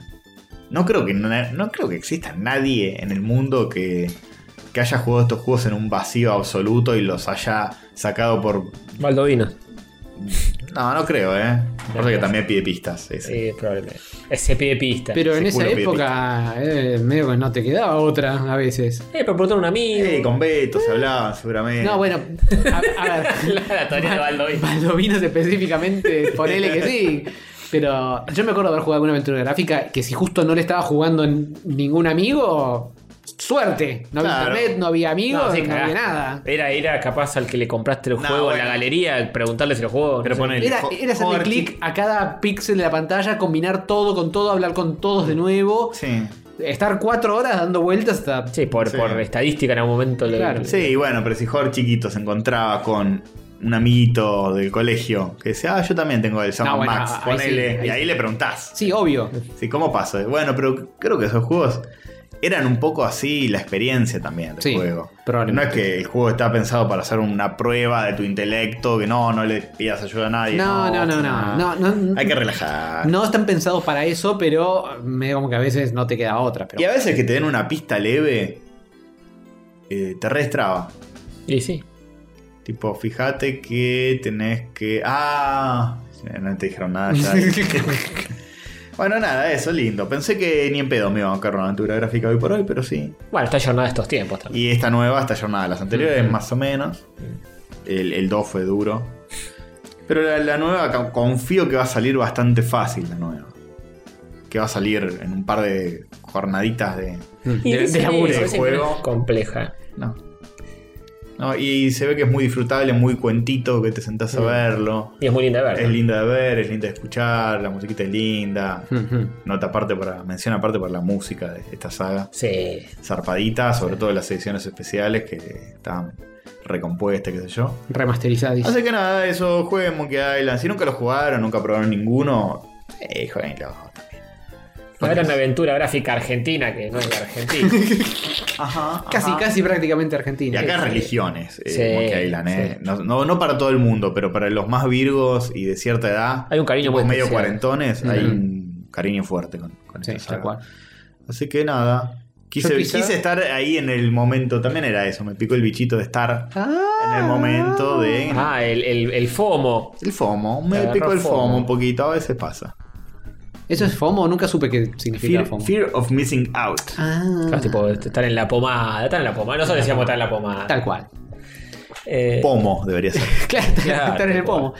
No creo que, na- no creo que exista nadie en el mundo que, que haya jugado estos juegos en un vacío absoluto y los haya sacado por.
Baldovino.
No, no creo, ¿eh? Me parece que también pide pistas.
Eh,
ese.
Sí, probablemente. Ese pie de pista.
Pero en
Ese
esa
culo pide
época, eh, medio que no te quedaba otra a veces.
Eh, pero preguntaron a un amigo.
Eh, con Beto se hablaban seguramente.
No, bueno, a, a ver.
la teoría de Baldovino.
Baldovinos específicamente, ponele que sí. Pero yo me acuerdo de haber jugado alguna aventura gráfica que si justo no le estaba jugando n- ningún amigo, suerte. No había
Claro.
internet, no había amigos, no,
sí,
había
cagaste.
nada.
Era, era capaz al que le compraste el
No,
juego en
bueno.
la galería, preguntarle si lo jugó. no
Pero
sé.
ponele,
Era,
jo-
era hacerle
joder,
clic a cada píxel de la pantalla, combinar todo con todo, hablar con todos de nuevo.
Sí.
Estar cuatro horas dando vueltas hasta.
Sí, por,
Sí.
por estadística en algún momento. le-
Claro.
Sí, y bueno, pero si Jorge chiquito se encontraba con un amiguito del colegio que decía, ah, yo también tengo el Sam
No, bueno,
Max,
ahí sí,
ponele.
ahí
y ahí
sí.
le preguntás.
Sí, obvio.
Sí, ¿cómo pasó? Bueno, pero creo que esos juegos eran un poco así la experiencia también del
Sí,
juego. No
probablemente.
es que el juego está pensado para hacer una prueba de tu intelecto, que no, no le pidas ayuda a nadie.
No, no, no, no. no, no,
Hay que relajar.
no están pensados para eso, pero medio como que a veces no te queda otra. Pero
Y a veces que te den una pista leve, eh, te restraba.
Y sí.
Tipo, fíjate que tenés que. ¡Ah! No te dijeron nada ya. bueno, nada, eso, lindo. Pensé que ni en pedo me iba a bancar una aventura gráfica hoy por hoy, pero sí.
Bueno, está jornada de estos tiempos también.
Y esta nueva, esta jornada, las anteriores más o menos. El, el 2 fue duro. Pero la, la nueva, co- confío que va a salir bastante fácil la nueva. Que va a salir en un par de jornaditas de...
de, de laburo.
juego.
compleja.
No. No, y se ve que es muy disfrutable, muy cuentito, que te sentás a verlo.
Y es muy linda de ver.
Es
¿no?
linda de ver, es linda de escuchar, la musiquita es linda.
Ujú.
Nota aparte para, mención aparte para la música de esta saga.
Sí.
Zarpadita, sobre todo las ediciones especiales que están recompuestas, qué sé yo.
Remasterizadis.
Así que nada, eso, jueguen Monkey Island. Si nunca lo jugaron, nunca probaron ninguno, eh, jueguenlo también.
Era una aventura gráfica argentina que no es de Argentina.
Ajá.
Casi, casi prácticamente
Y
Argentina.
acá
Sí.
religiones, eh,
Sí,
Monkey Island, eh.
sí.
No, no, no para todo el mundo, pero para los más virgos y de cierta edad,
Hay un cariño
tipos
muy
medio
especial.
cuarentones,
Ujú.
hay un cariño fuerte con, con
Sí,
esta
tal
saga.
cual.
Así que nada. Quise,
Yo quizá-
quise estar ahí en el momento, también era eso, me picó el bichito de estar
Ah,
en el momento de...
ah, el, el, el FOMO.
El FOMO, me
Agarró
picó el FOMO.
FOMO.
un poquito, a veces pasa.
¿Eso es FOMO? Nunca supe qué significa
Fear,
FOMO.
fear of missing out.
Ah,
Claro, tipo, estar en la pomada, estar en la pomada. Nosotros decíamos estar en la pomada.
tal cual.
Eh,
Pomo debería ser.
Claro,
Claro,
estar en el
tal cual,
pomo.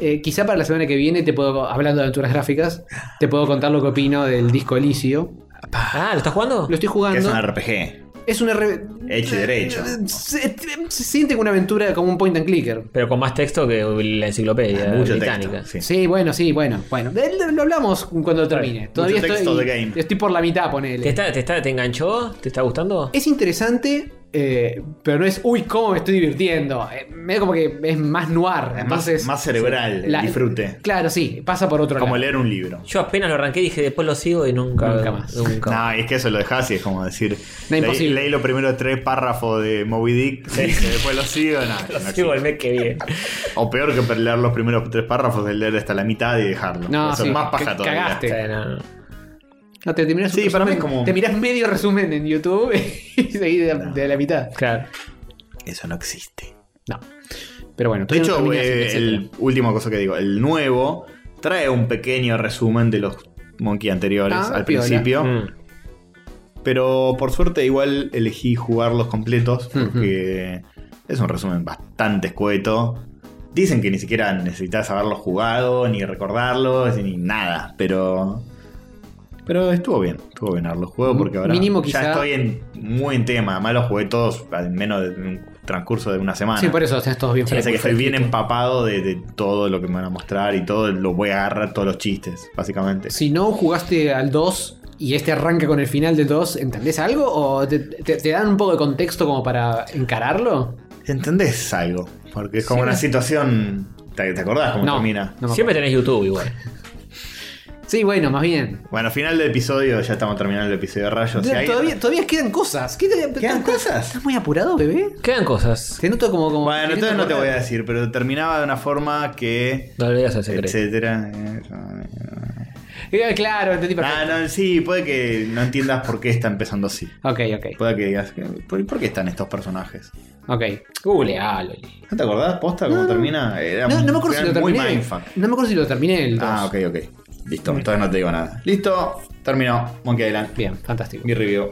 Eh, quizá para la semana que viene, te puedo, hablando de aventuras gráficas, te puedo contar lo que opino del disco Elysium.
Ah, ¿lo estás jugando?
Lo estoy
que
jugando.
es un RPG.
Es un R-
Hecho y derecho.
Se, eh, se siente como una aventura, como un point and clicker.
Pero con más texto que la enciclopedia
Mucho
británica.
texto. sí.
Ah, Sí, bueno, sí, bueno, bueno. De- de- Lo hablamos cuando termine. Todavía
texto
estoy,
de game.
estoy por la mitad,
¿Te,
ponele.
está, te, está, ¿Te enganchó? ¿Te está gustando?
Es interesante, eh, pero no es, uy, cómo me estoy divirtiendo. Eh, medio como que es más noir.
Es
Entonces,
más, más cerebral,
la-
disfrute.
Claro, sí, pasa por otro
Como
lado.
leer un libro.
Yo apenas lo arranqué dije, después lo sigo y nunca.
Nunca más.
Nunca.
No, y es que eso lo dejás y es como decir.
No,
leí-
imposible.
Leí los primeros tres párrafos de Moby Dick y después lo sigo. No,
Lo
no
sigo el
existe.
mes que viene.
o peor que leer los primeros tres párrafos es leer hasta la mitad y dejarlo.
No,
Eso es
sí,
más paja
c-
todavía.
cagaste.
O sea, no, no.
No, te, terminás un
Sí, para mí
resumen-
es como-
te mirás medio resumen en YouTube y seguís de,
No.
de la mitad.
Claro.
Eso no existe.
No. Pero bueno,
De
todavía no
hecho,
terminé,
eh,
etcétera.
el última cosa que digo, el nuevo trae un pequeño resumen de los Monkey anteriores
Ah,
al
piola.
principio.
Mm.
Pero por suerte igual elegí jugarlos completos porque es un resumen bastante escueto. Dicen que ni siquiera necesitas haberlo jugado, ni recordarlo, ni nada, pero... Pero estuvo bien, estuvo bien haberlo jugado porque ahora
Mínimo
ya
quizá-
estoy en, muy en tema. Además los jugué todos al menos de un transcurso de una semana.
Sí, por eso, estás todos bien
Sí,
Parece
frescos.
que estoy bien empapado de, de todo lo que me van a mostrar y todo, lo voy a agarrar todos los chistes, básicamente.
Si no jugaste al 2 y este arranca con el final del 2, ¿entendés algo? ¿O te, te- te dan un poco de contexto como para encararlo?
¿Entendés algo? Porque es como
Sí,
una
me-
situación. ¿Te, te acordás cómo
no,
termina?
no me
Siempre tenés YouTube igual.
acuerdo. Sí, bueno, más bien.
Bueno, final del episodio, ya estamos terminando el episodio de Rayos. Si hay-
Todavía, todavía quedan cosas. ¿Qué te-
¿Quedan
estás-
cosas?
¿Estás muy apurado, bebé?
Quedan cosas.
Te noto como... como
Bueno, entonces no te voy a decir, pero terminaba de una forma que.
No le digas el secreto.
Etcétera.
Eh, Claro, entendí
Ah,
perfecto.
no, sí, puede que no entiendas por qué está empezando así.
Ok, ok,
Puede que digas, ¿por por qué están estos personajes?
ok.
Googlealo.
¿No te acordás, posta, cómo
No, no.
termina? Era
No, no me acuerdo si
era
lo
muy
terminé.
mindfuck.
No me acuerdo si lo terminé el 2.
Ah, ok, ok. Listo, entonces no te digo nada. Listo, terminó. Monkey Island.
Bien, fantástico.
Mi review.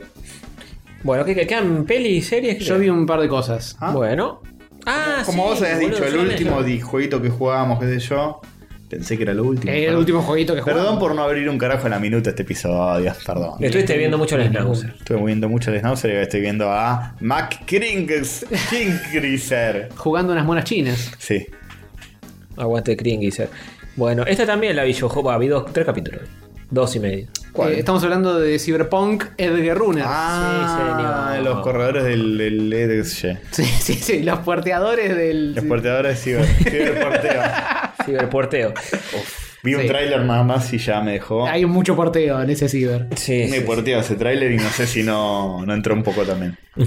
Bueno, ¿qué, qué quedan pelis, series? ¿Qué
Yo
quedan?
vi un par de cosas.
Ah.
Bueno. Ah,
Como
sí,
vos habías
boludo,
dicho, el
solamente-
último di- jueguito que jugábamos, qué sé yo. Pensé que era lo último.
Era Eh, el
perdón.
último jueguito que jugué.
Perdón por no abrir un carajo en la minuta este episodio, perdón.
Eh.
Le estuviste viendo mucho el Snauzer.
Estuve viendo mucho el Snauzer y ahora estoy viendo a Mac Kringles. Kingriser.
Jugando unas monas chinas.
Sí.
Aguante Kringiser. Bueno, esta también la vi yo. jo, bah, vi dos, tres capítulos. Dos y medio.
Eh, estamos hablando de Cyberpunk Edgar Runner.
Ah,
Sí, señor.
los corredores del, del EDG.
Sí, sí, sí. Los puerteadores del.
Los porteadores, sí, el porteo.
Ciberporteo.
Vi un
Sí.
tráiler nada más y ya me dejó.
Hay mucho porteo en ese ciber.
Sí.
Me
sí,
porteo ese tráiler y no sé si no, no entró un poco también.
un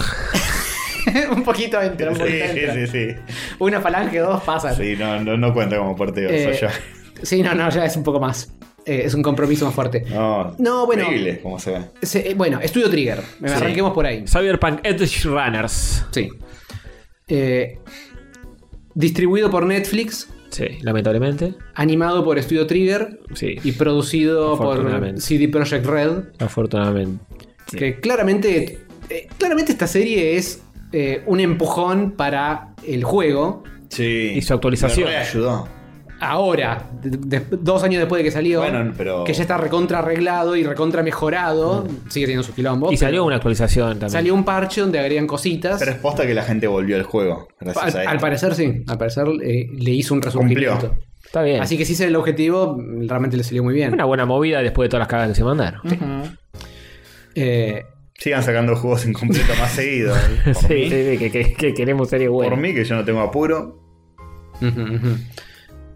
poquito entra, un poquito entra.
Sí, sí, sí.
Una falange, dos pasan.
Sí, no, no, no cuenta como porteo,
Eh,
soy yo.
sí, no, no, ya es un poco más. Eh, es un compromiso más fuerte.
No,
No, bueno.
Increíble cómo se ve.
Se- eh, bueno, Estudio Trigger. Me
Sí.
Arranquemos por ahí.
sí. Cyberpunk Edge Runners.
Sí. Eh, distribuido por Netflix,
Sí, lamentablemente.
animado por Estudio Trigger
Sí.
y producido por
Afortunadamente.
CD Projekt Red.
Afortunadamente.
Que claramente, eh, claramente esta serie es eh, un empujón para el juego.
Sí.
Y su actualización.
Me ayudó.
ahora, de- de- dos años después de que salió,
Bueno, pero- Mm.
que ya está recontra arreglado y recontra mejorado, sigue teniendo su quilombo.
Y salió
pero
una actualización también.
salió un parche donde agregan cositas.
Pero es posta que la gente volvió al juego. Gracias
al,
a
al
esto.
parecer sí, al parecer eh, le hizo un resurgimiento.
Cumplió.
Está bien.
Así que si ese es el objetivo, realmente le salió muy bien.
Una buena movida después de todas las cagadas que se mandaron.
Mm,
Eh,
Sigan sacando juegos incompletos más seguido. ¿eh? Por,
Sí,
mí,
sí, sí, que, que- que queremos series
por
buenas.
mí, que yo no tengo apuro.
Ujú, ujú.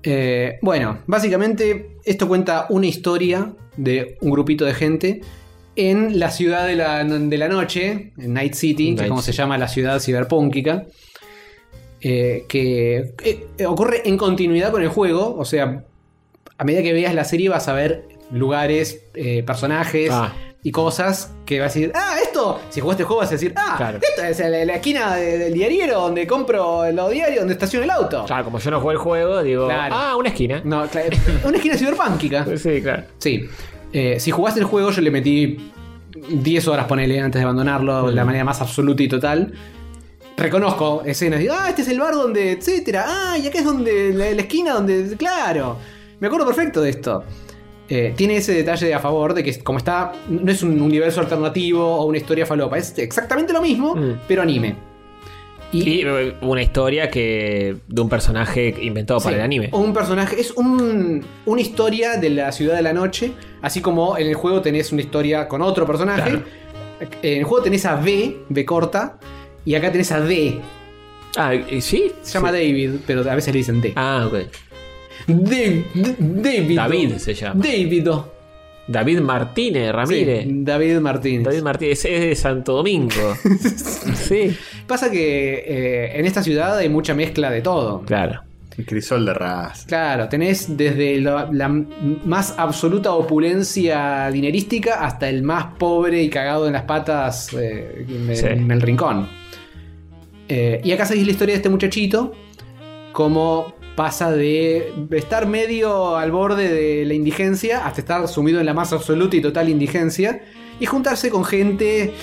Eh, bueno, básicamente esto cuenta una historia de un grupito de gente en la ciudad de la, de la noche, en Night City, que
Night
es como se
City.
llama la ciudad ciberpúnquica, eh, que eh, ocurre en continuidad con el juego, o sea, a medida que veas la serie vas a ver lugares, eh, personajes
Ah.
y cosas que vas a decir, ah, esto, si jugaste el juego vas a decir, ah,
Claro.
esta es la, la esquina de- del diariero donde compro los diarios, donde estaciono el auto.
Claro, como yo no jugué el juego, digo.
Claro.
Ah, una esquina.
No, claro, una esquina ciberpánquica.
Sí, claro.
Sí. Eh, si jugaste el juego, yo le metí 10 horas, ponele, antes de abandonarlo, de la manera más absoluta y total. Reconozco escenas. Digo, ah, este es el bar donde, etcétera. Ah, y acá es donde, la, la esquina donde, claro. Me acuerdo perfecto de esto. Eh, tiene ese detalle a favor de que, como está, no es un universo alternativo o una historia falopa. Es exactamente lo mismo,
Mm.
pero anime.
Y eh, una historia que de un personaje inventado para
Sí,
el anime.
Un personaje, es un- una historia de la ciudad de la noche, así como en el juego tenés una historia con otro personaje.
Claro.
En el juego tenés a B, B corta, y acá tenés a D.
Ah, ¿y ¿sí?
Se llama David, pero a veces le dicen D.
Ah, ok.
D- D- David.
David se llama.
David.
David Martínez Ramírez.
David Martínez.
David Martínez es de Santo Domingo. sí.
Pasa que eh, en esta ciudad hay mucha mezcla de todo.
Claro.
Crisol de Raz.
Claro, tenés desde la, la más absoluta opulencia dinerística hasta el más pobre y cagado en las patas eh, en,
Sí.
en el rincón. Eh, y acá seguís la historia de este muchachito, cómo pasa de estar medio al borde de la indigencia hasta estar sumido en la más absoluta y total indigencia y juntarse con gente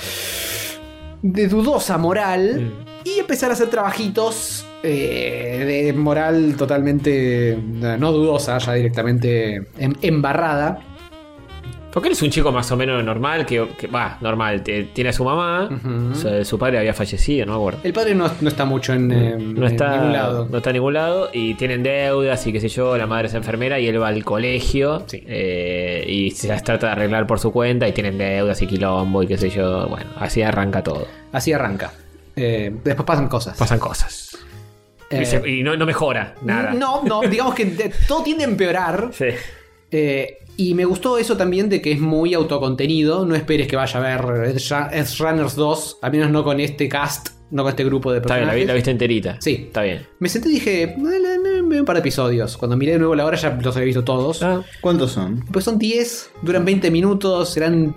de dudosa moral y empezar a hacer trabajitos eh, de moral totalmente eh, no dudosa, ya directamente em- embarrada.
Porque él es un chico más o menos normal, que que- va, normal, te- tiene a su mamá,
Ujú.
o sea, su padre había fallecido, no me acuerdo.
El padre no, no está mucho en, eh,
No
en
está,
ningún lado.
no está en ningún lado y tienen deudas y qué sé yo, la madre es enfermera y él va al colegio
Sí.
eh, y se las trata de arreglar por su cuenta y tienen deudas y quilombo y qué sé yo, bueno, así arranca todo,
Así arranca. Eh, después pasan cosas.
pasan cosas
Eh,
y, se- y no, no mejora nada.
No, no, digamos que de- todo tiende a empeorar.
Sí.
Eh, y me gustó eso también de que es muy autocontenido. No esperes que vaya a ver Edge Runners 2, al menos no con este cast, no con este grupo de
Está bien,
personajes.
la, vi- la viste enterita.
Sí.
Está bien.
Me senté y dije, veo un par de episodios. Cuando miré de nuevo la hora ya los había visto todos.
Ah.
¿Cuántos son?
Pues son 10, duran 20 minutos, serán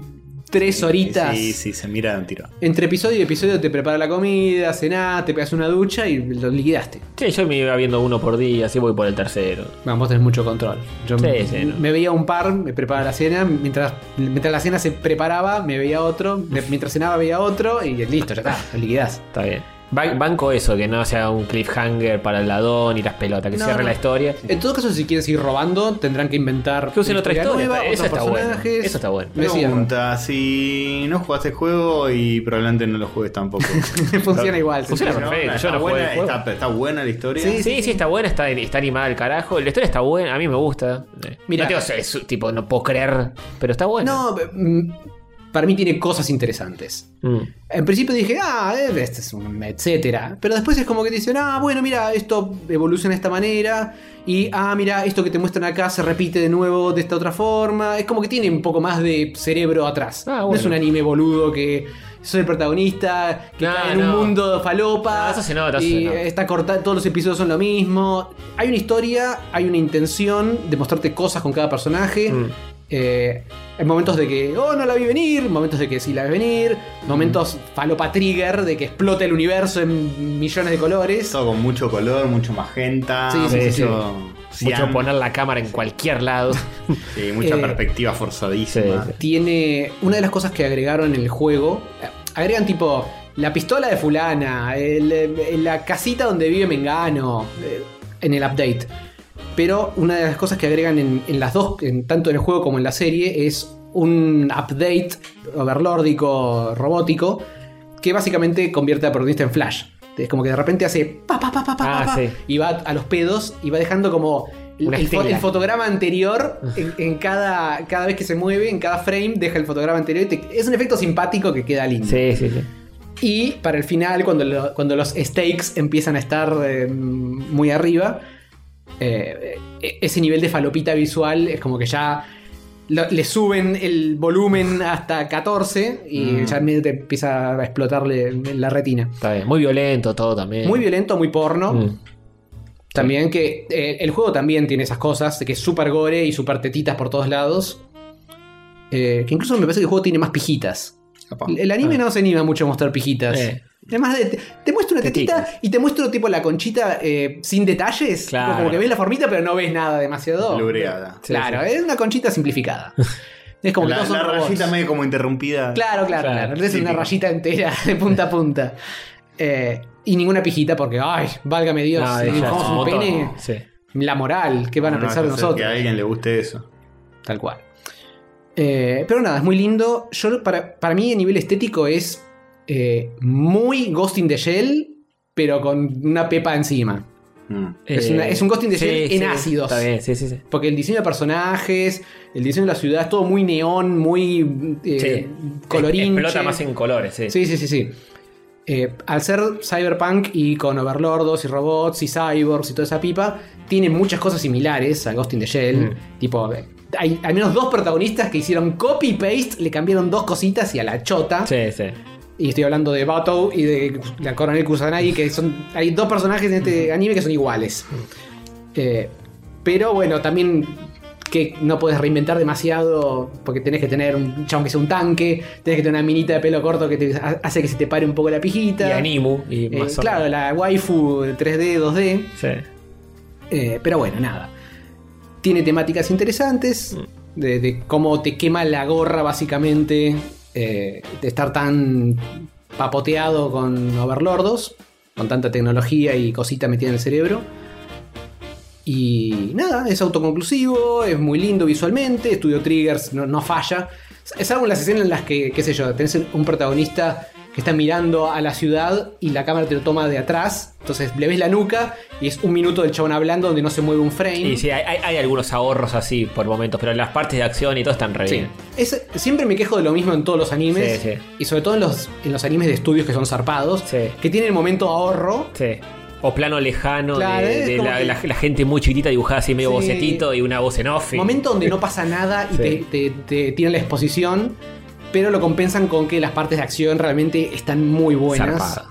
3 horitas.
Sí, sí, se mira de un tiro.
Entre episodio y episodio te prepara la comida, cenás, te pegas una ducha y lo liquidaste.
Sí, yo me iba viendo uno por día, así voy por el tercero.
Vamos, vos tenés mucho control. Yo
Sí,
me,
sí, no.
me veía un par, me preparaba la cena, mientras, mientras la cena se preparaba, me veía otro, me- mientras cenaba veía otro y listo, ya está, lo liquidás.
Está bien. Ban- Banco eso, que no sea un cliffhanger para el ladón y las pelotas, que
No,
cierre
no.
la historia.
En todo caso, si quieres ir robando, tendrán que inventar
Que usen otra historia. Eso
otros
está bueno.
personajes.
Eso está bueno.
Me decía,
Pregunta, si no jugaste el juego y probablemente no lo juegues tampoco.
Funciona igual.
Funciona
sí.
perfecto, yo no
Está,
jugué el
buena,
juego.
está, está buena la historia.
Sí,
Sí, sí, está buena, está, está animada al carajo. La historia está buena, a mí me gusta. Eh,
Mirá.
no te digo, es, es, tipo, no puedo creer, pero está buena.
No, mm, para mí tiene cosas interesantes.
Mm.
En principio dije, ah, eh, este es un etcétera. Pero después es como que te dicen, ah, bueno, mira, esto evoluciona de esta manera. Y, ah, mira, esto que te muestran acá se repite de nuevo de esta otra forma. Es como que tiene un poco más de cerebro atrás.
Ah,
No
bueno.
es un anime boludo que soy el protagonista, que
No,
está en un
no.
mundo falopa.
No, eso se nota, eso
y
se nota.
está cortado, todos los episodios son lo mismo. Hay una historia, hay una intención de mostrarte cosas con cada personaje.
Mm.
Eh, hay momentos de que, oh, no la vi venir, momentos de que sí la ves venir, momentos falopa trigger de que explota el universo en millones de colores.
Todo con mucho color, mucho magenta,
Sí, sí, sí,
mucho, cian,
Mucho poner la cámara en cualquier lado.
sí, mucha
Eh,
perspectiva forzadísima.
sí,
Tiene una de las cosas que agregaron en el juego, eh, agregan tipo la pistola de fulana, el- el- la casita donde vive Mengano, eh, en el eh, update. pero una de las cosas que agregan en, en las dos, en, tanto en el juego como en la serie, es un update overlordico, robótico, que básicamente convierte al protagonista en Flash. Es como que de repente hace pa pa pa pa pa,
Ah,
pa,
sí.
y va a los pedos y va dejando como el,
Una
el fo-
estela.
el fotograma anterior en, en cada, cada vez que se mueve, en cada frame deja el fotograma anterior. y te- es un efecto simpático que queda lindo.
Sí, sí, sí.
Y para el final, cuando, lo- cuando los stakes empiezan a estar eh, muy arriba, eh, eh, ese nivel de falopita visual es como que ya lo- le suben el volumen hasta 14 y
Mm.
ya medio te empieza a explotarle la retina.
Está bien. Muy violento todo también.
Muy violento, muy porno.
Mm.
También que eh, el juego también tiene esas cosas, de que es súper gore y súper tetitas por todos lados. Eh, que incluso me parece que el juego tiene más pijitas.
Capaz.
El el anime
Ah.
no se anima mucho a mostrar pijitas.
Eh.
Además, de- te, te muestro una tetita
Tetitas.
y te muestro tipo la conchita eh, sin detalles.
Claro.
Tipo, Como que ves la formita, pero no ves nada demasiado.
Lureada.
Claro, es una conchita simplificada. es como que
la
todos son
la
robots.
rayita medio como interrumpida.
Claro, claro,
Claro,
claro. Es una
típico.
rayita entera de punta a punta. Eh, y ninguna pijita porque, ay, válgame Dios,
No,
le
ya
dibujamos
es
un
montón.
pene.
Sí.
La moral, ¿qué van a
No, no
pensar de
vaya a ser
nosotros?
Que a alguien le guste eso.
Tal cual. Eh, pero nada, es muy lindo. Yo, para, para mí, a nivel estético, es eh, muy Ghost in the Shell, pero con una pepa encima.
Mm.
Es una- es un Ghost in the Shell en ácidos.
Eh, Está bien, sí, sí, sí.
Porque el diseño de personajes, el diseño de la ciudad, es todo muy neón, muy eh,
Sí.
colorín.
Explota más en colores, sí.
Sí, sí, sí, sí. Eh, al ser cyberpunk y con overlordos y robots y cyborgs y toda esa pipa, tiene muchas cosas similares a Ghost in the Shell.
Mm.
Tipo, eh, hay al menos dos protagonistas que hicieron copy-paste, le cambiaron dos cositas y a la chota.
Sí, sí.
Y estoy hablando de Bato y de la Coronel Kusanagi, que son. Hay dos personajes en este anime que son iguales. Eh, pero bueno, también que no puedes reinventar demasiado porque tenés que tener un chabón que sea un tanque, tenés que tener una minita de pelo corto que te ha- hace que se te pare un poco la pijita.
Y Animu y
Eh,
más o
claro,
menos.
la waifu de 3D, 2D.
Sí.
Eh, pero bueno, nada. Tiene temáticas interesantes. De, de cómo te quema la gorra, básicamente. eh, de estar tan papoteado con overlordos. Con tanta tecnología y cosita metida en el cerebro. Y nada, es autoconclusivo, es muy lindo visualmente, Studio Triggers no, no falla. Salvo en las escenas en las que, qué sé yo, tenés un protagonista que está mirando a la ciudad y la cámara te lo toma de atrás, entonces le ves la nuca y es un minuto del chabón hablando donde no se mueve un frame.
Y sí, hay, hay- hay algunos ahorros así por momentos, pero las partes de acción y todo están re
Sí.
bien.
Es- siempre me quejo de lo mismo en todos los animes
Sí, sí.
y sobre todo en los, en los animes de estudios que son zarpados,
Sí.
que tienen el momento ahorro
Sí. O plano lejano
Claro,
de,
es
de
como
la,
que-
la- la gente muy chiquitita dibujada así medio
Sí.
bocetito y una voz en off. y-
Momento donde no pasa nada y
Sí.
te, te- te tiran la exposición, pero lo compensan con que las partes de acción realmente están muy buenas.
zarpada.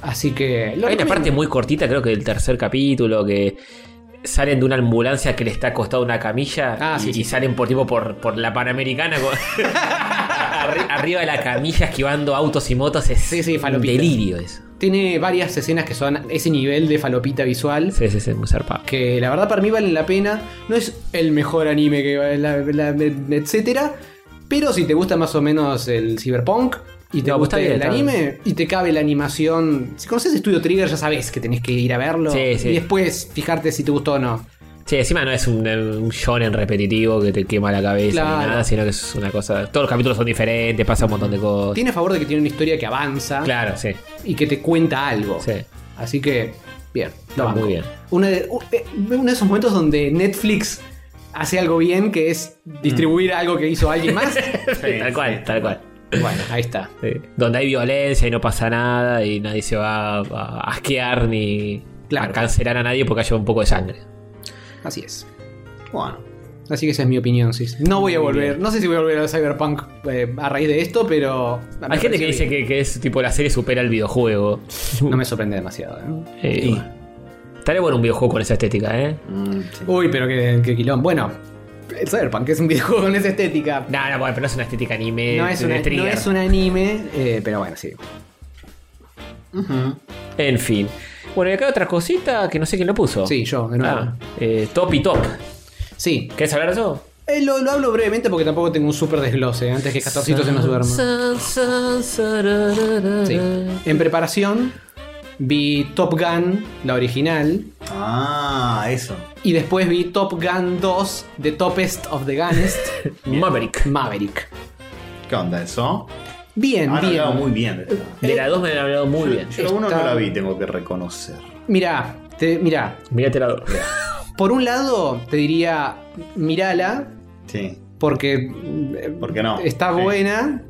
Así que. lo
Hay una
recomiendo.
parte muy cortita, creo que del tercer capítulo, que salen de una ambulancia que le está acostada una camilla
Ah,
y,
sí, sí.
y salen por tipo por, por la Panamericana con- Arri- arriba de la camilla esquivando autos y motos. Es
Sí, sí,
un
falopita.
delirio eso.
Tiene varias escenas que son ese nivel de falopita visual.
Sí, sí, sí, muy zarpado.
Que la verdad para mí valen la pena. No es el mejor anime que la- la- etcétera. Pero si te gusta más o menos el cyberpunk y te
No,
gusta
pues
el
está bien, está
anime y te cabe la animación. Si conoces Studio Trigger ya sabes que tenés que ir a verlo
Sí, sí.
y después fijarte si te gustó o no.
Sí, encima no es un, eh, un shonen repetitivo que te quema la cabeza ni
Claro.
nada, sino que es una cosa. Todos los capítulos son diferentes, pasa un montón de cosas.
Tiene a favor de que tiene una historia que avanza
Pues- Claro, sí.
y que te cuenta algo.
sí.
Así que, bien, lo
Está
banco.
muy bien.
Uno de, u- eh, uno de esos momentos donde Netflix hace algo bien, que es distribuir
Mm.
algo que hizo alguien más.
tal cual, tal cual.
bueno, ahí está.
Sí. Donde hay violencia y no pasa nada y nadie se va a, a asquear ni
Claro.
a cancelar a nadie porque haya un poco de sangre.
Así es.
Bueno,
Así que esa es mi opinión, Sis. No voy a
Muy
volver.
bien.
No sé si voy a volver al Cyberpunk eh, a raíz de esto, pero.
Hay gente que dice que, que es tipo la serie supera el videojuego.
No me sorprende demasiado. ¿eh?
Eh, bueno. Estaría bueno un videojuego con esa estética, ¿eh?
mm, sí.
Uy, pero qué, qué quilón. Bueno, el Cyberpunk es un videojuego con esa estética.
No, no, bueno, pero no es una estética anime.
No es,
Eh, de
una- no
trigger.
es un anime, eh, pero bueno, sí.
Ujú.
En fin. Bueno, y acá otra cosita que no sé quién lo puso.
Sí, yo, de nuevo.
Oh. Ah, eh, top y top.
Sí,
¿Querés hablar de eso?
Eh, lo, lo hablo brevemente porque tampoco tengo un súper desglose ¿eh? antes que Castorcito se nos duerma. Sí. En preparación vi Top Gun, la original,
Ah, eso.
Y después vi Top Gun 2, The Topest of the Gunnest,
Maverick.
Maverick.
¿Qué onda eso?
Bien,
Han
bien.
hablado Ah, muy bien de esta.
Eh,
De la 2 me han hablado muy bien.
Yo la uno
Está-
no la vi, tengo que reconocer.
Mirá, te, mirá.
Mírate la 2.
Por un lado, te diría, mirala,
Sí.
porque eh,
¿Por qué no?
está
Ah, Sí.
buena.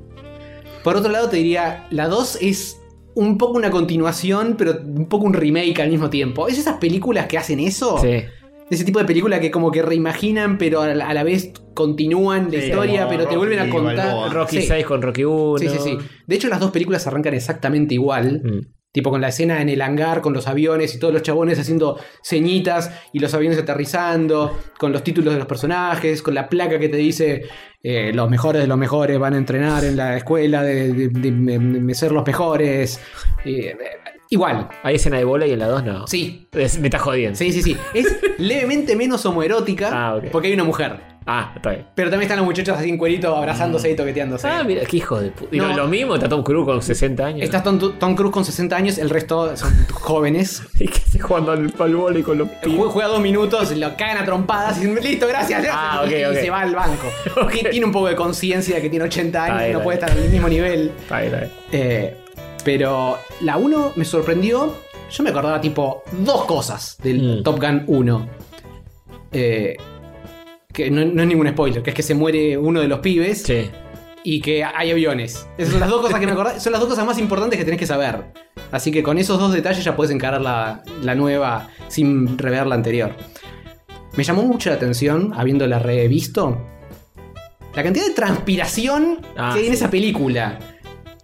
Por otro lado, te diría, la 2 es un poco una continuación, pero un poco un remake al mismo tiempo. ¿Es esas películas que hacen eso?
Sí.
Ese tipo de película que como que reimaginan, pero a la, a la vez continúan la
Sí,
historia,
como
pero te
Rocky
vuelven a
y
contar.
Balboa.
Rocky
Sí.
6 con Rocky 1.
Sí, sí, sí. De hecho, las dos películas arrancan exactamente igual.
Mm.
Tipo con la escena en el hangar, con los aviones y todos los chabones haciendo ceñitas y los aviones aterrizando, con los títulos de los personajes, con la placa que te dice eh, los mejores de los mejores van a entrenar en la escuela de, de- de- de- de ser los mejores. Eh, eh, igual,
Hay escena de bola y en la 2 no.
sí.
Es- me está jodiendo.
Sí, sí, sí. Es levemente menos homoerótica
Ah, ok.
porque hay una mujer.
Ah, está bien.
Pero también están los muchachos así en cuerito abrazándose y toqueteándose.
Ah, mira, qué hijo de puta.
No.
Lo mismo está Tom Cruise con 60 años.
Está Tom, Tom Cruise con 60 años, el resto son jóvenes.
Y que se jugando al, al vóley con los
El juego juega dos minutos, lo cagan a trompadas y dicen, listo, gracias, gracias",
Ah, ok,
y, y
ok.
se va al banco.
Ok.
Que Tiene un poco de conciencia de que tiene 80 años
Está
y
bien,
no
está
puede
bien.
estar al mismo nivel.
Está bien, está bien.
Eh, pero la 1 me sorprendió. Yo me acordaba tipo dos cosas del
Mm.
Top Gun 1. Eh, que no, no es ningún spoiler, que es que se muere uno de los pibes
Sí.
y que hay aviones. Esas son las dos cosas que me acordé, son las dos cosas más importantes que tenés que saber. Así que con esos dos detalles ya puedes encarar la, la nueva sin rever la anterior. Me llamó mucho la atención, habiéndola revisto, la cantidad de transpiración
Ah,
que hay en
sí.
esa película.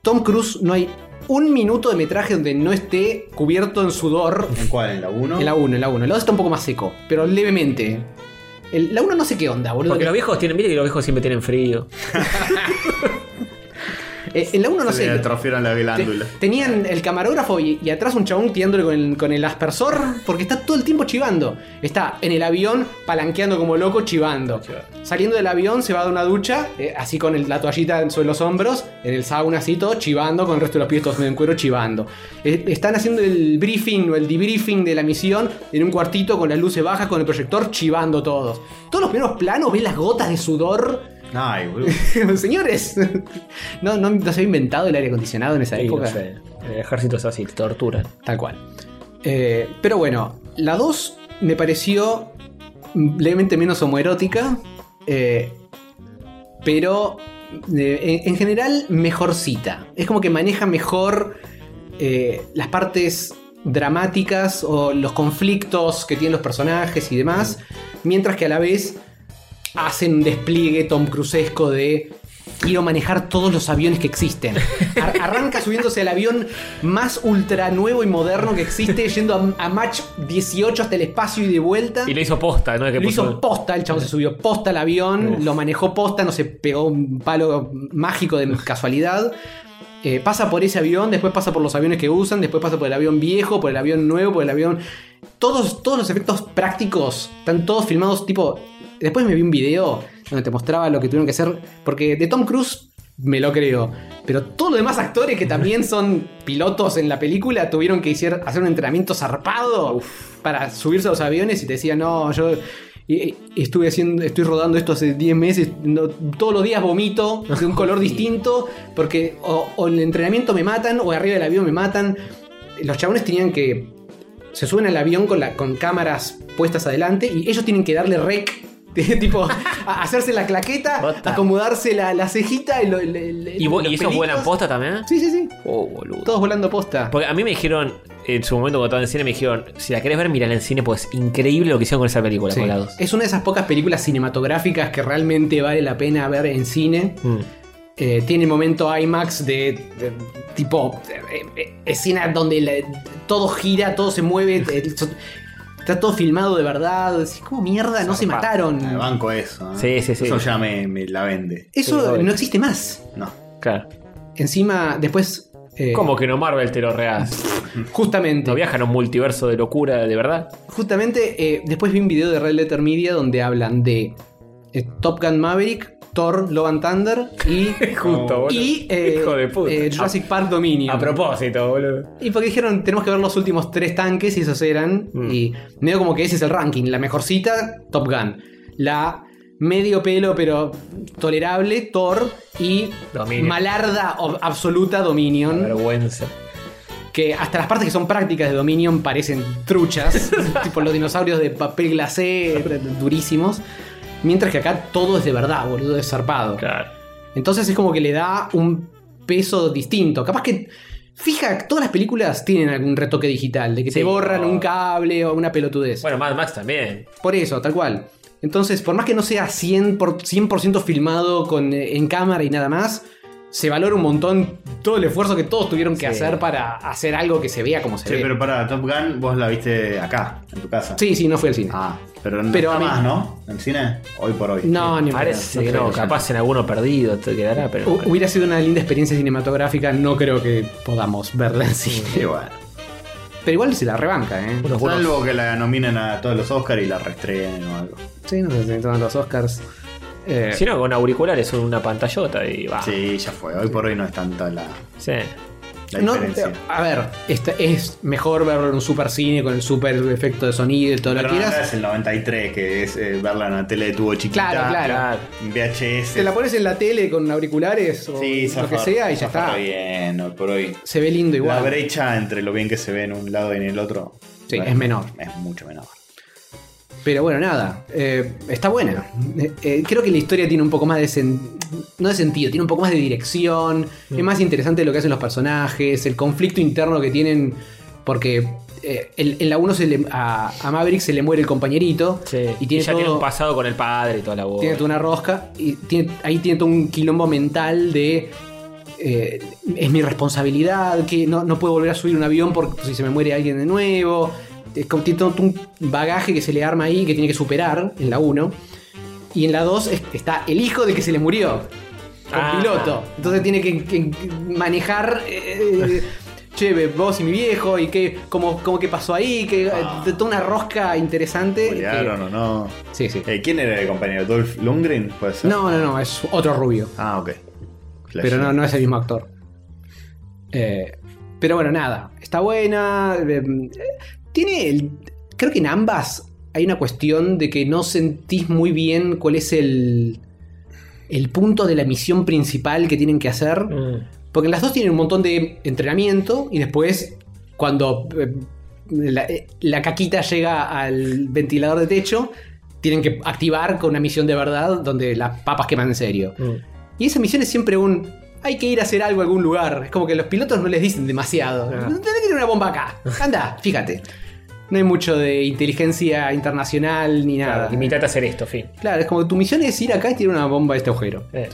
Tom Cruise no hay un minuto de metraje donde no esté cubierto en sudor.
¿En cuál? ¿En la 1?
En la 1, en la 1. La 2 está un poco más seco, pero levemente. El- la 1 no sé qué onda, boludo.
Porque los viejos tienen, mira que los viejos siempre tienen frío.
Eh, en la 1 no
Se le
sé.
atrofiaron la
Te-
glándula.
Tenían el camarógrafo y, y atrás un chabón tirándole con el, con el aspersor porque está todo el tiempo chivando. Está en el avión palanqueando como loco, chivando. Saliendo del avión se va a dar una ducha, eh, así con el- la toallita sobre los hombros, en el sauna así todo, chivando, con el resto de los pies todos medio en cuero, chivando. Eh, están haciendo el briefing o el debriefing de la misión en un cuartito con las luces bajas, con el proyector, chivando todos. Todos los primeros planos ven las gotas de sudor.
Ay, boludo.
Señores, no, no, no se había inventado el aire acondicionado en esa
Sí,
época.
no sé. En el ejército es así, te torturan.
Tal cual. Eh, pero bueno, la 2 me pareció levemente menos homoerótica, eh, pero eh, en, en general mejorcita. Es como que maneja mejor eh, las partes dramáticas o los conflictos que tienen los personajes y demás, mientras que a la vez hacen un despliegue Tom Crucesco de quiero manejar todos los aviones que existen. Ar- arranca subiéndose al avión más ultra nuevo y moderno que existe, yendo a, a Match 18 hasta el espacio y de vuelta.
Y le hizo posta, ¿no? Es que
Lo
puso-
hizo posta, el chavo se subió posta al avión, lo manejó posta, no se pegó un palo mágico de casualidad. Eh, pasa por ese avión, después pasa por los aviones que usan, después pasa por el avión viejo, por el avión nuevo, por el avión. Todos, todos los efectos prácticos están todos filmados tipo. Después me vi un video donde te mostraba lo que tuvieron que hacer. Porque de Tom Cruise me lo creo. Pero todos los demás actores que también son pilotos en la película tuvieron que hacer, hacer un entrenamiento zarpado para subirse a los aviones y te decían, no, yo eh, estuve haciendo, estoy rodando esto hace 10 meses, no- todos los días vomito de un color distinto, porque o, o en el entrenamiento me matan o arriba del avión me matan. Los chabones tenían que... Se suben al avión con, la, con cámaras puestas adelante y ellos tienen que darle rec. tipo, a- hacerse la claqueta,
Bota.
acomodarse la, la cejita y, lo- el- el-
¿Y, vos-
los
¿y esos
pelitos.
vuelan posta también?
Sí, sí, sí.
Oh, boludo.
Todos volando posta.
Porque a mí me dijeron, en su momento cuando estaba en cine, me dijeron, si la querés ver, mirala en cine, pues increíble lo que hicieron con esa película,
Sí.
con la 2.
Es una de esas pocas películas cinematográficas que realmente vale la pena ver en cine.
Mm.
Eh, tiene momento IMAX de, de- tipo eh, eh, escena donde la- todo gira, todo se mueve, eh, so- está todo filmado de verdad. Decís, ¿Cómo mierda? No se
Zarpado.
mataron.
Ah, banco eso. ¿eh?
Sí, sí, sí.
Eso ya me, me la vende.
Eso
Sí,
no existe más.
No.
Claro.
Encima, después. eh,
¿Cómo que no Marvel te lo regas?
Justamente.
¿No viajan a un multiverso de locura de verdad?
Justamente, eh, después vi un video de Red Letter Media donde hablan de eh, Top Gun Maverick Thor, Love and Thunder y,
Justo, boludo.
y eh,
Hijo de puta.
eh, Jurassic Park Dominion.
A propósito, boludo.
Y porque dijeron, tenemos que ver los últimos tres tanques, y esos eran.
Mm.
Y medio como que ese es el ranking. La mejorcita, Top Gun. La medio pelo, pero tolerable, Thor. Y
Dominion.
malarda ob- absoluta, Dominion.
Vergüenza.
Que hasta las partes que son prácticas de Dominion parecen truchas. tipo los dinosaurios de papel glacé, durísimos. Mientras que acá todo es de verdad, boludo, es zarpado.
Claro.
Entonces es como que le da un peso distinto. Capaz que. Fija, todas las películas tienen algún retoque digital, de que
Sí,
se borran
no.
un cable o una pelotudez.
Bueno, Mad Max también.
Por eso, tal cual. Entonces, por más que no sea 100%, por- 100 filmado con, eh, en cámara y nada más, se valora un montón todo el esfuerzo que todos tuvieron que
Sí.
hacer para hacer algo que se vea como se
Che,
ve.
pero para Top Gun vos la viste acá, en tu casa.
Sí, sí, no fui al cine.
Ah, pero no
Pero
está
a mí-
más, ¿no? En cine, hoy por hoy.
no, ni en
Parece
pedo,
que
no
no,
creo. Uh,
capaz en alguno perdido te quedará, pero.
Hu- Hubiera sido una linda experiencia cinematográfica, no creo que podamos verla en cine.
Sí, bueno.
Pero igual se la rebanca, ¿eh?
Unos buenos-
Salvo que la nominen a todos los Oscars y la restreen o algo.
Sí, no sé si toman los Oscars. Eh,
Si no, con auriculares son una pantallota y
Ah.
va.
Sí, ya fue. Hoy por hoy no es tanta la,
Sí.
la
no,
diferencia.
eh, a ver, esta- es mejor verlo en un super cine con el super efecto de sonido y todo lo
Pero no,
que quieras.
no es el 93, que es eh, verla en la tele de tubo chiquita.
Claro, claro.
VHS.
Te la pones en la tele con auriculares o
Sí,
lo que
zafar-
sea y ya
zafarla
está.
bien, hoy por hoy.
Se ve lindo
La
igual.
brecha entre lo bien que se ve en un lado y en el otro.
Sí, es menor.
Es mucho menor.
Pero bueno, nada. eh, está buena. Eh, eh, creo que la historia tiene un poco más de sen- no de sentido, tiene un poco más de dirección. Es más interesante lo que hacen los personajes, el conflicto interno que tienen. Porque eh, en, en la 1 se le- a, a Maverick se le muere el compañerito.
Sí.
Y tiene
ya tiene
todo-
un pasado con el padre y toda la voz.
Tiene toda una rosca y tiene, ahí tiene todo un quilombo mental de. eh, es mi responsabilidad, que no, no puedo volver a subir un avión porque si se me muere alguien de nuevo. Es como- tiene todo un bagaje que se le arma ahí que tiene que superar en la 1. Y en la 2 es- está el hijo del que se le murió, con
Ah.
piloto. Entonces tiene que, que manejar. eh, che, vos y mi viejo, y qué, cómo, cómo que pasó ahí, que eh, toda una rosca interesante. que-
¿Pelearon o no?
Sí, sí.
Eh, ¿Quién era el compañero? ¿Dolph Lundgren? ¿Puede ser?
No, no, no, es otro rubio.
Ah, ok. Flash.
Pero no, no es el mismo actor. Eh, pero bueno, nada. Está buena. eh, tiene el. Creo que en ambas hay una cuestión de que no sentís muy bien cuál es el. el punto de la misión principal que tienen que hacer.
Mm.
Porque en las dos tienen un montón de entrenamiento y después cuando eh, la, eh, la caquita llega al ventilador de techo, tienen que activar con una misión de verdad donde las papas queman en serio.
Mm.
Y esa misión es siempre un. Hay que ir a hacer algo a algún lugar. Es como que los pilotos no les dicen demasiado.
Ah.
Tenés que tener una bomba acá. Anda, fíjate. No hay mucho de inteligencia internacional ni nada.
Claro, limitate a hacer esto, fin.
Claro, es como que tu misión es ir acá y tirar una bomba a este agujero.
Eh.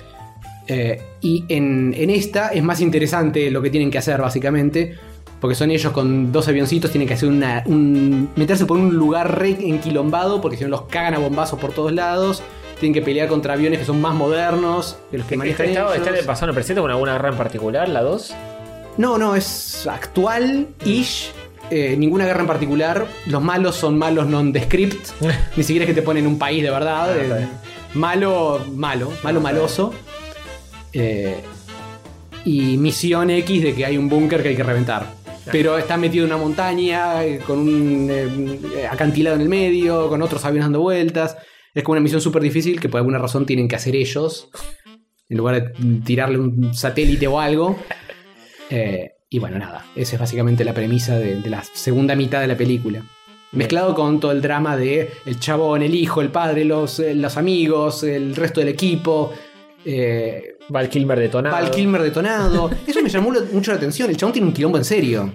Eh, y en, en esta es más interesante lo que tienen que hacer, básicamente. Porque son ellos con dos avioncitos, tienen que hacer una. un- meterse por un lugar re enquilombado, porque si no los cagan a bombazos por todos lados. Tienen que pelear contra aviones que son más modernos, que los que
¿Está,
manejan.
está,
ellos.
está en el pasado en el presente con alguna guerra en particular, la 2?
No, no, es actual, ish. eh, ninguna guerra en particular. Los malos son malos nondescript. Ni siquiera es que te ponen un país de verdad.
Ah, está
eh,
bien. Ah,
malo, malo, malo, maloso. Eh, y misión X de que hay un búnker que hay que reventar. Pero está metido en una montaña, eh, con un eh, acantilado en el medio, con otros aviones dando vueltas. Es como una misión súper difícil que por alguna razón tienen que hacer ellos. En lugar de tirarle un satélite o algo. Eh, y bueno, nada. Esa es básicamente la premisa de, de la segunda mitad de la película. Mezclado con todo el drama de el chabón, el hijo, el padre, los, eh, los amigos, el resto del equipo. Eh,
Val Kilmer detonado.
Val Kilmer detonado. Eso me llamó lo- mucho la atención. El chabón tiene un quilombo en serio.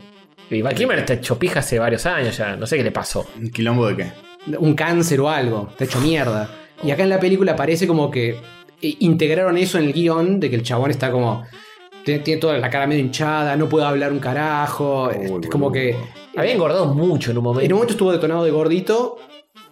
Y Val Kilmer está hecho pija hace varios años ya. No sé qué le pasó.
¿Un quilombo de qué?
Un cáncer o algo. Está hecho mierda. Y acá en la película parece como que eh, integraron eso en el guión de que el chabón está como. Tiene, tiene toda la cara medio hinchada, no puede hablar un carajo.
Uy,
es
boludo.
como que.
Había engordado mucho en un momento.
En un momento estuvo detonado de gordito.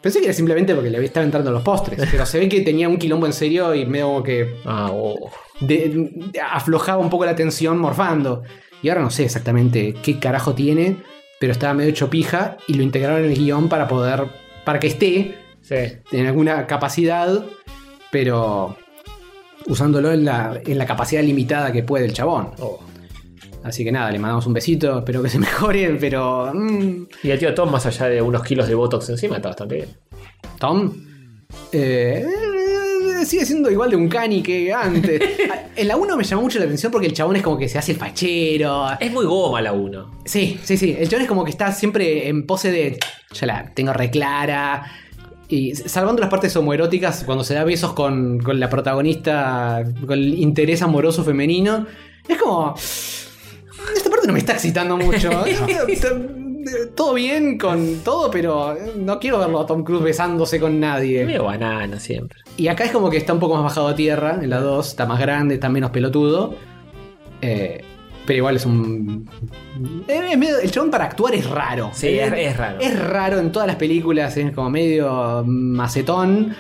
Pensé que era simplemente porque le estaba entrando los postres. Pero se ve que tenía un quilombo en serio y medio como que
Ah, oh.
de- de- aflojaba un poco la tensión morfando. Y ahora no sé exactamente qué carajo tiene, pero estaba medio hecho pija y lo integraron en el guión para poder, para que esté
Sí.
en alguna capacidad, pero usándolo en la, en la capacidad limitada que puede el chabón.
oh.
Así que nada, le mandamos un besito, espero que se mejoren, pero... mm,
Y el tío Tom, más allá de unos kilos de Botox encima, está bastante bien.
Tom eh, sigue siendo igual de un cani que antes. en la 1 me llamó mucho la atención porque el chabón es como que se hace el fachero.
Es muy goma la 1.
Sí, sí, sí. El chabón es como que está siempre en pose de. Ya la tengo reclara. Y salvando las partes homoeróticas, cuando se da besos con, con la protagonista, con el interés amoroso femenino, es como. Esta parte no me está excitando mucho. Todo bien con todo, pero no quiero verlo a Tom Cruise besándose con nadie.
Es medio banana siempre.
Y acá es como que está un poco más bajado a tierra, en la 2, está más grande, está menos pelotudo. Eh, pero igual es un. eh, es medio- el chabón para actuar es raro.
Sí,
Eh,
es, es raro.
es raro en todas las películas, es como medio macetón.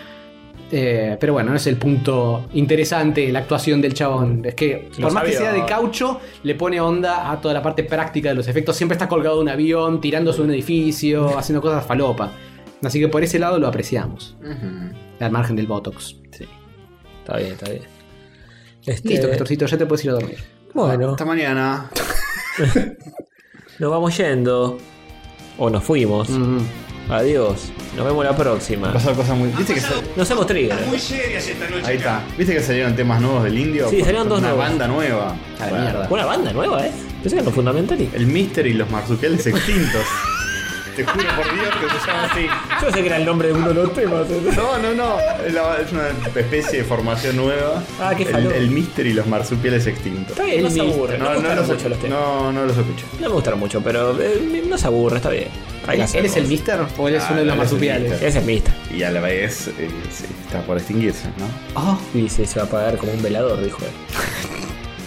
Eh, pero bueno, no es el punto interesante la actuación del chabón. Es que,
Lo
por más que
sabio.
sea de caucho, le pone onda a toda la parte práctica de los efectos. Siempre está colgado de un avión, tirándose de un edificio, haciendo cosas falopa. Así que por ese lado lo apreciamos, al margen del Botox.
Está bien, está bien. Este,
Listo, Castorcito, ya te puedes ir a dormir.
Bueno,
Hasta mañana.
nos vamos yendo. O nos fuimos.
Mm.
Adiós. Nos vemos la próxima.
Pasó cosas muy. ¿Viste que sal-
Nos hemos trigger.
Ahí está. ¿Viste que salieron temas nuevos del indio?
Sí,
Con-
salieron
con
dos
Una
nuevos.
banda nueva.
A la
Bueno,
mierda.
Una banda nueva, ¿eh? Pensé que no fundamental.
El Mister y los marsupiales extintos. Te juro por Dios que se llama así.
Yo pensé que era el nombre de uno de los temas. ¿eh?
No, no, no. Es la- Es una especie de formación nueva.
Ah, qué
el,
falopa.
el Mister y los marsupiales extintos.
Está bien, no se aburre. No, me gustaron
los,
mucho los temas.
no, no los escucho.
No. me gustaron mucho, pero eh, no se aburre, está bien. Hay
¿Él,
que
él
hacerlo.
es el mister o él es uno de los
él es el
marsupiales?
Ah, mister.
Ese es mista.
Y a la vez eh, sí, está por extinguirse, ¿no?
Oh,
Y se, se va a pagar como un velador, dijo él.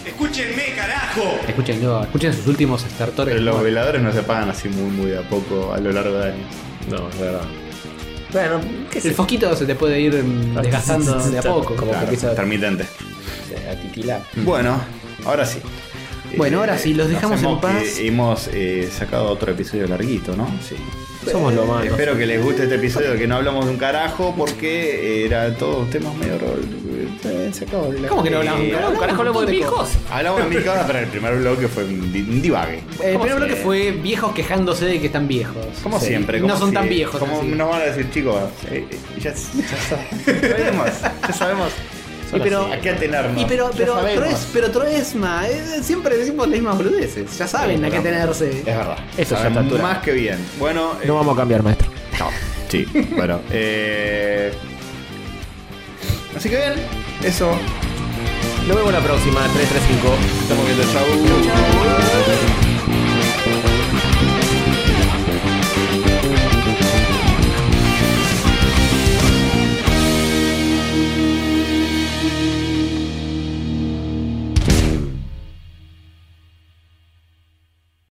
Escúchenme, carajo.
escuchen, no, escuchen sus últimos estertores.
Pero los veladores no se apagan así muy, muy de a poco a lo largo de años.
No, es verdad. Bueno, qué sé
El foquito se te puede ir mm,
Ah,
desgastando de a poco.
Como que
Claro,
empieza a-
intermitente.
a titilar.
Bueno, ahora sí.
Bueno, ahora sí, los
nos
dejamos en
hemos-
paz.
eh, hemos eh, sacado otro episodio larguito, ¿no? Sí.
Somos lo más.
Espero que les guste este episodio que no hablamos de un carajo porque eh, era todos temas medio eh, sacados de la
¿Cómo que no hablamos?
Eh,
No hablamos.
Carajo, hablamos de mil cosas.
Hablamos de mil cosas, pero el primer bloque fue un di- un divague.
Eh, El
¿Cómo
primer
se-
bloque fue viejos quejándose de que están viejos.
Como
Sí.
siempre.
No
como
son tan
si-
viejos.
Como
así.
nos van a decir, chicos, eh, eh, ya, ya sab- sabemos, ya sabemos
Y pero,
a qué atenernos.
y pero,
ya
pero,
sabemos.
Troes- pero Troesma, eh, siempre decimos las mismas boludeces. Ya saben a qué tenerse.
Es verdad.
Eso ya
Saben
está altura.
Más que bien. Bueno, eh,
No vamos a cambiar, maestro.
No. Sí, bueno. eh, Así que bien, eso.
Nos vemos la próxima, 335.
Estamos viendo, chau.